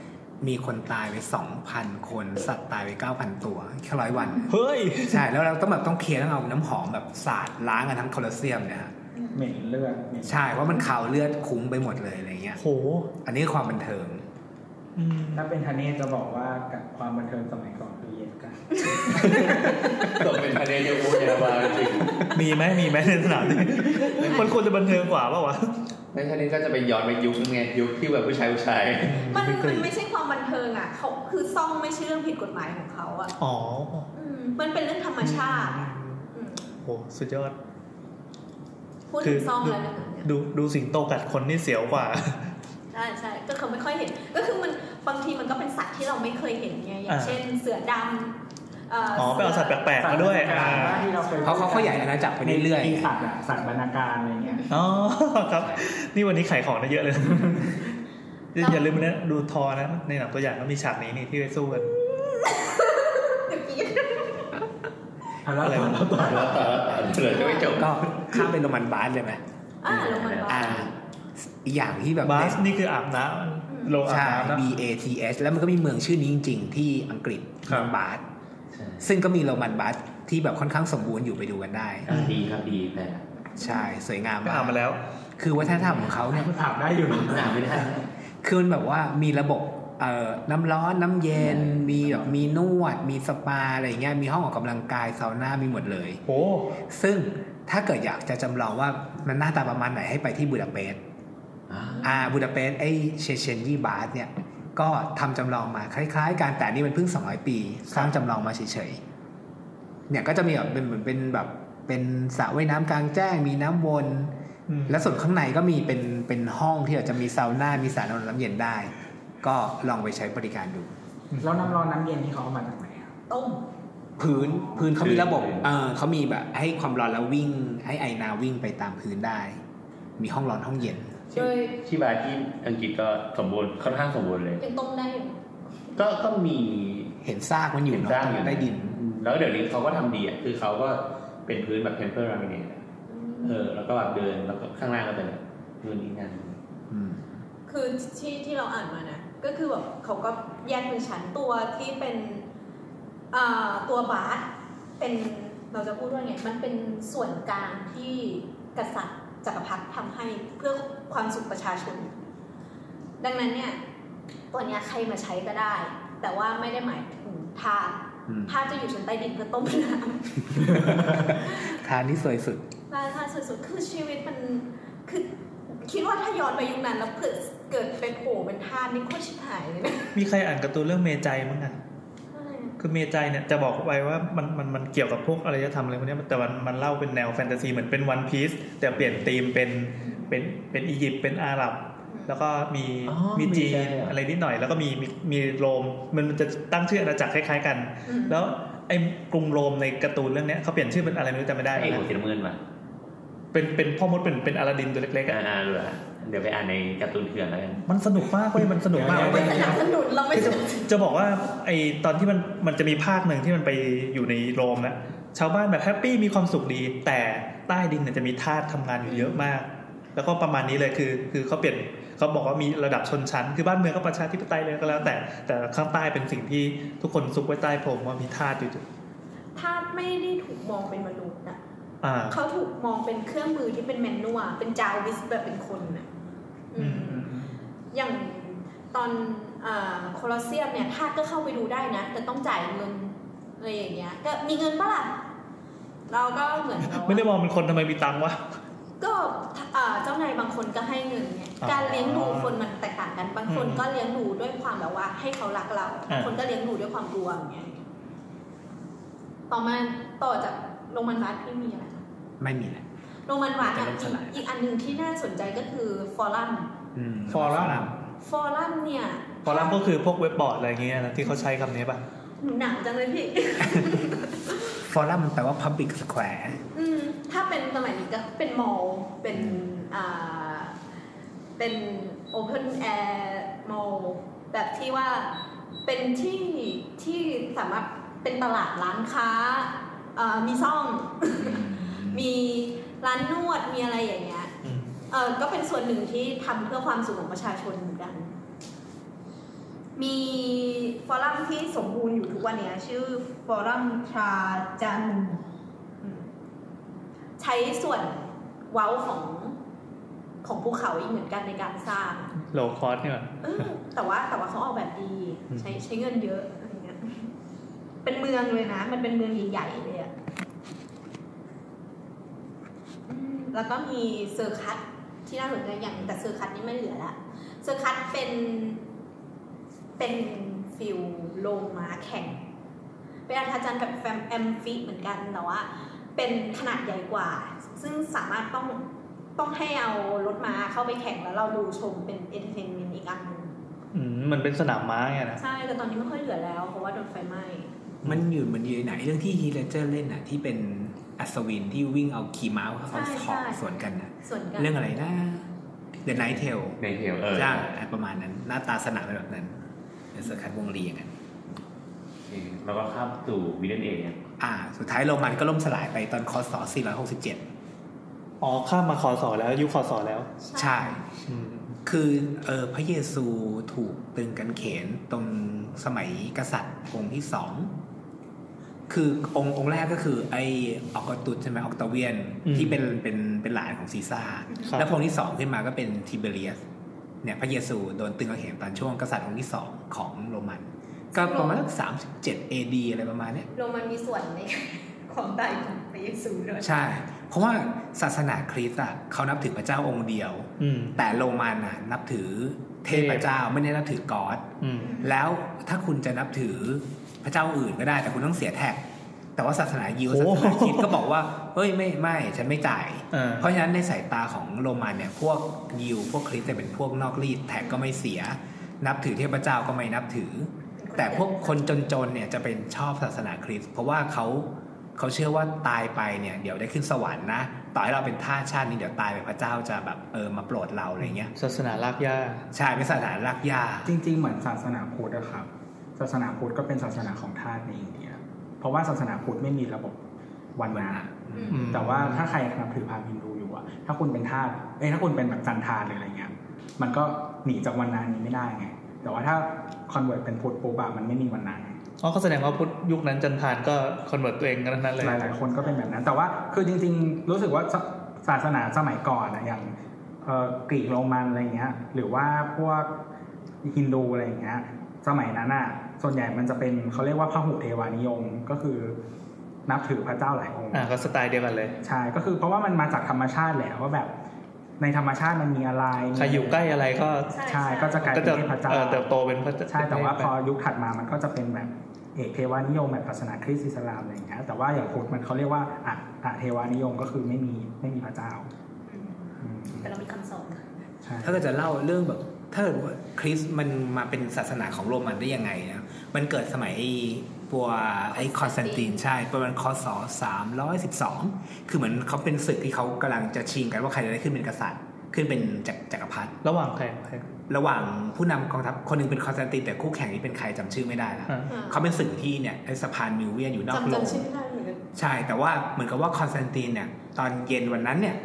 [SPEAKER 6] มีคนตายไปสองพันคนสัตว์ตายไปเก้าพันตัวแค่ร้อยวัน
[SPEAKER 3] เฮ้ย
[SPEAKER 6] ใช่ แล้วเราต้องแบบต้องเคลียร์ต้องเอาน้ำหอมแบบสาดล้างกันทั้งโคลอสเซียมเนี่ยฮะ
[SPEAKER 5] เหม็นเลือดเหม็น
[SPEAKER 6] ใช่เพราะมันขาวเลือดคุ้งไปหมดเลยอะไรเงี้ย
[SPEAKER 3] โห
[SPEAKER 6] อันนี้คือความบันเทิง
[SPEAKER 3] อืม
[SPEAKER 5] ถ้าเป็นทันเน่จะบอกว่ากับความบันเทิงสมัยก่อนคือเย็นกัน
[SPEAKER 4] ตกเป็นทะเลเดียวกันมาจริง
[SPEAKER 3] มีไหมมีไหมในสนามนี้มันควรจะบันเทิงกว่าป่าวะ
[SPEAKER 4] ในทะเลก็จะไปย้อนไปยุคนึงไงยุคที่แบบผู้ชายผู้ชาย
[SPEAKER 2] มัน
[SPEAKER 3] ไม่เคย
[SPEAKER 2] มันไม่ใช่ความบันเทิงอ่ะเขาคือซ่องไม่ใช่เรื่องผิดกฎหมายของเขาอ่ะ
[SPEAKER 3] อ๋อ
[SPEAKER 2] อืมมันเป็นเรื่องธรรมชาติอืม
[SPEAKER 3] โหสุดยอด
[SPEAKER 2] พูดถึงซ่องแล้วเนยเนี่ย
[SPEAKER 3] ดูดูสิงโตกัดคนนี่เสียวกว่า
[SPEAKER 2] ใช่ใช่ก็คือไม่ค่อยเห็น ก็คือมันบางทีมันก็เป็นสัตว์ที่เราไม่เคยเห็นไง อย่าง
[SPEAKER 3] อ่า
[SPEAKER 2] เช่นเสือดำเอ่อ
[SPEAKER 3] อ๋อไปเอาสัตว์แปลกๆมาด้วยอ่า
[SPEAKER 5] ที่เราเคย
[SPEAKER 6] เขาเขาขยายอาณาจักรไปเรื่อย
[SPEAKER 5] มีสัตว์อะสัตว์บรรณาการอะไรเงี้ย
[SPEAKER 3] อ๋อครับ นี่วันนี้ขายของได้เยอะเลย อย่าอย่าลืมนะดูทอนะ ในหนังตัวอย่างก็มีฉากนี้นี่ที่ไปสู้กัน
[SPEAKER 2] เมื่อกี้
[SPEAKER 5] เอาแล้ว
[SPEAKER 3] อะไรวะ
[SPEAKER 4] แล้วแต่แล้วแต่เหลือจะไม่จบ
[SPEAKER 6] ๆ ก็ข้ามเป็นโรมันบาสเลยไหม
[SPEAKER 2] อ่าลงมัน
[SPEAKER 6] อ่า อีกอย่างที่แบบ
[SPEAKER 3] บา
[SPEAKER 6] ได้
[SPEAKER 3] สนี่คืออาบน้ำโรงอาบ
[SPEAKER 6] ใช่
[SPEAKER 3] น้ำนะ
[SPEAKER 6] B A T S แล้วมันก็มีเมืองชื่อนี้จริง ๆ ที่อังกฤษ
[SPEAKER 3] ครั
[SPEAKER 6] โร
[SPEAKER 3] บ
[SPEAKER 6] มันบาสซึ่งก็มีโรมันบาสที่แบบค่อนข้างสมบูรณ์อยู่ไปดูกันได้
[SPEAKER 4] ดีครับดีแต่
[SPEAKER 6] ใช่สวยงาม
[SPEAKER 3] ก็
[SPEAKER 6] มาก
[SPEAKER 3] อาบมาแล้ว
[SPEAKER 6] คือวัฒนธรรมของเขาเนี่ย
[SPEAKER 5] มันถามได้อยู่นะ
[SPEAKER 4] หนาไม่ได้
[SPEAKER 6] คือมันแบบว่ามีระบบเอ่อน้ำร้อนน้ำเย็น
[SPEAKER 4] อืม
[SPEAKER 6] มีแบบมีนวด มีสปาอะไรอย่างเงี้ยมีห้องออกกำลังกายซาวน่ามีหมดเลย
[SPEAKER 3] โห
[SPEAKER 6] ซึ่งถ้าเกิดอยากจะจำลองว่ามันหน้าตาประมาณไหนให้ไปที่บูดาเปสต์
[SPEAKER 4] อ่า
[SPEAKER 6] อ่าบูดาเปสต์ไอเชเชนยีบาสเนี่ย ก็ทำจำลองมาคล้ายๆกันแต่อันนี่มันเพิ่ง 200 ปีสร้างจำลองมาเฉยๆเนี่ยก็จะมีแบบเป็นเหมือนเป็นแบบเป็นสระว่ายน้ำกลางแจ้ง มีน้ำวน
[SPEAKER 3] อืม
[SPEAKER 6] และส่วนข้างในก็มีเป็นเป็นห้องที่อาจจะมีซาวน่ามีสระน้ำเย็นได้ ก็ลองไปใช้บริการดู
[SPEAKER 5] แล้วน้ำร้อนน้ำเย็นที่เขาเอามาจากไหนอะ
[SPEAKER 2] ต้ม
[SPEAKER 6] พื้นพื้นเขามีระบบเออเขามีแบบให้ความร้อนแล้ววิ่ง ให้ไอนาวิ่งไปตามพื้นได้ มีห้องร้อนห้องเย็น
[SPEAKER 2] โดย
[SPEAKER 4] ที่บาร์ที่อังกฤษก็สมบูรณ์ค่อนข้างสมบูรณ์เลย
[SPEAKER 2] ยังต้มได้อยู่
[SPEAKER 4] ก็ก็มี
[SPEAKER 6] เห็นซากมันอยู่
[SPEAKER 4] เห็น
[SPEAKER 6] เนาะ
[SPEAKER 4] สร้างอยู่
[SPEAKER 6] ใต้ดิน
[SPEAKER 4] อืมแล้วเดี๋ยวนี้เขาก็ทำดีอ่ะคือเขาก็เป็นพื้นแบบเทมเพอร์รามิเนตเออ แล้วก็แบบเดินแล้วก็ข้างล่างก็เป็นพื้นอีกนั่น
[SPEAKER 6] อืม
[SPEAKER 2] คือที่ที่เราอ่านมานะ ก็คือแบบเขาก็แยกเป็นชั้นตัวที่เป็นเอ่อตัวบาสเป็นเราจะพูดว่าไง มันเป็นส่วนกลางที่กษัตริย์จักรพรรดิทำให้เพื่อความสุขประชาชน ดังนั้นเนี่ยตัวเนี้ยใครมาใช้ก็ได้ แต่ว่าไม่ได้หมายถึงทาส
[SPEAKER 6] อืม
[SPEAKER 2] ทาสจะอยู่ชั้นใต้ดินเพื่อต้มน้
[SPEAKER 6] ทางที่สวยสุด
[SPEAKER 2] ำทาสทาสสุดๆคือชีวิตมันคือคิดว่าถ้าย้อนไปยุคนั้นแล้วเกิดเกิดเป็นโผล่เป็นทาสนี่โคตรชิบหายเลยนะ
[SPEAKER 3] มีใครอ่านการ์ตูนเรื่องเมจัยมั้งอ่ะ คือเมจัยเนี่ยจะบอกไว้ว่ามันมันมันเกี่ยวกับพวกอารยธรรมอะไรพวกเนี้ยแต่มันมันเล่าเป็นแนวแฟนตาซีเหมือนเป็นวันพีซแต่เปลี่ยนธีมเป็นเป็นเป็นอียิปต์เป็นอาหรับ แล้วก็มีมีจีนอะไรนิดหน่อย แล้วก็มีมีมีโรมมันมันจะตั้งชื่ออาณาจักรคล้ายๆกัน
[SPEAKER 2] อืม
[SPEAKER 3] แล้วไอ้กรุงโรมในการ์ตูนเรื่องเนี้ยเขาเปลี่ยนชื่อเป็นอะไรไม่รู้จำไม่ได้
[SPEAKER 4] ไอ้
[SPEAKER 3] แล้ว
[SPEAKER 4] หัวสี
[SPEAKER 3] นะ
[SPEAKER 4] น้ำเงินว่ะ
[SPEAKER 3] เป็นเป็นพ่อมดเป็นเป็นอลาดินตัวเล็กๆ
[SPEAKER 4] อ่า
[SPEAKER 3] อ่ะ
[SPEAKER 4] อ่าเหรอเดี๋ยวไปอ่านในการ์ตูนเถื่อนแล้วกัน
[SPEAKER 3] มันสนุกมากเว้ยมันสนุกมาก
[SPEAKER 2] ไม่สนับสนุนเราไม่ส
[SPEAKER 3] จะ
[SPEAKER 2] นับสนุน
[SPEAKER 3] จะบอกว่าไอตอนที่มันมันจะมีภาคหนึ่งที่มันไปอยู่ในโรมนะชาวบ้านแบบแฮปปี้มีความสุขดี แต่ใต้ดินเนี่ยจะมีทาสทำงานอยู่เยอะมาก แล้วก็ประมาณนี้เลยคือ คือเขาเปลี่ยนเขาบอกว่ามีระดับชนชั้น คือบ้านเมืองก็ประชาธิปไตยเลยก็แล้ว แต่ แต่ข้างใต้เป็นสิ่งที่ทุกคนซุกไว้ใต้พรมว่ามีทาสอยู่
[SPEAKER 2] ทาสไม่ได้ถูกมองเป็นมนุษย์นะ
[SPEAKER 3] อ่า
[SPEAKER 2] เขาถูกมองเป็นเครื่องมือที่เป็นแมนนวลเป็นจาวิสแบบเป็นคนนะอื
[SPEAKER 3] อื
[SPEAKER 2] ม
[SPEAKER 3] มอืมอืม
[SPEAKER 2] อย่างตอนโคลอเซียมเนี่ยทาสก็เข้าไปดูได้นะ แต่ต้องจ่ายเงินอะไรอย่างเงี้ย ก็มีเงินปะล่ะ เราก็เหมือนเรา
[SPEAKER 3] ไม่ได้มองเป็นคนทำไมมีตังค์วะ
[SPEAKER 2] ก็เอ่อเจ้านายบางคนก็ให้เงินเนี่ย
[SPEAKER 3] อ๋อ
[SPEAKER 2] การเลี้ยงดูคนมันแตกต่างกันบางคน
[SPEAKER 3] อืม
[SPEAKER 2] ก็เลี้ยงดูด้วยความแบบว่า ให้เขารักเรา
[SPEAKER 3] อ่า
[SPEAKER 2] บางคนก็เลี้ยงดูด้วยความกลัวอย่างเงี้ยต่อมาต่อจากโรมันวัดที่มีอะไรนะ
[SPEAKER 6] ไม่มีแหละ
[SPEAKER 2] โรมันวัดอ่ะ
[SPEAKER 6] จะล่มสลาย
[SPEAKER 2] อีกอันหนึ่งที่น่าสนใจก็คือฟอรัม
[SPEAKER 6] อืม
[SPEAKER 3] ฟอรัม
[SPEAKER 2] ฟอรัมเนี่ย
[SPEAKER 3] ฟอรัมก็คือพวกเว็บบอร์ดอะไรอย่างเงี้ยนะที่เขาใช้คำนี้ป่ะ
[SPEAKER 2] หนูหนังจังเลยพี่
[SPEAKER 6] ฟอรัมมันแปลว่า Public Square
[SPEAKER 2] อืมถ้าเป็นสมัยนี้ก็เป็นมอลลเป็นอ่าเป็นโอเพนแอร์มอลลแบบที่ว่าเป็นที่ที่สามารถเป็นตลาดร้านค้าอ่ามีซ่อง มีร้านนวดมีอะไรอย่างเงี้ย
[SPEAKER 3] อืม
[SPEAKER 2] เออก็เป็นส่วนหนึ่งที่ทำเพื่อความสุขของประชาชนเหมือนกัน มีฟอรัมที่สมบูรณ์อยู่ทุกวันเนี้ย ชื่อฟอรัมชาจันอืมใช้ส่วนเว้าของของภูเขาอีกเหมือนกันในการสร้าง
[SPEAKER 3] โลคอสเนี่ย
[SPEAKER 2] เออแต่ว่าแต่ว่าเขาออกแบบดี
[SPEAKER 3] อืม
[SPEAKER 2] ใช้ใช้เงินเยอะอะไรเงี้ยเป็นเมืองเลยนะ มันเป็นเมืองใหญ่ๆเลยอะอืมแล้วก็มีเซอร์คัตที่น่าสนใจอย่างหนึ่งแต่เซอร์คัตนี่ไม่เหลือละเซอร์คัตเป็น เป็นฟิลโลงม้าแข่ง เป็นอัธจันทร์กับแฟมแอมฟิเหมือนกันแต่ว่า เป็นขนาดใหญ่กว่า ซึ่งสามารถต้องต้องให้เอารถม้าเข้าไปแข่งแล้วเราดูชมเป็นเอนเตอร์เทนเมนต์อีกอันหนึง
[SPEAKER 3] อืมมันเป็นสนามม้าไงนะ
[SPEAKER 2] ใช่ แต่ตอนนี้ไม่ค่อยเหลือแล้ว เพราะว่าโดนไฟไหม้
[SPEAKER 6] มันอยู่มันอยู่ในไหนเรื่องที่ฮีเลเจอร์เล่นน่ะ ที่เป็นอัศวินที่วิ่งเอาขี่ม้าเข้า
[SPEAKER 2] ใช่
[SPEAKER 6] สอบ
[SPEAKER 2] ใช่
[SPEAKER 6] สวนกันนะ
[SPEAKER 2] ส่วนกัน
[SPEAKER 6] เรื่องอะไรนะ The Night Tale
[SPEAKER 4] ในเทลเออ
[SPEAKER 6] จ้าประมาณนั้น หน้าตาสนามเป็นแบบนั้นเป็นสกัดวงลีอย่างนั้น
[SPEAKER 4] แล้วก็ข้ามสู่วิลเลนเองเนี่ย
[SPEAKER 6] อ่า สุดท้ายโรมันก็ล่มสลายไปตอนคศ467
[SPEAKER 3] อ๋อ ข้ามมาคอสอแล้ว ยุคคอสอแล้ว
[SPEAKER 6] ใช่
[SPEAKER 3] อืม
[SPEAKER 6] คือเออพระเยซูถูกตรึงกันเขนตรงสมัยกษัตริย์องค์ที่สอง คือองค์องค์แรกก็คือไอออกกตุสใช่ไหมออกตาเวียน
[SPEAKER 3] อืม
[SPEAKER 6] ที่เป็นเป็นเป็นหลานของซีซ่า
[SPEAKER 3] ครับ
[SPEAKER 6] แล้วพระองค์ที่สองขึ้นมาก็เป็นทิเบเรียสเนี่ยพระเยซูโดนตรึงกันเขนตอนช่วงกษัตริย์องค์ที่สองของโรมัน ก็ประมาณสามสิบเจ็ดเอดีอะไรประมาณเนี้ย
[SPEAKER 2] โรมันมีส่วน ใน ความตายของพระเยซูด้วย
[SPEAKER 6] ใช่ เพราะว่าศาสนาคริสต์อะเขานับถือพระเจ้าองค์เดียว
[SPEAKER 3] อืม
[SPEAKER 6] แต่โรมันอะนับถือเทพเจ้าไม่ได้นับถือกอด
[SPEAKER 3] อืม
[SPEAKER 6] แล้วถ้าคุณจะนับถือพระเจ้าอื่นก็ได้แต่คุณต้องเสียแท็ก แต่ว่าศาสนายิว
[SPEAKER 3] โอ้
[SPEAKER 6] ศาสนาคริดก็บอกว่าเฮ้ยไม่ไม่ฉันไม่จ่าย
[SPEAKER 3] เออ
[SPEAKER 6] เพราะฉะนั้นในสายตาของโรมันเนี่ยพวกยิวพวกคริสต์จะเป็นพวกนอกรีดแท็กก็ไม่เสีย นับถือเทพเจ้าก็ไม่นับถือ แต่พวกคนจนๆเนี่ยจะเป็นชอบศาสนาคริสต์เพราะว่าเขาเขาเชื่อว่าตายไปเนี่ยเดี๋ยวได้ขึ้นสวรรค์นะต่อให้เราเป็นทาสชาตินี้เดี๋ยวตายไปพระเจ้าจะแบบเออมาโปรดเราอะไรเงี้ย
[SPEAKER 3] ศาสนาลากย่า
[SPEAKER 6] ใช่เป็นศาสนารักยา
[SPEAKER 5] จริงๆ เหมือนศาสนาพุทธอะครับ ศาสนาพุทธก็เป็นศาสนาของทาสในอินเดีย เพราะว่าศาสนาพุทธไม่มีระบบวันนะ
[SPEAKER 3] อืม
[SPEAKER 5] แต่ว่าถ้าใครนับถือพราหมณ์ฮินดูอยู่อะถ้าคุณเป็นทาส เอ้ยถ้าคุณเป็นแบบจันทานหรืออะไรเงี้ย มันก็หนีจากวันนานี้ไม่ได้ไง แต่ว่าถ้าคอนเวิร์ตเป็นพุทธปุ๊บอะมันไม่มีวันนาไง
[SPEAKER 3] อ๋อก็แสดงว่าพุทธยุคนั้นจันทานก็คอนเวิร์ตตัวเองกันทั้งนั้นเลย
[SPEAKER 5] หลาย ๆ คนก็เป็นแบบนั้น แต่ว่าคือจริง ๆ รู้สึกว่าศาศาสนาสมัยก่อนนะอย่างเอ่อกรีกโรมันอะไรเงี้ย หรือว่าพวกฮินดูอะไรเงี้ย สมัยนั้นอ่ะ ส่วนใหญ่มันจะเป็นเขาเรียกว่าพหุเทวานิยมก็คือนับถือพระเจ้าหลายองค์
[SPEAKER 3] อ่าก็สไตล์เดียวกันเลย
[SPEAKER 5] ใช่ ก็คือเพราะว่ามันมาจากธรรมชาติแหละว่าแบบในธรรมชาติมันมีอะไร
[SPEAKER 3] ใครอยู่ใกล้อะไรก็
[SPEAKER 5] ใช่ก็จะกลาย
[SPEAKER 3] ก็
[SPEAKER 5] เป็
[SPEAKER 3] จะ
[SPEAKER 5] นเทพเจ้า
[SPEAKER 3] เอ่อเติบโตเป็นพระเจ้า
[SPEAKER 5] ใช่ แต่ว่าพอยุคถัดมามันก็จะเป็นแบบเอกเทวานิยมแบบศาสนาคริสต์อิสลามอะไรอย่างเงี้ยแต่ว่าอย่างพุทธมันเขาเรียกว่าอะอะเทวานิยมก็คือไม่มีไม่มีพระเจ้า
[SPEAKER 2] อืม
[SPEAKER 5] อืม
[SPEAKER 2] แต่เรามีคำสอนนะ
[SPEAKER 5] ใช่
[SPEAKER 6] ถ้าเกิดจะเล่าเรื่องแบบถ้าเกิดว่าคริสต์มันมาเป็นศาสนาของโรมันได้ยังไงนะมันเกิดสมัยไอ้ตัวไอ้คอนสแตนตินใช่ประมาณคศสามร้อยสิบสองคือเหมือนเขาเป็นศึกที่เขากำลังจะชิงกันว่าใครจะได้ขึ้นเป็นกษัตริย์ ขึ้นเป็นจักรจักรพรรดิ
[SPEAKER 3] ระหว่างใครใคร
[SPEAKER 6] ระหว่างผู้นำกองทัพคนหนึงเป็นคอนสแตนตินแต่คู่แข่งนี่เป็นใครจำชื่อไม่ได้ละ
[SPEAKER 3] อ่า
[SPEAKER 6] เขาเป็นศึกที่เนี่ยไอ้สะพานมิวเวียนอยู่นอกโล
[SPEAKER 2] จำ
[SPEAKER 6] ก
[SPEAKER 2] จำชื่อไม่ได้เหมือนกัน
[SPEAKER 6] ใช่ แต่ว่าเหมือนกับว่าคอนสแตนตินเนี่ยตอนเย็นวันนั้นเนี่ย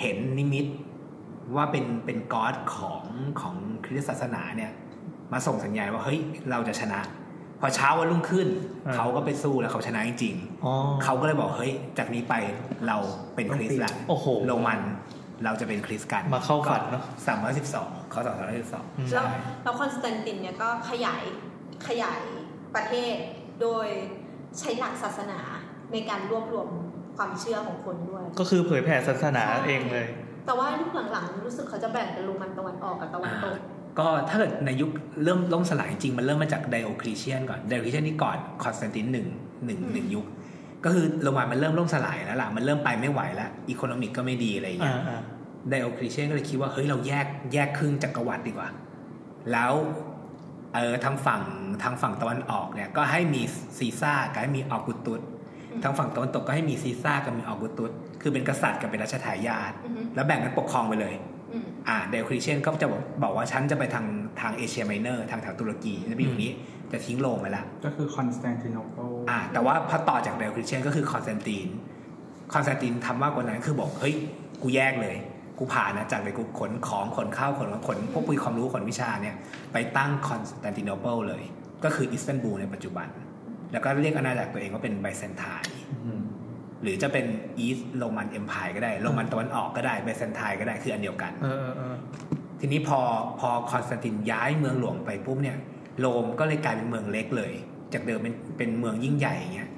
[SPEAKER 6] เห็นนิมิตว่าเป็นเป็นกอดของของคริสตศาสนาเนี่ยมาส่งสัญญาณว่าเฮ้ยเราจะชนะ พอเช้าวันรุ่งขึ้น เขาก็ไปสู้แล้วเขาชนะจริง
[SPEAKER 3] อ๋อ
[SPEAKER 6] ๆเขาก็เลยบอกเฮ้ยจากนี้ไปเราเป็นคริสต์ละ
[SPEAKER 3] โอ้โห
[SPEAKER 6] โรมันเราจะเป็นคริสต์กัน
[SPEAKER 3] มาเข้าฝันเนอะ
[SPEAKER 6] สามร้อยสิบสองข้อสองสามร้อยสิบสอง
[SPEAKER 2] แล้
[SPEAKER 6] ใช่
[SPEAKER 2] วแล้วคอนสแตนตินเนี่ยก็ขยายขยายประเทศ โดยใช้หลักศาสนาในการรวบรวมความเชื่อของคนด้วย
[SPEAKER 3] ก็คือเผยแผ่ศาสนาเองเลย
[SPEAKER 2] แต่ว่ายุคหลังๆรู้สึกเขาจะแบ่งเป็นโรมันตะวันออกกับตะวันตก
[SPEAKER 6] ก็ถ้าเกิดในยุคเริ่มล่มสลายจริงมันเริ่มมาจากไดโอคลีเชียนก่อนไดโอคลีเชียนนี่ก่อนคอนสแตนตินหนึ่งหนึ่งหนึ่งยุค ก็คือโรมันมันเริ่มล่มสลายแล้วล่ะ มันเริ่มไปไม่ไหวแล้วอีโคโนมิกก็ไม่ดีอะไรอย่าง
[SPEAKER 3] อ่า
[SPEAKER 6] เงี้ย
[SPEAKER 3] อ่า
[SPEAKER 6] ไดโอคลีเชียนก็เลยคิดว่า เฮ้ย เราแยกแยกครึ่งจักรวรรดิดีกว่า แล้วเออทางฝั่งทางฝั่งตะวันออกเนี่ย ก็ให้มีซีซ่ากับให้มีออกุตุส
[SPEAKER 2] อืม
[SPEAKER 6] ทางฝั่งตะวันตกก็ให้มีซีซ่ากับมีออกุตุสคือเป็นกษัตริย์กับเป็นราชทายาท
[SPEAKER 2] อืม
[SPEAKER 6] แล้วแบ่งกันปกครองไปเลย
[SPEAKER 2] อืม
[SPEAKER 6] อ่าเดลคริเชียนก็จะบอกบอกว่าฉันจะไปทางทางเอเชียไมเนอร์ทางแถวตุรกีจะไปอยู่นี้จะทิ้งโรมไปละ
[SPEAKER 5] ก็คือคอนสแตนติโนเปิล
[SPEAKER 6] อ่า แต่ว่าพอต่อจากเดลคริเชียนก็คือคอนสแตนตินคอนสแตนตินทำมากกว่านั้นคือบอกเฮ้ยกูแยกเลย กูผ่านนะจากเลยกูขนของขนข้าวขนขนพวกปุยความรู้ขนวิชาเนี่ยไปตั้งคอนสแตนติโนเปิลเลย ก็คืออิสตันบูลในปัจจุบัน แล้วก็เรียกอาณาจักรตัวเองว่าเป็นไบแซนไทน์หรือจะเป็นอีสโรมันเอ็มพายก็ได้โรมันตะวันออกก็ได้ไบแซนไทน์ก็ได้คืออันเดียวกัน
[SPEAKER 3] เออเออเออ
[SPEAKER 6] ทีนี้พอพอคอนสแตนตินย้ายเมืองหลวงไปปุ๊บเนี่ยโรมก็เลยกลายเป็นเมืองเล็กเลย จากเดิมเป็นเป็นเมืองยิ่งใหญ่อย่างเงี้ย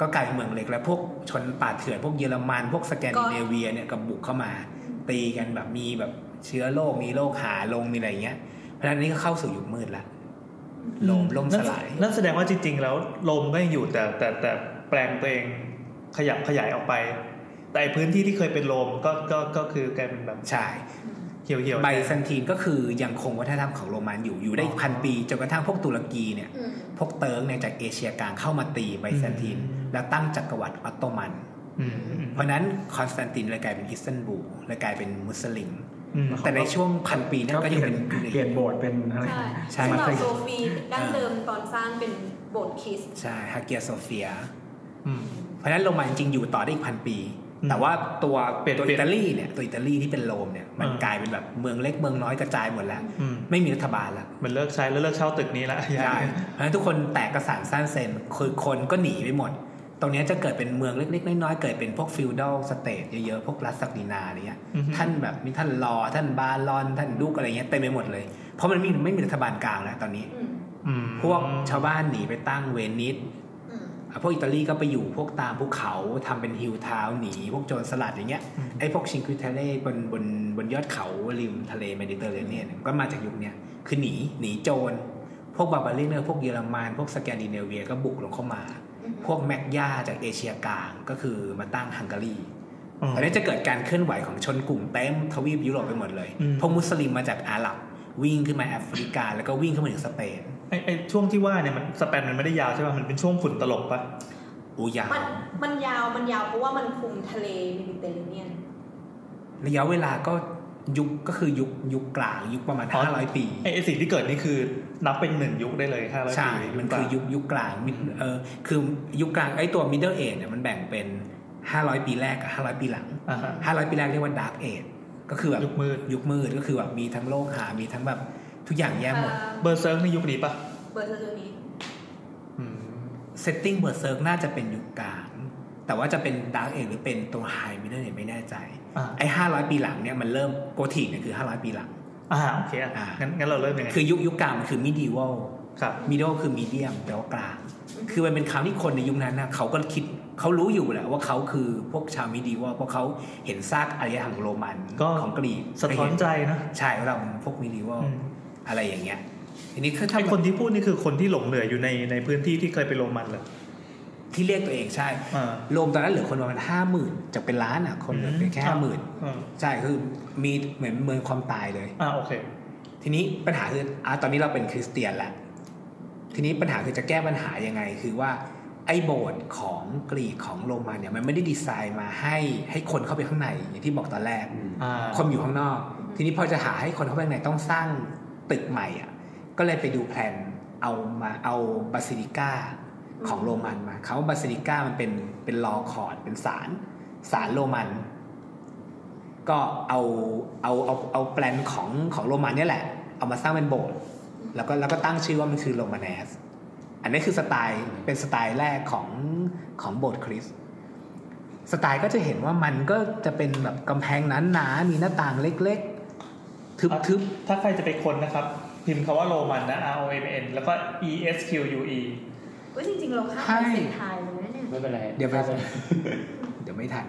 [SPEAKER 6] ก็กลายเป็นเมืองเล็กแล้วพวกชนป่าเถื่อนพวกเยอรมันพวกสแกนดิเนเวียเนี่ยก็บุกเข้ามา ตีกันแบบมีแบบเชื้อโรคมีโรคหาลงมีอะไรเงี้ยเพราะฉะนั้นอันนี้ก็เข้าสู่ยุคมืดละโรมล่มสลาย
[SPEAKER 3] นั่นนั่นแสดงว่าจริง ๆ แล้วลมก็ยังอยู่แต่แต่แต่แต่แปลงตัวเองขยับขยายออกไป แต่ไอ้พื้นที่ที่เคยเป็นลมก็ก็ก็คือกลายเป็นแบบ
[SPEAKER 6] ใช่
[SPEAKER 3] เหี่ยวเหี่ยว
[SPEAKER 6] ไบแซนทีนก็คือยังคงวัฒนธรรมของโรมันอยู่อยู่ได้อีกพันปีจนกระทั่งพวกตุรกีเนี่ย
[SPEAKER 2] อืม
[SPEAKER 6] พวกเติร์กเนี่ยจากเอเชียกลางเข้ามาตีไบแซนติน
[SPEAKER 3] อืม
[SPEAKER 6] แล้วตั้งจักรวรรดิออตโตมัน
[SPEAKER 3] อืมอืม
[SPEAKER 6] เพราะฉะนั้นคอนสแตนตินเลยกลายเป็นอิสตันบูลเลยกลายเป็นมุสลิม
[SPEAKER 3] อืม
[SPEAKER 6] แต่ในช่วงพันปีนั้นก็ยังเป็น
[SPEAKER 5] เปลี่ยนโบสถ์เป็นอะไร
[SPEAKER 6] ใช่
[SPEAKER 2] ใช่
[SPEAKER 6] มา
[SPEAKER 2] สำหรับ
[SPEAKER 5] ใส่
[SPEAKER 2] โซฟีดั้งเดิมตอนสร้างเป็นโบสถ์คริสต์
[SPEAKER 6] ใช่ฮักเกียโซเฟีย
[SPEAKER 3] อืม
[SPEAKER 6] เพราะฉะนั้นโรมันจริงๆอยู่ต่อได้อีกพันปี
[SPEAKER 3] อืม
[SPEAKER 6] แต่ว่าตัว
[SPEAKER 3] เปลี่ยน
[SPEAKER 6] ตัว
[SPEAKER 3] เปลี่ยน
[SPEAKER 6] อิตาลีเนี่ยตัวอิตาลีที่เป็นโรมเนี่ยมัน
[SPEAKER 3] อ่าก
[SPEAKER 6] กลายเป็นแบบเมืองเล็กเมืองน้อยกระจายหมดแล้ว
[SPEAKER 3] อืม
[SPEAKER 6] ไม่มีรัฐบาลละ
[SPEAKER 3] มันเลิกใช้แล้วเลิกเช่าตึกนี้ละ
[SPEAKER 6] ใช่เพราะฉะนั้นทุกคนแตกกระสานสร้างเซนคือคนก็หนีไปหมด ตรงเนี้ยจะเกิดเป็นเมืองเล็ก ๆ น้อยๆ เกิดเป็นพวกฟิวดอลสเตทเยอะๆ พวกรัฐศักดินาอะไรเงี้ย
[SPEAKER 3] อืม
[SPEAKER 6] ท่านแบบมีท่านลอท่านบาลอนท่านดูกอะไรเงี้ยเต็มไปหมดเลย เพราะมันไม่ไม่มีรัฐบาลกลางแล้วตอนนี้
[SPEAKER 2] อืม
[SPEAKER 3] อืม
[SPEAKER 6] พวกชาวบ้านหนีไปตั้งเวนิส
[SPEAKER 2] อืม
[SPEAKER 6] อ่ะพวกอิตาลีก็ไปอยู่พวกตามภูเขาทำเป็นฮิลทาวน์หนีพวกโจรสลัดอย่างเงี้ย ไอ้พวกชิงคิเทเล่บนบนบนยอดเขาริมทะเลเมดิเตอร์เรเนียนก็มาจากยุคเนี้ยคือหนีหนีโจร พวกบาบาเรียนเนอร์พวกเยอรมันพวกสแกนดิเนเวียก็บุกลงเข้ามา
[SPEAKER 2] อืม
[SPEAKER 6] พวกแมกยาจากเอเชียกลางก็คือมาตั้งฮังการี
[SPEAKER 3] อืม
[SPEAKER 6] ตอนนี้จะเกิดการเคลื่อนไหวของชนกลุ่มเต็มทวีปยุโรปไปหมดเลย
[SPEAKER 3] อืม
[SPEAKER 6] พวกมุสลิมมาจากอาหรับ วิ่งขึ้นมาแอฟริกา แล้วก็วิ่งเข้ามาถึงสเปน
[SPEAKER 3] ไอ้ไอ้ช่วงที่ว่าเนี่ยมันสแปนมันไม่ได้ยาวใช่ป่ะมันเป็นช่วงฝุ่นตลบป่ะ
[SPEAKER 6] อูยาว
[SPEAKER 2] มันมันยาวมันยาวเพราะว่ามันคลุมทะเลเมดิเตอร์เรเนียน
[SPEAKER 6] ระยะเวลาก็ยุคก็คือยุคยุคกลางยุคประมาณ
[SPEAKER 3] อ๋อ
[SPEAKER 6] 500 ปี
[SPEAKER 3] ไอ้ไอ้สิ่งที่เกิดนี่คือนับเป็นหนึ่งยุคได้เลยห้าร้อย
[SPEAKER 6] ใช่
[SPEAKER 3] ปี
[SPEAKER 6] มันคือยุคยุคกลางมิดเออคือยุคกลางไอ้ตัว middle age เนี่ยมันแบ่งเป็น 500 ปีแรกกับ500 ปีหลัง
[SPEAKER 3] อ่าฮะ
[SPEAKER 6] 500 ปีแรกเรียกว่า dark age ก็คือแบบ
[SPEAKER 3] ยุคมืด
[SPEAKER 6] ยุคมืดก็คือแบบมีทั้งโลกหา มีทั้งแบบทุกอย่างแย่หมด
[SPEAKER 3] เบอร์เซิร์กในยุคนี้ป่ะ
[SPEAKER 2] เบอร์เซอร์นี้
[SPEAKER 3] อืม
[SPEAKER 6] setting b e r s e r k น่าจะเป็นยุคกลาง แต่ว่าจะเป็น dark age หรือเป็นตัว high middle age ไม่แน่ใจ
[SPEAKER 3] อ่า
[SPEAKER 6] ไอ้500 ปีหลังเนี่ยมันเริ่มโกธิเนี่ยคือ 500 ปีหลัง
[SPEAKER 3] อ่าโอเคอ่ะ
[SPEAKER 6] อ่างั้
[SPEAKER 3] งั้นงั้นเราเริ่มยังไง
[SPEAKER 6] คือยุคยุคกลางมันคือ medieval
[SPEAKER 3] ครับ
[SPEAKER 6] มิด d ด e คือมีเดียมแปลว่ากลาง คือมันเป็นคำที่คนในยุคนั้นนะเขาก็คิดเขารู้อยู่แหละว่าเขาคือพวกชาวมิดีว่าเพราะเขาเห็นซากอารยธรรมของโรมัน
[SPEAKER 3] ก็
[SPEAKER 6] ของกรีก
[SPEAKER 3] สะท้อนใจนะ
[SPEAKER 6] ใช่เราพวกมิดีว่า
[SPEAKER 3] อืม
[SPEAKER 6] อะไรอย่างเงี้ยทีนี้คือถ้า
[SPEAKER 3] ไอ้คนที่พูดนี่คือคนที่หลงเหลืออยู่ในในพื้นที่ที่เคยไปนโรมันเหรอ
[SPEAKER 6] ที่เรียกตัวเองใช่
[SPEAKER 3] อ่า
[SPEAKER 6] โรมตอนนั้นเหลือคนประมาณห้าหมื่นจากเป็นล้านอ่ะคนเหลือเพียงแค่
[SPEAKER 3] อืม
[SPEAKER 6] ห้าหมื่น
[SPEAKER 3] อ่า
[SPEAKER 6] ใช่คือมีเหมือนเมืองความตายเลย
[SPEAKER 3] อ่าโอเค
[SPEAKER 6] ทีนี้ปัญหาคืออ่ะตอนนี้เราเป็นคริสเตียนแล้ว ทีนี้ปัญหาคือจะแก้ปัญหายังไง คือว่าไอ้โบสถ์ของกรีกของโรมันเนี่ยมันไม่ได้ดีไซน์มาให้ให้คนเข้าไปข้างในอย่างที่บอกตอนแรก
[SPEAKER 3] อ่า
[SPEAKER 6] คนอยู่ข้างนอก ทีนี้พอจะหาให้คนเข้าไปข้างในต้องสร้างตึกใหม่อ่ะ ก็เลยไปดูแผนเอามาเอาบาซิลิก้าของโรมันมาเขาบาซิลิก้ามันเป็นเป็นลอคอร์ดเป็นศาลศาลโรมัน ก็เอาเอาเอาเอาแปลนของของโรมันเนี่ยแหละ เอามาสร้างเป็นโบสถ์แล้วก็แล้วก็ตั้งชื่อว่ามันคือโรมานสอันนี้คือสไตล์เป็นสไตล์แรกของของโบสถ์คริสต์สไตล์ก็จะเห็นว่ามันก็จะเป็นแบบกำแพงหนาๆมีหน้าต่างเล็กๆ ทึบๆ
[SPEAKER 3] ถ้าใครจะไปคนนะครับ พิมพ์คาว่าโรมันนะ R O M N แล้วก็ E S Q U E
[SPEAKER 2] เว้ยจริงๆ เราข้าม
[SPEAKER 6] ใช่
[SPEAKER 2] ไปเซ็นไทยเลยนะเนี่ย
[SPEAKER 4] ไม่เป็นไร
[SPEAKER 6] เดี๋ยวไป
[SPEAKER 4] ข้ามไป
[SPEAKER 6] เดี๋ยวไม่ทัน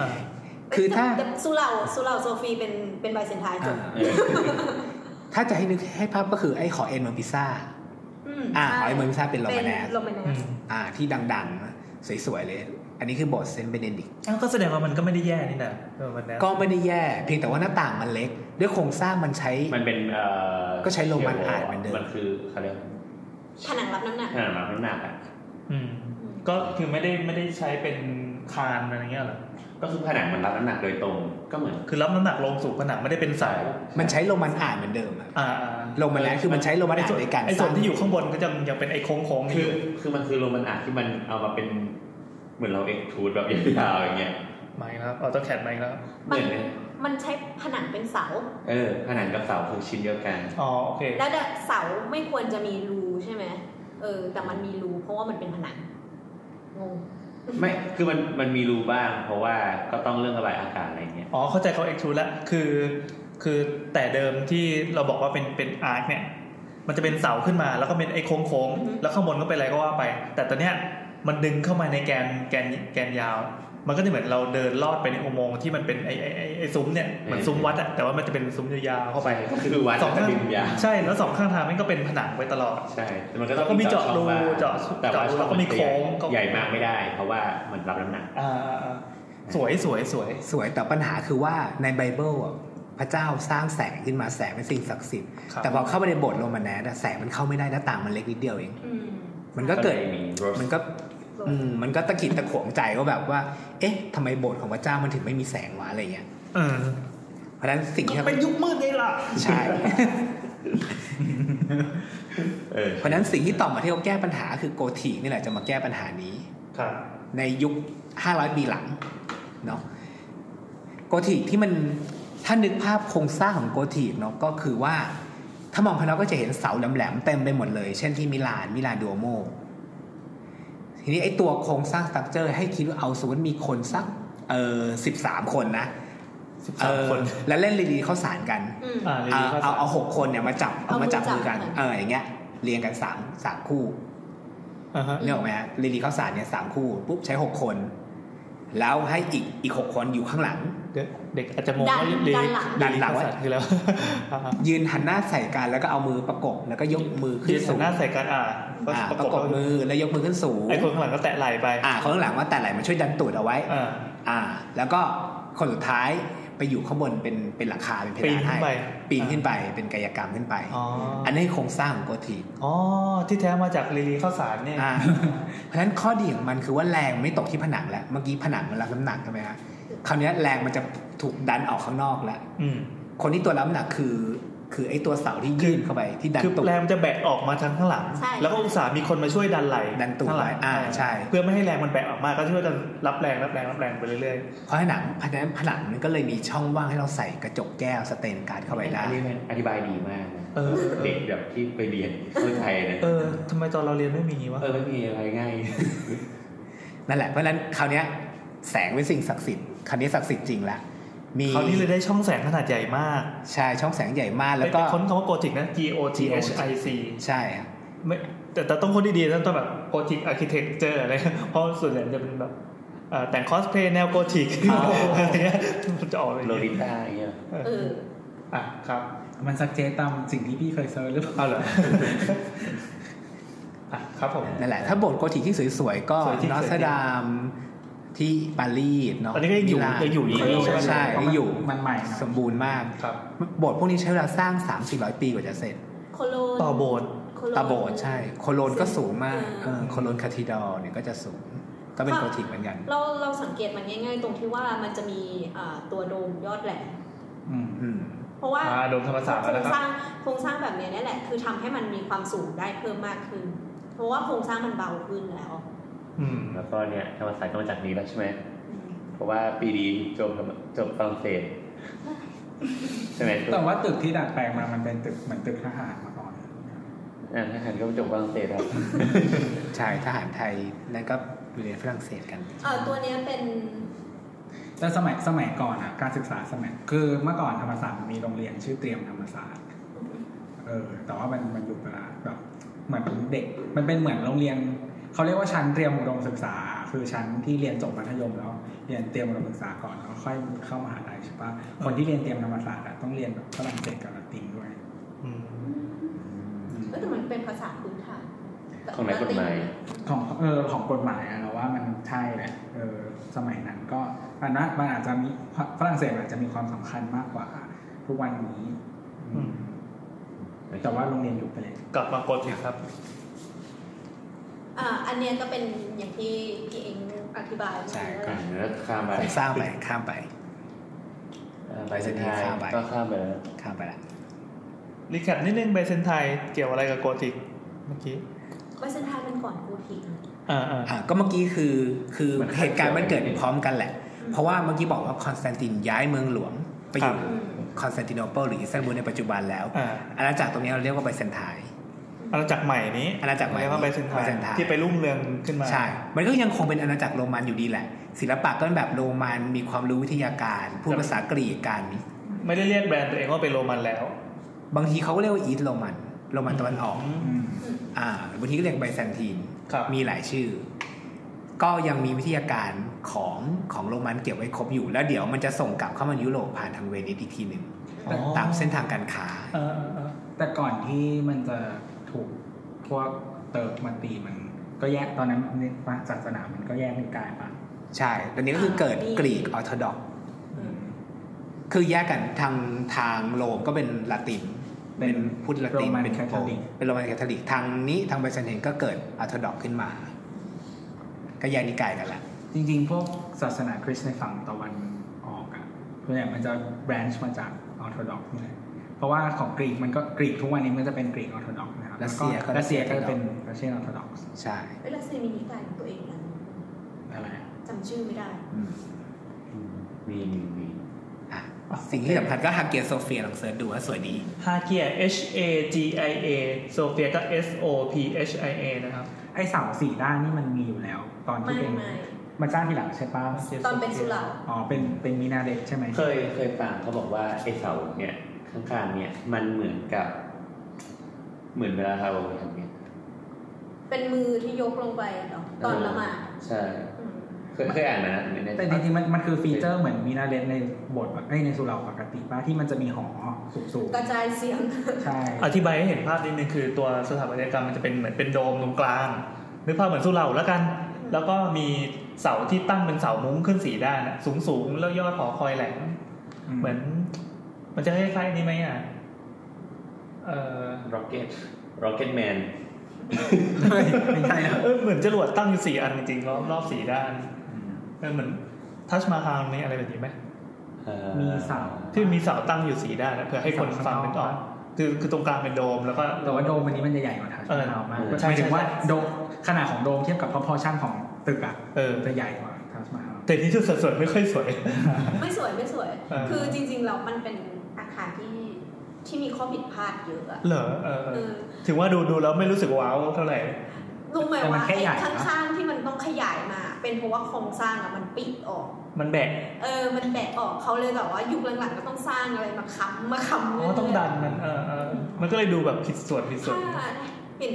[SPEAKER 3] อ่า
[SPEAKER 6] คือถ้า
[SPEAKER 2] แต่สุเหร่าสุเหร่าโซฟีเป็นเป็นไบเซนไทยจบ
[SPEAKER 4] เออ
[SPEAKER 6] ถ้าจะให้นึกให้ภาพก็คือไอ้หอเอ็นเมืองพิซซ่า
[SPEAKER 2] ม
[SPEAKER 6] อ่า
[SPEAKER 2] ใช่
[SPEAKER 6] หอยเมืองพิซซ่าเป็นโร
[SPEAKER 2] เป็
[SPEAKER 6] มาน แนส
[SPEAKER 2] โรมาแนส
[SPEAKER 6] อ่า ที่ดังๆ สวยๆเลย อันนี้คือโบสถ์เซนต์เบเนดิกต์
[SPEAKER 3] อ้าวก็แสดงว่ามันก็ไม่ได้แย่นี่นะเออมันนะ
[SPEAKER 6] ก็ไม่ได้แย่ เพียงแต่ว่าหน้าต่างมันเล็ก ด้วยโครงสร้างมันใช้
[SPEAKER 4] มันเป็นเอ่อ
[SPEAKER 6] ก็ใช้โรมันอ่านเหมือนเดิม
[SPEAKER 4] มันคือเขาเรียก
[SPEAKER 2] ผนังรับน้ำหนัก
[SPEAKER 4] อ่านมาน้ำหนักอ่ะ
[SPEAKER 3] อืมก็คือไม่ได้ไม่ได้ใช้เป็นคานอะไรเงี้ยเหรอ
[SPEAKER 4] ก็คือผนังมันรับน้ำหนักโดยตรง ก็เหมือน
[SPEAKER 3] คือรับน้ำหนักลงสู่ผนังไม่ได้เป็นเสา
[SPEAKER 6] มันใช้โรมันอ่านเหมือนเดิมอะ
[SPEAKER 3] อ่า
[SPEAKER 6] โรมันแนสคือมันใช้โรมัน
[SPEAKER 3] ไอ้
[SPEAKER 6] อ่าน
[SPEAKER 3] ส่วน
[SPEAKER 6] ในการ
[SPEAKER 3] ไอ้
[SPEAKER 6] ส
[SPEAKER 3] ส่ว
[SPEAKER 6] ร้าน ง
[SPEAKER 3] ที่อยู่ข้างบนก็ยังยังเป็นไอ้โค้งโค้งๆ
[SPEAKER 4] คื
[SPEAKER 3] คือ อ
[SPEAKER 4] คือมันคือโรมันอ่านที่มันเอามาเป็นเหมือนเราเอ็กทูดแบบยาวๆอย่างเงี้ย
[SPEAKER 3] ไม่นะ ครับออโตแคดมาอีกแล้วครับ
[SPEAKER 4] เห
[SPEAKER 2] มั
[SPEAKER 4] มือนไหม
[SPEAKER 2] มันใช้ผนังเป็นเสา
[SPEAKER 4] เออผนังกับเสาคือชิ้นเดียวกัน
[SPEAKER 3] อ๋อโอเค
[SPEAKER 2] แล้วแต่เสาไม่ควรจะมีรูใช่ไหมเออ แต่มันมีรูเพราะว่ามันเป็นผนังงง
[SPEAKER 4] ไม่คือมันมันมีรูบ้าง เพราะว่าก็ต้องเรื่องระบายอากาศอะไรเงี้ย
[SPEAKER 3] อ๋อเข้าใจเขาเอ็กซ์ทูแล้วคือคือแต่เดิมที่เราบอกว่าเป็นเป็นอาร์คเนี่ย มันจะเป็นเสาขึ้นมาแล้วก็เป็นไอ้โค้งโค้งๆแล้วข้างบนก็เป็นอะไรก็ว่าไป แต่ตอนเนี้ยมันดึงเข้ามาในแกนแกนแกนยาว มันก็จะเหมือนเราเดินลอดไปในอุโมงค์ที่มันเป็นไอ้ไอ้ไอ้ไอ้ซุ้มเนี่ยเหมือนซุ้มวัดอะแต่ว่ามันจะเป็นซุ้มยาวๆเข้าไป
[SPEAKER 4] ก็คือวัด
[SPEAKER 3] สอง
[SPEAKER 4] กระ
[SPEAKER 3] ข้าง
[SPEAKER 4] ดิ่งยาง
[SPEAKER 3] ใช่แล้วสองข้างทางมันก็เป็นผนังไว้ตลอด
[SPEAKER 4] ใช่แต่มันก็ต้อ
[SPEAKER 3] แล้ว
[SPEAKER 4] ง
[SPEAKER 3] ก็มีเจาะรู
[SPEAKER 4] ช่องว่ง
[SPEAKER 3] เจาะ
[SPEAKER 4] แต่ว่า
[SPEAKER 3] เจาะรู
[SPEAKER 4] ช่อง
[SPEAKER 3] แล้วก็มีโค้งก็
[SPEAKER 4] ใหญ่มากไม่ได้ เพราะว่ามันรับน้ำหนัก
[SPEAKER 3] อ่าสวยสวยสวย
[SPEAKER 6] สวยแต่ปัญหาคือว่าในไบเบิลอะพระเจ้าสร้างแสงขึ้นมาแสงเป็นสิ่งศักดิ์สิทธิ์
[SPEAKER 3] ครับ
[SPEAKER 6] แต่พอเข้าไปในโบสถ์โรมันแนสอะแสงมันเข้าไม่ได้หน้าต่างมันเล็กนิดเดียวเอง
[SPEAKER 2] อืม
[SPEAKER 6] มันก็เกิด
[SPEAKER 4] ลยมีรถ
[SPEAKER 6] มันก็อืมมันก็ตะขิดตะขวงใจว่าแบบว่า เอ๊ะทำไมโบสถ์ของพระเจ้ามันถึงไม่มีแสงวะอะไรเงี้ย
[SPEAKER 3] เออ
[SPEAKER 6] เพราะฉะนั้นสิ่งที่
[SPEAKER 3] เป็นยุคมืดเลยล่ะ
[SPEAKER 6] ใช่
[SPEAKER 4] เออ
[SPEAKER 6] เพราะฉะนั้นสิ่งที่ต่อมาที่เขาแก้ปัญหาคือโกธินี่แหละจะมาแก้ปัญหานี้
[SPEAKER 3] ครับ
[SPEAKER 6] ในยุค 500 ปีหลังเนาะโกธิที่มันถ้านึกภาพโครงสร้างของโกธิเนาะก็คือว่า ถ้ามองภายนอกก็จะเห็นเสาแหลมๆเต็มไปหมดเลย เช่นที่มิลานมิลานดูโม ทีนี้ไอ้ตัวโครงสร้างสตั๊กเจอร์ ให้คิดว่าเอาสมมติมีคนสักเออสิบสามคนนะ
[SPEAKER 3] 13
[SPEAKER 6] เออ
[SPEAKER 3] คน
[SPEAKER 6] แล้วเล่นลีดีเข้าสารกัน
[SPEAKER 2] อืม
[SPEAKER 3] อ่าเลย
[SPEAKER 6] เอา
[SPEAKER 3] ดีครับ
[SPEAKER 6] เอาเอาหกคนเนี่ยมาจับเอา
[SPEAKER 2] เอามื
[SPEAKER 6] มา
[SPEAKER 2] อ
[SPEAKER 6] จับมือกัน
[SPEAKER 2] จับกัน
[SPEAKER 6] เอออย่างเงี้ยเรียงกันสามสามคู่
[SPEAKER 3] อ่าฮะ
[SPEAKER 6] เนี่ยหรอกไหมฮะลีลีข้าวสารเนี่ยสามคู่ปุ๊บใช้หกคน แล้วให้อีกอีกหกคนอยู่ข้างหลัง
[SPEAKER 3] เด็กเด็กอาจจะมอง
[SPEAKER 2] ดัน
[SPEAKER 3] ว่าลี
[SPEAKER 2] ดันหลัง
[SPEAKER 6] ดันหลังไว้
[SPEAKER 3] สัตว์คือแล้ว
[SPEAKER 6] ยืนหันหน้าใส่กันแล้วก็เอามือประกบแล้วก็ยกมือขึ้
[SPEAKER 3] ยื
[SPEAKER 6] น
[SPEAKER 3] นหั
[SPEAKER 6] สู
[SPEAKER 3] น
[SPEAKER 6] ง
[SPEAKER 3] หน้าใส่กันอ่าก็
[SPEAKER 6] อ่า
[SPEAKER 3] ประ
[SPEAKER 6] ประ
[SPEAKER 3] ก
[SPEAKER 6] ก
[SPEAKER 3] บบ
[SPEAKER 6] มือแล้วยกมือขึ้นสูง
[SPEAKER 3] ไอ้คนข้างหลังก็แตะไหล่ไป
[SPEAKER 6] อ่าคนข้างหลังว่าแต่ไหลมันช่วยดันตูดเอาไว้
[SPEAKER 3] อ่า
[SPEAKER 6] อ่า แล้วก็คนสุดท้ายไปอยู่ข้างบนเป็นเป็นหลังคาเป็นเพ
[SPEAKER 3] ปีน
[SPEAKER 6] ดาน
[SPEAKER 3] ขึ้นไป
[SPEAKER 6] ให้ปีนขึ้นไปเป็นกายกรรมขึ้นไป
[SPEAKER 3] อ๋อ
[SPEAKER 6] อันนี้คือโครงสร้างของโกธิ
[SPEAKER 3] อ๋อที่แท้มาจากลีลีข้าวสารเนี่ย
[SPEAKER 6] อ่าเพราะฉะนั้นข้อดีของมันคือว่าแรงไม่ตกที่ผนังแล้ว เมื่อกี้ผนังมันรับน้ำหนักใช่ไหมฮะคราวเนี้ยแรงมันจะถูกดันออกข้างนอกแล้ว
[SPEAKER 3] อืม
[SPEAKER 6] คนที่ตัวรับน้ำหนักคือ คือไอ้ตัวเสาที่ยื่นเข้าไปที่ดัน
[SPEAKER 3] คือ
[SPEAKER 6] ตุก
[SPEAKER 3] แรงมันจะแบกออกมาทางข้างหลัง
[SPEAKER 2] ใช่
[SPEAKER 3] แล้วก็องศาห์มีคนมาช่วยดันไหล
[SPEAKER 6] ดันตูด
[SPEAKER 3] ข้างหลัง
[SPEAKER 6] ไว้อ่าใช่
[SPEAKER 3] เพื่อไม่ให้แรงมันแบกออกมาก็ช่วยดันรับแรงรับแรงรับแรงไปเรื่อย
[SPEAKER 6] เพราะผนังเพราะฉะนั้นผนังมันก็เลยมีช่องว่างให้เราใส่กระจกแก้วสเตนการ์ดเข้าไปได้
[SPEAKER 4] อันนี้มันอธิบายดีมากนะ
[SPEAKER 3] ๆเออเอ
[SPEAKER 4] เด็ก
[SPEAKER 3] อ
[SPEAKER 4] แบบที่ไปเรียนที่ไทยนะ
[SPEAKER 3] เออทำไมตอนเราเรียนไม่มีอย่างงี้วะ
[SPEAKER 4] เออไม่มีอะไรง่าย
[SPEAKER 6] นั่นแหละเพราะฉะนั้นคราวเนี้ยแสงเป็นสิ่งศักดิ์สิทธิ์คราวนี้ศักดิ์สิทธิ์จริงละมี
[SPEAKER 3] คราวนี้เลยได้ช่องแสงขนาดใหญ่มาก
[SPEAKER 6] ใช่ช่องแสงใหญ่มากแล้วก็
[SPEAKER 3] ไปค้นคำว่าโกธิกนะ G O T H I C
[SPEAKER 6] ใช่ครับ
[SPEAKER 3] ไม่แต่แต่ต้องคนดีๆต้องแบบโกธิกอาร์เคเต็กเจออะไร เพราะส่วนใหญ่จะเป็นแบบเอ่อแต่งคอสเพลย์แนวโก ธิกอะไรเงี้ยมันจะออกอะไร
[SPEAKER 4] โลลิ
[SPEAKER 3] เงี้ย
[SPEAKER 4] ต้าอย่างเงี้ย
[SPEAKER 2] เออ
[SPEAKER 3] อ่ะครับ
[SPEAKER 5] มันสักเจตามสิ่งที่พี่เคยเซิร์ชหรือเปล่า
[SPEAKER 3] เอาเหรอ อ่ะครับผม
[SPEAKER 6] นั่นแหละถ้าโบสถ์โกธิกที่สวยๆก็
[SPEAKER 3] สวยจริง
[SPEAKER 6] นอส
[SPEAKER 3] สวยจริง
[SPEAKER 6] ดามที่ปารีสเนาะ
[SPEAKER 3] ตอนนี้ก็ยังอยู่
[SPEAKER 6] มิลาน
[SPEAKER 3] ยังอยู่อย่างนี้ใช่ไหม
[SPEAKER 6] ใช่
[SPEAKER 5] เพราะมัน
[SPEAKER 6] ยังอยู่
[SPEAKER 5] มันใหม่นะ
[SPEAKER 6] สมบูรณ์มาก
[SPEAKER 3] ครับ
[SPEAKER 6] โบสถ์พวกนี้ใช้เวลาสร้าง 3 4 0 0 ปีกว่าจะเสร็จ
[SPEAKER 2] โคโลน
[SPEAKER 3] ต่อโบสถ์
[SPEAKER 2] โคโลน
[SPEAKER 6] ตาโบสถ์ใช่ โคโลนก็สูงมาก
[SPEAKER 2] อ่า
[SPEAKER 6] เออโคโลนคาทีดอลเนี่ยก็จะสูง ก็เป็นโกธิกเหมือนกัน
[SPEAKER 2] เราเราสังเกตมันง่าย ๆ ตรงที่ว่ามันจะมีอ่าตัวโดมยอดแหลม
[SPEAKER 5] อืม
[SPEAKER 6] อืม
[SPEAKER 2] เพราะว่า
[SPEAKER 3] อ่าโดมธรรมศาสตร์
[SPEAKER 2] โค
[SPEAKER 3] แล้ว
[SPEAKER 2] ร
[SPEAKER 3] นะ
[SPEAKER 2] ง
[SPEAKER 3] ค
[SPEAKER 2] ส
[SPEAKER 3] รับ
[SPEAKER 2] ร้างโครงสร้างแบบเนี้ยนี่แหละ คือทำให้มันมีความสูงได้เพิ่มมากขึ้น เพราะว่าโครงสร้างมันเบาขึ้นแล้ว
[SPEAKER 3] อืม
[SPEAKER 4] แล้วก็เนี่ยธรรมศาสตร์ก็มาจากนี้แล้วใช่ไหม เพราะว่าปีดีจบกับจบฝรั่งเศสใช่ไหม
[SPEAKER 5] แต่ว่าตึกที่ดัดแปลงมามันเป็นตึกเหมือนตึกทหารมาก่อน
[SPEAKER 4] อ่าทหารก็จบฝรั่งเศสครับ
[SPEAKER 6] ใช่ทหารไทยแล้วก็เรียนฝรั่งเศสกัน
[SPEAKER 2] เออตัวเนี้ยเป็น
[SPEAKER 5] แต่สมัยสมัยก่อนอะการศึกษาสมัยคือเมื่อก่อนธรรมศาสตร์มีโรงเรียนชื่อเตรียมธรรมศาสตร์เออแต่ว่ามันมันหยุดไปละแบบเหมือนเด็ก มันเป็นเหมือนโรงเรียนเขาเรียกว่าชั้นเตรียมอุดมศึกษา คือชั้นที่เรียนจบมัธยมแล้ว เรียนเตรียมอุดมศึกษาก่อนแล้วค่อยเข้ามหาลัยใช่ปะคนที่เรียนเตรียมธรรมศาสตร์อะต้องเรียนแบบฝรั่งเศสกับละตินด้วย
[SPEAKER 3] อืม
[SPEAKER 2] เอ้ยแต่มันเป็นภาษาพื้นฐาน
[SPEAKER 4] ของไหนกฎหมาย
[SPEAKER 5] ของเออของกฎหมายอะเราว่ามันใช่แหละเออสมัยนั้นก็อันนั้นมันอาจจะมีฝรั่งเศสอาจจะมีความสำคัญมากกว่า ทุกวันนี้อืม แต่ว่าโรงเรียนอยู่ไปเลย
[SPEAKER 3] กลับมาโกธิกครับ
[SPEAKER 2] อ่าอันเนี้ยก็เป็นอย่างที่พี่เองอธิบาย
[SPEAKER 6] ใช่ก็
[SPEAKER 4] อ่าแล้วข้ามไป
[SPEAKER 6] ผมสร้างไปข้ามไป
[SPEAKER 4] อ่าไปสุดท้าย
[SPEAKER 6] ข้ามไป
[SPEAKER 4] ก็ข้ามไปแล้ว
[SPEAKER 6] ข้ามไปละ
[SPEAKER 3] รีแคปนิดนึงเบเซนไทยเกี่ยวอะไรกับโกธิกเมื่อกี้
[SPEAKER 2] ไบเซนไทน์มันก่อนกูทิกนะ
[SPEAKER 3] อ่าอ่า
[SPEAKER 6] อ่ะก็เมื่อกี้คือคือเหตุการณ์มันเกิดพร้อมกันแหละ เพราะว่าเมื่อกี้บอกว่าคอนสแตนตินย้ายเมืองหลวงไปอยู่
[SPEAKER 2] อืม
[SPEAKER 6] คอนสแตนติโนเปิลหรืออิสตันบูลในปัจจุบันแล้ว
[SPEAKER 3] อ่า
[SPEAKER 6] อาณาจักรตรงนี้เราเรียกว่าไบเซนไทน์
[SPEAKER 3] อาณาจักรใหม่นี้
[SPEAKER 6] อาณาจักรใหม่
[SPEAKER 3] เรียกว่าไบเซนไท
[SPEAKER 6] ไบเซนไทน์
[SPEAKER 3] น์ที่ไปรุ่งเรืองขึ้นมา
[SPEAKER 6] ใช่ มันก็ยังคงเป็นอาณาจักรโรมันอยู่ดีแหละ ศิลปะก็เป็นแบบโรมันมีความรู้วิทยาการ พูดภาษากรีกกัน
[SPEAKER 3] ไม่ได้เรียกแบรนด์ตัวเองว่าเป็นโรมันแล้ว
[SPEAKER 6] บางทีเขาก็เรียกว่าอีสโรมัน โรมันตะวันออก
[SPEAKER 5] อืม
[SPEAKER 6] อ่าบางทีก็เรียกไบแซนติน
[SPEAKER 3] ครับ
[SPEAKER 6] มีหลายชื่อ ก็ยังมีวิทยาการของของโรมันเก็บไว้ครบอยู่ แล้วเดี๋ยวมันจะส่งกลับเข้ามายุโรปผ่านทางเวนิสอีกทีหนึ่ง
[SPEAKER 5] แต่
[SPEAKER 6] ตามเส้นทางการค้า
[SPEAKER 3] เออเออ
[SPEAKER 5] แต่ก่อนที่มันจะถูกพวกเติร์กมาตีมัน ก็แยกตอนนั้นศาสนามันก็แยกนิกายปะ
[SPEAKER 6] ใช่ ตอนนี้ก็คือเกิดกรีกออร์โธดอก คือแยกกันทางทางโรมก็เป็นละติน เป็นพุทธละติน
[SPEAKER 5] โรมัน
[SPEAKER 6] เป็น
[SPEAKER 5] แค
[SPEAKER 6] โป
[SPEAKER 5] ทอลิก
[SPEAKER 6] เป็นโรมันคาทอลิก ทางนี้ทางไบแซนตินก็เกิดออร์โธดอกขึ้นมา ก็แยกนิกายกันละ
[SPEAKER 5] จริงๆ พวกศาสนาคริสต์ในฝั่งตะวันออกอะส่วนใหญ่มันจะแบรนช์มาจากออร์โธดอกซ์เลยเพราะว่าของกรีกมันก็กรีกทุกวันนี้มันจะเป็นกรีกออร์โธดอกซ์นะครับ
[SPEAKER 6] รัสเซียก็
[SPEAKER 5] รัสเซียก็จะเป็นรัสเซียออร์โธดอกซ์
[SPEAKER 6] ใช่
[SPEAKER 2] เวลาเซมินิการของตัวเองนะ
[SPEAKER 5] อะไรอะ
[SPEAKER 2] จำชื่อไม่ได้
[SPEAKER 6] อืม
[SPEAKER 4] มีมีมี
[SPEAKER 6] อ่ะสิ่งที่สำคัญก็ฮาเกียโซเฟียลองเสิร์ชดูว่าสวยดี
[SPEAKER 3] ฮาเกีย H A G I A โซเฟียก็ S O P H I A นะครับ
[SPEAKER 5] ไอเสาสี่ด้านนี่มันมีอยู่แล้ว ตอนที่
[SPEAKER 2] ไม่
[SPEAKER 5] เป็น
[SPEAKER 2] ไม่
[SPEAKER 5] มันสร้างทีหลังใช่ปะ
[SPEAKER 2] ตอนเป็นสุเหร่า
[SPEAKER 5] อ๋อเป็นเป็นมินาเดชใช่ไหม
[SPEAKER 4] เคยเคยฟังเขาบอกว่าไอเสาเนี่ยข้างๆเนี่ยมันเหมือนกับ เหมือนเวลาเราทำเนี่ย
[SPEAKER 2] เป็นมือที่ยกลงไปอะเนาะตอนละหมาด
[SPEAKER 4] ใช่
[SPEAKER 2] อืม
[SPEAKER 4] เคยเคยอ่านมานะไม่น่ใจ
[SPEAKER 5] แต่จริงๆมันมันคือฟีเจอร์เหมือนมินาเดชในบทไอยในสุเหราปกติปะที่มันจะมีหอสูง
[SPEAKER 2] กระจายเสียง
[SPEAKER 5] ๆใช่
[SPEAKER 3] อธิบายให้เห็นภาพนิดนึงคือตัวสถาปัตยกรรมมันจะเป็นเหมือนเป็นโดมตรงกลางนึกภาพเหมือนสุเหร่าแล้วกัน แล้วก็มีเสาที่ตั้งเป็นเสามุ้งขึ้นสีด้านสูงสูงๆแล้วยอดหอคอยแหลมเหมือน มันจะคล้ายๆนี้ไหมอ่ะเออ
[SPEAKER 4] Rocket Rocket Man
[SPEAKER 5] ไม่ใช่นะ
[SPEAKER 3] เออเหมือนจรวดตั้งอยู่สี่อันจริงๆรอบรอบสี่ด้านเออเหมือนทัชมาฮาลไหมอะไรแบบนี้ไหม
[SPEAKER 4] เอ่อ
[SPEAKER 5] มีเสา
[SPEAKER 3] ที่มีเสาตั้งอยู่สี่ด้านนะเพื่อให้คนฟังเป็นออกคือคือตรงกลางเป็นโดมแล้วก็
[SPEAKER 5] แต่ว่าโดมอันนี้มันจะใหญ่กว่าทัช
[SPEAKER 3] เออ
[SPEAKER 5] มาฮาลมาก
[SPEAKER 3] เออใช่
[SPEAKER 5] หมายถึงว่า
[SPEAKER 3] ใช่
[SPEAKER 5] โดมขนาดของโดมเทียบกับ proportion ของตึกอะ
[SPEAKER 3] เออ
[SPEAKER 5] จะใหญ่กว่าทัชมาฮาล
[SPEAKER 3] แต่ที่ชุดสวยๆไม่ค่อยสวย
[SPEAKER 2] ไม่สวยไม่สวย
[SPEAKER 3] เออ
[SPEAKER 2] คือจริงๆแล้วมันเป็นอาคารที่ที่มีข้อผิดพลาดเยอะอะ
[SPEAKER 3] เหรอเออเอ
[SPEAKER 2] เอ
[SPEAKER 3] อ
[SPEAKER 2] อ
[SPEAKER 3] ถึงว่าดูดูแล้วไม่รู้สึกว้าวเท่าไหร่
[SPEAKER 2] รู้ไหม
[SPEAKER 5] แต่มั
[SPEAKER 2] ว่าน
[SPEAKER 5] แค่
[SPEAKER 2] ไอ้
[SPEAKER 5] ใหญ่นะ
[SPEAKER 2] ข้างๆที่มันต้องขยายมา เป็นเพราะว่าโครงสร้างอะมันปิดออก
[SPEAKER 3] มันแบก
[SPEAKER 2] เออ มันแบะออกเขาเลยแบบว่ายุคหลังๆก็ต้องสร้างอะไรมาค้ำมาค้ำ
[SPEAKER 3] อ๋อต้องดันมันเออเออมันก็เลยดูแบบผิดส่วนผิดส่วน
[SPEAKER 2] ถ้าเห็น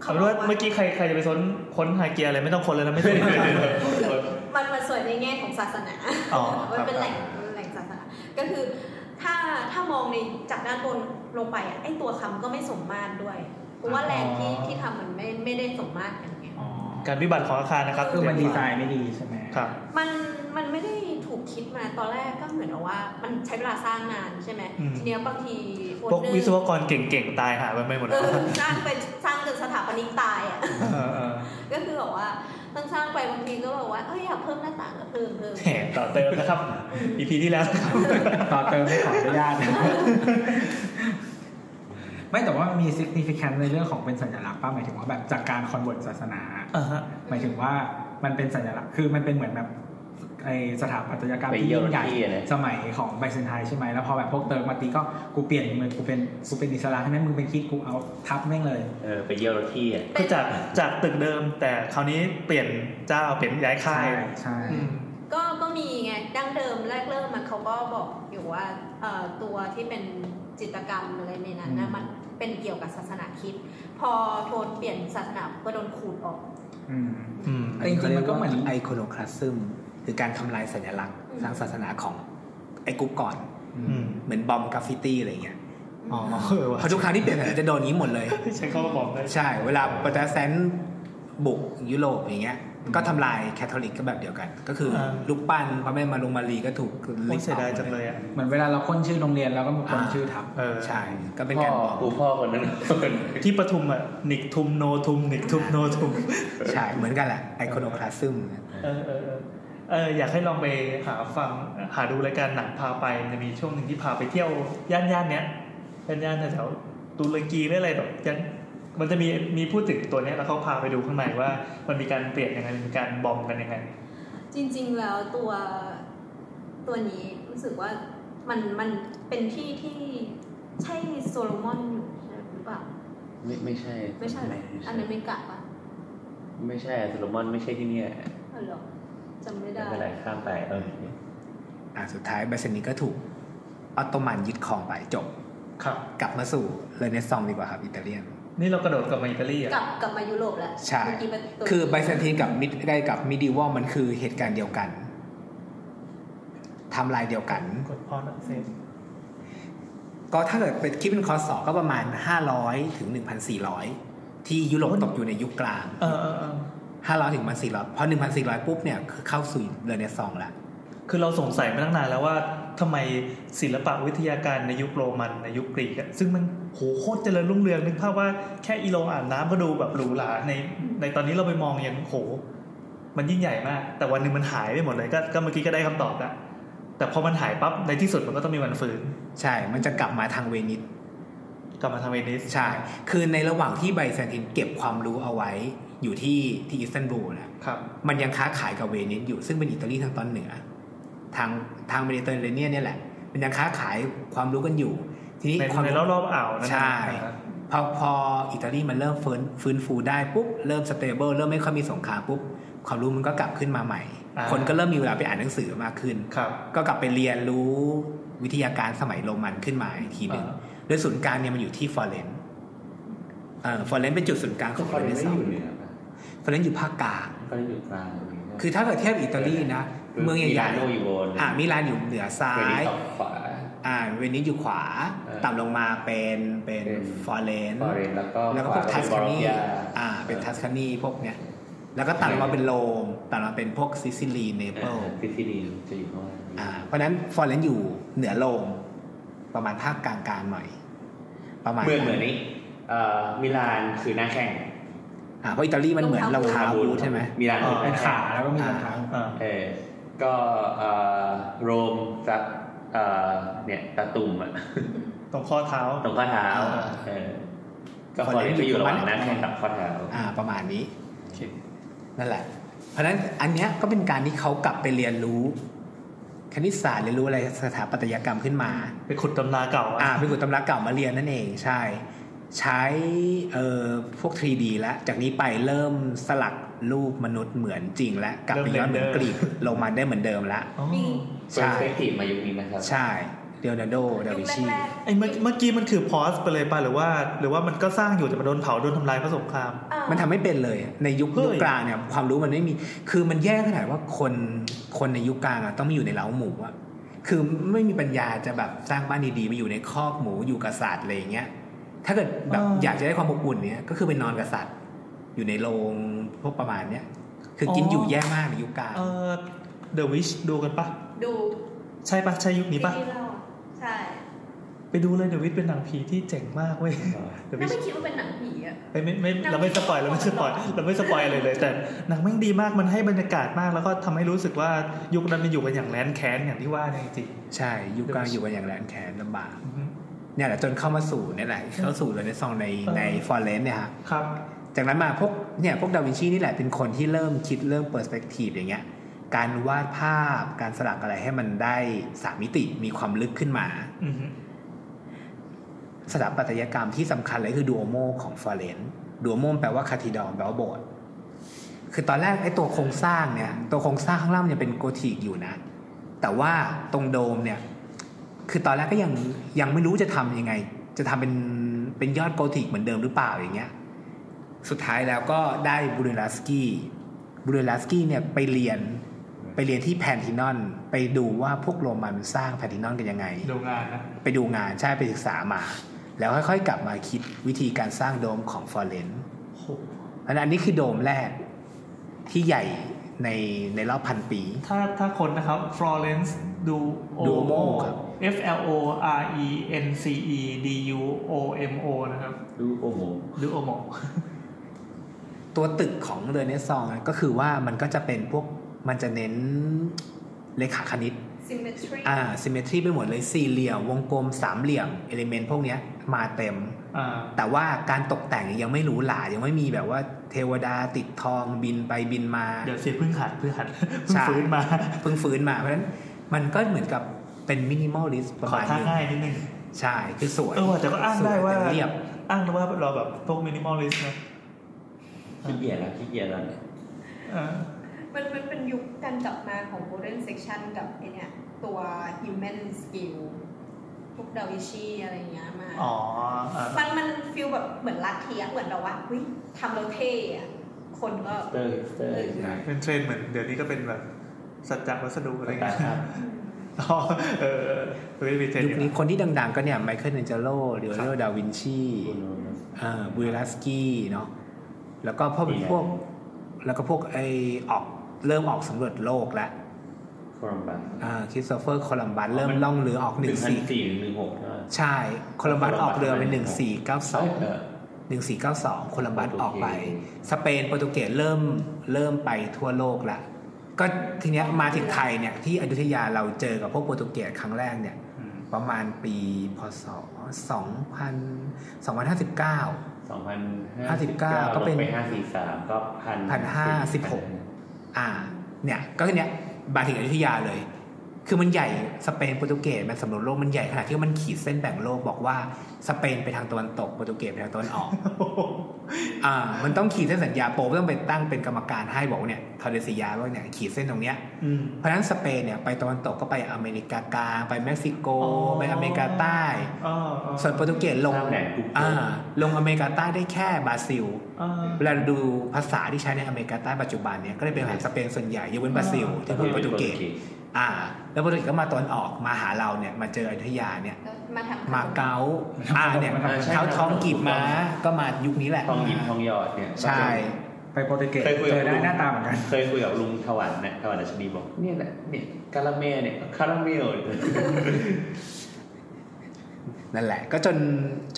[SPEAKER 3] เอาเป็นว่าเมื่อกี้ใครใครจะไปค้นค้นหาเกียร์อะไรไม่ต้องค้นเลยนะไม่ต้องเลย
[SPEAKER 2] มันมันสวยในแง่ของศาสนา
[SPEAKER 3] อ๋อ
[SPEAKER 2] มันเป็นแหล่งมันเป็นแหล่งศาสนา ก็คือถ้าถ้ามองในจากด้านบนลงไปอ่ะไอตัวคำก็ไม่สมมาตรด้วย เพราะว่า
[SPEAKER 5] อ๋อ
[SPEAKER 2] แรงที่ที่ทำมันไม่ไม่ได้สมมาตรกันไง
[SPEAKER 5] อ๋อ
[SPEAKER 3] การวิบัติของอาคารนะครับ
[SPEAKER 5] คือมันดีไซน์ไม่ดีใช่ไหม
[SPEAKER 3] ครับ
[SPEAKER 2] มันมันไม่ได้ถูกคิดมาตอนแรกก็เหมือนกับว่า มันใช้เวลาสร้างนานใช่ไหม
[SPEAKER 3] อืม
[SPEAKER 2] ทีเนี้ยบางที
[SPEAKER 3] พวกวิศวกรเก่งๆ ตายหาไปไม่หมด
[SPEAKER 2] เอ
[SPEAKER 3] แล้ว
[SPEAKER 2] อสร้างไปสร้างจนสถาปนิกตายอ่ะ
[SPEAKER 3] เออเออ
[SPEAKER 2] ก็คือแบบว่าต้องสร้างไปบางทีก็แบบว่าเอ้ยอยากเพิ่มหน้าต่างก็เพิ่มเพิ่ม
[SPEAKER 3] แหมต่อเติมนะครับ EP ที่แล้วนะครับ
[SPEAKER 5] ต่อเติมให้ขออนุญาต ไม่แต่ว่ามันมี significant ในเรื่องของเป็นสัญลักษณ์ป้าหมายถึงว่าแบบจากการ convert ศาสนา
[SPEAKER 3] อ่าฮะ
[SPEAKER 5] หมายถึงว่ามันเป็นสัญลักษณ์ คือมันเป็นเหมือนแบบไอสถาปัตยกรรม
[SPEAKER 4] ไป
[SPEAKER 5] ที่
[SPEAKER 4] เยี่ย
[SPEAKER 5] ยิ่
[SPEAKER 4] ม
[SPEAKER 5] งใหญ่
[SPEAKER 4] ที่อะไร
[SPEAKER 5] สมัยของไบเซนไทน์ใช่ไหมแล้วพอแบบพวกเติร์กมาตีก็กูเปลี่ยนมึงกูเป็นกูเป็นอิสลามใช่ไหมมึงเป็นคิดกูเอาทับแม่งเลย
[SPEAKER 4] เออไปเยี่ยมที่อ่ะ
[SPEAKER 3] คือจากจากตึกเดิมแต่คราวนี้เปลี่ยนเจ้าเปลี่ยนย้ายค่าย
[SPEAKER 5] ใช่
[SPEAKER 3] อืม
[SPEAKER 2] ก็ก็มีไงดั้งเดิมแรกเริ่มมันเขาก็บอกอยู่ว่าเอ่อตัวที่เป็นจิตรกรรมอะไรในนั้นนะมันเป็นเกี่ยวกับศาสนาคริดพอโทนเปลี่ยนศาสนาก็โดนขูดออก
[SPEAKER 5] อืม
[SPEAKER 3] อืม
[SPEAKER 5] จริงๆมันก็เหมือน
[SPEAKER 6] ไอโคโนคลาสซึมคือการทำลายสัญลักษณ์
[SPEAKER 2] อืม
[SPEAKER 6] ทางศาสนาของไอ้กรุ๊ปก่อน
[SPEAKER 3] อืม
[SPEAKER 6] เหมือนบอมกราฟฟิตี้อะไรเงี้ย
[SPEAKER 3] อ๋อเออว่ะ
[SPEAKER 6] เพราะทุกครั้งที่เปลี่ยนมันจะโดนอย่างนี้หมดเลย
[SPEAKER 3] ใช้ข้อบอกได้
[SPEAKER 6] ใช่ เวลาโปรเตสแตนต์บุกยุโรปอย่างเงี้ย ก็ทำลายแคทอลิกก็แบบเดียวกัน ก็คืออา ลูกปั้นพระแม่มารงมารีก็ถูก
[SPEAKER 3] โอ้
[SPEAKER 6] ลิ
[SPEAKER 3] ย
[SPEAKER 6] ก
[SPEAKER 3] เสียดายจังเลยอ่ะ
[SPEAKER 5] เหมือนเวลาเราค้นชื่อโรงเรียนเราก็มาค้นชื่อทับ
[SPEAKER 3] เออ
[SPEAKER 6] ใช่ ก็เป็น
[SPEAKER 4] พ่
[SPEAKER 6] กา
[SPEAKER 4] อ
[SPEAKER 6] ร
[SPEAKER 4] กูพ่อคน นั้นคน
[SPEAKER 3] ที่ปทุมอ่ะนิกทุมโนทุมนิกทุมโนทุม
[SPEAKER 6] ใช่เหมือนกันแหละไอคโนคลาสซึม
[SPEAKER 3] เออเออเออเอออยากให้ลองไปหาฟังหาดูรายการหนังพาไปมันจะมีช่วงหนึ่งที่พาไปเที่ยวย่านย่านเนี้ยย่านย่านแถวๆตุรกีหรืออะไรแบบยังมันจะมีมีพูดถึงตัวเนี้ยแล้วเขาพาไปดูข้างในว่ามันมีการเปลี่ยนยังไงมีการบอมกันยังไง
[SPEAKER 2] จริงๆแล้วตัว ตัวนี้รู้สึกว่ามันมันเป็นที่ที่ใช่โซโลมอนอยู่ใช่หรือเปล่า
[SPEAKER 4] ไม่ไม่ใช่
[SPEAKER 2] ไม่ใช่เหรออันนั้นไม่กะปะ
[SPEAKER 4] ไม่ใช่โซโลมอนไม่ใช่ที่เนี่ย
[SPEAKER 2] อ๋อเหรอจำไม่
[SPEAKER 4] ไม่
[SPEAKER 2] ได้
[SPEAKER 4] เป็นไรข้ามไปเออ
[SPEAKER 6] อ่ะสุดท้ายไบเซนีก็ถูกออตโตมันยึดครองไปจบ
[SPEAKER 3] ครับ
[SPEAKER 6] กลับมาสู่เรเนซองส์ดีกว่าครับอิตาเลียน
[SPEAKER 3] นี่เรากระโดดกลับมาอิตาลีอ่ะ
[SPEAKER 2] กลับกลับมายุโรปแล้ว
[SPEAKER 6] ใช่
[SPEAKER 2] เมื่อกี้มันตัว
[SPEAKER 6] คือไบแซนตินกับมิดได้กับมิดิวอลมันคือเหตุการณ์เดียวกันไทำลายเดียวกัน
[SPEAKER 3] กดพอนักเซน
[SPEAKER 6] ก็ถ้าเกิดเป็นคิดเป็นคอสอก็ประมาณ 500 ถึง 1,400 ที่ยุโรปตกอยู่ในยุคกลาง
[SPEAKER 3] เออเออเออ
[SPEAKER 6] 500 ถึง 1,400 พอ 1,400 ปุ๊บเนี่ยคือเข้าสู่เรเนซองส์ละ
[SPEAKER 3] คือเราสงสัยมาตั้งนานแล้วว่าทำไมศิลปะวิทยาการในยุคโรมันในยุคกรีกอะซึ่งมันโหโคตรเจริญรุ่งเรืองนึกภาพว่าแค่อีโรงอาบน้ำก็ดูแบบหรูหราในในตอนนี้เราไปมองยังโห มันยิ่งใหญ่มาก แต่วันหนึ่งมันหายไปหมดเลยก็ก็เมื่อกี้ก็ได้คำตอบละแต่พอมันหายปั๊บในที่สุดมันก็ต้องมีวันฟื้น
[SPEAKER 6] ใช่ มันจะกลับมาทางเวนิส
[SPEAKER 3] กลับมาทางเวนิส
[SPEAKER 6] ใช่ คือในระหว่างที่ไบแซนตินเก็บความรู้เอาไว้อยู่ที่ที่อิสตันบูลนะ
[SPEAKER 3] ครับ
[SPEAKER 6] มันยังค้าขายกับเวนิสอยู่ซึ่งเป็นอิตาลีทางตอนเหนือ ทางทางเมดิเตอร์เรเนียนเนี่ยแหละ มันยังค้าขายความรู้กันอยู่ ทีนี้
[SPEAKER 3] ใน
[SPEAKER 6] ความ
[SPEAKER 3] ใน
[SPEAKER 6] รู้
[SPEAKER 3] รอบๆอ่าวนั่น
[SPEAKER 6] ใช่
[SPEAKER 3] นะ
[SPEAKER 6] พอพออิตาลีมันเริ่มฟื้นฟื้นฟูได้ปุ๊บ เริ่มสเตเบิลเริ่มไม่ค่อยมีสงครามปุ๊บ ความรู้มันก็กลับขึ้นมาใหม่
[SPEAKER 3] า
[SPEAKER 6] คนก็เริ่มมีเวลาไปอ่านหนังสือมากขึ้น
[SPEAKER 3] ครับ
[SPEAKER 6] ก็กลับไปเรียนรู้วิทยาการสมัยโรมันขึ้นมาอีกทีหนึ่ง
[SPEAKER 3] อ่า
[SPEAKER 6] โดยศูนย์กลางเนี่ยมันอยู่ที่ฟลอเรนซ์เอ่อฟลอเรนซ์เป็นจุดศูนย์กลางของ
[SPEAKER 4] ตอน
[SPEAKER 6] เรเน
[SPEAKER 4] นี้ไม่
[SPEAKER 6] ซอ
[SPEAKER 4] อ
[SPEAKER 6] งส์
[SPEAKER 4] ยู่เหนือปะ
[SPEAKER 6] ฟลอเรนซ์อยู่ภาคกลาง
[SPEAKER 4] ตอนนี้อยู่กลาง
[SPEAKER 6] คือถ้าเกิดเทียบอิตาลีนะ เมืองใหญ่
[SPEAKER 4] โนอยู่บน
[SPEAKER 6] ๆอ่ามิลานอยู่เหนือซ้า
[SPEAKER 4] เวนิ
[SPEAKER 6] ย
[SPEAKER 4] สออกขวา
[SPEAKER 6] อ่าเวนิสอยู่ขวา
[SPEAKER 4] เออ
[SPEAKER 6] ต่ำลงมาเป็นเป็น
[SPEAKER 4] เป็น
[SPEAKER 6] ฟลอเรนซ์
[SPEAKER 4] ฟอเรนแล้วก็
[SPEAKER 6] แล้วก็พวกทัสคานีอ่าเป็นทัสคานีพวกเนี้ยแล้วก็ต่ำลงมาเป็นโรมต่ำลงมาเป็นพวกซิซิลีเนเปิล
[SPEAKER 4] ซิซิลีจะอยู่ข้างล่าง
[SPEAKER 6] อ่าเพราะฉะนั้นฟลอเรนซ์อยู่เหนือโรมประมาณภาคกลางๆหน่อย ประมาณ
[SPEAKER 4] เหมือนเหมือนนี้เอ่อมิลานคือหน้าแข้ง
[SPEAKER 6] อ่าเพราะอิตาลีมันเหมือนรองเท้าบูทใช่ไหม
[SPEAKER 4] มิลานคือหน้า
[SPEAKER 5] เป็น
[SPEAKER 4] แข้ง
[SPEAKER 5] ขาแล้วก็มีรองเท้า
[SPEAKER 3] อ่า
[SPEAKER 4] เออก็เอ่อโรมสักเอ่อเนี่ยตะตุ่มอะ
[SPEAKER 3] ตรงข้อเท้า
[SPEAKER 4] ตรงข้อเท้า
[SPEAKER 3] อ่า
[SPEAKER 4] เออก็ฟอเรนซ์ก็อยู่ระหว่างหน้าแข้งกับข้อเท้า
[SPEAKER 6] อ่าประมาณนี้ นั่นแหละ เพราะฉะนั้นอันเนี้ยก็เป็นการที่เขากลับไปเรียนรู้ คณิตศาสตร์เรียนรู้อะไรสถาปัตยกรรมขึ้นมา
[SPEAKER 3] ไปขุดตำนาเก่า
[SPEAKER 6] อ่า
[SPEAKER 3] อ่ะ
[SPEAKER 6] เป็นกุตำราเก่ามาเรียนนั่นเองใช่ ใช้เอ่อพวก 3D แล้วจากนี้ไปเริ่มสลักรูปมนุษย์เหมือนจริงและกลับไปย้อนเหมือนกรีกโรมันได้เหมือนเดิมละ
[SPEAKER 3] อ๋อ
[SPEAKER 2] มี
[SPEAKER 4] เปอ
[SPEAKER 6] ใช่
[SPEAKER 4] ร์สเปกทีฟมายุคนี้นะครับ
[SPEAKER 6] ใช่เดลนาโดดา
[SPEAKER 2] ยุ
[SPEAKER 6] วิ
[SPEAKER 2] ค
[SPEAKER 6] ชี
[SPEAKER 2] แรก
[SPEAKER 3] ไอ้เมื่อ
[SPEAKER 2] ที่
[SPEAKER 3] เมื่อกี้มันคือพอสไปเลยป่ะหรือว่า หรือว่ามันก็สร้างอยู่แต่มันโดนเผาโดนทำลายเพราะสงคราม
[SPEAKER 2] เอ่อ
[SPEAKER 6] มันทำไม่เป็นเลย ในยุค
[SPEAKER 3] เฮ้ย
[SPEAKER 6] ยุคกลางเนี่ยความรู้มันไม่มี คือมันแย่ขนาดว่าคนคนในยุคกลางอ่ะต้องมาอยู่ในเล้าหมูอ่ะคือไม่มีปัญญาจะแบบสร้างบ้านดีๆมาอยู่ในคอกหมูอยู่กับสัตว์อะไรอย่างเงี้ย ถ้าเกิดแบบ
[SPEAKER 3] อ่า
[SPEAKER 6] อยากจะได้ความอบอุ่นเนี่ยก็คือไปนอนกับสัตว์อยู่ในโรงพวกประมาณเนี้ยคือกินอยู่แย่มากในยุคกลาง
[SPEAKER 3] เออ The Witch ดูกันปะ
[SPEAKER 2] ดู
[SPEAKER 3] ใช่ปะใช่ยุคนี้ปะ
[SPEAKER 2] ที่เราใช่
[SPEAKER 3] ไปดูเลย The Witch เป็นหนังผีที่เจ๋งมากเว้ย The
[SPEAKER 2] แล้ว
[SPEAKER 3] Witch
[SPEAKER 2] ไม่คิดว่าเป็นหนังผีอะ
[SPEAKER 3] เอ้ยไม่ไม่
[SPEAKER 2] หนังผี
[SPEAKER 3] เราไม่สปอยเราไม่สปอย
[SPEAKER 2] หรอ
[SPEAKER 3] เราไม่สปอยอะไรเลย แต่หนังแม่งดีมากมันให้บรรยากาศมากแล้วก็ทำให้รู้สึกว่ายุคนั้นมันอยู่กันอย่างแร้นแค้นอย่างที่ว่าเนี่ยจริง
[SPEAKER 6] ใช่ยุคกลางอยู่กันอย่างแรงแค้นลำบาก
[SPEAKER 3] ๆอือฮึ
[SPEAKER 6] เนี่ยแหละจนเข้ามาสู่เนี่ยแหละเข้าสู่เรเนซองส์ใน
[SPEAKER 3] เออ
[SPEAKER 6] ในฟลอเรนซ์เนี่ยฮะ
[SPEAKER 3] ครับ
[SPEAKER 6] จากนั้นมาพวกเนี่ยพวกดาวินชีนี่แหละเป็นคนที่เริ่มคิดเรื่องเปอร์สเปกทีฟอย่างเงี้ย การวาดภาพการสลักอะไรให้มันได้สามมิติมีความลึกขึ้นมา
[SPEAKER 3] อือฮึ
[SPEAKER 6] สถาปัตยกรรมที่สำคัญเลยคือดูโอโมของฟลอเรนซ์ดูโอโมแปลว่าคาทีดอมแปลว่าโบสถ์คือตอนแรกไอ้ตัวโครงสร้างเนี่ย ตัวโครงสร้างข้างล่างเนี่ยเป็นโกธิกอยู่นะ แต่ว่าตรงโดมเนี่ย คือตอนแรกก็ยังยังไม่รู้จะทำยังไง จะทำเป็นเป็นยอดโกธิกเหมือนเดิมหรือเปล่าอย่างเงี้ย สุดท้ายแล้วก็ได้บูเรลัสกี้บูเรลัสกี้เนี่ยไปเรียนไปเรียนที่แพนทินอน ไปดูว่าพวกโรมันมันสร้างแพนทินอนกันยังไง
[SPEAKER 3] ดูงานนะ
[SPEAKER 6] ไปดูงานใช่ไปศึกษามา แล้วค่อยๆ กลับมาคิดวิธีการสร้างโดมของฟลอเรนซ์
[SPEAKER 3] โห
[SPEAKER 6] อันนั้นอันนี้คือโดมแรกที่ใหญ่ในในรอบพันปี
[SPEAKER 3] ถ้าถ้าคนนะครับ Florence ดู
[SPEAKER 6] Duomo ครับ
[SPEAKER 3] F L O R E N C E D U O M O นะครับ
[SPEAKER 4] ดูโอ้โห
[SPEAKER 3] ดูโอโม
[SPEAKER 6] ตัวตึกของเรเนซองส์ก็คือว่ามันก็จะเป็นพวกมันจะเน้นเลขาคณิต
[SPEAKER 2] symmetry
[SPEAKER 6] อ่าซิมเมทรีไปหมดเลยสี่เหลี่ยม วงกลมสามเหลี่ยมเอลิเมนต์พวกเนี้ยมาเต็ม
[SPEAKER 3] อ่า
[SPEAKER 6] แต่ว่าการตกแต่งยังไม่หรูหรายังไม่มีแบบว่าเทวดาติดทองบินไปบินมา
[SPEAKER 3] เดี๋ยวเสียเพิ่งหัดเพิ่งหัดเพิ่ง
[SPEAKER 6] ใช่
[SPEAKER 3] ฟื้นมา
[SPEAKER 6] เพิ่งฟื้นมาเพราะฉะนั้น มันก็เหมือนกับเป็นมินิมอลลิสต์ประ
[SPEAKER 3] ขอ
[SPEAKER 6] มาณ
[SPEAKER 3] ท่า
[SPEAKER 6] หนึง
[SPEAKER 3] ง่ายนิดนึง
[SPEAKER 6] ใช่คือสวย
[SPEAKER 3] เออว่ะแต่ก็อ้าง
[SPEAKER 6] สย
[SPEAKER 3] ได้ว่า
[SPEAKER 6] แต่เรียบ
[SPEAKER 3] อ้างว่าเราแบบพวกมินิมอลลิสต์นะ
[SPEAKER 4] ขี้เกียจแล้วขี้เกียจแล้ว
[SPEAKER 3] อ่า
[SPEAKER 2] มันมันเป็นยุคการกลับมาของ modern section กับไอเนี่ยตัว human skill พวกดาวิชีอะไรอย่างเงี้ยมา
[SPEAKER 3] อ๋ออ่า
[SPEAKER 2] มันมันฟิลแบบเหมือนลัทธิอะเหมือนแบบว่าเฮ้ยทำแล้วเท่อะคนก็
[SPEAKER 4] เตอร์เตอร์นะ
[SPEAKER 3] เป็นเทรนด์เหมือนเดี๋ยวนี้ก็เป็นแบบสัจจะวัสดุอะไร
[SPEAKER 4] แต่ค
[SPEAKER 3] เงี้ย
[SPEAKER 4] รับ
[SPEAKER 3] อ๋อเออเออเออมีเทรนด์
[SPEAKER 6] ยุ
[SPEAKER 3] อยู่
[SPEAKER 6] คนี้คนที่ดังๆก็เนี่ยไมเคิลเนเจโรเดโอโรดาวินชีอ่าบูรัสกี้เนาะแล้วก็พวก
[SPEAKER 4] มีอะไร
[SPEAKER 6] พวก แล้วก็พวกไอออกเริ่มออกสำรวจโลกแล้ว
[SPEAKER 4] โคลัมบัส
[SPEAKER 6] คริสโตเฟอร์โคลัมบัส
[SPEAKER 4] อ๋อ
[SPEAKER 6] เริ่ม
[SPEAKER 4] มัน
[SPEAKER 6] ล่องเรือออกห
[SPEAKER 4] หนึ่
[SPEAKER 6] นึ่
[SPEAKER 4] ง
[SPEAKER 6] ง
[SPEAKER 4] สี่
[SPEAKER 6] สี่
[SPEAKER 4] สี่หนึ่งหกใช่ไหม
[SPEAKER 6] ใช่โคลัมบัสออกเรือเป็นหนึ่งสี่เก้าสอง
[SPEAKER 4] เออ
[SPEAKER 6] หนึ่งสี่เก้าสองโคลัมบัสออกไป
[SPEAKER 4] โอเค
[SPEAKER 6] สเปนโปรตุเกสเริ่มเริ่มไปทั่วโลกละก็ทีเนี้ยมาถึงไทยเนี่ยที่อยุธยาเราเจอกับพวกโปรตุเกสครั้งแรกเนี่ย
[SPEAKER 3] อืม
[SPEAKER 6] ประมาณปีพศ2000 2059
[SPEAKER 4] สองพัน
[SPEAKER 6] ก็เป็น
[SPEAKER 4] ห้าสี่สามก็พัน
[SPEAKER 6] 1,516 อ่า เนี่ย ก็คือเนี่ยมาถึงอยุธยาเลย คือมันใหญ่สเปนโปรตุเกสมันสำรวจโลกมันใหญ่ขนาดที่ว่ามันขีดเส้นแบ่งโลกบอกว่าสเปนไปทางตะวันตกโปรตุเกสไปทางตะวันออก อ่า มันต้องขีดเส้นสัญญาโปรก็ต้องไปตั้งเป็นกรรมการให้บอกว่าเนี่ยคาเดซิยาว่าเนี่ยขีดเส้นตรงเนี้ย
[SPEAKER 3] อืม
[SPEAKER 6] เพราะฉะนั้นสเปนเนี่ยไปตะวันตกก็ไปอเมริกากลางไปเม็กซิโก
[SPEAKER 3] อ๋อ
[SPEAKER 6] ไปอเมริกาใต้
[SPEAKER 3] อ๋ออ๋อ
[SPEAKER 6] ส่วนโปรตุเกสลง
[SPEAKER 4] ตามแหล่งกลุ่ม
[SPEAKER 6] อ่าลงอเมริกาใต้ได้แค่บราซิล
[SPEAKER 3] อ่า
[SPEAKER 6] เวลาดูภาษาที่ใช้ในอเมริกาใต้ปัจจุบันเนี่ย ก็เลยเป็นภาษาสเปนส่วนใหญ่ยกเว้นบราซิล ที่พูดโปรตุเกส อ่า แล้วโปรตุเกสก็มาตอนออกมาหาเราเนี่ย มาเจออยุธยาเนี่ย
[SPEAKER 2] ก็มาทำ
[SPEAKER 6] มาเก๊าอ่าเนี่ยเท้าท้องกีบม้าก็มายุคนี้แหละ
[SPEAKER 4] ทองหยิบทองหยอดเนี่ย
[SPEAKER 6] ใช่
[SPEAKER 5] ไปโปรตุเกส
[SPEAKER 4] เคยคุยกับ
[SPEAKER 5] เจอได้
[SPEAKER 4] ลุง
[SPEAKER 5] หน้าตาเหมือนกัน
[SPEAKER 4] เคยคุยกับลุงถวันเนี่ยถวันดัชนีบอกเนี่ยแหละเนี่ยคาราเมลเนี่ยคาราเมล
[SPEAKER 6] นั่นแหละ ก็จน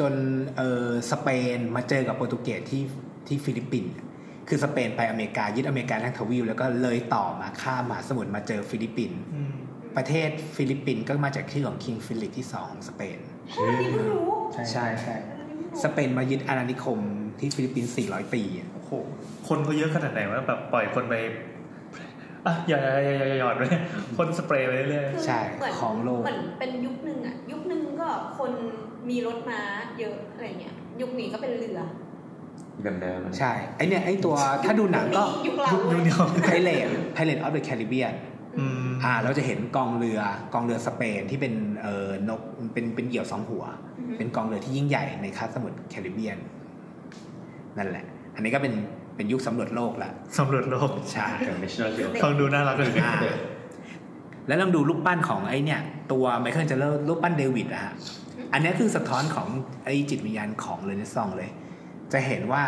[SPEAKER 6] จนเออสเปนมาเจอกับโปรตุเกสที่ที่ฟิลิปปินส์คือสเปนไปอเมริกายึดอเมริกาทั้งทวีปแล้วก็เลยต่อมาข้ามมหาสมุทรมาเจอฟิลิปปินส์
[SPEAKER 3] อืม
[SPEAKER 6] ประเทศฟิลิปปินส์ก็มาจากที่ของคิงฟิลิปที่สองสเปน
[SPEAKER 2] โอ้ยนี่เพิ่งรู้
[SPEAKER 6] ใช่ใช่สเปนมายึดอาณานิคมที่ฟิลิปปินส์400 ปีอะ
[SPEAKER 3] โอ้โหคนเขาเยอะขนาดไหนวะแบบปล่อยคนไปอ่ะอย่าอย่าอย่าอย่าหยอดเลยคนสเปรย์ไปเรื่อย
[SPEAKER 2] คือ
[SPEAKER 6] ใช่
[SPEAKER 2] เหมือน
[SPEAKER 6] ของโลก
[SPEAKER 2] เหมือนเป็นยุคหนึ่งอะยุคหนึ่งก็คนมีรถม้าเยอะอะไรเงี้ยยุคนี้ก็เป็นเรือ
[SPEAKER 4] แบบเดิม
[SPEAKER 6] ใช่ไอเนี่ยไอตัวถ้าดูหนังก็
[SPEAKER 2] ยุคเรายุ
[SPEAKER 6] เดียวไพเรตไพเรตออฟเดอะแคริเบียน
[SPEAKER 3] ๆอืม
[SPEAKER 6] อ่าเราจะเห็นกองเรือกองเรือสเปนที่เป็นเอ่อนกเป็นเป็นเหยี่ยวสองหัว
[SPEAKER 2] อือฮึ
[SPEAKER 6] เป็นกองเรือที่ยิ่งใหญ่ในคาบสมุทรแคริบเบียน นั่นแหละ อันนี้ก็เป็นเป็นยุคสำรวจโลกละ
[SPEAKER 3] สำรวจโลก
[SPEAKER 6] ใช่
[SPEAKER 4] แบบ national geo
[SPEAKER 3] ฟังดูน่ารักเลย
[SPEAKER 6] อ่าแล้วลองดูรูปปั้นของไอ้เนี่ย ตัวไมเคิลเจเลอร์รูปปั้นเดวิดอะฮะอันนี้คือสะท้อนของไอ้จิตวิญญาณของเรเนซองส์เลย จะเห็นว่า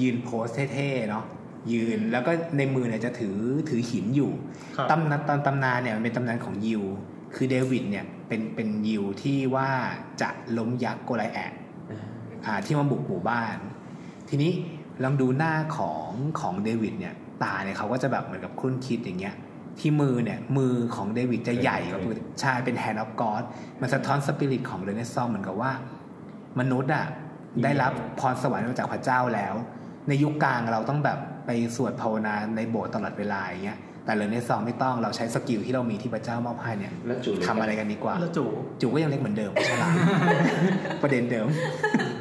[SPEAKER 6] ยืนโพสเท่ๆเนาะยืนแล้วก็ในมือเนี่ยจะถือถือหินอยู่
[SPEAKER 3] ครับ
[SPEAKER 6] ตำนานตำตำนานเนี่ยมันเป็นตำนานของยิว คือเดวิดเนี่ยเป็นเป็นยิวที่ว่าจะล้มยักษ์โกไลแอดอ่าที่มาบุกหมู่บ้าน ทีนี้ลองดูหน้าของของเดวิดเนี่ยตาเนี่ยเขาก็จะแบบเหมือนกับครุ่นคิดอย่างเงี้ย ที่มือเนี่ยมือของเดวิดจะใหญ่กว่าปกติใช่เป็นแฮนด์ออฟกอดมันสะท้อนสปิริตของเรเนซองส์เหมือนกับว่า มนุษย์อ่ะได้รับพรสวรรค์มาจากพระเจ้าแล้ว ในยุคกลางเราต้องแบบไปสวดภาวนาในโบสถ์ตลอดเวลาอย่างเงี้ย แต่เรเนซองส์ไม่ต้องเราใช้สกิลที่เรามีที่พระเจ้ามอบให้เนี่ย
[SPEAKER 4] แล้วจูเลย
[SPEAKER 6] ทำอะไรกันดีกว่า
[SPEAKER 3] แล้วจู่
[SPEAKER 6] จูก็ยังเล็กเหมือนเดิม ฉลาด ประเด็นเดิม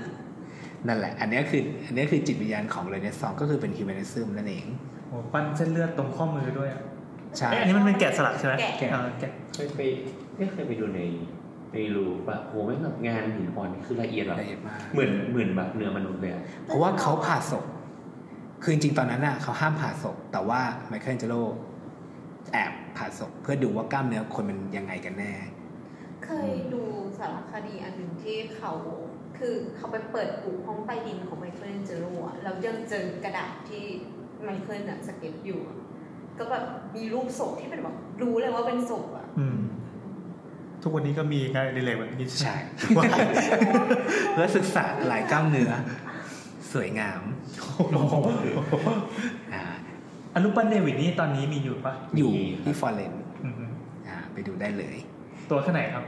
[SPEAKER 6] นั่นแหละ อันเนี้ยคืออันเนี้ยคือจิตวิญญาณของเรเนซองส์ก็คือเป็นฮิวแมนิซึมนั่นเอง
[SPEAKER 3] โอ้ปั้นเส้นเลือดตรงข้อมือด้วยอะ
[SPEAKER 6] ใช่
[SPEAKER 3] เอ๊ะอันนี้มันเป็นแกะสลักใช่ไหม
[SPEAKER 2] แกะ
[SPEAKER 3] อ่าแกะ
[SPEAKER 4] เคยไปไม่เคยไปดูในในรูปะโหไม่งแบบงานหินอ่อนนี่คือละเอียดแบบ
[SPEAKER 6] ละเอียดมาก
[SPEAKER 4] เหมือนเหมือนแบบเนื้อมนุษย์เลยอะ
[SPEAKER 6] เพราะว่าเขาผ่าศพ คือจริงๆตอนนั้นน่ะเขาห้ามผ่าศพ แต่ว่าไมเคิลเจโลแอบผ่าศพเพื่อดูว่ากล้ามเนื้อคนมันยังไงกันแน่
[SPEAKER 2] เคยดูสารคดีอันหนึ่งที่เขาคือเขาไปเปิดอู่ห้องใต้ดินของไมเคิลเจโร่อะแล้วยังเจอกระดาษที่ไมเคิลอะสเก็ตอยู่อะก็แบบมีรูปศพที่เป็นแบบรู้เลยว่าเป็นศพอะ
[SPEAKER 3] อืม ทุกวันนี้ก็มีงานอดิเลยแบบนี้ใช่ไหม
[SPEAKER 6] ใช่ เพื่อศึกษาหลายกล้ามเนื้อ สวยงาม
[SPEAKER 3] โอ้โห
[SPEAKER 6] อ่า
[SPEAKER 3] อันรูปปั้นเดวิดนี่ตอนนี้มีอยู่ปะ
[SPEAKER 6] อยู่ที่ฟอร์เรน
[SPEAKER 3] อืม
[SPEAKER 6] อ่าไปดูได้เลย
[SPEAKER 3] ตัวแค่ไหนครับ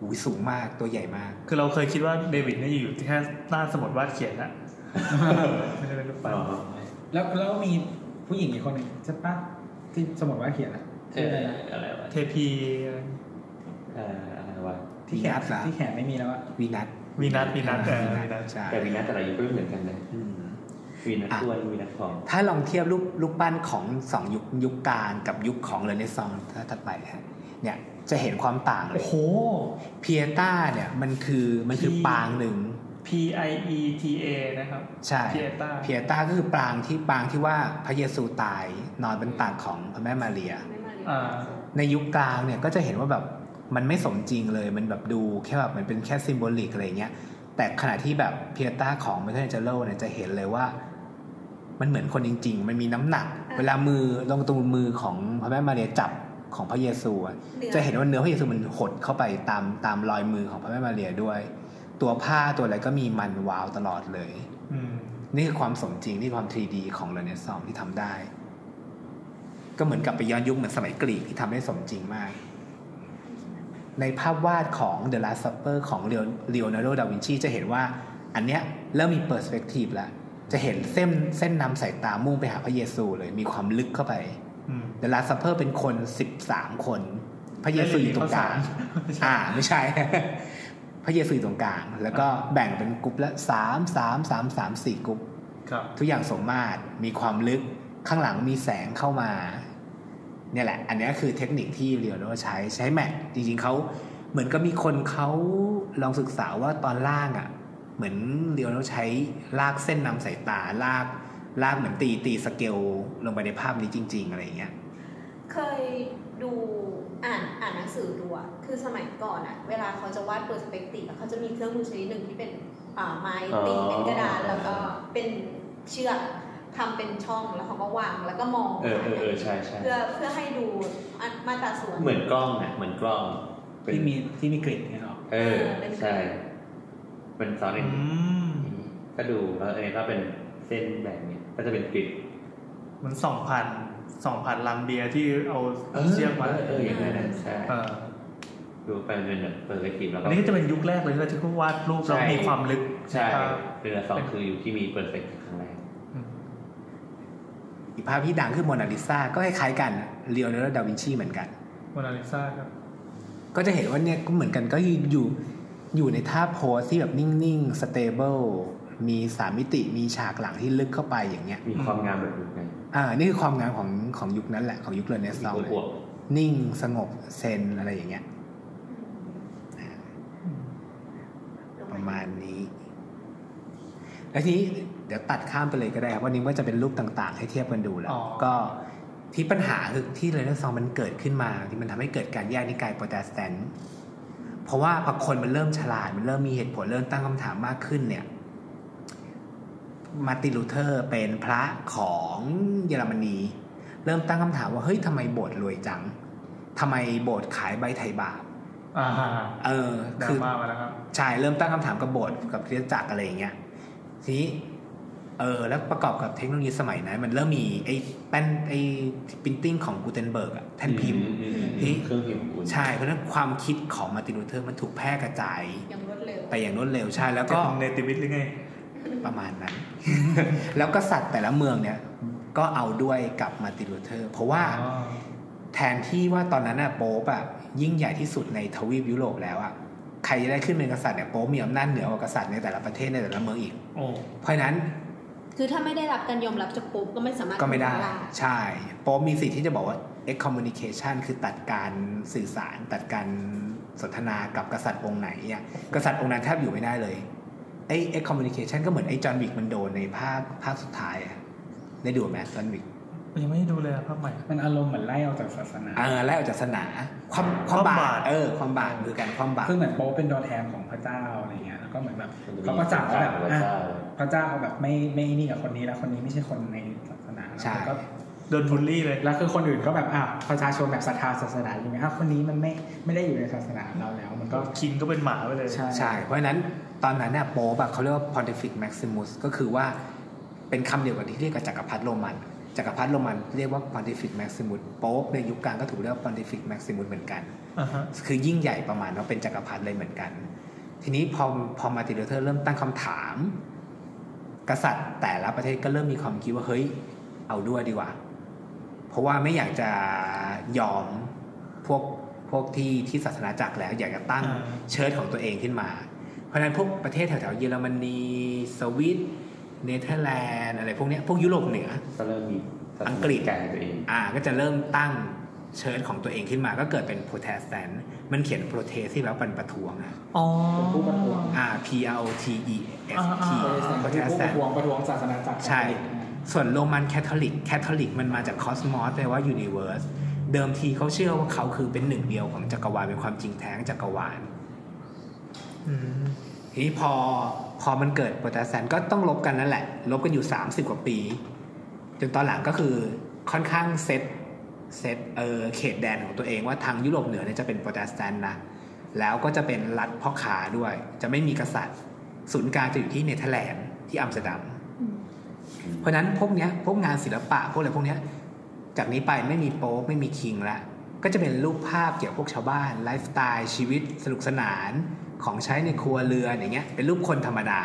[SPEAKER 6] อุ้ยสูงมากตัวใหญ่มาก
[SPEAKER 3] คือเราเคยคิดว่าเดวิดเนี่ยอยู่ที่แค่หน้าสมุดวาดเขียน อะไม่ได้เป็นรูปปั้น
[SPEAKER 4] อ๋อ
[SPEAKER 5] แล้วแล้วมีผู้หญิงอีกคนหนึ่งใช่ปะที่สมมติว่าเขียนอะ
[SPEAKER 4] เอ
[SPEAKER 5] ชื่อ
[SPEAKER 4] อ
[SPEAKER 5] อะไรนะ
[SPEAKER 4] อะไรวะ
[SPEAKER 3] เทพี
[SPEAKER 4] เอ่ออะไรวะ
[SPEAKER 5] ที่แขน
[SPEAKER 6] วีนัสเหรอ
[SPEAKER 5] ที่แขนไม่มีแล้วอะ
[SPEAKER 6] วีนัท
[SPEAKER 3] วีนัสวีนัสเออวีนัส
[SPEAKER 6] ใช่
[SPEAKER 4] แต่วีนัสแต่ละยุคก็ไม่เหมือนกันนะ
[SPEAKER 6] อืม
[SPEAKER 4] วีนัส
[SPEAKER 6] อ่ะ
[SPEAKER 4] ส่วนวีนัสของ
[SPEAKER 6] ถ้าลองเทียบรูปรูปปั้นของสองยุคยุคกลางกับยุคของเรเนซองส์ถัดไปฮะเนี่ยจะเห็นความต่างเล
[SPEAKER 3] โอ้
[SPEAKER 6] ย
[SPEAKER 3] โห
[SPEAKER 6] เพียต้าเนี่ยมันคือมันคือ
[SPEAKER 3] ที่
[SPEAKER 6] ปางหนึ่ง
[SPEAKER 3] P I E T A นะครับ
[SPEAKER 6] ใช่
[SPEAKER 3] เพียต้า
[SPEAKER 6] เพียต้าก็คือปางที่ปางที่ว่าพระเยซูตายนอนบนตักของพระแม่มาเรีย
[SPEAKER 3] อ่า
[SPEAKER 6] ในยุคกลางเนี่ยก็จะเห็นว่าแบบมันไม่สมจริงเลยมันแบบดูแค่แบบมันเป็นแค่ซิมโบลิกอะไรเงี้ยแต่ขณะที่แบบเพียต้าของไมเคิลแองเจโลเนี่ยจะเห็นเลยว่า มันเหมือนคนจริง ๆ มันมีน้ำหนัก เวลามือลงตรงมือของพระแม่มาเรียจับของพระเยซูอะจะเห็นว่าเนื้อพระเยซูมันหดเข้าไปตามตามรอยมือของพระแม่มาเรียด้วย ตัวผ้าตัวอะไรก็มีมันวาวตลอดเลย
[SPEAKER 3] อืม
[SPEAKER 6] นี่คือความสมจริงนี่ความ 3D ของเรเนซองที่ทำได้ ก็เหมือนกับไปย้อนยุคเหมือนสมัยกรีกที่ทำได้สมจริงมาก ในภาพวาดของ The Last Supper ของเลโอนาร์โดดาวินชีจะเห็นว่า อันเนี้ยเริ่มมีเปอร์สเปกทีฟแล้ว จะเห็นเส้นเส้นนำสายตามุ่งไปหาพระเยซูเลยมีความลึกเข้าไป
[SPEAKER 3] อืม
[SPEAKER 6] The Last Supper เป็นคน 13 คน พระเยซูอยู่ตรงกลาง
[SPEAKER 3] ไม่ใช่
[SPEAKER 6] อ่าไม่ใช่ พระเยซูอยู่ตรงกลาง แล้วก็แบ่งเป็นกลุ่มละสามสามสามสามสี่กลุ่ม
[SPEAKER 3] ครับ
[SPEAKER 6] ทุกอย่างสมมาตรมีความลึกข้างหลังมีแสงเข้ามา เนี่ยแหละ อันนี้คือเทคนิคที่เรียวโดใช้ใช้แมทจริงๆเขาเหมือนก็มีคนเขาลองศึกษาว่าตอนล่างอะ่ะ เหมือนเรียวโดใช้ลากเส้นนำสายตาลากลากเหมือนตีตีสเกลลงไปในภาพนี้จริง ๆ อะไรอย่างเงี้ย
[SPEAKER 2] เคยดูอ่านอ่านหนังสือดูอะคือสมัยก่อนอะเวลาเขาจะวาดเปอร์สเปกติฟอะเขาจะมีเครื่องมือชนิดหนึ่งที่เป็นอ่าไม้ตีเป็นกระดานแล้วก็เป็นเชือกทำเป็นช่องแล้วเขาก็วางแล้วก็มอง
[SPEAKER 4] เออเออเออใช่ใช่
[SPEAKER 2] เพื่อเพื่อให้ดูอันมาตราส่วน
[SPEAKER 4] เหมือนกล้องอ่ะเหมือนกล้องเป็น
[SPEAKER 5] ที่มีที่มีกริดเนี่ยหรอ
[SPEAKER 4] เออ
[SPEAKER 2] เป็น
[SPEAKER 4] ใช่เป็นซ้อนเอ
[SPEAKER 3] อื
[SPEAKER 4] ง
[SPEAKER 3] ม
[SPEAKER 4] ก็ดูแล้วเออก็เป็นเส้นแบบนี้ก็จะเป็นกริด
[SPEAKER 3] มันสองพันสองพันลังเบียร์ที่เอาเชือกมา
[SPEAKER 4] เออเอออย่างนั้นนะใช่
[SPEAKER 3] เออ
[SPEAKER 4] ดูไปเป็นแบบเปิดกระติบแล้ว
[SPEAKER 3] อั
[SPEAKER 4] ก็
[SPEAKER 3] นนี้ก็จะเป็นยุคแรกเลยที่เขาวาดรูปแล้ว
[SPEAKER 4] ใช่
[SPEAKER 3] มีความลึก
[SPEAKER 4] ใช่
[SPEAKER 3] ไหมครับ
[SPEAKER 4] เรือสองคืออยู่ที่มีเปิดเป็นครั้งแรก
[SPEAKER 3] อืม
[SPEAKER 6] อีกภาพที่ดังคือโมนาลิซาก็คล้ายๆกันเรียวโดดาวินชีเหมือนกัน
[SPEAKER 3] โมนาลิซาครับ
[SPEAKER 6] ก็จะเห็นว่าเนี่ยก็เหมือนกันก็คืออยู่อยู่ในท่าโพสที่แบบนิ่งๆ สเตเบิลมีสามมิติมีฉากหลังที่ลึกเข้าไปอย่างเงี้ย
[SPEAKER 4] มีความงามแบบนี้ไง
[SPEAKER 6] อ่า นี่คือความงามของของยุคนั้นแหละของยุคเรเนซองส์เลย
[SPEAKER 4] อวบ
[SPEAKER 6] นิ่งสงบเซนอะไรอย่างเงี้ย ประมาณนี้ แล้วทีนี้เดี๋ยวตัดข้ามไปเลยก็ได้ครับวันนี้ว่าจะเป็นรูปต่างๆ ให้เทียบกันดูแล้ว
[SPEAKER 3] อ๋อ
[SPEAKER 6] ก็ที่ปัญหาคือที่เรเนซองส์มันเกิดขึ้นมา ที่มันทำให้เกิดการแยกนิกายโปรเตสแตนต์เพราะว่าพอคนมันเริ่มฉลาด มันเริ่มมีเหตุผลเริ่มตั้งคำถามมากขึ้นเนี่ย มาร์ตินลูเทอร์เป็นพระของเยอรมนี เริ่มตั้งคำถามว่าเฮ้ยทำไมโบสถ์รวยจังทำไมโบสถ์ขายใบไถ่บาป
[SPEAKER 3] อ่าฮะ
[SPEAKER 6] เออ
[SPEAKER 3] ดรา
[SPEAKER 6] คือ
[SPEAKER 3] ม่ามาแล้วครับ
[SPEAKER 6] ใช่เริ่มตั้งคำถามกับโบสถ์กับคริสตจักรอะไรอย่างเงี้ยทีนี้เออแล้วประกอบกับเทคโนโลยีสมัยนั้น มันเริ่มมีไอ้แป้นไอ้พิมพ์ติ้งของกูเทนเบิร์กอะแท่นพิมพ์
[SPEAKER 4] อือืม
[SPEAKER 6] นี่
[SPEAKER 4] เครื่องพิมพ์ของคุณ
[SPEAKER 6] ใช่เพราะฉะนั้นความคิดของมาร์ตินลูเทอร์มันถูกแพร่กระจาย
[SPEAKER 2] อย่างรวดเร็ว
[SPEAKER 6] ไปอย่างรวดเร็วใช่แล้ว
[SPEAKER 3] ก็
[SPEAKER 6] ก็
[SPEAKER 3] เนติวิทย์หรือไง
[SPEAKER 6] ประมาณนั้น แล้วกษัตริย์แต่ละเมืองเนี่ย ก็เอาด้วยกับมาร์ตินลูเทอร์ เพราะว่า
[SPEAKER 3] อ๋อ
[SPEAKER 6] แทนที่ว่าตอนนั้นน่ะโป๊ปอะยิ่งใหญ่ที่สุดในทวีปยุโรปแล้วอะใครจะได้ขึ้นเป็นกษัตริย์เนี่ยโป๊ปมีอำนาจเหนือกว่ากษัตริย์ในแต่ละประเทศในแต่ละเมืองอีก
[SPEAKER 3] โอ้
[SPEAKER 6] เพราะฉะนั้น
[SPEAKER 8] คือถ้าไม่ได้รับการยอมรับจากปุ๊บก็ไม่สามารถ
[SPEAKER 6] ก็ไม่ได้ใช่โป๊ปมีสิทธิ์ที่จะบอกว่า excommunication คือตัดการสื่อสาร ตัดการสนทนากับกษัตริย์องค์ไหนอ่ะกษัตริย์องค์นั้นแทบอยู่ไม่ได้เลยไอ้ excommunication ก็เหมือนไอ้จอห์นวิกมันโดนในภาคภาคสุดท้ายอ่ะได้ดูไหมจอห์นวิก
[SPEAKER 3] ยังไม่ได้ดูเลยอะภาพใหม่
[SPEAKER 5] มันอารมณ์เหมือนไล่ออกจากศาสนา
[SPEAKER 6] เออไล่ออกจากศาสนาความค
[SPEAKER 3] ความ วาม
[SPEAKER 6] บา
[SPEAKER 3] บา
[SPEAKER 6] ป
[SPEAKER 3] ป
[SPEAKER 6] เออความบาปคือการความบาป
[SPEAKER 5] คือเหมือนโป๊เป็นตัวแทนของพระเจ้าอะไรเงี้ยแล้วก็เหมือนแบบ
[SPEAKER 4] มันจะมี
[SPEAKER 5] เขาก็จับว่าแบบ
[SPEAKER 4] พระ
[SPEAKER 5] อ่ะ
[SPEAKER 4] เจ้า
[SPEAKER 5] พระเจ้าเขาแบบไม่ไม่นี่กับคนนี้แล้วคนนี้ไม่ใช่คนในศาสนา
[SPEAKER 6] ใช่
[SPEAKER 5] แล้วก็
[SPEAKER 3] โดนบูลลี่เลย
[SPEAKER 5] แล้วคือคนอื่นก็แบบอ่ะประชาชนแบบศรัทธาศาสนาอยู่ไหมอ้าวคนนี้มันไม่ไม่ได้อยู่ในศาสนาเราแล้ว มันก็
[SPEAKER 3] คิงก็เป็นหมาไปเลย
[SPEAKER 5] ใช่
[SPEAKER 6] ใช่เพราะฉะนั้นตอนนั้นเนี่ยโป๊ปอะเขาเรียกว่า pontific maximus ก็คือว่าเป็นคำเดียวกับที่เรียกกับจักรพรรดิโรมัน จักรพรรดิโรมันเรียกว่า pontific maximus โป๊ปในยุคกลางก็ถูกเรียกว่า pontific maximus เหมือนกัน
[SPEAKER 3] อ่าฮะ
[SPEAKER 6] คือยิ่งใหญ่ประมาณว่าเป็นจักรพรรดิเลยเหมือนกัน ทีนี้พอพอมาตินลูเทอร์เริ่มตั้งคำถาม กษัตริย์แต่ละประเทศก็เริ่มมีความคิดว่าเฮ้ยเอาด้วยดีกว่า เพราะว่าไม่อยากจะยอม พวกพวกที่ที่ศาสนาจักรแล้ว อยากจะตั้ง
[SPEAKER 3] อ่า
[SPEAKER 6] เชิดของตัวเองขึ้นมา เพราะฉะนั้นพวกประเทศแถวๆเยอรมนีสวิตเนเธอร์แลนด์อะไรพวกเนี้ยพวกยุโรปเหนือ
[SPEAKER 4] ก็เริ่มมี
[SPEAKER 6] อังกฤษ
[SPEAKER 4] ไก่ตัวเอง
[SPEAKER 6] อ่าก็จะเริ่มตั้งเชิญของตัวเองขึ้นมา ก็เกิดเป็นโปรเตสแตนต์มันเขียนโปรเตสที่แปลว่าเป็นประท้วงอะ
[SPEAKER 3] อ๋อ
[SPEAKER 5] เป็นผู้ประท้วง
[SPEAKER 6] อ่า P R O T E S
[SPEAKER 3] อ่า
[SPEAKER 6] T
[SPEAKER 3] อ่า
[SPEAKER 6] โปร
[SPEAKER 5] ประ
[SPEAKER 6] เตสแตนต์
[SPEAKER 5] ท้วงประท้วงศาสนาจักร
[SPEAKER 6] ใช่ ส่วนโรมันแคทอลิก แคทอลิกมันมาจากคอสมอสแปลว่ายูนิเว r ร์ส เดิมทีเขาเชื่อว่าเขาคือเป็นหนึ่งเดียวของจักรวาล เป็นความจริงแท้ของจักรวาล
[SPEAKER 3] อืม
[SPEAKER 6] ทีนี้พอพอมันเกิดโปรเตสแตนต์ก็ต้องลบกันนั่นแหละ ลบกันอยู่ 30 กว่าปี จนตอนหลังก็คือค่อนข้างเซตเซตเออเขตแดนของตัวเองว่าทางยุโรปเหนือเนี่ยจะเป็นโปรเตสแตนต์นะ แล้วก็จะเป็นรัฐพ่อขาด้วย จะไม่มีกษัตริย์ ศูนย์กลางจะอยู่ที่เนเธอร์แลนด์ที่อัมสเตอร์ดัม เพราะฉะนั้นพวกเนี้ยพวกงานศิลปะพวกอะไรพวกเนี้ยจากนี้ไปไม่มีโป๊ปไม่มีคิงละก็จะเป็นรูปภาพเกี่ยวกับพวกชาวบ้านไลฟ์สไตล์ชีวิตสนุกสนานของใช้ในครัวเรือนอย่างเงี้ยเป็นรูปคนธรรมดา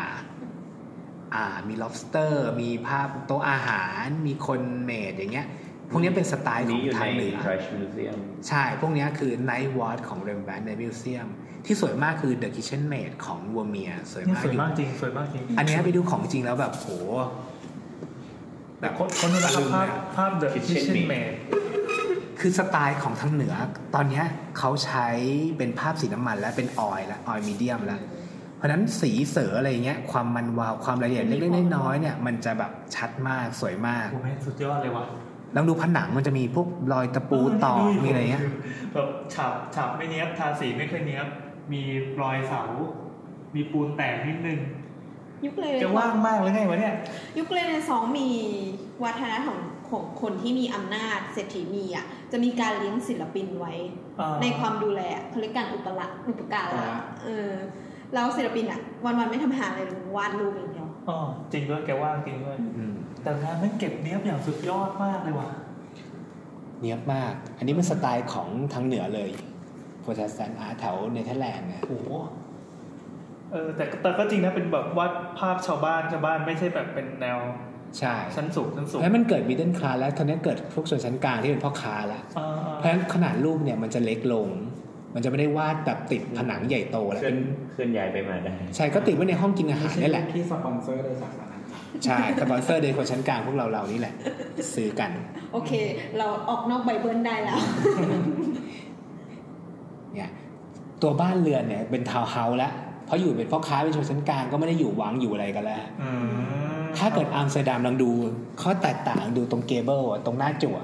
[SPEAKER 6] อ่ามี lobster มีภาพโต๊ะอาหารมีคนเมดอย่างเงี้ยพวกเนี้ยเป็นสไตล์ข
[SPEAKER 4] นี้
[SPEAKER 6] อง
[SPEAKER 4] อยู่
[SPEAKER 6] ทางเห
[SPEAKER 4] ใน
[SPEAKER 6] นือ
[SPEAKER 4] British Museum
[SPEAKER 6] ใช่ พวกเนี้ยคือ Night Watch ของ Rembrandt ในมิวเซียมที่สวยมากคือ The Kitchen Maid ของ Vermeer สวย
[SPEAKER 3] นี่
[SPEAKER 6] มา
[SPEAKER 3] ส
[SPEAKER 6] ก
[SPEAKER 3] วย
[SPEAKER 6] อยู่
[SPEAKER 3] มากจริงสวยมากจริง
[SPEAKER 6] อันเนี้ยไปดูของจริงแล้วแบบโห
[SPEAKER 3] แต่คนคนนู้นนะครับภาพภาพ The
[SPEAKER 4] Kitchen
[SPEAKER 3] Kitchen
[SPEAKER 4] Maid
[SPEAKER 3] Maid
[SPEAKER 6] คือสไตล์ของทางเหนือ ตอนเนี้ยเขาใช้เป็นภาพสีน้ำมันและเป็นออยล์และออยล์มีเดียมแล้วเพราะฉะนั้นสีเสืออะไรเงี้ยความมันวาวความละเอียดเล็กๆน้อยๆเนี่ยมันจะแบบชัดมากสวยมาก
[SPEAKER 3] โอ้แม่งสุดยอดเลยว่ะ
[SPEAKER 6] ลองดูผนังมันจะมีพวกรอยตะปูตอกมีอะไรเงี้ย
[SPEAKER 3] แบบฉาบฉาบไม่เนี้ยบทาสีไม่ค่อยเนี้ยบมีรอยเสา มีปูนแตกนิดนึง
[SPEAKER 8] ยุคเลย
[SPEAKER 3] จะว่างมากเลยไงวะเนี่ย
[SPEAKER 8] ยุคเรเนซองส์มีวัฒนธรรมของคนที่มีอำนาจเศรษฐีมีอ่ะจะมีการเลี้ยงศิลปินไว้
[SPEAKER 3] อ่า
[SPEAKER 8] ในความดูแลเขาเรียกการอุปละอุปการะเออแล้วศิลปินอ่ะวันวันๆไม่ทำหาอะไรเลยวาดรูปอย่างเดียว
[SPEAKER 3] อ๋อจริงด้วยแกว่างจริงด้วย
[SPEAKER 6] อืม
[SPEAKER 3] แต่งานแม่งเก็บเนี้ยบอย่างสุดยอดมากเลยว่ะ
[SPEAKER 6] เนียบมาก อันนี้เป็นสไตล์ของทางเหนือเลยโปรเตสแตนต์อาร์ตแถวเนเธอร์แลนด์เนี่ย
[SPEAKER 3] โอ้โหเออแต่แต่ก็จริงนะเป็นแบบวาดภาพชาวบ้านชาวบ้านไม่ใช่แบบเป็นแนว
[SPEAKER 6] ใช่
[SPEAKER 3] ชั้นสูงชั้นสูง
[SPEAKER 6] แล้วมันเกิดมิดเดิลคลาสแล้วตอนนี้เกิดพวกชนชั้นกลางที่เป็นพ่อค้าแล้ว
[SPEAKER 3] อ่าอ่า
[SPEAKER 6] เพราะฉะนั้นขนาดรูปเนี่ยมันจะเล็กลง มันจะไม่ได้วาดแบบติดผนังใหญ่โตแล้ว
[SPEAKER 4] เคลื่อ
[SPEAKER 6] เป็นน
[SPEAKER 4] เคลื่อนย้ายไปมาได้
[SPEAKER 6] ใช่ก็ติดไว้ในห้องกินอาหารนี่แหละ
[SPEAKER 5] ที่สปอนเซอร์โดยศาสนาจักร
[SPEAKER 6] ใช่สปอนเซอร์เดนคนชั้นกลางพวกเราเรานี่แหละ ซื้อกัน
[SPEAKER 8] โอเค เราออกนอกไบเบิลได้แล้ว
[SPEAKER 6] เนี่ยตัวบ้านเรือนเนี่ยเป็นทาวน์เฮาส์แล้วเพราะอยู่เป็นพ่อค้าเป็นชนชั้นกลางก็ไม่ได้อยู่หวังอยู่อะไรกันแล้ว
[SPEAKER 3] อืม
[SPEAKER 6] ถ้าเกิดอัมสเตอร์ดัมลองดูข้อแตกต่างดูตรงเกเบิลอะตรงหน้าจั่ว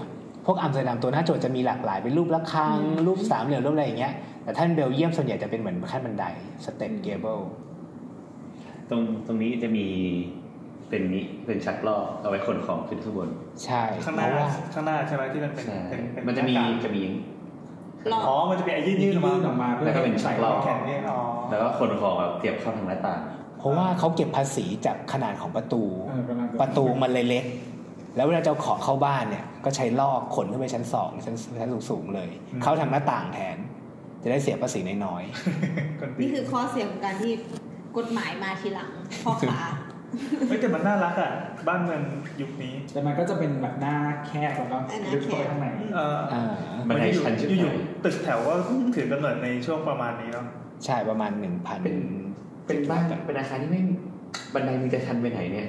[SPEAKER 6] พวกอัมสเตอร์ดัมตัวหน้าจั่วจะมีหลากหลายเป็นรูประฆังรูปสามเหลี่ยมรูปอะไรอย่างเงี้ยแต่ท่านเบลเยียมส่วนใหญ่จะเป็นเหมือนขั้นบันไดสเต็ปเกเบิล
[SPEAKER 4] ตรงตรงนี้จะมีเป็นนี้เป็นชักลอกเอาไว้ขนของขึ้นข้างบน
[SPEAKER 6] ใช่
[SPEAKER 3] ข้างห
[SPEAKER 6] เพ
[SPEAKER 3] น้า
[SPEAKER 6] ราะว่า
[SPEAKER 3] ข้างหน้าใช่ไหมที่มันเป็น
[SPEAKER 4] ใช่
[SPEAKER 3] เป็นเป็น
[SPEAKER 4] มันจะมี
[SPEAKER 3] หากาก
[SPEAKER 4] จะมี
[SPEAKER 3] อ๋อมันจะเป็นไอ้ยืดยื
[SPEAKER 5] ยื่
[SPEAKER 3] ด
[SPEAKER 5] น
[SPEAKER 3] ออกมา
[SPEAKER 5] ออกมาเพื่อ
[SPEAKER 4] แล้วก็เป็น
[SPEAKER 5] ให้
[SPEAKER 4] ชักลอก
[SPEAKER 3] แขนเนี่ยอ๋อ
[SPEAKER 4] แล้วก็ขนของแบบเสียบเข้าทางหน้าต่าง
[SPEAKER 6] เพราะว่าเขาเก็บภาษีจากขนาดของประตู
[SPEAKER 5] เออกำลัง
[SPEAKER 6] ประตูมันเลยเล็ก แล้วเวลาจะเอาของเข้าบ้านเนี่ย ก็ใช้ลอกขนขึ้นไปชั้นสองชั้นชั้นสูงๆเลย เข้าทางหน้าต่างแทน จะได้เสียภาษีน้อย
[SPEAKER 3] กันดี
[SPEAKER 8] นี่คือข้อเสียของการที่กฎหมายมาทีหลังพ่อค้า
[SPEAKER 3] เฮ้ยแต่มันน่ารักอ่ะ บ้านเมืองยุคนี้
[SPEAKER 5] แต่มันก็จะเป็นแบบหน้าแคบแล้วก็ลึกเข้าไปข้างใน
[SPEAKER 3] เออ
[SPEAKER 6] ๆอ่า
[SPEAKER 4] บันได
[SPEAKER 3] อยู่
[SPEAKER 4] ชั้นขึ้นไป
[SPEAKER 3] อยู่ๆตึกแถวว่าถือกำเนิดในช่วงประมาณนี้เนาะ
[SPEAKER 6] ใช่ประมาณหนึ่งพัน
[SPEAKER 4] เป็น เป็นบ้านเป็นอาคารที่ไม่บันไดมันจะชันไปไหนเนี่ย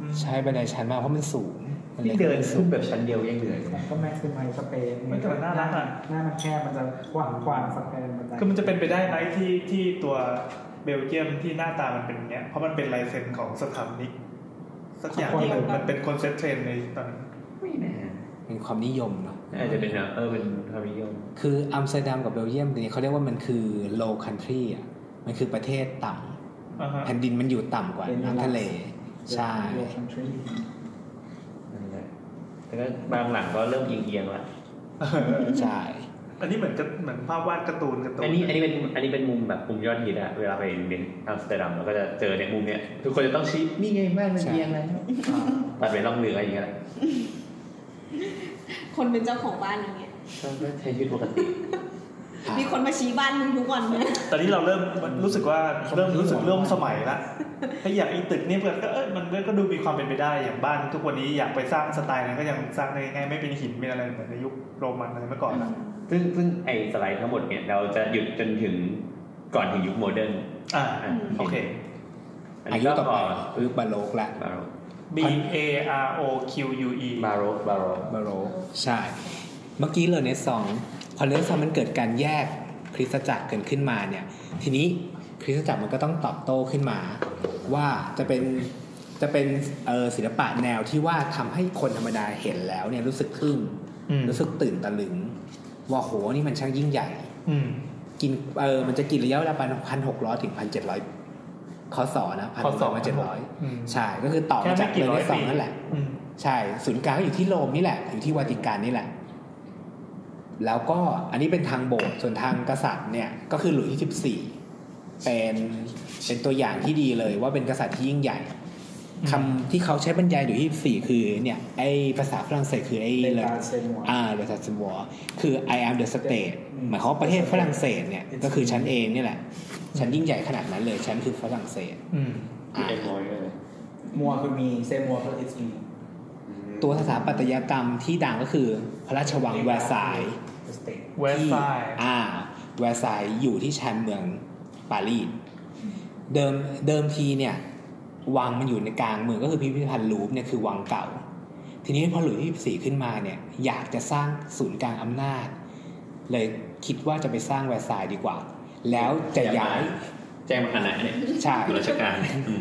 [SPEAKER 3] อืม
[SPEAKER 6] ใช่บันไดชั้นมากเพราะมันสูงมั
[SPEAKER 4] นี่
[SPEAKER 6] ล็ก
[SPEAKER 4] เดินขึ้นแบบชั้นเดียวยังเหนื่อยเลย
[SPEAKER 5] มันก็แม็กซ์ไมสเปซ
[SPEAKER 3] มันก็น่ารักอะ
[SPEAKER 5] หน้ามันแคบมันจะกว้างกว้างสเปซมันจะ
[SPEAKER 3] คือมันจะเป็นไปได้ไหมที่ที่ตัวเบลเยียมที่หน้าตามันเป็นอย่างเงี้ยเพราะมันเป็นลายเซ็นของสถาปนิกสักอย่างที่มันมันเป็นคอนเซ็ปต์เทรนด์ในตอนนั้น
[SPEAKER 4] ไม่แน่
[SPEAKER 6] เป็นความนิยมเนาะ
[SPEAKER 4] อาจจะเป็นแบบเออเป็นความนิยม
[SPEAKER 6] คืออัมสเตอร์ดัมกับเบลเยียมเนี่ยเขาเรียกว่ามันคือ low country อ่ะมันคือประเทศต่ำ
[SPEAKER 3] อ่าฮะ
[SPEAKER 6] แผ่นดินมันอยู่ต่ำกว่าน้ำทะเลใช่
[SPEAKER 5] โลคันทรี
[SPEAKER 4] นั่นแหละแล้วก็บางหลังก็เริ่มเอียงๆละ
[SPEAKER 6] ใช่
[SPEAKER 3] อันนี้เหมือนกับเหมือนภาพวาดการ์ตูนการ์ตูน
[SPEAKER 4] อันนี้อันนี้เป็นอันนี้เป็นมุมแบบมุมยอดฮิตอะเวลาไปเบนอัมสเตอร์ดัมเราก็จะเจอในยมุมเนี้ยทุกคนจะต้องชี้นี่ไงบ้านมัน
[SPEAKER 6] ใช่
[SPEAKER 4] เอียงแล้วตัดไปล่องเรืออย่างเงี้ยแหละ
[SPEAKER 8] คนเป็นเจ้าของบ้านอย่างเงี้ย
[SPEAKER 4] ก็ใช้ชีวิตปกติ
[SPEAKER 6] อ่ะ
[SPEAKER 8] มีคนมาชี้บ้านมึงทุกวันเลย
[SPEAKER 3] ตอนนี้เราเริ่มรู้สึกว่าเริ่มรู้สึกเริ่มสมัยละถ้าอยากอีตึกนี่มันก็เอ้ยมันก็ดูมีความเป็นไปได้อย่างบ้านทุกวันนี้อยากไปสร้างสไตล์นั้นก็ยังสร้างได้ง่ายๆไม่เป็นหินเป็นอะไรเหมือนในยุคโรมันอะไรเมื่อก่อนนะ
[SPEAKER 4] ซึ่งซึ่งไอสไลด์ทั้งหมดเนี่ยเราจะหยุดจนถึงก่อนถึงยุคโมเดิร์น
[SPEAKER 3] อ่า
[SPEAKER 4] อ่ะ
[SPEAKER 3] โอเค
[SPEAKER 4] อัน
[SPEAKER 6] อา
[SPEAKER 4] นี้
[SPEAKER 6] ยุ
[SPEAKER 4] ก็พ
[SPEAKER 6] ต่อไป
[SPEAKER 4] อ
[SPEAKER 6] คือบาโลกละ
[SPEAKER 4] บาโร
[SPEAKER 3] B A R O Q U E
[SPEAKER 4] บาโรบาโร
[SPEAKER 6] บาโรกใช่ เมื่อกี้เลเนสองพอเรเนซองมันเกิดการแยกคริสตจักรเกิดขึ้นมาเนี่ย ทีนี้คริสตจักรมันก็ต้องตอบโต้ขึ้นมา ว่าจะเป็นจะเป็นเอ่อศิลปะแนวที่ว่าทำให้คนธรรมดาเห็นแล้วเนี่ยรู้สึกทึ่ง
[SPEAKER 3] อืม
[SPEAKER 6] รู้สึกตื่นตะลึง ว่าโหนี่มันช่างยิ่งใหญ่
[SPEAKER 3] อืม
[SPEAKER 6] กินเออมันจะกินระยะเวลาประมาณพันหกร้อยถึงพันเจ็ดร้อยคศนะพัน
[SPEAKER 3] คศ
[SPEAKER 6] สองพันเจ็ดร้อย
[SPEAKER 3] อืม
[SPEAKER 6] ใช่ก็คือต่อ
[SPEAKER 3] แค่
[SPEAKER 6] มา
[SPEAKER 3] ไม่
[SPEAKER 6] จาก
[SPEAKER 3] กี่
[SPEAKER 6] เร
[SPEAKER 3] ร้อ
[SPEAKER 6] เน
[SPEAKER 3] ย
[SPEAKER 6] ซอ
[SPEAKER 3] ปี
[SPEAKER 6] งส์นั่นแหละ
[SPEAKER 3] อืม
[SPEAKER 6] ใช่ศูนย์กลางก็อยู่ที่โรมนี่แหละ อยู่ที่วาติกันนี่แหละ แล้วก็อันนี้เป็นทางโบสถ์ส่วนทางกษัตริย์เนี่ย ก็คือหลุยส์ที่สิบสี่เป็นเป็นตัวอย่างที่ดีเลยว่าเป็นกษัตริย์ที่ยิ่งใหญ่คำที่เขาใช้บรรยายหลุยส์ที่สิบสี่คือเนี่ย ไอภาษาฝรั่งเศสคือไอ
[SPEAKER 5] เป็น
[SPEAKER 6] เลย
[SPEAKER 5] การเซนหัว
[SPEAKER 6] อ่าเลสัตสวอคือ I am the state
[SPEAKER 5] อืม
[SPEAKER 6] หมายความว่าประเทศฝรั่งเศสเนี่ย ก็คือฉันเองเนี่ยแหละ ฉันยิ่งใหญ่ขนาดนั้นเลย ฉันคือฝรั่งเศส
[SPEAKER 3] อืม
[SPEAKER 4] ที่เอ็มอยเลย
[SPEAKER 5] มัวคือมีเซนมัวคือ it's me
[SPEAKER 6] ตัวสถาปัตยกรรมที่ดังก็คือพระราชวังแวร์ซาย
[SPEAKER 5] the state
[SPEAKER 3] เว็บไซต์
[SPEAKER 6] อ่าแวร์ไซน์อยู่ที่ชานเมืองปารีสเดิมเดิมทีเนี่ย วังมันอยู่ในกลางเมืองก็คือพิพิธภัณฑ์ลูฟเนี่ยคือวังเก่า ทีนี้พอหลุยส์ที่สี่ขึ้นมาเนี่ย อยากจะสร้างศูนย์กลางอำนาจ เลยคิดว่าจะไปสร้างแวร์ไซน์ดีกว่า แล้วจะย้าย
[SPEAKER 4] แจ้งวัฒนะเนี่ย
[SPEAKER 6] ใช่
[SPEAKER 4] อยู่ราชการเนี่ยอืม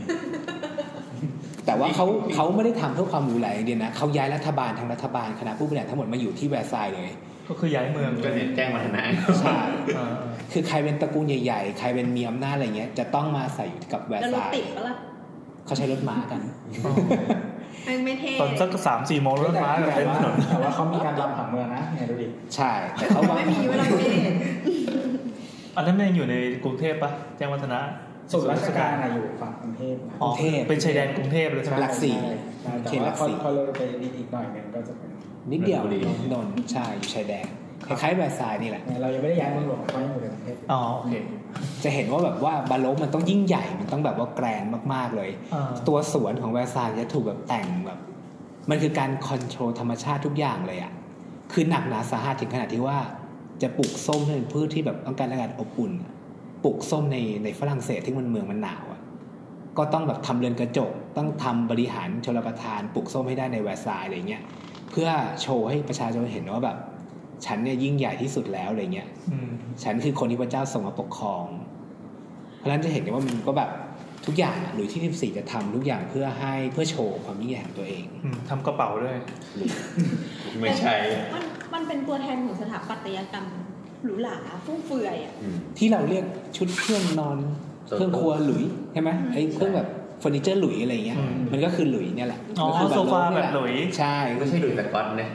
[SPEAKER 6] แต่ว่าเขา
[SPEAKER 4] นี่นี่
[SPEAKER 6] เขาไม่ได้ทำเพื่อความหรูหราอย่างเดียวนะเขาย้ายรัฐบาลทางรัฐบาลคณะผู้บริหารทั้งหมดมาอยู่ที่แวร์ไซน์เลย
[SPEAKER 3] ก็คือย้ายเมือง
[SPEAKER 4] ก็เนี่ยแจ้งวัฒนะ
[SPEAKER 6] ใช่
[SPEAKER 3] อ่า
[SPEAKER 6] คือใครเป็นตระกูลใหญ่ๆ ใครเป็นมีอำนาจอะไรเงี้ยจะต้องมาใส่อยู่กับแวร์
[SPEAKER 2] แล้วร
[SPEAKER 6] ไซ
[SPEAKER 2] ถติด
[SPEAKER 6] น์
[SPEAKER 2] ปะล่ะ
[SPEAKER 6] เขาใช้รถม้ากัน
[SPEAKER 2] ไม่ไม่เท่
[SPEAKER 3] ตอนสักสามสี่โมงรถ
[SPEAKER 5] แต่
[SPEAKER 3] ม้ากับ
[SPEAKER 5] แต่
[SPEAKER 3] เต็น
[SPEAKER 5] ว่า
[SPEAKER 3] ถนน
[SPEAKER 5] แต่ว่าเขามีการรำผังเมืองนะเนี่ยดูดิ
[SPEAKER 6] ใช่ แต่เขาว่า
[SPEAKER 2] ไม่มีเวลาเท่
[SPEAKER 3] อันนั้นมันยังอยู่ในกรุงเทพปะแจ้งวัฒนะ
[SPEAKER 5] ส่วนราชการอะอยู่ฝั่งกรุงเทพนะ
[SPEAKER 3] อ๋อเป็นชายแดนกรุงเทพเลยใช่ไหม
[SPEAKER 6] หลักสี่
[SPEAKER 5] ใช่
[SPEAKER 6] โอเค
[SPEAKER 5] แต่
[SPEAKER 6] ห
[SPEAKER 5] ว่า
[SPEAKER 6] ลัก
[SPEAKER 5] พอ
[SPEAKER 6] สี่
[SPEAKER 5] พอเลยไปอีกหน่อยหนึงก็จะเป็น
[SPEAKER 6] นิดเดียวนนท์ใช่อยู่ชายแดนคล้ายๆแวร์ซายน์นี่แหละ
[SPEAKER 5] เนี่ยเรายังไม่ได้ย้ายเมืองหลวงเพราะยังอยู่ในกรุงเทพ
[SPEAKER 3] อ๋อโอเค
[SPEAKER 6] จะเห็นว่าแบบว่าบาโลกมันต้องยิ่งใหญ่มันต้องแบบว่าแกรนด์มากๆเลย
[SPEAKER 3] อ่า
[SPEAKER 6] ตัวสวนของแวร์ซายน์จะถูกแบบแต่งแบบ มันคือการคอนโทรลธรรมชาติทุกอย่างเลยอ่ะคือหนักหนาสาหัสถึงขนาดที่ว่า จะปลูกส้มเป็นพืชที่แบบต้องการอากาศอบอุ่นอะปลูกส้มในในฝรั่งเศสที่มันเมืองมันหนาวอ่ะก็ต้องแบบทำเรือนกระจก ต้องทำบริหารชลประทานปลูกส้มให้ได้ในแวร์ซายน์อะไรเงี้ยเพื่อโชว์ให้ประชาชนเห็นว่าแบบ ฉันเนี่ยยิ่งใหญ่ที่สุดแล้วอะไรเงี้ย
[SPEAKER 3] อืม
[SPEAKER 6] ฉันคือคนที่พระเจ้าส่งมาปกครอง เพราะฉะนั้นจะเห็นได้ว่ามันก็แบบทุกอย่างอะหลุยส์ที่ 14 จะทำทุกอย่างเพื่อให้เพื่อโชว์ความยิ่งใหญ่ของตัวเอง
[SPEAKER 3] อืมทำกระเป๋าด้วย
[SPEAKER 4] ไม่ใช่
[SPEAKER 8] มันมันเป็นตัวแทนของสถาปัตยกรรมหรูหราฟุ่มเฟือยอ่ะ
[SPEAKER 4] อืม
[SPEAKER 6] ที่เราเรียกชุดเครื่องนอน
[SPEAKER 4] ส่วนตัว
[SPEAKER 6] เครื่องครัวหลุยส์ใช่ไหมไอ้เครื่องแบบเฟอร์นิเจอร์หลุยส์อะไรอย่างเงี้ย
[SPEAKER 3] อืม
[SPEAKER 6] มันก็คือหลุยส์เนี่ยแหละ
[SPEAKER 3] อ๋อ
[SPEAKER 6] ก็คื
[SPEAKER 3] โซฟา
[SPEAKER 6] โกเนี่ย
[SPEAKER 3] แบบหลุยส์
[SPEAKER 6] ใช่
[SPEAKER 4] ไม่ใช่ดูสกอตนะ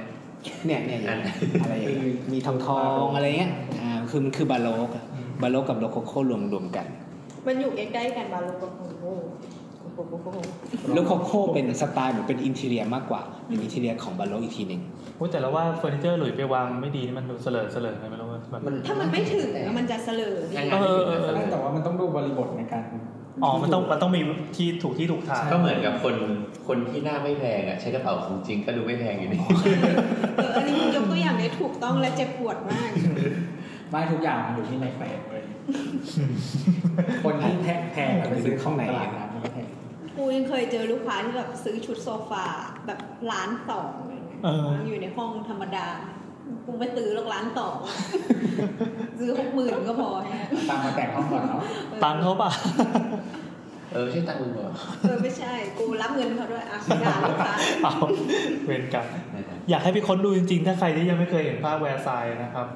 [SPEAKER 6] เนี่ยเนี่ยเนี่ย
[SPEAKER 4] อัน
[SPEAKER 6] อะไรอย่างเงี้ยมีทองทองอะไรเงี้ยอ่าคือมันคือบาโลกอะบาโลกกับโรโคโค่รวมรวมกัน
[SPEAKER 8] มันอยู่ใกล้ๆกันบาโลกกับโอ้โหโอ้โหโอ้โหโอ้โห
[SPEAKER 6] โรโคโค่เป็นสไตล์เหมือนเป็นอินเทเรียมากกว่าเป็นอินเทเรียของบาโลกอีกทีหนึ่ง
[SPEAKER 3] โอ้แต่ละว่าเฟอร์นิเจอร์หลุยไปวางไม่ดีนี่มันดูเสลอเสลอไงไม่รู้ว่ามัน
[SPEAKER 8] ถ้ามันไม่ถึงอะมันจะเสลอ
[SPEAKER 4] ทำงาน
[SPEAKER 3] เอ
[SPEAKER 4] ที่
[SPEAKER 3] อ
[SPEAKER 4] ถึง
[SPEAKER 3] เออ
[SPEAKER 4] นะ
[SPEAKER 5] แต่ว่ามันต้องดูบริบทในการ
[SPEAKER 3] อ๋อมันต้องมันต้องมีที่ถูกที่ถูกทาง
[SPEAKER 4] ก็เหมือนกับคนคนที่หน้าไม่แพงอ่ะ ใช้กระเป๋าของจริงก็ดูไม่แพงอยู่ดี
[SPEAKER 8] เอออันนี้ยกตัวอย่างได้ถูกต้องและเจ็บปวดมาก
[SPEAKER 5] ไม่ทุกอย่างมันอยู่ที่ในแฟนเลย คนที่แพงแพงไปซื้อของตลาดนะมันก็แพง
[SPEAKER 8] กูยังเคยเจอลูกค้าที่แบบซื้อชุดโซฟาแบบร้านสองอะไรเงี้ย
[SPEAKER 3] เออ
[SPEAKER 8] อยู่ในห้องธรรมดา กูไปตื้อหรอกร้านสอง อะซื้อหกหมื่นก็พอฮะ
[SPEAKER 5] ตามมาแต่งห้องก่อนเนาะ
[SPEAKER 3] ตังค์เขาป่ะ
[SPEAKER 4] เออใช่ตังค์มึงเหรอ
[SPEAKER 8] เออไม่ใช่ กูรับเงินเขาด้วยอ่ะด่าลูกค้า
[SPEAKER 3] เอาเวรกรรมอยากให้ไปค้นดูจริงๆ ถ้าใครที่ยังไม่เคยเห็นภาพแวร์ไซน์นะครับ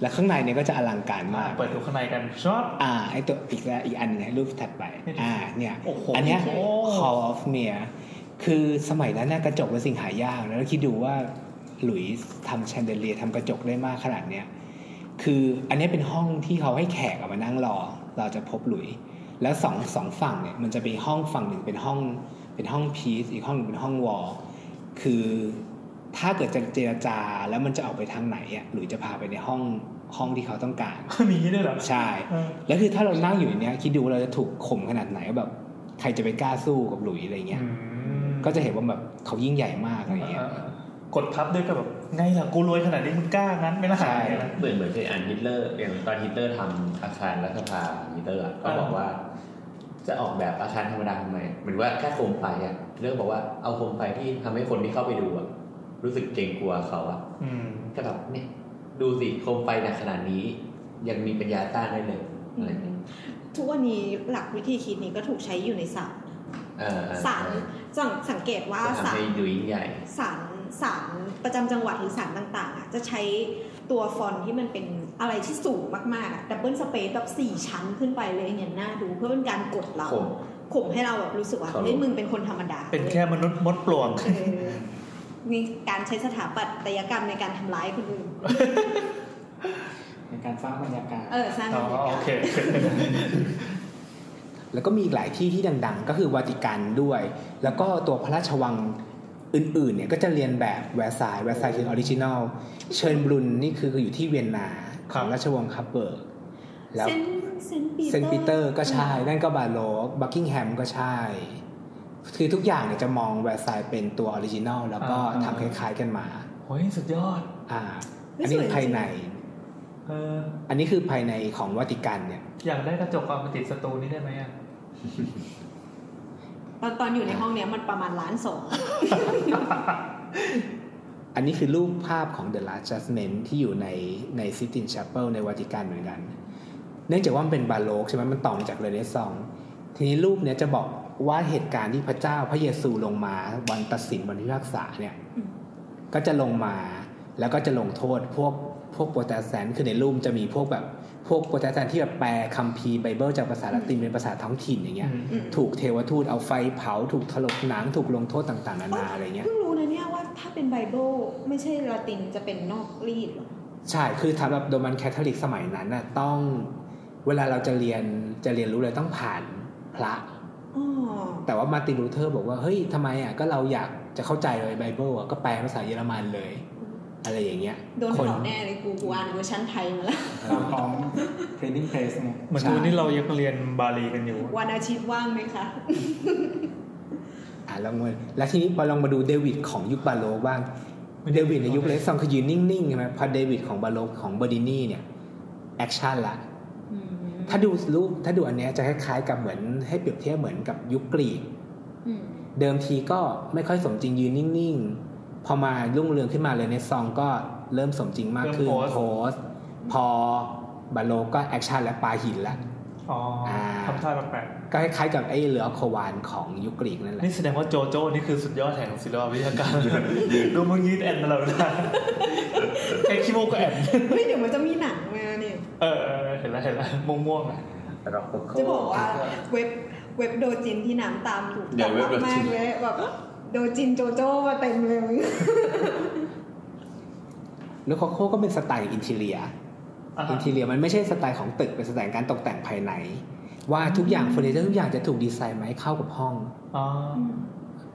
[SPEAKER 6] และข้างในเนี่ยก็จะอลังการมาก
[SPEAKER 3] เปิดดูข้างในกันชอบ
[SPEAKER 6] อ่าไอตัวอีกแล้วอีกอันหนึงรูปถัดไป อ่า เนี่ย
[SPEAKER 3] โอ้โห
[SPEAKER 6] อันเนี้ย
[SPEAKER 3] โอ้
[SPEAKER 6] Hall of m i r คือสมัยนั้นน่ะกระจกเป็นสิ่งหายากนะแล้วคิดดูว่าหลุยส์ทำแชนเดอเลียทำกระจกได้มากขนาดเนี้ย คืออันเนี้ยเป็นห้องที่เขาให้แขกอะมานั่งรอ เราจะพบหลุยส์แล้วสองสองฝั่งเนี่ย มันจะเป็นห้องฝั่งหนึ่งเป็นห้องเป็นห้องพีซอีกห้องหนึ่งเป็นห้องวอลคือถ้าเกิดจะเจรจาแล้วมันจะออกไปทางไหนอะหลุยส์จะพาไปในห้องห้องที่เขาต้องการ
[SPEAKER 3] มีอย่างนี้ด้วยเหรอ
[SPEAKER 6] ใช่
[SPEAKER 3] เออ
[SPEAKER 6] แล้วคือถ้าเรานั่งอยู่ในเนี้ยคิดดูว่าเราจะถูกข่มขนาดไหนว่าแบบใครจะไปกล้าสู้กับหลุยอะไรเงี้ย
[SPEAKER 3] อืม
[SPEAKER 6] ก็จะเห็นว่าแบบเขายิ่งใหญ่มากอะไรเงี้ย
[SPEAKER 3] เออ กดทับด้วยก็แบบไงล่ะกูรวยขนาดนี้มึงกล้างั้นไม่ล่ะ
[SPEAKER 6] ใช่
[SPEAKER 3] อะไรนะ
[SPEAKER 4] เหมือนเหมือนเคยอ่านฮิตเลอร์อย่างตอนฮิตเลอร์ทำอาคารรัฐสภาฮิตเลอร์อะก็บอกว่า จะออกแบบอาคารธรรมดาทำไมเหมือนว่าแค่โคมไฟอะเรื่องบอกว่าเอาโคมไฟที่ทำให้คนที่เข้าไปดูอะรู้สึกเกรงกลัวเขาอะ
[SPEAKER 3] อืม
[SPEAKER 4] ก็แบบเนี่ยดูสิโคมไฟหนักขนาดนี้ ยังมีปัญญาต้านได้เลยอะไรอย่างเงี้ย
[SPEAKER 2] ทุกวันนี้หลักวิธีคิดนี้ก็ถูกใช้อยู่ในศาล
[SPEAKER 4] เออเออ
[SPEAKER 2] ศาลสังสังเกตว่า
[SPEAKER 4] จะทำ
[SPEAKER 2] ศาล
[SPEAKER 4] ให้ดูยิ่งใหญ่
[SPEAKER 2] ศาลศาลประจำจังหวัดหรือศาลต่างๆอะจะใช้ตัวฟอนต์ที่มันเป็นอะไรที่สูงมากๆอะดับเบิลสเปซแบบสี่ชั้นขึ้นไปเลยอย่างเงี้ยน่าดูเพื่อเป็นการกดเรา
[SPEAKER 4] ข่ม
[SPEAKER 2] ข่มให้เราแบบรู้สึกว่า
[SPEAKER 4] ครับ
[SPEAKER 2] เฮ้ยมึงเป็นคนธรรมดา
[SPEAKER 3] เป็นแค่มนุษย์มดปล วก
[SPEAKER 2] เออนี่การใช้สถาปัตยกรรมในการทำร้ายคนอื่น
[SPEAKER 5] ในการสร้างบรรยากาศ
[SPEAKER 2] เออสร้างบร
[SPEAKER 3] อ๋อ
[SPEAKER 2] รยากา
[SPEAKER 3] โอ
[SPEAKER 2] ศ
[SPEAKER 3] เค
[SPEAKER 6] แล้วก็มีอีกหลายที่ที่ดัง ๆ ก็คือวาติกันด้วย แล้วก็ตัวพระราชวังอื่นๆเนี่ยก็จะเรียนแบบแวร์ซายแวร์ซายคือออริจินอลเชิญบรุนนี่คือคืออยู่ที่เวียนนา
[SPEAKER 3] ค
[SPEAKER 6] ข
[SPEAKER 3] รับ
[SPEAKER 6] องราชวงศ์ฮับเบิร์กแล้ว
[SPEAKER 2] เซนต์เซนต์ปีเตอร์
[SPEAKER 6] เซนต์ปีเตอร์ก็ใช่ นั่นก็บาโลกบักกิงแฮมก็ใช่ คือทุกอย่างเนี่ยจะมองแวร์ซายเป็นตัวออริจินอลแล้วก็ทำคล้ายๆกันมา
[SPEAKER 3] โอ้ยสุดยอด
[SPEAKER 6] อ่า
[SPEAKER 2] เฮ้
[SPEAKER 6] อั
[SPEAKER 2] ย
[SPEAKER 6] นนี้
[SPEAKER 2] สวยจริง
[SPEAKER 6] ภายใน
[SPEAKER 3] เออ
[SPEAKER 6] อันนี้คือภายในของวาติกันเนี่ย
[SPEAKER 3] อยากได้กระจกเอามาติดสตูนี้ได้ไหมอ่ะ
[SPEAKER 2] ตอนตอนอยู่ในห้องเนี้ยมันประมาณล้านสอง
[SPEAKER 6] อันนี้คือรูปภาพของ The Last Judgment ที่อยู่ในใน Sistine Chapel ในวาติกันเหมือนกัน เนื่องจากว่ามันเป็นบาโลกใช่ไหมมันต่อมาจากเรเนซองส์ทีนี้รูปเนี้ยจะบอกว่าเหตุการณ์ที่พระเจ้าพระเยซูลงมาวันตัดสินวันพิพากษาเนี่ย ก็จะลงมาแล้วก็จะลงโทษพวกพวกโปรเตสแตนต์คือในรูปจะมีพวกแบบพวกโปรเตสแตนต์ที่แบบแปลคัมภีร์ไบเบิลจากภาษาละตินเป็นภาษาท้องถิ่นอย่างเงี้ย
[SPEAKER 2] อืม
[SPEAKER 6] ถูกเทวทูตเอาไฟเผาถูกถลกหนังถูกลงโทษต่างๆนานาอะไรเงี้ย
[SPEAKER 2] เพิ่งรู้นะเนี่ยว่าถ้าเป็นไบเบิลไม่ใช่ลาตินจะเป็นนอกรีดเหรอ
[SPEAKER 6] ใช่ คือสำหรับโดมันแคทอลิกสมัยนั้นน่ะต้องเวลาเราจะเรียนจะเรียนรู้เลยต้องผ่านพระ
[SPEAKER 2] อ๋อ
[SPEAKER 6] แต่ว่ามาร์ตินลูเทอร์บอกว่า เฮ้ยทำไมอ่ะก็เราอยากจะเข้าใจเลยไบเบิลอ่ะก็แปลภาษาเยอรมันเลย อะไรอย่างเงี้ย
[SPEAKER 2] โดน
[SPEAKER 6] ค
[SPEAKER 2] เผาแน่เลยกูกูอ่านเวอร์ชันไทยมาแล้ว
[SPEAKER 5] ตามพร้อมเทรนนิ่งเพลสเนี่ย
[SPEAKER 3] เหมือน
[SPEAKER 6] ใช่
[SPEAKER 3] ทุกวันนี้เรายังเรียนบาลีกันอยู่
[SPEAKER 2] วันอาทิตย์ว่างไหมคะ
[SPEAKER 6] อ่ะลองมาแล้วทีนี้พอลองมาดูเดวิดของยุคบาโลกบ้าง เดวิดในยุคเลสซองคือยืนนิ่งๆใช่ไหมพอเดวิดของบาโลกของเบอร์ดินี่เนี่ยแอคชั่นละ ถ้าดูรูปถ้าดูอันเนี้ยจะคล้ายๆกับเหมือนให้เปรียบเทียบเหมือนกับยุคกรีก
[SPEAKER 2] อืม
[SPEAKER 6] เดิมทีก็ไม่ค่อยสมจริงยืนนิ่งๆ พอมารุ่งเรืองขึ้นมาเลยในซองก็เริ่มสมจริงมากขึ้น
[SPEAKER 3] เริ่มโพสต์
[SPEAKER 6] โพสต์พอบาโลก็แอคชั่นและปาหินละ
[SPEAKER 3] อ๋ออา ทำท่าแปลก
[SPEAKER 6] ก็คล้ายๆกับไอ้เรือโควานของยุคกรีกนั่นแห
[SPEAKER 3] ๆ
[SPEAKER 6] ละ
[SPEAKER 3] นี่แสดงว่าโจโจ้นี่คือสุดยอดแห่งศิลปวิท ยาการ ดูมึงยืดแอนตลอดเวลาไอ้ขี้โมกก็แอน
[SPEAKER 2] เฮ้ยเดี๋ยวมันจะมีหนังมาเนี่ย
[SPEAKER 3] เออเออเออเห็นแล้วเห็นแล้วม่วงๆอะ
[SPEAKER 4] ร็อกโกโก้
[SPEAKER 2] จะบอกว่าเว็บเว็บโดจินที่น้ำตามถูก
[SPEAKER 4] เดี๋ยวเว็บ
[SPEAKER 2] รับมาก
[SPEAKER 4] โดจิน
[SPEAKER 2] เลยแบบโดจินโจโจ้มาเต็มเลย
[SPEAKER 6] แล้วโคโค่ก็เป็นสไตล์อินทีเลีย
[SPEAKER 3] อ่ะ
[SPEAKER 6] อินทีเรียมันไม่ใช่สไตล์ของตึก เป็นสไตล์การตกแต่งภายใน ว่าทุกอย่างเฟอร์นิเจอร์ทุกอย่างจะถูกดีไซน์มาให้เข้ากับห้อง
[SPEAKER 3] อ๋อ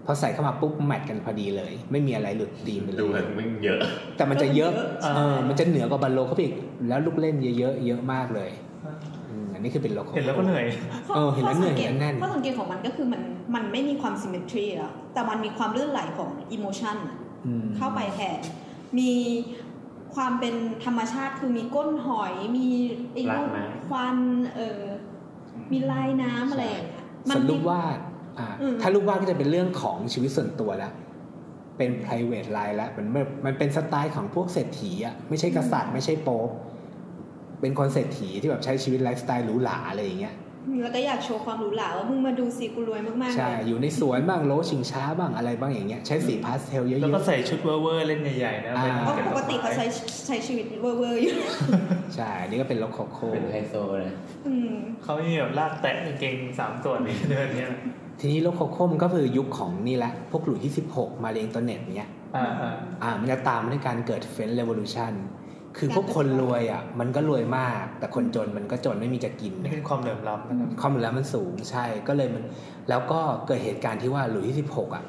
[SPEAKER 6] พอใส่เข้ามาปุ๊บแมทกันพอดีเลย ไม่มีอะไรหลุดดีมไปเล
[SPEAKER 4] ดูเหมือย นมึงเยอะ
[SPEAKER 6] แต่มันจะเยอะ
[SPEAKER 2] ใช่
[SPEAKER 6] เออมันจะเหนือกว่าบัลโลเขาไปอีกแล้วลูกเล่นเยอะๆเยอะมากเลยอืมอันนี้คือเป็นโลโก้
[SPEAKER 3] เห็นแล้วก็เหนื่อย
[SPEAKER 6] เออเห็นแล้วเหนื่อย
[SPEAKER 2] ข้สังกต
[SPEAKER 6] แน่นๆ
[SPEAKER 2] ข้อสังเกตของมันก็คือมันมันไม่มีความ symmetry แล้วแต่มันมีความลื่นไหลของอิโมชัน
[SPEAKER 6] อืม
[SPEAKER 2] เข้าไปแทน มีความเป็นธรรมชาติคือมีก้นหอย มีไอ้
[SPEAKER 4] ลา
[SPEAKER 2] รู
[SPEAKER 4] ก
[SPEAKER 2] ป
[SPEAKER 4] ไม้
[SPEAKER 2] ควัน เออ มีลายน้ำอะไรอย่างเงี้ยมั
[SPEAKER 6] ส่วน
[SPEAKER 2] มี
[SPEAKER 6] รูปวาดอ่า
[SPEAKER 2] อืม
[SPEAKER 6] ถ้ารูปวาดก็จะเป็นเรื่องของชีวิตส่วนตัวละเป็น private line ละมันมันมันเป็นสไตล์ของพวกเศรษฐีอ่ะไม่ใช่กษัตริย์ไม่ใช่โป๊ปเป็นคนเศรษฐีที่แบบใช้ชีวิตไลฟ์สไตล์หรูหราอะไรอย่างเงี้ย
[SPEAKER 2] แล้วก็อยากโชว์ความหรูหราว่ามึงมาดูสิกูรวยมากๆเล
[SPEAKER 6] ใช่
[SPEAKER 2] ย
[SPEAKER 6] อยู่ในสวนบ้างโลชิงช้าบ้างอะไรบ้างอย่างเงี้ย ใช้สีพาสเทลเย
[SPEAKER 3] แล้วก็
[SPEAKER 6] อะ
[SPEAKER 3] ใส่ชุดเวอร์ๆเล่นใหญ่ๆนะ
[SPEAKER 6] อ่า
[SPEAKER 2] เพราะปกติเขาใช้ใช้ชีวิตเวอร์ๆอยู่
[SPEAKER 6] ๆ ใช่ อันนี่ก็เป็นโลโคโค
[SPEAKER 4] เป็นไฮโซเลย
[SPEAKER 2] อืม
[SPEAKER 3] เขามีแบบลากแตะกางเกงสามส่วนนี่ เดินเนี่ย
[SPEAKER 6] ทีนี้โลโคโคมันก็คือยุคของนี่แหละ พวกหลุยที่ 16 มาเรียงตัวเน็ตเนี้ย
[SPEAKER 3] อ่าอ่า
[SPEAKER 6] อ่า มันจะตามมาด้วยการเกิดเฟนเรว o ลูชันคือพวกคนรวยอ่ะ มันก็รวยมาก แต่คนจนมันก็จนไม่มีจะกิน
[SPEAKER 3] นี่
[SPEAKER 6] เนี่ย
[SPEAKER 3] เป็นความเหลื่อมล้ำนะครับ
[SPEAKER 6] ความเหลือมันสูงใช่ ก็เลยมัน แล้วก็เกิดเหตุการณ์ที่ว่าหลุยที่ 16 อ่ะ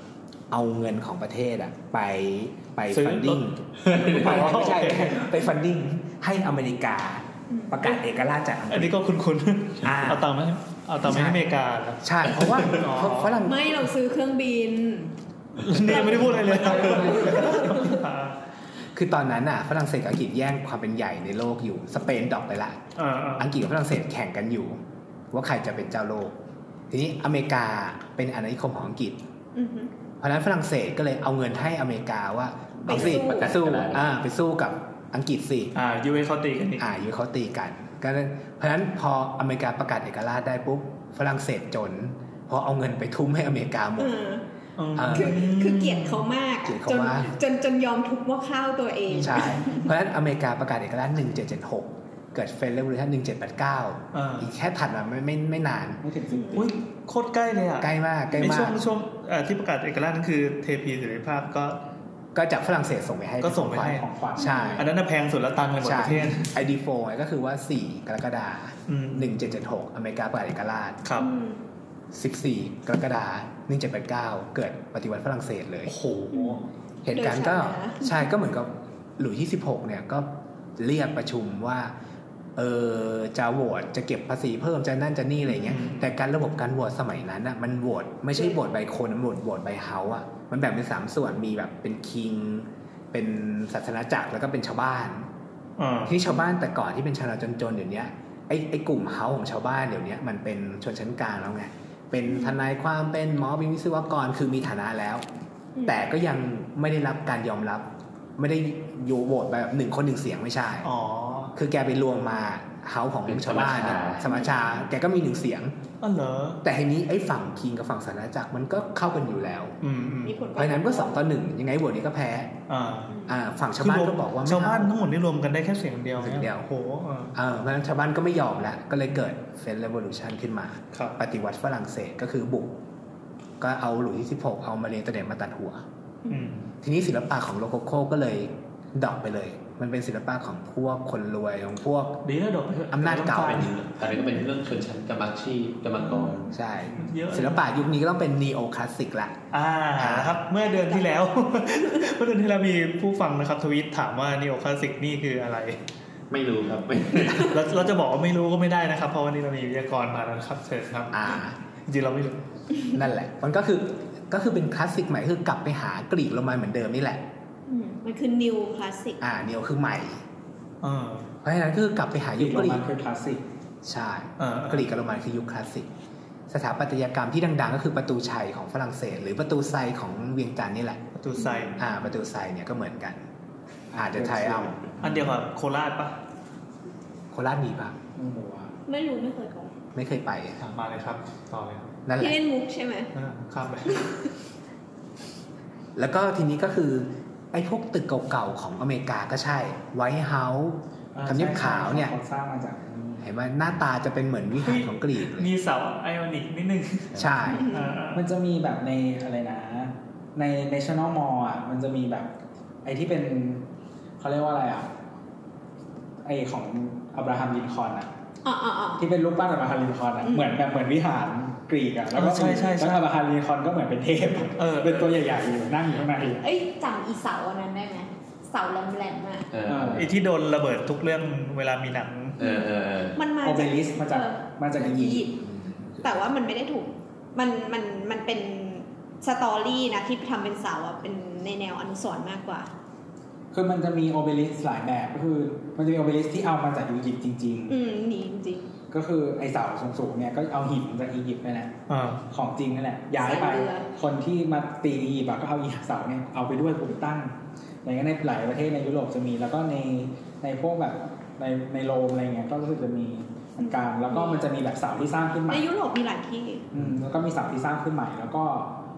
[SPEAKER 6] เอาเงินของประเทศอ่ะ ไปไป
[SPEAKER 3] ซื้อ
[SPEAKER 6] ฟันดิ้ง
[SPEAKER 3] รถ
[SPEAKER 6] ไม่ใช่ ไปฟันดิ้งให้อเมริกา ประกาศเอกราชจากอัง ก
[SPEAKER 3] อัน
[SPEAKER 6] ฤษ
[SPEAKER 3] นี้ก็คุ้น
[SPEAKER 6] อ่า
[SPEAKER 3] ๆเอาตังค์ไหมาให้เอาตังค์ไปให้อเมริกาเหรอ
[SPEAKER 6] ใช่ เพราะว่า
[SPEAKER 3] อ๋อ
[SPEAKER 6] เพราะฝรั่ง
[SPEAKER 2] ไม่เราซื้อเครื่องบิน
[SPEAKER 3] นี่ยังไม่ได้พูดอะไรเลย
[SPEAKER 6] คือตอนนั้นอ่ะฝรั่งเศสกับอังกฤษแย่งความเป็นใหญ่ในโลกอยู่สเปนดรอปไปละ
[SPEAKER 3] อ่าอ่า
[SPEAKER 6] อังกฤษกับฝรั่งเศสแข่งกันอยู่ ว่าใครจะเป็นเจ้าโลก ทีนี้อเมริกาเป็นอาณานิคมของอังกฤษ
[SPEAKER 2] อือฮึ
[SPEAKER 6] เพราะฉะนั้นฝรั่งเศสก็เลยเอาเงินให้อเมริกาว่า
[SPEAKER 4] ไป
[SPEAKER 6] เอาสิ
[SPEAKER 4] สู้
[SPEAKER 6] ไปสู้อ่าไปสู้กับอังกฤษสิ
[SPEAKER 3] อ่ายูเอเขาตีกันอีก
[SPEAKER 6] อ่าอยู่เขาตีกันก็เลยเพราะฉะนั้นพออเมริกาประกาศเอกราชได้ปุ๊บฝรั่งเศสจนเพอเอาเงินไปทุ่มให้อเมริกาหม
[SPEAKER 2] เอ
[SPEAKER 6] ด
[SPEAKER 2] อ
[SPEAKER 3] ม
[SPEAKER 6] อ่า
[SPEAKER 2] คือคือเกลียดเขามาก
[SPEAKER 6] เกลียด
[SPEAKER 2] จ
[SPEAKER 6] เขา
[SPEAKER 2] น
[SPEAKER 6] มาก
[SPEAKER 2] จนจนยอมทุบหม้อข้าวตัวเอง
[SPEAKER 6] ใช่ เพราะฉะนั้นอเมริกาประกาศเอกราช 1776 เกิดเฟรนเรวิชัน1789
[SPEAKER 3] อ่า
[SPEAKER 6] อีกแค่ถัดมาไม่ไม่ไม่นาน
[SPEAKER 5] ไม่ถึงสิบปี
[SPEAKER 3] อุ้ยโคตรใกล้เลยอ่ะ
[SPEAKER 6] ใกล้มากใกล้
[SPEAKER 3] ใน
[SPEAKER 6] มา
[SPEAKER 3] ช่ว
[SPEAKER 6] ก
[SPEAKER 3] งช่วงเอ่อที่ประกาศเอกราชนั่นคือเทพีเสรีภาพก็
[SPEAKER 6] ก็จากฝรั่งเศสส่งไปให้
[SPEAKER 3] ก็ส่งไปให้
[SPEAKER 6] ของขวัญใช่
[SPEAKER 3] อันนั้นนะแพงสุดละตังค์ในหมด
[SPEAKER 6] ใช่
[SPEAKER 3] ประเทศ
[SPEAKER 6] ID4 ก็คือว่า 4 กรกฎา
[SPEAKER 3] อืม
[SPEAKER 6] คม1776 อเมริกาประกาศเอกราช
[SPEAKER 3] ครับ
[SPEAKER 6] 14 กรกฎาคม1789 เกิดปฏิวัติฝรั่งเศสเลย
[SPEAKER 3] โอ้โห
[SPEAKER 6] เหตุการณ์ก็
[SPEAKER 2] เดินสายนะ
[SPEAKER 6] ใช่ก็เหมือนกับหลุยที่สิบหกเนี่ยก็เรียกประชุมว่าเออจะโหวตจะเก็บภาษีเพิ่มจะนั่นจะนี่อะไรเงี้ยแต่การระบบการโหวตสมัยนั้นอ่ะมันโหวตไม่ใช่โหวตใบคนมันโหวตโหวตใบเฮาอ่ะมันแบ่งเป็นสามส่วนมีแบบเป็นคิง เป็นศาสนาจักรแล้วก็เป็นชาวบ้าน
[SPEAKER 3] อ่า
[SPEAKER 6] ที่ชาวบ้านแต่ก่อนที่เป็นชาวนาจนๆเดี๋ยวเนี้ยไอ้ไอ้กลุ่มเฮาของชาวบ้านเดี๋ยวเนี้ยมันเป็นชนชั้นกลางแล้วไงเป็นทนายความเป็นหมอเป็นวิศวกรคือมีฐานะแล้ว
[SPEAKER 2] อืม
[SPEAKER 6] แต่ก็ยังไม่ได้รับการยอมรับ ไม่ได้อยู่โหวตแบบหนึ่งคนหนึ่งเสียงไม่ใช่
[SPEAKER 3] อ๋อ
[SPEAKER 6] คือแกไปรวมมาเฮาของชาวบ้านเนี่ยสมาชาแกก็มีหนึ่งเสียง
[SPEAKER 3] อ๋อเหรอ
[SPEAKER 6] แต่ทีนี้ไอ้ฝั่งคิงกับฝั่งสานาจักรมันก็เข้ากันอยู่แล้ว
[SPEAKER 3] อืมอืม
[SPEAKER 2] มีผล
[SPEAKER 6] เพราะฉะนั้นก็สองต่อหนึ่งยังไงโหวตนี้ก็แพ้
[SPEAKER 3] อ่า
[SPEAKER 6] อ่าฝั่งชาวบ้าน
[SPEAKER 3] คืร
[SPEAKER 6] ก็บอกว่าไม่
[SPEAKER 3] ชาวบ้าน
[SPEAKER 6] เอ
[SPEAKER 3] ทั้งหมดนี่รวมกันได้แค่เสียงเดียว
[SPEAKER 6] เสียงเดียว
[SPEAKER 3] โอ้โหอ่า
[SPEAKER 6] เออเพราะฉะนั้นชาวบ้านก็ไม่ยอมแล้ว ก็เลยเกิดเฟรนเรวลูชันขึ้นมา
[SPEAKER 3] ครับ
[SPEAKER 6] ปฏิวัติฝรั่งเศสก็คือบุก ก็เอาหลุยที่ 16 เอามาเลงตะเดดมาตัดหัว
[SPEAKER 3] อืม
[SPEAKER 6] ทีนี้ศิลปะของโรโคโคก็เลยดรอปไปเลย มันเป็นศิลปะของพวกคนรวยของพวก
[SPEAKER 3] ดีแล้วดอกไปเถะ
[SPEAKER 6] อำนาจเก่า
[SPEAKER 3] รำคญ
[SPEAKER 4] ตอนนี้ก็เป็นเรื่องชนชั้นกรรมชีพกรรมกร
[SPEAKER 6] ใช่
[SPEAKER 3] เยอะ
[SPEAKER 6] ศิลปะยุคนี้ก็ต้องเป็นนีโอคลาสสิกละ
[SPEAKER 3] อ่านะครับ เมื่อเดือนที่แล้ว เมื่อเดือนที่แล้วมีผู้ฟังนะครับทวิตถามว่านีโอคลาสสิกนี่คืออะไร
[SPEAKER 4] ไม่รู้ครับ ไม่
[SPEAKER 3] เราเราจะบอกว่าไม่รู้ก็ไม่ได้นะครับ เพราะวันนี้เรามีวิทยากรมาแล้วนะครับเชิญครับ
[SPEAKER 6] อ่า
[SPEAKER 3] จริงๆเราไม่รู้
[SPEAKER 6] นั่นแหละ มันก็คือก็คือเป็นคลาสสิกใหม่คือกลับไปหากรีกโรมันเหมือนเดิมนี่แหละ
[SPEAKER 2] อืมมันคือนิวคลาสสิก
[SPEAKER 6] อ่านีโอคือใหม่
[SPEAKER 3] อ่า
[SPEAKER 6] เพราะฉะนั้นคือกลับไปหายุค
[SPEAKER 5] โร
[SPEAKER 6] กรี
[SPEAKER 5] มัน
[SPEAKER 6] ก
[SPEAKER 5] คือคลาสสิก
[SPEAKER 6] ใช่
[SPEAKER 3] อ่าก
[SPEAKER 6] รีกกับโรมันคือยุคคลาสสิก สถาปัตยกรรมที่ดังๆ ก็คือประตูชัยของฝรั่งเศส หรือประตูไซของเวียงจันทร์นี่แหละ
[SPEAKER 3] ประตูไซด์
[SPEAKER 6] อ่า ประตูไซเนี่ยก็เหมือนกัน อาจจะไทยเอา
[SPEAKER 3] อันเดียวกับโคราชปะ
[SPEAKER 6] โคราชมีปะ
[SPEAKER 5] ไม่รู้ว่า
[SPEAKER 2] ไม่รู้ไม่เคยไป
[SPEAKER 6] ไม่เคยไป
[SPEAKER 3] ถามมาเลยครับต่อเลยครับ
[SPEAKER 6] นั่นแห
[SPEAKER 2] ที่
[SPEAKER 6] ละ
[SPEAKER 2] เล่นมุกใช่ไหม
[SPEAKER 3] อ่าข้ามไป
[SPEAKER 6] แล้วก็ทีนี้ก็คือ ไอ้พวกตึกเก่าๆ ของอเมริกาก็ใช่ ไวท์เฮาส์
[SPEAKER 5] อ่า
[SPEAKER 6] ทำเนียบขาวเนี่ย
[SPEAKER 5] เขาสร้างมาจากนี่
[SPEAKER 6] เห็นไหมหน้าตาจะเป็นเหมือนวิหารของกรีกเลย
[SPEAKER 3] มีเสาไอออนิกนิดนึง
[SPEAKER 6] ใช่
[SPEAKER 3] อ่า
[SPEAKER 5] มันจะมีแบบในอะไรนะ ใน national mall อ่ะมันจะมีแบบไอที่เป็นเขาเรียกว่าอะไรอ่ะไอของอับราฮัมลินคอล์นอ่ะ
[SPEAKER 2] อ๋ออ๋ออ๋อ
[SPEAKER 5] ที่เป็นรูปปั้นอับราฮัมลินคอล์นอ่ะเหมือนแบบเหมือนวิหารกรีกอ่ะแล้วก็มีแล้วอับราฮัมลินคอล์นก็เหมือนเป็นเทพอะ
[SPEAKER 3] เออ
[SPEAKER 5] เป็นตัวใหญ่ๆอยู่นั่งอยู่ข้างใน
[SPEAKER 2] เอ้ยจำอีเสาอันนั้นได้ไหมเสาแหลมๆอ่ะ
[SPEAKER 4] เออ
[SPEAKER 3] ไอที่โดนระเบิดทุกเรื่องเวลามีหนัง
[SPEAKER 4] เออเออเออ
[SPEAKER 2] มันมา
[SPEAKER 5] โอเบลิสมาจาก
[SPEAKER 2] เออ
[SPEAKER 5] มาจากอียิปต์
[SPEAKER 2] แต่ว่ามันไม่ได้ถูก มันมันมันเป็นสตอรี่นะที่ทำเป็นเสาอ่ะเป็นในแนวอนุสรณ์มากกว่า
[SPEAKER 5] คือมันจะมีโอเบลิสหลายแบบก็คือมันจะมีโอเบลิสที่เอามาจากอียิปต์จริง
[SPEAKER 2] อืมหนีจริง
[SPEAKER 5] ๆ ก็คือไอเสาสูงๆเนี่ยก็เอาหินจากอียิปต์นี่นแหละ
[SPEAKER 3] อ่า
[SPEAKER 5] ของจริงนั่นแหละย้ายไปคนที่มาตีอียิปต์อะก็เอาอีเสาเนี่ยเอาไปด้วยผมตั้งอย่างนั้นในหลายประเทศในยุโรปจะมี แล้วก็ในในพวกแบบในในโรมอะไรเงี้ยก็รู้สึกจะมีเหมือนกันแล้วก็มันจะมีแบบเสาที่สร้างขึ้น
[SPEAKER 2] ๆ
[SPEAKER 5] ให
[SPEAKER 2] ใน
[SPEAKER 5] ม่
[SPEAKER 2] ยุโรปมีหลายที่
[SPEAKER 5] อืมแล้วก็มีศัพท์ที่สร้างขึ้นใหม่แล้วก็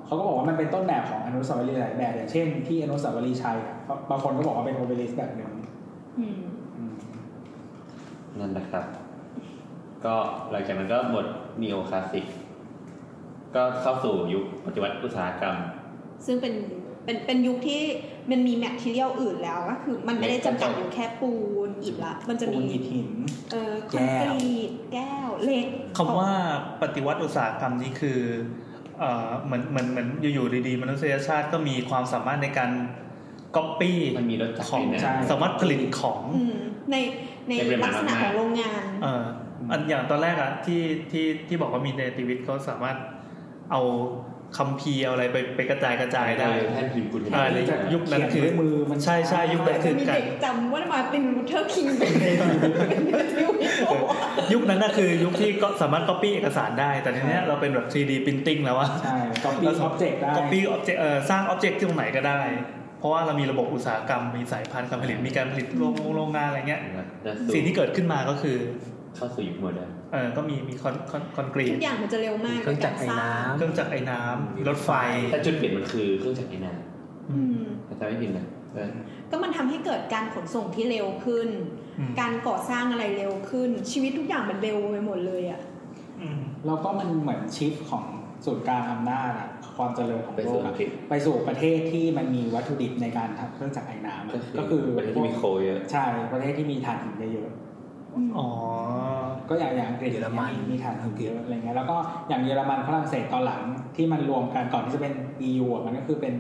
[SPEAKER 5] เขาก็บอกว่ามันเป็นต้นแบบของอนุสาวรีย์หลายแบบอย่างเช่นที่อนุสาวรีย์ชัยอะเพราะบางคนก็บอกว่าเป็นโอเบลิสแบบหนึ่ง
[SPEAKER 2] อืม
[SPEAKER 5] อืม
[SPEAKER 4] นั่นแหละครับ ก็หลังจากนั้นก็หมดนีโอคลาสสิก ก็เข้าสู่ยุคปฏิวัติอุตสาหกรรม
[SPEAKER 2] ซึ่งเป็นเป็นเป็นยุคที่มันมีแมทเทียลอื่นแล้วก็คือ มันไม่ได้จำกัดอยู่แค่ปูนอิฐละมันจะ
[SPEAKER 5] ปู
[SPEAKER 2] มี
[SPEAKER 5] นอิฐหิน
[SPEAKER 2] เอ่อคอนกรีตแก้วเหล็ก
[SPEAKER 3] คำว่าปฏิวัติอุตสาหกรรมนี่คือเอ่อเหมือนเหมือนเหมือนอยู่ๆดีๆมนุษยชาติก็มีความสามารถในการก๊อปปี้
[SPEAKER 4] มันมีรถจักร
[SPEAKER 3] ของ
[SPEAKER 4] ด้วยนะ
[SPEAKER 3] สามารถผลิตของ
[SPEAKER 2] อืมในใน
[SPEAKER 4] ในปริมา
[SPEAKER 2] ลักษ
[SPEAKER 4] ณ
[SPEAKER 2] ณะ
[SPEAKER 4] มาก
[SPEAKER 2] ของโรงงาน
[SPEAKER 3] เอ่ออันอย่างตอนแรกอะที่ที่ที่บอกว่ามีเนติวิทย์เขาสามารถเอา คัมภีร์เอาอะไรไปไปกระจายกระจายได้
[SPEAKER 4] แทนพิมพ์กุญแจ
[SPEAKER 3] อ่าในยุคนั้นคือ
[SPEAKER 5] เขียนด้วยมือมัน
[SPEAKER 3] ใช่ใช่ยุคนั้นคือ
[SPEAKER 2] มี
[SPEAKER 3] การ
[SPEAKER 2] เด็กจำว่ามาเป็นลูเทอร์คิงเป็นเป็นทิวบิโก
[SPEAKER 3] ยุคนั้นน่ะคือยุคที่ก็สามารถ copy เอกสารได้ แต่ทีเนี้ยเราเป็นแบบ 3D printing แล้วอะ
[SPEAKER 5] ใช่ copy
[SPEAKER 3] เรา
[SPEAKER 5] object ได้
[SPEAKER 3] copy object เอ่อสร้าง object ที่ตรงไหนก็ได้ เพราะว่าเรามีระบบอุตสาหกรรมมีสายพันธุ์การผลิตมีการผลิตโรงโรงงานอะไรเงี้ย
[SPEAKER 4] แล้ว
[SPEAKER 3] สิ่งที่เกิดขึ้นมาก็คือ
[SPEAKER 4] เข้าสู่ยุคโมเดิร์น
[SPEAKER 3] เออก็มีมีคอนคอนคอนกรี
[SPEAKER 2] ทุ
[SPEAKER 3] ต
[SPEAKER 2] กอย่างมันจะเร็วมาก
[SPEAKER 6] เครื่องจักร
[SPEAKER 2] ใน
[SPEAKER 6] ไอ้
[SPEAKER 2] สาง
[SPEAKER 6] น้
[SPEAKER 3] เครื่องจักรไอ้น้ำรถไฟ
[SPEAKER 4] แต่จุดเปลี่ยนมันคือเครื่องจักรไอ้น้
[SPEAKER 2] อื
[SPEAKER 3] อืม
[SPEAKER 2] ม
[SPEAKER 4] ำจะไม่ผิดนะเออ
[SPEAKER 2] ก็มันทำให้เกิดการขนส่งที่เร็วขึ้น
[SPEAKER 3] อืม
[SPEAKER 2] การก่อสร้างอะไรเร็วขึ้น ชีวิตทุกอย่างมันเร็วไปหมดเลยอะ
[SPEAKER 3] อืม
[SPEAKER 5] แล้วก็มันเหมือนชิฟของศูนย์กลางอำนาจอะความเจริญของ
[SPEAKER 4] ไป
[SPEAKER 5] โล
[SPEAKER 4] สู่
[SPEAKER 5] ก
[SPEAKER 4] อัง
[SPEAKER 5] อะ
[SPEAKER 4] กฤษ
[SPEAKER 5] ไปสู่ประเทศที่มันมีวัตถุดิบในการทำเครื่องจักรไอ้น้ำอะก็คือ
[SPEAKER 4] ประเทศที่มีโคเยอะ
[SPEAKER 5] ใช่ประเทศที่มีถ่านหินเยอะ
[SPEAKER 3] อ๋อ
[SPEAKER 5] ๆก็อย่างอย่างอังกฤษ
[SPEAKER 6] เยอรมัน
[SPEAKER 5] เยมีถ่านหินเยอะอะไรเงี้ยแล้วก็อย่างเยอรมันฝรั่งเศสตอนหลังที่มันรวมกันก่อนที่จะเป็น EU อะมันก็คือเป็น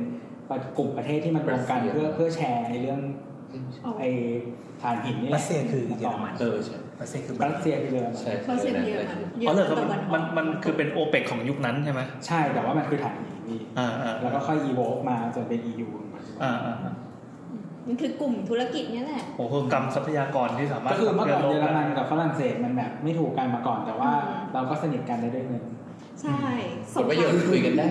[SPEAKER 5] กลุ่มประเทศที่มันรวมกันเพื่อเพื่อแชร์ไอ้เรื่องไอ้ถ่านหินนี่แห
[SPEAKER 6] รั
[SPEAKER 5] ละ
[SPEAKER 6] สเซียคือเยอรมัน
[SPEAKER 4] เออใช่
[SPEAKER 6] รัสเซียคือ
[SPEAKER 5] รัสเซียคือเยอรมัน
[SPEAKER 4] ใช่
[SPEAKER 2] เพราะเสียงเยอะมันเย
[SPEAKER 3] อ๋อ
[SPEAKER 2] อะ
[SPEAKER 3] เหรอครับ
[SPEAKER 2] ตะ
[SPEAKER 3] มั
[SPEAKER 2] วัน น
[SPEAKER 3] มันมันคือเป็นโอเปกของยุคนั้นใช่ไหม
[SPEAKER 5] ใช่แต่ว่ามันคือถ่านหินนี่
[SPEAKER 3] อ่าอ่า
[SPEAKER 5] แล้วก็ค่อย evolve มาจนเป็น EU
[SPEAKER 3] อ่าอ่าอ่า
[SPEAKER 2] มันคือกลุ่มธุรกิจเนี่ยแหละ
[SPEAKER 3] โอ้โหกรรมทรัพยากรที่สามารถ
[SPEAKER 5] ก็คือเมื่อก่อน
[SPEAKER 3] ขับค
[SPEAKER 5] เยอร
[SPEAKER 3] ลื่โลก
[SPEAKER 5] มัน
[SPEAKER 3] ได้
[SPEAKER 5] กับฝรั่งเศสมันแบบไม่ถูกกันมาก่อนแต่ว่า
[SPEAKER 2] อืม
[SPEAKER 5] เราก็สนิทกันได้ด้วยเงิน
[SPEAKER 2] ใช่
[SPEAKER 4] ผลประโยชน์คุยกัน ได้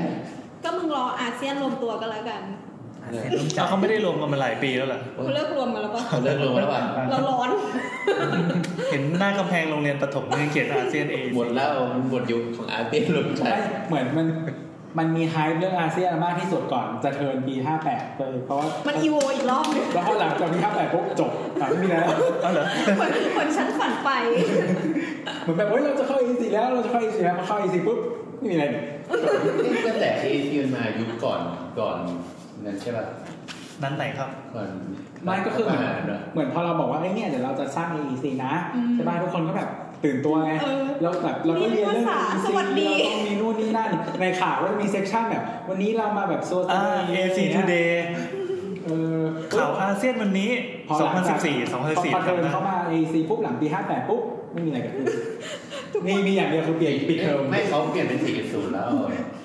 [SPEAKER 2] ก็มึงรออาเซียนรวมตัวกันแล้วกัน
[SPEAKER 6] อาเซียนร่วมใจ
[SPEAKER 3] เอาเขาไม่ได้รวมกันมาหลายปีแล้วเหรอ
[SPEAKER 2] คุณเลิกรวมกันแล้วปะ
[SPEAKER 4] เขาเลิกลงแล้วป่ะ
[SPEAKER 2] เราร้อน
[SPEAKER 3] เห็นหน้ากำแพงโรงเรียนประถมนี่เขียนอาเซียนเอ
[SPEAKER 4] หมดแล้วมันหมดยุคของอาเซียนลงใช่
[SPEAKER 5] ไม่เหมือนมันมันมีไฮป์เรื่องอาเซียนมากที่สุดก่อนจะเทิร์นปี 58เลยเพราะว่า
[SPEAKER 2] มันอีโวอีกรอบหนึง
[SPEAKER 5] แล้วพอหลังจากปี58ปุ๊บจบหลังไม่มีแล้ว
[SPEAKER 3] อ๋อเหรอ
[SPEAKER 2] คนคนฉันฝันไป
[SPEAKER 5] เหมือนแบบเฮ้ยเราจะเข้า EC แล้วเราจะเข้า EC แล้วพอเข้า EC ปุ๊บไม่มีอะไร
[SPEAKER 4] ตั้งแต่เอเซียนมายุคก่อนก่อนนั้นใช่ป่ะ
[SPEAKER 3] นั้นไหนครับ
[SPEAKER 4] ก่อน
[SPEAKER 5] มันก็คือเหมือน
[SPEAKER 4] เหรอ
[SPEAKER 5] เหมือนพอเราบอกว่าไอ้ยเนี่ยเดี๋ยวเราจะสร้าง EC นะ
[SPEAKER 2] อืม
[SPEAKER 5] ใช่ป่ะทุกคนก็แบบตื่นตัวไง
[SPEAKER 2] เออ
[SPEAKER 5] แล้วแบบเราก็เรียนเรื่อง
[SPEAKER 2] มีภาษา
[SPEAKER 5] EC
[SPEAKER 2] สวัสดี
[SPEAKER 5] เราต้องมีนู่นนี่นั่นในข่าวก็จะมีเซกชันแบบ วันนี้เรามาแบบโซ
[SPEAKER 3] อ่า AC Today
[SPEAKER 5] เออ
[SPEAKER 3] ข่าวอาเซียนวันนี้
[SPEAKER 5] พอหลังจาก
[SPEAKER 3] 2014
[SPEAKER 5] พอเทอมเข้า
[SPEAKER 3] 2014
[SPEAKER 5] มา AEC ปุ๊บหลังปี 58 ปุ๊บ ไม่มีอะไรเกิดขึ้น
[SPEAKER 2] ทุกคน
[SPEAKER 5] มีมีอย่างเดียวคือเปลี่ยนปิดเทอม
[SPEAKER 4] ไม่เขาเปลี่ยนเป็นสี่ศูนย์แล้ว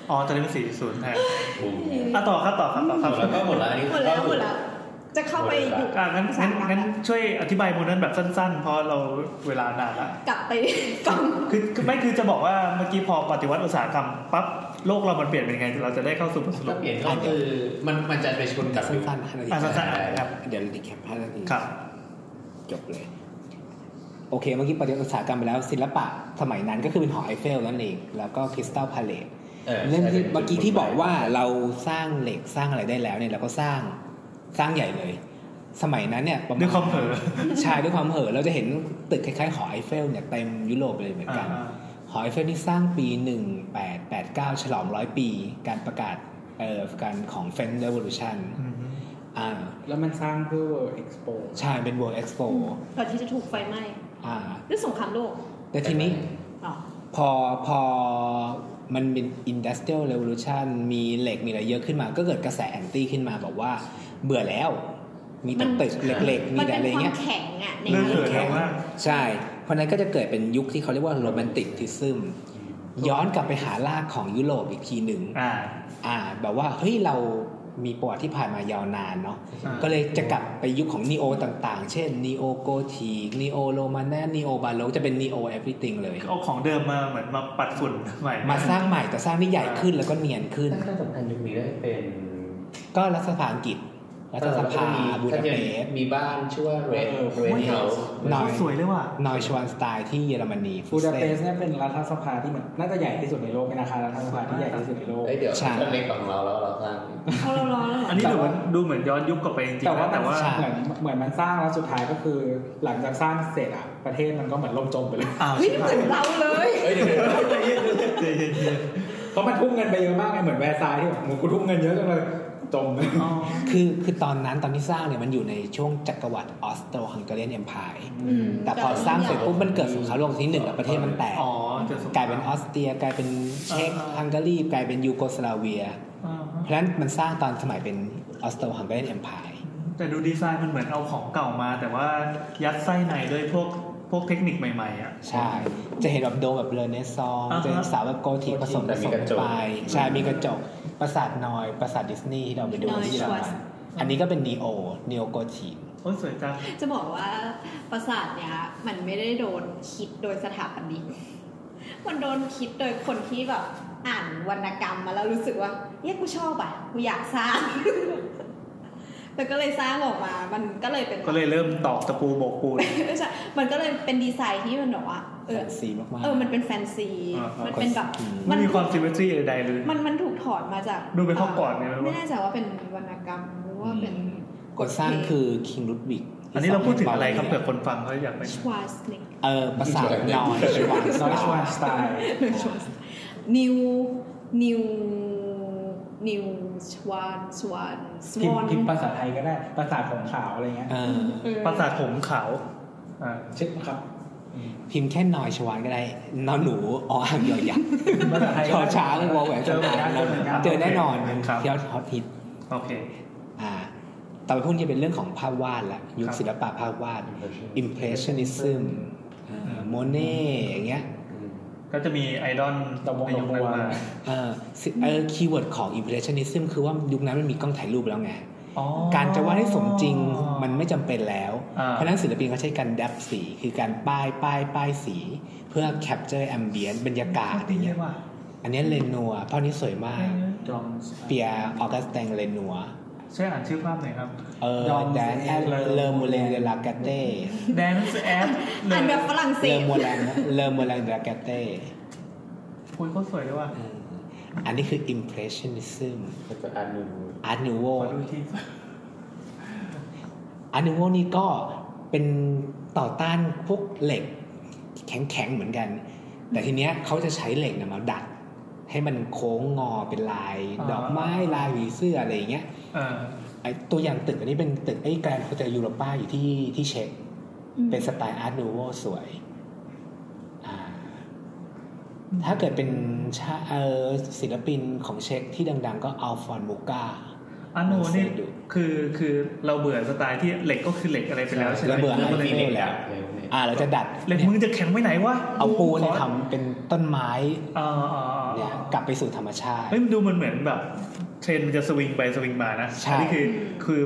[SPEAKER 3] อ๋อตอนนี้เป็น40แทน
[SPEAKER 4] บูม
[SPEAKER 3] อ่ะต่อครับต่อครับต่อครับ
[SPEAKER 4] แล้วก็หมดแล้วอันนี้
[SPEAKER 2] หมดแล้วหมดแล้วจะเข้าไปอยู่
[SPEAKER 3] อ่ะงั้นงั้น
[SPEAKER 2] สามครับ
[SPEAKER 3] งั้นช่วยอธิบายโมเดิร์นแบบสั้นๆ เพราะเราเวลานานละ
[SPEAKER 2] กลับไปฟัง
[SPEAKER 3] คือคือไม่คือจะบอกว่าเมื่อกี้พอปฏิวัติอุตสาหกรรมปั๊บโลกเรามันเปลี่ยนเป็นยังไง เราจะได้เข้าสู่บทสรุ
[SPEAKER 4] ถ้า
[SPEAKER 3] ป
[SPEAKER 4] เปลี่ยนก็คือมันมันจะไปชนกับยุค
[SPEAKER 6] สั้นๆห้านาที
[SPEAKER 3] อ่ะสั้นๆครับ
[SPEAKER 6] เดี๋ยวรีแคปห้านาที
[SPEAKER 3] ครับ
[SPEAKER 6] จบเลย โอเคเมื่อกี้ประเด็นอุตสาหกรรมไปแล้วศิลปะสมัยนั้นก็คือเป็นหอไอเฟลนั่นเอง แล้วก็คริสตัลพาเลตเรื่องที่เมื่อกี้ที่บอกว่าเราสร้างเหล็กสร้างอะไรได้แล้วเนี่ยเราก็สร้างสร้างใหญ่เลย สมัยนั้นเนี่ยประมาณ
[SPEAKER 3] ด้วยความเผลอ
[SPEAKER 6] ใช่ด้วยความเห่อะเราจะเห็นตึกคล้ายๆหอไอเฟลเนี่ยเต็มยุโรปเลยเหมือน
[SPEAKER 3] อ่า
[SPEAKER 6] กัน หอไอเฟลที่สร้างปี 1889 ฉลองร้อยปี การประกาศเอ่อการของเฟรนช์เรวอลูชัน
[SPEAKER 3] อืม
[SPEAKER 6] อ่า
[SPEAKER 5] แล้วมันสร้างเพื่อ World Expo
[SPEAKER 6] ใช่เป็น World Expo
[SPEAKER 2] ก่อนที่จะถูกไฟไหม้
[SPEAKER 6] อ่า
[SPEAKER 2] หรือสงครามโลก
[SPEAKER 6] แต่ทีนี้
[SPEAKER 2] อ๋อ
[SPEAKER 6] พอพอมันเป็น industrial revolution มีเหล็กมีอะไรเยอะขึ้นมา ก็เกิดกระแสแอนตี้ขึ้นมาบอกว่าเบื่อแล้ว มีแต่ตึกเหล็กๆ มี
[SPEAKER 2] มัน
[SPEAKER 6] แต่
[SPEAKER 2] เป็
[SPEAKER 6] อะ
[SPEAKER 2] น
[SPEAKER 6] ไร
[SPEAKER 2] ความ
[SPEAKER 6] เงี้ย
[SPEAKER 2] แข็งอ่ะใน
[SPEAKER 3] เรื่อง
[SPEAKER 2] นั้น
[SPEAKER 3] เผลอแล้วว่า
[SPEAKER 6] ใช่ เพราะนั้นก็จะเกิดเป็นยุคที่เขาเรียกว่าโรแมนติกทิซึมย้อนกลับไปหารากของยุโรปอีกทีหนึ่ง
[SPEAKER 3] อ่า
[SPEAKER 6] อ่า แบบว่า เฮ้ย เรามีประวัติที่ผ่านมายาวนานเนาะ
[SPEAKER 3] อ่า
[SPEAKER 6] ก็เลยจะกลับไปยุคของนีโอต่างๆ เช่นนีโอโกทีนีโอโรมานานีโอบาโลจะเป็นนีโอเอฟริติงเลย
[SPEAKER 3] เอาของเดิมมาเหมือนมาปัดฝุ่นใหม่
[SPEAKER 6] มาสร้างใหม่แต่สร้างที่ใหญ่ขึ้นแล้วก็เนียนขึ้น
[SPEAKER 4] ถ้าสำคัญยุคนี้ได้เป็น
[SPEAKER 6] ก็รัฐสภาอังกฤษรัฐสภาบูดาเปสต์
[SPEAKER 4] มีบ้านชื่อว่าเรนเรนเฮาส์
[SPEAKER 6] นอย
[SPEAKER 3] สวยเลยว่ะ
[SPEAKER 6] นอยชวานสไตล์ที่เยอรมนี
[SPEAKER 5] บูดาเปส
[SPEAKER 6] ต์
[SPEAKER 5] ต์เนี่ยเป็นรัฐสภาที่เหมือนน่าจะใหญ่ที่สุดในโลกเป็นอาคารรัฐสภาที่ใหญ่ที่สุดในโลก
[SPEAKER 4] เดี๋ยวเล็กของเราแล้วเราสร้าง
[SPEAKER 2] เขาเราร้อนแล้วเหรอ
[SPEAKER 3] อันนี้ดูเหมือนดูเหมือนย้อนยุคกลับไปจริงๆ
[SPEAKER 5] แต่ว่า
[SPEAKER 3] นะ
[SPEAKER 5] มั
[SPEAKER 3] แต่
[SPEAKER 5] น
[SPEAKER 3] ว่า
[SPEAKER 6] ใช่
[SPEAKER 5] เหมือนเหมือนมันสร้างแล้วสุดท้ายก็คือหลังจากสร้างเสร็จอะประเทศมันก็เหมือนล่มจมไปเลย
[SPEAKER 3] อ้าว
[SPEAKER 2] เฮ้ยเหมือนเราเลย
[SPEAKER 4] เฮ้ยเดี๋ยว
[SPEAKER 3] ใจเย็น
[SPEAKER 5] เพราะมันทุ่มเงินไปเยอะมากไงเหมือนแวร์ซายที่แบบโอ้โหกูทุ่มเงินเยอะจังเลยจม ไป
[SPEAKER 3] ๆอ๋อ
[SPEAKER 6] คือคือตอนนั้นตอนที่สร้างเนี่ยมันอยู่ในช่วงจักรวรรดิออสโตรฮังการีนเอ็มพาย
[SPEAKER 2] อืม
[SPEAKER 6] แต่พอสร้างเสร็จปุ๊บมันเกิดสงครามโลกครั้งที่หนึ่งแล้วประเทศมันแตก
[SPEAKER 3] อ๋อจะสง
[SPEAKER 6] กลายเป็นออสเตรียกลายเป็นเช็กฮังการีกลายเป็นยูโกสลาเวีย
[SPEAKER 3] อ่า
[SPEAKER 6] เพราะฉะนั้นมันสร้างตอนสมัยเป็นออสโตรฮังการีนเอ็มพาย
[SPEAKER 3] แต่ดูดีไซน์มันเหมือนเอาของเก่ามา แต่ว่ายัดไส้ในด้วยพวก พวกเทคนิคใหม่ๆอ่ะ
[SPEAKER 6] ใช่ จะเห็นแบบโดมแบบเรเนซอง
[SPEAKER 3] อ่าฮะ
[SPEAKER 6] จะเห็นเสาวแบบโกธิผสมผ
[SPEAKER 4] แต่มี
[SPEAKER 6] สม
[SPEAKER 4] กระจก
[SPEAKER 6] ไปใช่มีกระจกปราสาทนอยปราสาทดิสนีย์ที่เราไปดูที่เยอรมันอันนี้ก็เป็นนีโอนีโอโกธิ
[SPEAKER 3] โอ้ยสวยจัง
[SPEAKER 2] จะบอกว่าปราสาทเนี้ยมันไม่ได้โดนคิดโดยสถาปนิก มันโดนคิดโดยคนที่แบบอ่านวรรณกรรมมาแล้วรู้สึกว่าเนี่ยกูชอบอ่ะกูอยากสร้าง แล้วก็เลยสร้างออกมา มันก็เลยเป็น
[SPEAKER 3] ก็เลยเริ่มตอกตะปูโบกปูน
[SPEAKER 2] ไม่ ใช่มันก็เลยเป็นดีไซน์ที่มันแบอกว่าเอ
[SPEAKER 6] แฟ
[SPEAKER 2] อน
[SPEAKER 6] ซีมาก
[SPEAKER 2] เออ มันเป็นแฟนซี
[SPEAKER 3] อ่าอ่ามั
[SPEAKER 2] มันเป็นแบบ
[SPEAKER 3] ไม่มีความซิมเมตรีใดๆเลย
[SPEAKER 2] มันมันถูกถอดมาจาก
[SPEAKER 3] ดูเป็นข้อก่อนเนี่ย
[SPEAKER 2] ไม่แน่ใจว่าเป็นวรรณกรรมหรือว่าเป็น
[SPEAKER 6] ๆคนสร้างคือคิงลุดวิก
[SPEAKER 3] อันนี้เราพูดถึงอะไรครับเผื่อคนฟังเขาอยากไป
[SPEAKER 2] ชวาสเนก
[SPEAKER 6] เออปราสาทนอยชวาน
[SPEAKER 5] ซอชวาสไตล์
[SPEAKER 2] นิวนิวนิวชวานชวานส
[SPEAKER 5] พิม
[SPEAKER 2] วอ
[SPEAKER 5] พ์
[SPEAKER 2] น
[SPEAKER 5] พิมพ์ภาษาไทยก็ได้ ภาษาของขาวอะไรเงี้ย
[SPEAKER 6] เออ
[SPEAKER 3] ปราสาทหงส์ขาวอ่า
[SPEAKER 5] เช็คครับ
[SPEAKER 6] พิมพ์แค่นอยชวานก็ได้นอนหนูออ่างยอยักษ์
[SPEAKER 5] ภาษาไทย
[SPEAKER 6] ชอช้างวอแหวน
[SPEAKER 5] เจ
[SPEAKER 6] ช
[SPEAKER 5] อ
[SPEAKER 6] อ
[SPEAKER 5] เหมือนกันเจอเหมือนกัน
[SPEAKER 6] เจอแน่นอน
[SPEAKER 3] ครับ
[SPEAKER 6] เที่ยวฮอตฮิต
[SPEAKER 3] โอเค
[SPEAKER 6] อ่าต่อไปพวกนี้เป็นเรื่องของภาพวาดละยุค
[SPEAKER 3] ครับ
[SPEAKER 6] ศิลปะภาพวาด impressionism โมเน่า Monet อย่างเงี้ย
[SPEAKER 3] ก็จะมีไอดอล
[SPEAKER 5] ดอกบัว
[SPEAKER 3] ในยุคนั้นมา
[SPEAKER 6] เออสิเออคีย์เวิร์ดของ impressionism คือว่ายุคนั้นมันมีกล้องถ่ายรูปแล้วไง
[SPEAKER 3] อ๋อ
[SPEAKER 6] การจะวาดให้สมจริงมันไม่จำเป็นแล้ว
[SPEAKER 3] อ่า
[SPEAKER 6] เพราะฉะนั้นศิลปินเขาใช้การดับสี คือการป้ายป้ายป้ายสี เพื่อ capture ambient บรรยากาศอย่าง
[SPEAKER 3] เรี
[SPEAKER 6] เงี้
[SPEAKER 3] ย
[SPEAKER 6] ย
[SPEAKER 3] กว่า
[SPEAKER 6] อันเนี้เลนัวภาพนี้สวยมาก
[SPEAKER 5] จอม
[SPEAKER 6] เปียออกัสแตงเลนัว
[SPEAKER 3] ช่วยอ่านชื่อภาพหน่อยครับ
[SPEAKER 6] เออ
[SPEAKER 5] Dans
[SPEAKER 6] แดนแอด
[SPEAKER 5] Le
[SPEAKER 6] เลอร์มูเลเดลาเกเต้
[SPEAKER 3] Dance at
[SPEAKER 2] อ่านแบบฝรั่งเศ
[SPEAKER 6] เลอ
[SPEAKER 2] ส
[SPEAKER 6] มัวแรงเลอมัวแรงดราแกเต้
[SPEAKER 3] คุยโคตรสวยเลยว่ะ
[SPEAKER 6] อันนี้คือ impressionism
[SPEAKER 4] ก็จะอ่านดู
[SPEAKER 6] art nouveau
[SPEAKER 3] ขอดูทีสิ
[SPEAKER 6] art nouveau นี่ก็เป็นต่อต้านพวกเหล็กแข็งๆ เหมือนกัน แต่ทีเนี้ยเขาจะใช้เหล็กเนี่ยมาดัด ให้มันโค้งงอเป็นลาย
[SPEAKER 3] อ่า
[SPEAKER 6] ดอกไม้ลายหวีเสื้ออะไรอย่างเงี้ย
[SPEAKER 3] เออ
[SPEAKER 6] ไอตัวอย่างตึกอันนี้เป็นตึกไอ้แกรนด์โฮเทลยูโรป้าอยู่ที่ที่เช็กเป็นสไตล์อาร์ตนูโวสวยอ่า ถ้าเกิดเป็นชาเออศิลปินของเช็กที่ดัง ๆ ก็อัลฟอนมูกา
[SPEAKER 3] อันโนนี่
[SPEAKER 6] ดู
[SPEAKER 3] คือคือเราเบื่อสไตล์ที่เหล็กก็คือเหล็กอะไรไปแล้วใช่ไหม
[SPEAKER 6] เราเบื่อ
[SPEAKER 4] แล้
[SPEAKER 6] ไฮ
[SPEAKER 4] วมัน
[SPEAKER 6] เฟ
[SPEAKER 4] มี
[SPEAKER 6] ล
[SPEAKER 4] เหล็ก
[SPEAKER 6] แล้ว
[SPEAKER 4] ดัดอะไรพวกนี้
[SPEAKER 6] อ่าเราจะดัด
[SPEAKER 3] เหล็กมึงจะแข็งไปไหนวะ
[SPEAKER 6] เอาปูเนี่ยทำเป็นต้นไม้
[SPEAKER 3] เอ่าอ่า
[SPEAKER 6] เนี่ยกลับไปสู่ธรรมชาติ
[SPEAKER 3] เฮ้ยมันดูมันเหมือนแบบเทรนด์มันจะสวิงไปสวิงมานะ
[SPEAKER 6] ใช่
[SPEAKER 3] อันนี้คือคือ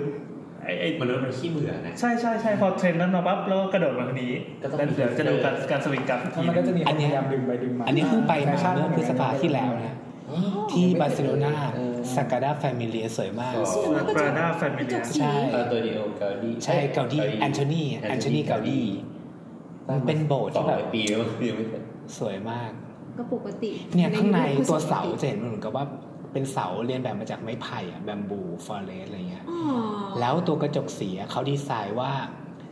[SPEAKER 3] ไอไอ
[SPEAKER 4] มนุษย์มันขี้เบื่อนะ
[SPEAKER 3] ใช่ใช่ใช่พอเทรนด์นั้นมาปั๊บแล้วก็กระโดดมาทางนี้
[SPEAKER 4] ก็ต้อง
[SPEAKER 3] แล้วเดี๋ยวจะดูการการสวิงกลับอีก
[SPEAKER 5] แล้ว
[SPEAKER 3] ที
[SPEAKER 5] มันก็จะมีค
[SPEAKER 6] อัน
[SPEAKER 5] น
[SPEAKER 6] เนี้
[SPEAKER 5] พ
[SPEAKER 6] ย
[SPEAKER 5] ยายามดึงไปดึงมา
[SPEAKER 6] อันนี้เพิ่งไปมาเมื่อพฤษภาที่แล้วนะ ที่บาร์เซโลนา
[SPEAKER 4] เออ
[SPEAKER 6] สกาดาแฟมิเลียสวยมาก
[SPEAKER 4] สวย
[SPEAKER 3] ปราด้าแฟมิเลีย
[SPEAKER 6] ใช่
[SPEAKER 4] เออตัวเดียวเกาดี
[SPEAKER 6] ใช่เกาดีแอนโทนีแอนโทนีเกาดีมันเป็นโบสถ์
[SPEAKER 4] สอ
[SPEAKER 6] ที่
[SPEAKER 4] ง
[SPEAKER 6] แบ
[SPEAKER 4] ร้อบ ยปีแล้ว ยังไม่เสร็จ
[SPEAKER 6] สวยมาก
[SPEAKER 2] ก็ปกติ
[SPEAKER 6] เนี่ยข้างในตัวเสาจะเห็นเหมือนกับว่าเป็นเสาเรียนแบบมาจากไม้ไผ่อะแบมบูฟอเรสอะไรเงี้ย
[SPEAKER 2] อ๋อ
[SPEAKER 6] แล้วตัวกระจกสีอะเขาดีไซน์ว่า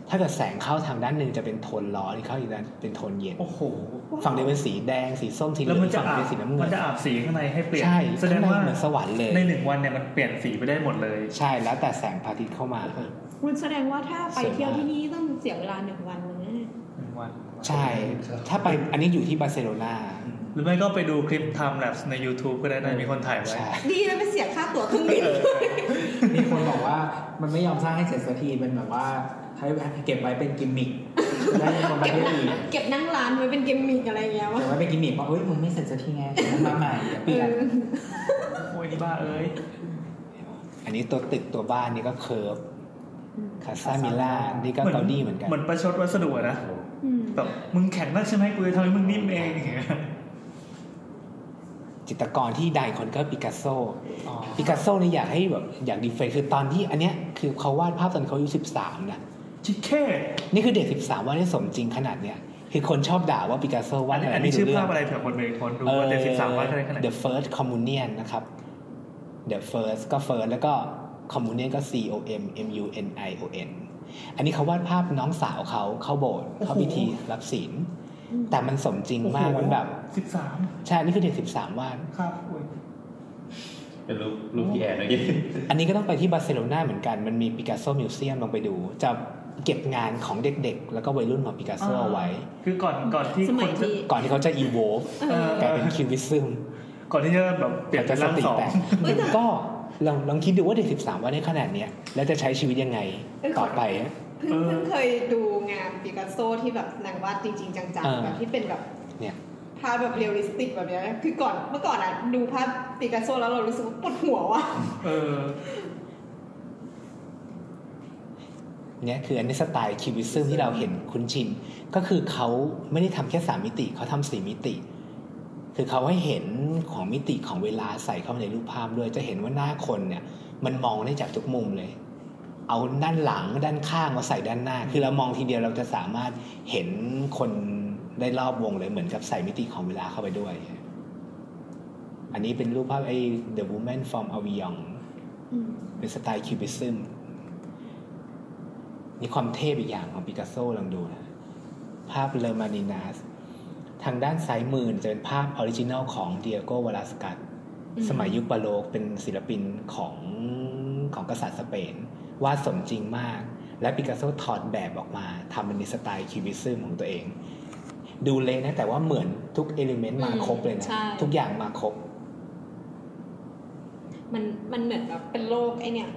[SPEAKER 6] ถ้าเกิดแสงเข้าทางด้านหนึ่งจะเป็นโทนร้อนเข้าอีกด้านเป็นโทนเย็น
[SPEAKER 3] โอ้โห
[SPEAKER 6] ฝั่งหนึงเป็นสีแดงสีส้มสีเหลื
[SPEAKER 3] แล้
[SPEAKER 6] อ
[SPEAKER 3] ว
[SPEAKER 6] ง
[SPEAKER 3] มันจะ
[SPEAKER 6] ฝั่งห
[SPEAKER 3] อาบ
[SPEAKER 6] นึ่งเป็นสีน้ำเงิ
[SPEAKER 3] มัน
[SPEAKER 6] น
[SPEAKER 3] จะอาบสีข้างในให้เปลี่ยน
[SPEAKER 6] ใช่
[SPEAKER 3] แสดงว่า
[SPEAKER 6] ข้ในเหมือนสวรรค์เลย
[SPEAKER 3] ในหนึ่งวันเนี่ยมันเปลี่ยนสีไปได้หมดเลย
[SPEAKER 6] ใช่แล้วแต่แสงพระอาทิตย์เข้ามา
[SPEAKER 2] คุณแสดงว่าถ้าไปเที่ยวที่นี่ต้องเสียเวลาหนึ่งวันเลยนะ
[SPEAKER 3] หนึ่งวัน
[SPEAKER 6] ใช่ ถ้าไปอันนี้อยู่ที่บาร์เซโลนา
[SPEAKER 3] หรือไม่ก็ไปดูคลิป time lapse ใน YouTube ก็ได้นะมีคนถ่ายไว้
[SPEAKER 6] ใช่
[SPEAKER 2] ดีแล้วไม่เสียค่าตั๋วเครื่องบิน
[SPEAKER 5] มีคนบอกว่ามันไม่ยอมสร้างให้เสร็จสักทีเป็นแบบว่าให้เก็บไว้เป็นกิมมิคได้วมีคนมา
[SPEAKER 2] เก็บ
[SPEAKER 5] เที่ยว
[SPEAKER 2] นั่ง
[SPEAKER 5] อีก
[SPEAKER 2] เก็บนั่งร้านไว้เป็นเกมมิ่งอะไรอย่างเงี้ย
[SPEAKER 5] เก็
[SPEAKER 2] วะ
[SPEAKER 5] บไว้เป็นกิมมิคว่าเอ้ยมึงไม่เสร็จสักทีไงเดี๋ยวมึงมาใหม่เดี๋ยวเปลี่ยน
[SPEAKER 3] โอ้ยนี่บ้าเอ้ย
[SPEAKER 6] อันนี้ตัวตึกตัวบ้านนี่ก็เคิร์ฟคาซามิล่านี่ก็
[SPEAKER 3] เหมือน
[SPEAKER 6] เกาหลีเหมือนกัน
[SPEAKER 3] เหมือนประชดวัสดุอะนะ
[SPEAKER 2] อืม
[SPEAKER 3] แบบมึงแข็งนักใช่ไหมกูจะทำให้มึงนิ่มเอง อย่างเงี้ย
[SPEAKER 6] จิตรกรที่ดังอีกคนก็ปิกัสโซ ปิกัสโซเนี่ยอยากให้แบบอยากดีเฟนคือตอนที่อันเนี้ยคือเขาวาดภาพตอนเขาอายุสิบสามนะ
[SPEAKER 3] ชิเค้
[SPEAKER 6] นี่คือเด็กสิบสามวาดได้สมจริงขนาดเนี้ยคือคนชอบด่าว่าปิกัสโซวา
[SPEAKER 3] อันนี้
[SPEAKER 6] ดอะไร
[SPEAKER 3] อันนี้
[SPEAKER 6] ไม่
[SPEAKER 3] ชื่อ
[SPEAKER 6] รู้เรื่
[SPEAKER 3] ภาพ
[SPEAKER 6] อง
[SPEAKER 3] อะไรเผื่อคนไปคนดูว่าเด็กสิบสามว่าอะไรขนาด
[SPEAKER 6] เอ่อ The First Communion นะครับ The First ก็ First แล้วก็ Communion ก็ C O M M U N I O N อันนี้เขาวาดภาพน้องสาวเขาเข้าโบสถ์เข้าพิธีรับศีลแต่มันสมจริงมากมันแบบ
[SPEAKER 3] สิบสาม
[SPEAKER 6] ใช่อันนี่คือเด็ก 13วาด
[SPEAKER 3] ครับโอ้ย
[SPEAKER 4] เป็นรูปรูปพี่แอนเมื่อกี้
[SPEAKER 6] อันนี้ก็ต้องไปที่บาร์เซโลนาเหมือนกัน มันมีปิกัสโซมิวเซียมลองไปดู จะเก็บงานของเด็กๆ แล้วก็วัยรุ่นของปิกัสโซเอาไว้
[SPEAKER 3] คือก่อนก่อนที่
[SPEAKER 2] ส
[SPEAKER 3] ค
[SPEAKER 2] มัย
[SPEAKER 3] นจะ
[SPEAKER 2] ที่
[SPEAKER 6] ก่อนที่เขาจะอีโวฟ
[SPEAKER 2] เออก
[SPEAKER 6] ลายเป็นคิวบิซึม
[SPEAKER 3] ก่อนที่จะแบบเปลี่ยน
[SPEAKER 6] จะ
[SPEAKER 3] เป็น
[SPEAKER 6] ส
[SPEAKER 3] ร่าง
[SPEAKER 6] ติ
[SPEAKER 3] สอง
[SPEAKER 6] แตก
[SPEAKER 2] เอ้ยแต่
[SPEAKER 6] ก็ลองลองคิดดูว่าเด็ก 13วาดได้ขนาดเนี้ยแล้วจะใช้ชีวิตยังไงต่อไป
[SPEAKER 2] เพิ่งเพิ่งเคยดูงานปิกัสโซที่แบบนางวาดจริง ๆ จัง
[SPEAKER 6] อ่า
[SPEAKER 2] ๆแบบที่เป็นแบบ
[SPEAKER 6] เนี่ย
[SPEAKER 2] ภาพแบบเรียลลิสติกแบบเนี้ยคือก่อนเมื่อก่อนอ่ะดูภาพปิกัสโซแล้วเรารู้สึกว่าปวดหัวว่ะ
[SPEAKER 3] เออ
[SPEAKER 6] เนี่ยคืออันนี้สไตล์คิวบิซึมที่เราเห็นคุ้นชิน ก็คือเขาไม่ได้ทำแค่สามมิติเขาทำสี่มิติ คือเขาให้เห็นของมิติของเวลาใส่เข้ามาในรูปภาพด้วยจะเห็นว่าหน้าคนเนี่ย มันมองได้จากทุกมุมเลย เอาด้านหลังด้านข้างมาใส่ด้านหน้า คือเรามองทีเดียวเราจะสามารถเห็นคนได้รอบวงเลยเหมือนกับใส่มิติของเวลาเข้าไปด้วย อันนี้เป็นรูปภาพไอ้ The Woman from Avion เป็นสไตล์คิวบิซึม นี่ความเทพอีกอย่างของปิกัสโซลองดูนะ ภาพเลอมานินัสทางด้านซ้ายมือจะเป็นภาพออริจินัลของเดียโกวาลาสกัตสมัยยุคบาโลกเป็นศิลปินของของกษัตริย์สเปนวาดสมจริงมาก และปิกัสโซถอดแบบออกมาทำเป็นในสไตล์คิวบิซึมของตัวเอง ดูเละนะ แต่ว่าเหมือนทุกเอลิเมนต์มาครบเลยนะ
[SPEAKER 2] ใช่
[SPEAKER 6] ทุกอย่างมาครบ
[SPEAKER 2] มันมันเหมือนแบบเป็นโรคไอเนี่ย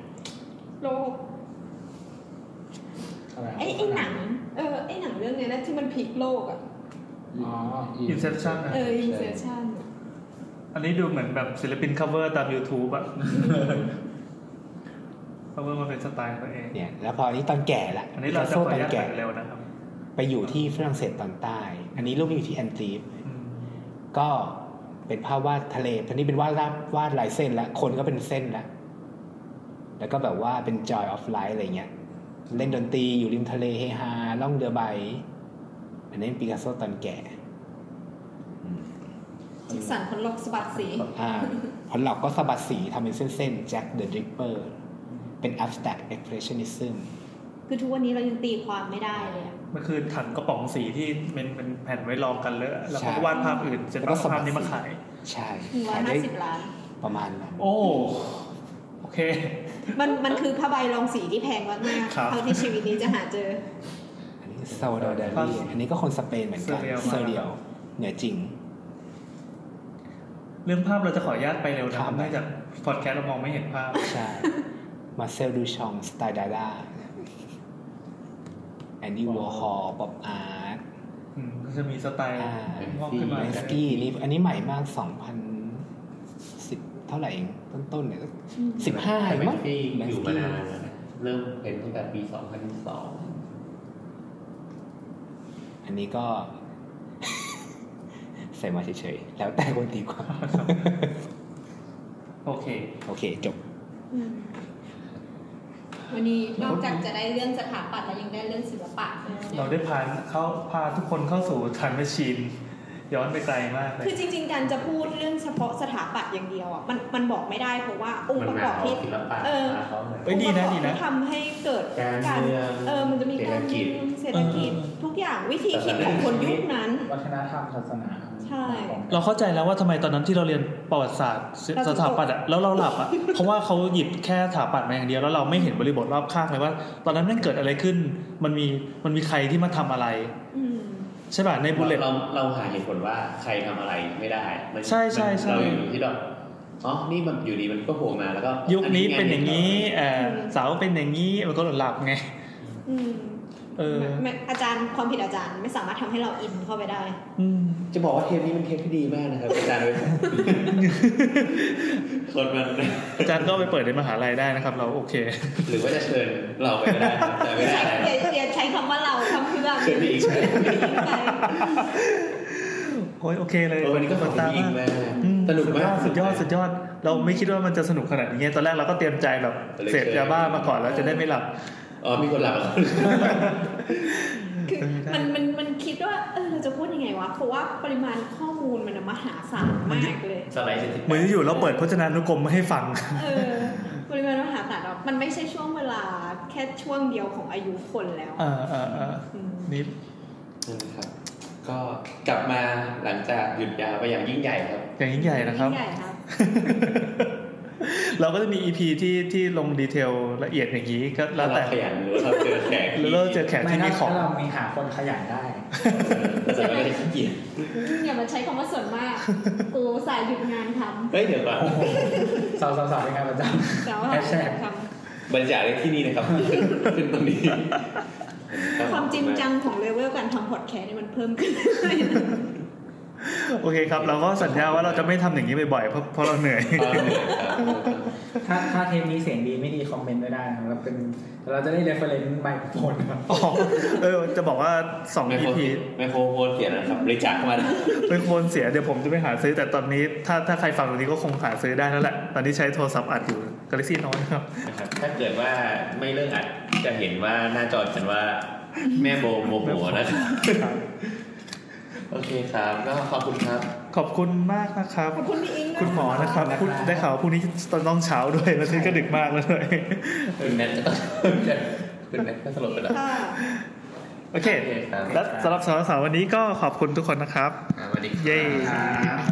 [SPEAKER 2] โรคไอไอหนัง เออไอหนังเรื่องเนี้ยนะที่มันพลิกโลกอ่ะ
[SPEAKER 5] อ๋อ
[SPEAKER 3] Inception นะ
[SPEAKER 2] เอออินเซชั่น
[SPEAKER 3] อันนี้ดูเหมือนแบบศิลปิน cover ตาม YouTube อะ cover มาเป็นสไตล์ตัวเอง
[SPEAKER 6] เนี่ย แล้วพออันนี้ตอนแก่ละ
[SPEAKER 3] อันนี้เรา
[SPEAKER 6] ปิกัส
[SPEAKER 3] จะ
[SPEAKER 6] โซ
[SPEAKER 3] ขออ
[SPEAKER 6] ต
[SPEAKER 3] นุ
[SPEAKER 6] อน
[SPEAKER 3] ญาต
[SPEAKER 6] แก่
[SPEAKER 3] เร็วนะครับ
[SPEAKER 6] ไปอยู่ที่ฝรั่งเศสตอนใต้ อันนี้รูปนี้อยู่ที่แอนตีฟ
[SPEAKER 3] อืม
[SPEAKER 6] ก็เป็นภาพวาดทะเลทีนี้เป็นวาดราบวาดลายเส้นแล้ว คนก็เป็นเส้นแล้ว แล้วก็แบบว่าเป็น joy of life อะไรเงี้ย เล่นดนตรีอยู่ริมทะเลเฮฮาล่องเรือใบ อันนี้เป็นปิกัสโซตอนแก่
[SPEAKER 2] จิกสันคนลบสะบัดสี
[SPEAKER 6] อ่าพอหลอกก็สะบัดสีทำเป็นเส้นๆ Jack the Ripper เป็น abstract expressionism
[SPEAKER 2] คือทุกวันนี้เรายังตีความไม่ได้เลยอะ
[SPEAKER 3] มันคือถังกระป๋องสีที่เป็นเป็นแผ่นไว้รองกันเลอะแล้ว
[SPEAKER 6] ใช่
[SPEAKER 3] ก็วาดภาพอื่นเสร็จ
[SPEAKER 6] แล้วก็
[SPEAKER 3] แล้ว
[SPEAKER 6] สะ
[SPEAKER 3] ภา
[SPEAKER 6] บัด
[SPEAKER 3] พนี้มา
[SPEAKER 6] สี
[SPEAKER 3] ขาย
[SPEAKER 6] ใช่
[SPEAKER 2] หนึ่งร้อ
[SPEAKER 6] ขาย ย
[SPEAKER 2] ห้า
[SPEAKER 6] ได้
[SPEAKER 2] สิบล้าน
[SPEAKER 6] ประมาณนั้น
[SPEAKER 3] โอ้ โอเค
[SPEAKER 2] มันมันคือผ้าใบรองสีที่แพงมาก
[SPEAKER 3] ครับ
[SPEAKER 2] ๆเท่าที่ชีวิตนี้จะหาเจอ
[SPEAKER 6] อันนี้ซาวดอร์ดาลีอันนี้ก็คนสเปนเหมือนกัน
[SPEAKER 3] Surreal มาก
[SPEAKER 6] เซเรียลเหนือจริง
[SPEAKER 3] เรื่องภาพเราจะขออนุญาตไปเร็วนะค
[SPEAKER 6] ครั
[SPEAKER 3] รับบ เนื่องจากพอดแคสต์เรามองไม่เห็นภาพ
[SPEAKER 6] ใช่ มาเซลดูชองสไตล์ดาดาแอนดี้วอร์ฮอลป๊อปอาร์ต
[SPEAKER 3] อืมก็จะมีสไตล์
[SPEAKER 6] อ่า
[SPEAKER 3] งอกขึ้นมา
[SPEAKER 6] ไมสกี้นี่อันนี้ใหม่มาก 2010 เท่าไหร่เองต้นๆเนี่ยสิบห้า
[SPEAKER 4] แต่เป็น
[SPEAKER 6] มั้ง
[SPEAKER 4] ที่
[SPEAKER 6] แมน
[SPEAKER 4] อยู่
[SPEAKER 6] ส
[SPEAKER 4] มา
[SPEAKER 6] กี้
[SPEAKER 4] นานแล้วนะเริ่มเป็นตั้งแต่ปี 2002
[SPEAKER 6] อันนี้ก็ ใส่มาเฉยๆ แล้วแต่คนตีความ
[SPEAKER 3] โอเค
[SPEAKER 6] โอเค จบ
[SPEAKER 2] อืมวันนี้นอกจากจะได้เรื่องสถาปัตย์แล้วยังได้เรื่องศิลปะด้วยนะ
[SPEAKER 3] เราได้พาเข้าพาทุกคนเข้าสู่ทันแมชชีน ย้อนไปไกลมากเลย
[SPEAKER 2] คือจริง ๆ การจะพูดเรื่องเฉพาะสถาปัตย์อย่างเดียวอ่ะมันมันบอกไม่ได้เพราะว่าองค์
[SPEAKER 4] มัน
[SPEAKER 2] ประ
[SPEAKER 4] มา
[SPEAKER 2] อบ
[SPEAKER 4] กเอา
[SPEAKER 2] ที่
[SPEAKER 4] ศิลปะ
[SPEAKER 2] เออ
[SPEAKER 4] มาพร้อมเลย
[SPEAKER 3] เอ้ยดีนะดีนะ
[SPEAKER 2] องค์ปรกอบที่ทำให้เกิด
[SPEAKER 4] การเมือง
[SPEAKER 2] เออมันจะมีการเมืองเศรษฐกิจทุกอย่างวิธีคิดของคนยุคนั้น
[SPEAKER 5] วัฒนธรรมศาสนา
[SPEAKER 2] ใช่
[SPEAKER 3] เราเข้าใจแล้วว่าทำไมตอนนั้นที่เราเรียนประวัติศาสตร์สถาปัตย์อะแล้วเราหลับอะ เพราะว่าเขาหยิบแค่สถาปัตย์มาอย่างเดียวแล้วเราไม่เห็นบริบทรอบข้างเลยว่า ตอนนั้นมันเกิดอะไรขึ้น มันมีมันมีใครที่มาทำอะไร
[SPEAKER 2] อืม
[SPEAKER 3] ใช่ป่ะในบุลเลต
[SPEAKER 4] เราเราหาเหตุผลว่าใครทำอะไรไม่ได้มัน
[SPEAKER 3] ใช่ใช่
[SPEAKER 4] มัน
[SPEAKER 3] ใช่
[SPEAKER 4] เราอยู่ที่เราอ๋อนี่มันอยู่ดีมันก็โผล่มาแล้วก็
[SPEAKER 3] ยุคนี้เป็นอย่างนี้เอ่อ
[SPEAKER 2] อืม
[SPEAKER 3] เสาเป็นอย่างนี้มันก็หลับไง
[SPEAKER 2] อืม
[SPEAKER 3] เออ
[SPEAKER 2] ไม่อาจารย์ความผิดอาจารย์ไม่สามารถทำให้เราอินเข้าไปได้
[SPEAKER 3] อืม
[SPEAKER 4] จะบอกว่าเทปนี้เป็นเทปที่ดีมากนะครับ อาจารย์เว้ยคนมัน
[SPEAKER 3] อาจารย์ก็ไปเปิดในมหาลัยได้นะครับ เราโอเค
[SPEAKER 4] หรือว่าจะเชิญเราไปก็ได้นะแต่ไม่ได้
[SPEAKER 2] อ
[SPEAKER 4] นะ
[SPEAKER 2] ย่าอย่าใช้คำว่าเราทำเพื่อ
[SPEAKER 4] เชิญพี่อีก
[SPEAKER 2] ไป
[SPEAKER 3] โอ้ยโอเคเลย
[SPEAKER 4] เออวันนี้ก็ขอบคุณพี่อีกมาก
[SPEAKER 3] อืม
[SPEAKER 4] สนุกมาก
[SPEAKER 3] สุดยอดสุดยอดสุดยอด เราไม่คิดว่ามันจะสนุกขนาดนี้ไงตอนแรกเราก็เตรียมใจแบบเสพยาบ้ามาก่อนแล้วจะได้ไม่หลับ
[SPEAKER 4] อ๋อมีคนหลับแล้ว
[SPEAKER 2] คือมันมันมันคิดว่าเออเราจะพูดยังไงวะเพราะว่าปริมาณข้อมูลมันมหาศาลมากเลย
[SPEAKER 4] สไลด์เจ็ดสิบ
[SPEAKER 3] เหมือนอยู่เราเปิดพจนานุกรมมาให้ฟัง
[SPEAKER 2] เออปริมาณมหาศาลอะมันไม่ใช่ช่วงเวลาแค่ช่วงเดียวของอายุคนแล้ว
[SPEAKER 3] อ่าอ่าอ่า
[SPEAKER 2] อืม
[SPEAKER 3] นี่
[SPEAKER 4] นั่นนะครับ ก็กลับมาหลังจากหยุดยาวไปอย่างยิ่งใหญ่ครับ
[SPEAKER 3] อย่างยิ่งใหญ่นะครับ
[SPEAKER 2] ยิ่งใหญ่ครับ
[SPEAKER 3] เราก็จะมี EP ที่ที่ลงดีเทลละเอียดอย่างนี้ก็แล้วแต่
[SPEAKER 4] เราขยันหรือว่าเราเจอแขก
[SPEAKER 3] หรือเราเจอแขก
[SPEAKER 5] ไม่
[SPEAKER 3] ที่
[SPEAKER 5] นะ
[SPEAKER 3] มีของ
[SPEAKER 5] ถ้าเรามีหาคนขยันได้
[SPEAKER 4] แต่ส่วนมากก็จะขี้เกียจ
[SPEAKER 2] อย่ามาใช้คำว่าส่วนมาก กูสายหยุดงานท
[SPEAKER 4] เฮ้ยเดี๋ยวก่อน
[SPEAKER 5] สาวๆๆเป็นงานประจ
[SPEAKER 2] ำแต่ว่าหาเงินทำ
[SPEAKER 4] บริจาคได้ที่นี่นะครับ ขึ้นตรงนี้รับ
[SPEAKER 9] ความจริงจังของเลเวลการทำพอดแคสต์นี่มันเพิ่มขึ้น
[SPEAKER 3] โอเคครับ เราก็สัญญาว่าเราจะไม่ทำอย่างนี้บ่อยๆเพราะเพราะเราเห นื่อย
[SPEAKER 4] เออครับ
[SPEAKER 5] ถ้าถ้าเทปนี้เสียงดีไม่ดีคอมเมนต์ไม่ได้นะครับเราเป็นเราจะได้เรฟเฟรนซ์ไมโครโฟนครับ
[SPEAKER 3] อ๋อเออจะบอกว่าสอง
[SPEAKER 4] ไมโคร
[SPEAKER 3] EP
[SPEAKER 4] ไมโครโฟนเสียนะครับบริจาคเข้ามาได้
[SPEAKER 3] เป็นคนเสียเดี๋ยวผมจะไปหาซื้อแต่ตอนนี้ ถ้าถ้าใครฟังตรงนี้ก็คงหาซื้อได้แล้วแหละ ตอนนี้ใช้โทรศัพท์อัดอยู่กาแล็กซี่น้อยครับ
[SPEAKER 4] นะครับ ถ้าเกิดว่าไม่เลิกอัดจะเห็นว่าหน้าจอฉันว่าแม่โบโมโหนะครับโอเคครับ ก็ขอบคุณครับ
[SPEAKER 3] ขอบคุณมากนะครับ
[SPEAKER 9] ขอบคุณพี่อิงนะ
[SPEAKER 3] คุณหมอนะครับพูดได้ข่าวว่าพรุ่งนี้ตอนน้องเช้าด้วยแล้วที่ก็ดึกมากแล้วด้วย
[SPEAKER 4] คุณแนทก็ต้อง คุณแนทก็สลบไปแล้ว
[SPEAKER 9] ค่ะ
[SPEAKER 3] โอเค
[SPEAKER 4] โอเคครับ
[SPEAKER 3] และสำหรับสาวๆวันนี้ก็ขอบคุณทุกคนนะครับ
[SPEAKER 4] อ่าสวัสดีครับ
[SPEAKER 3] เย้
[SPEAKER 5] ครับ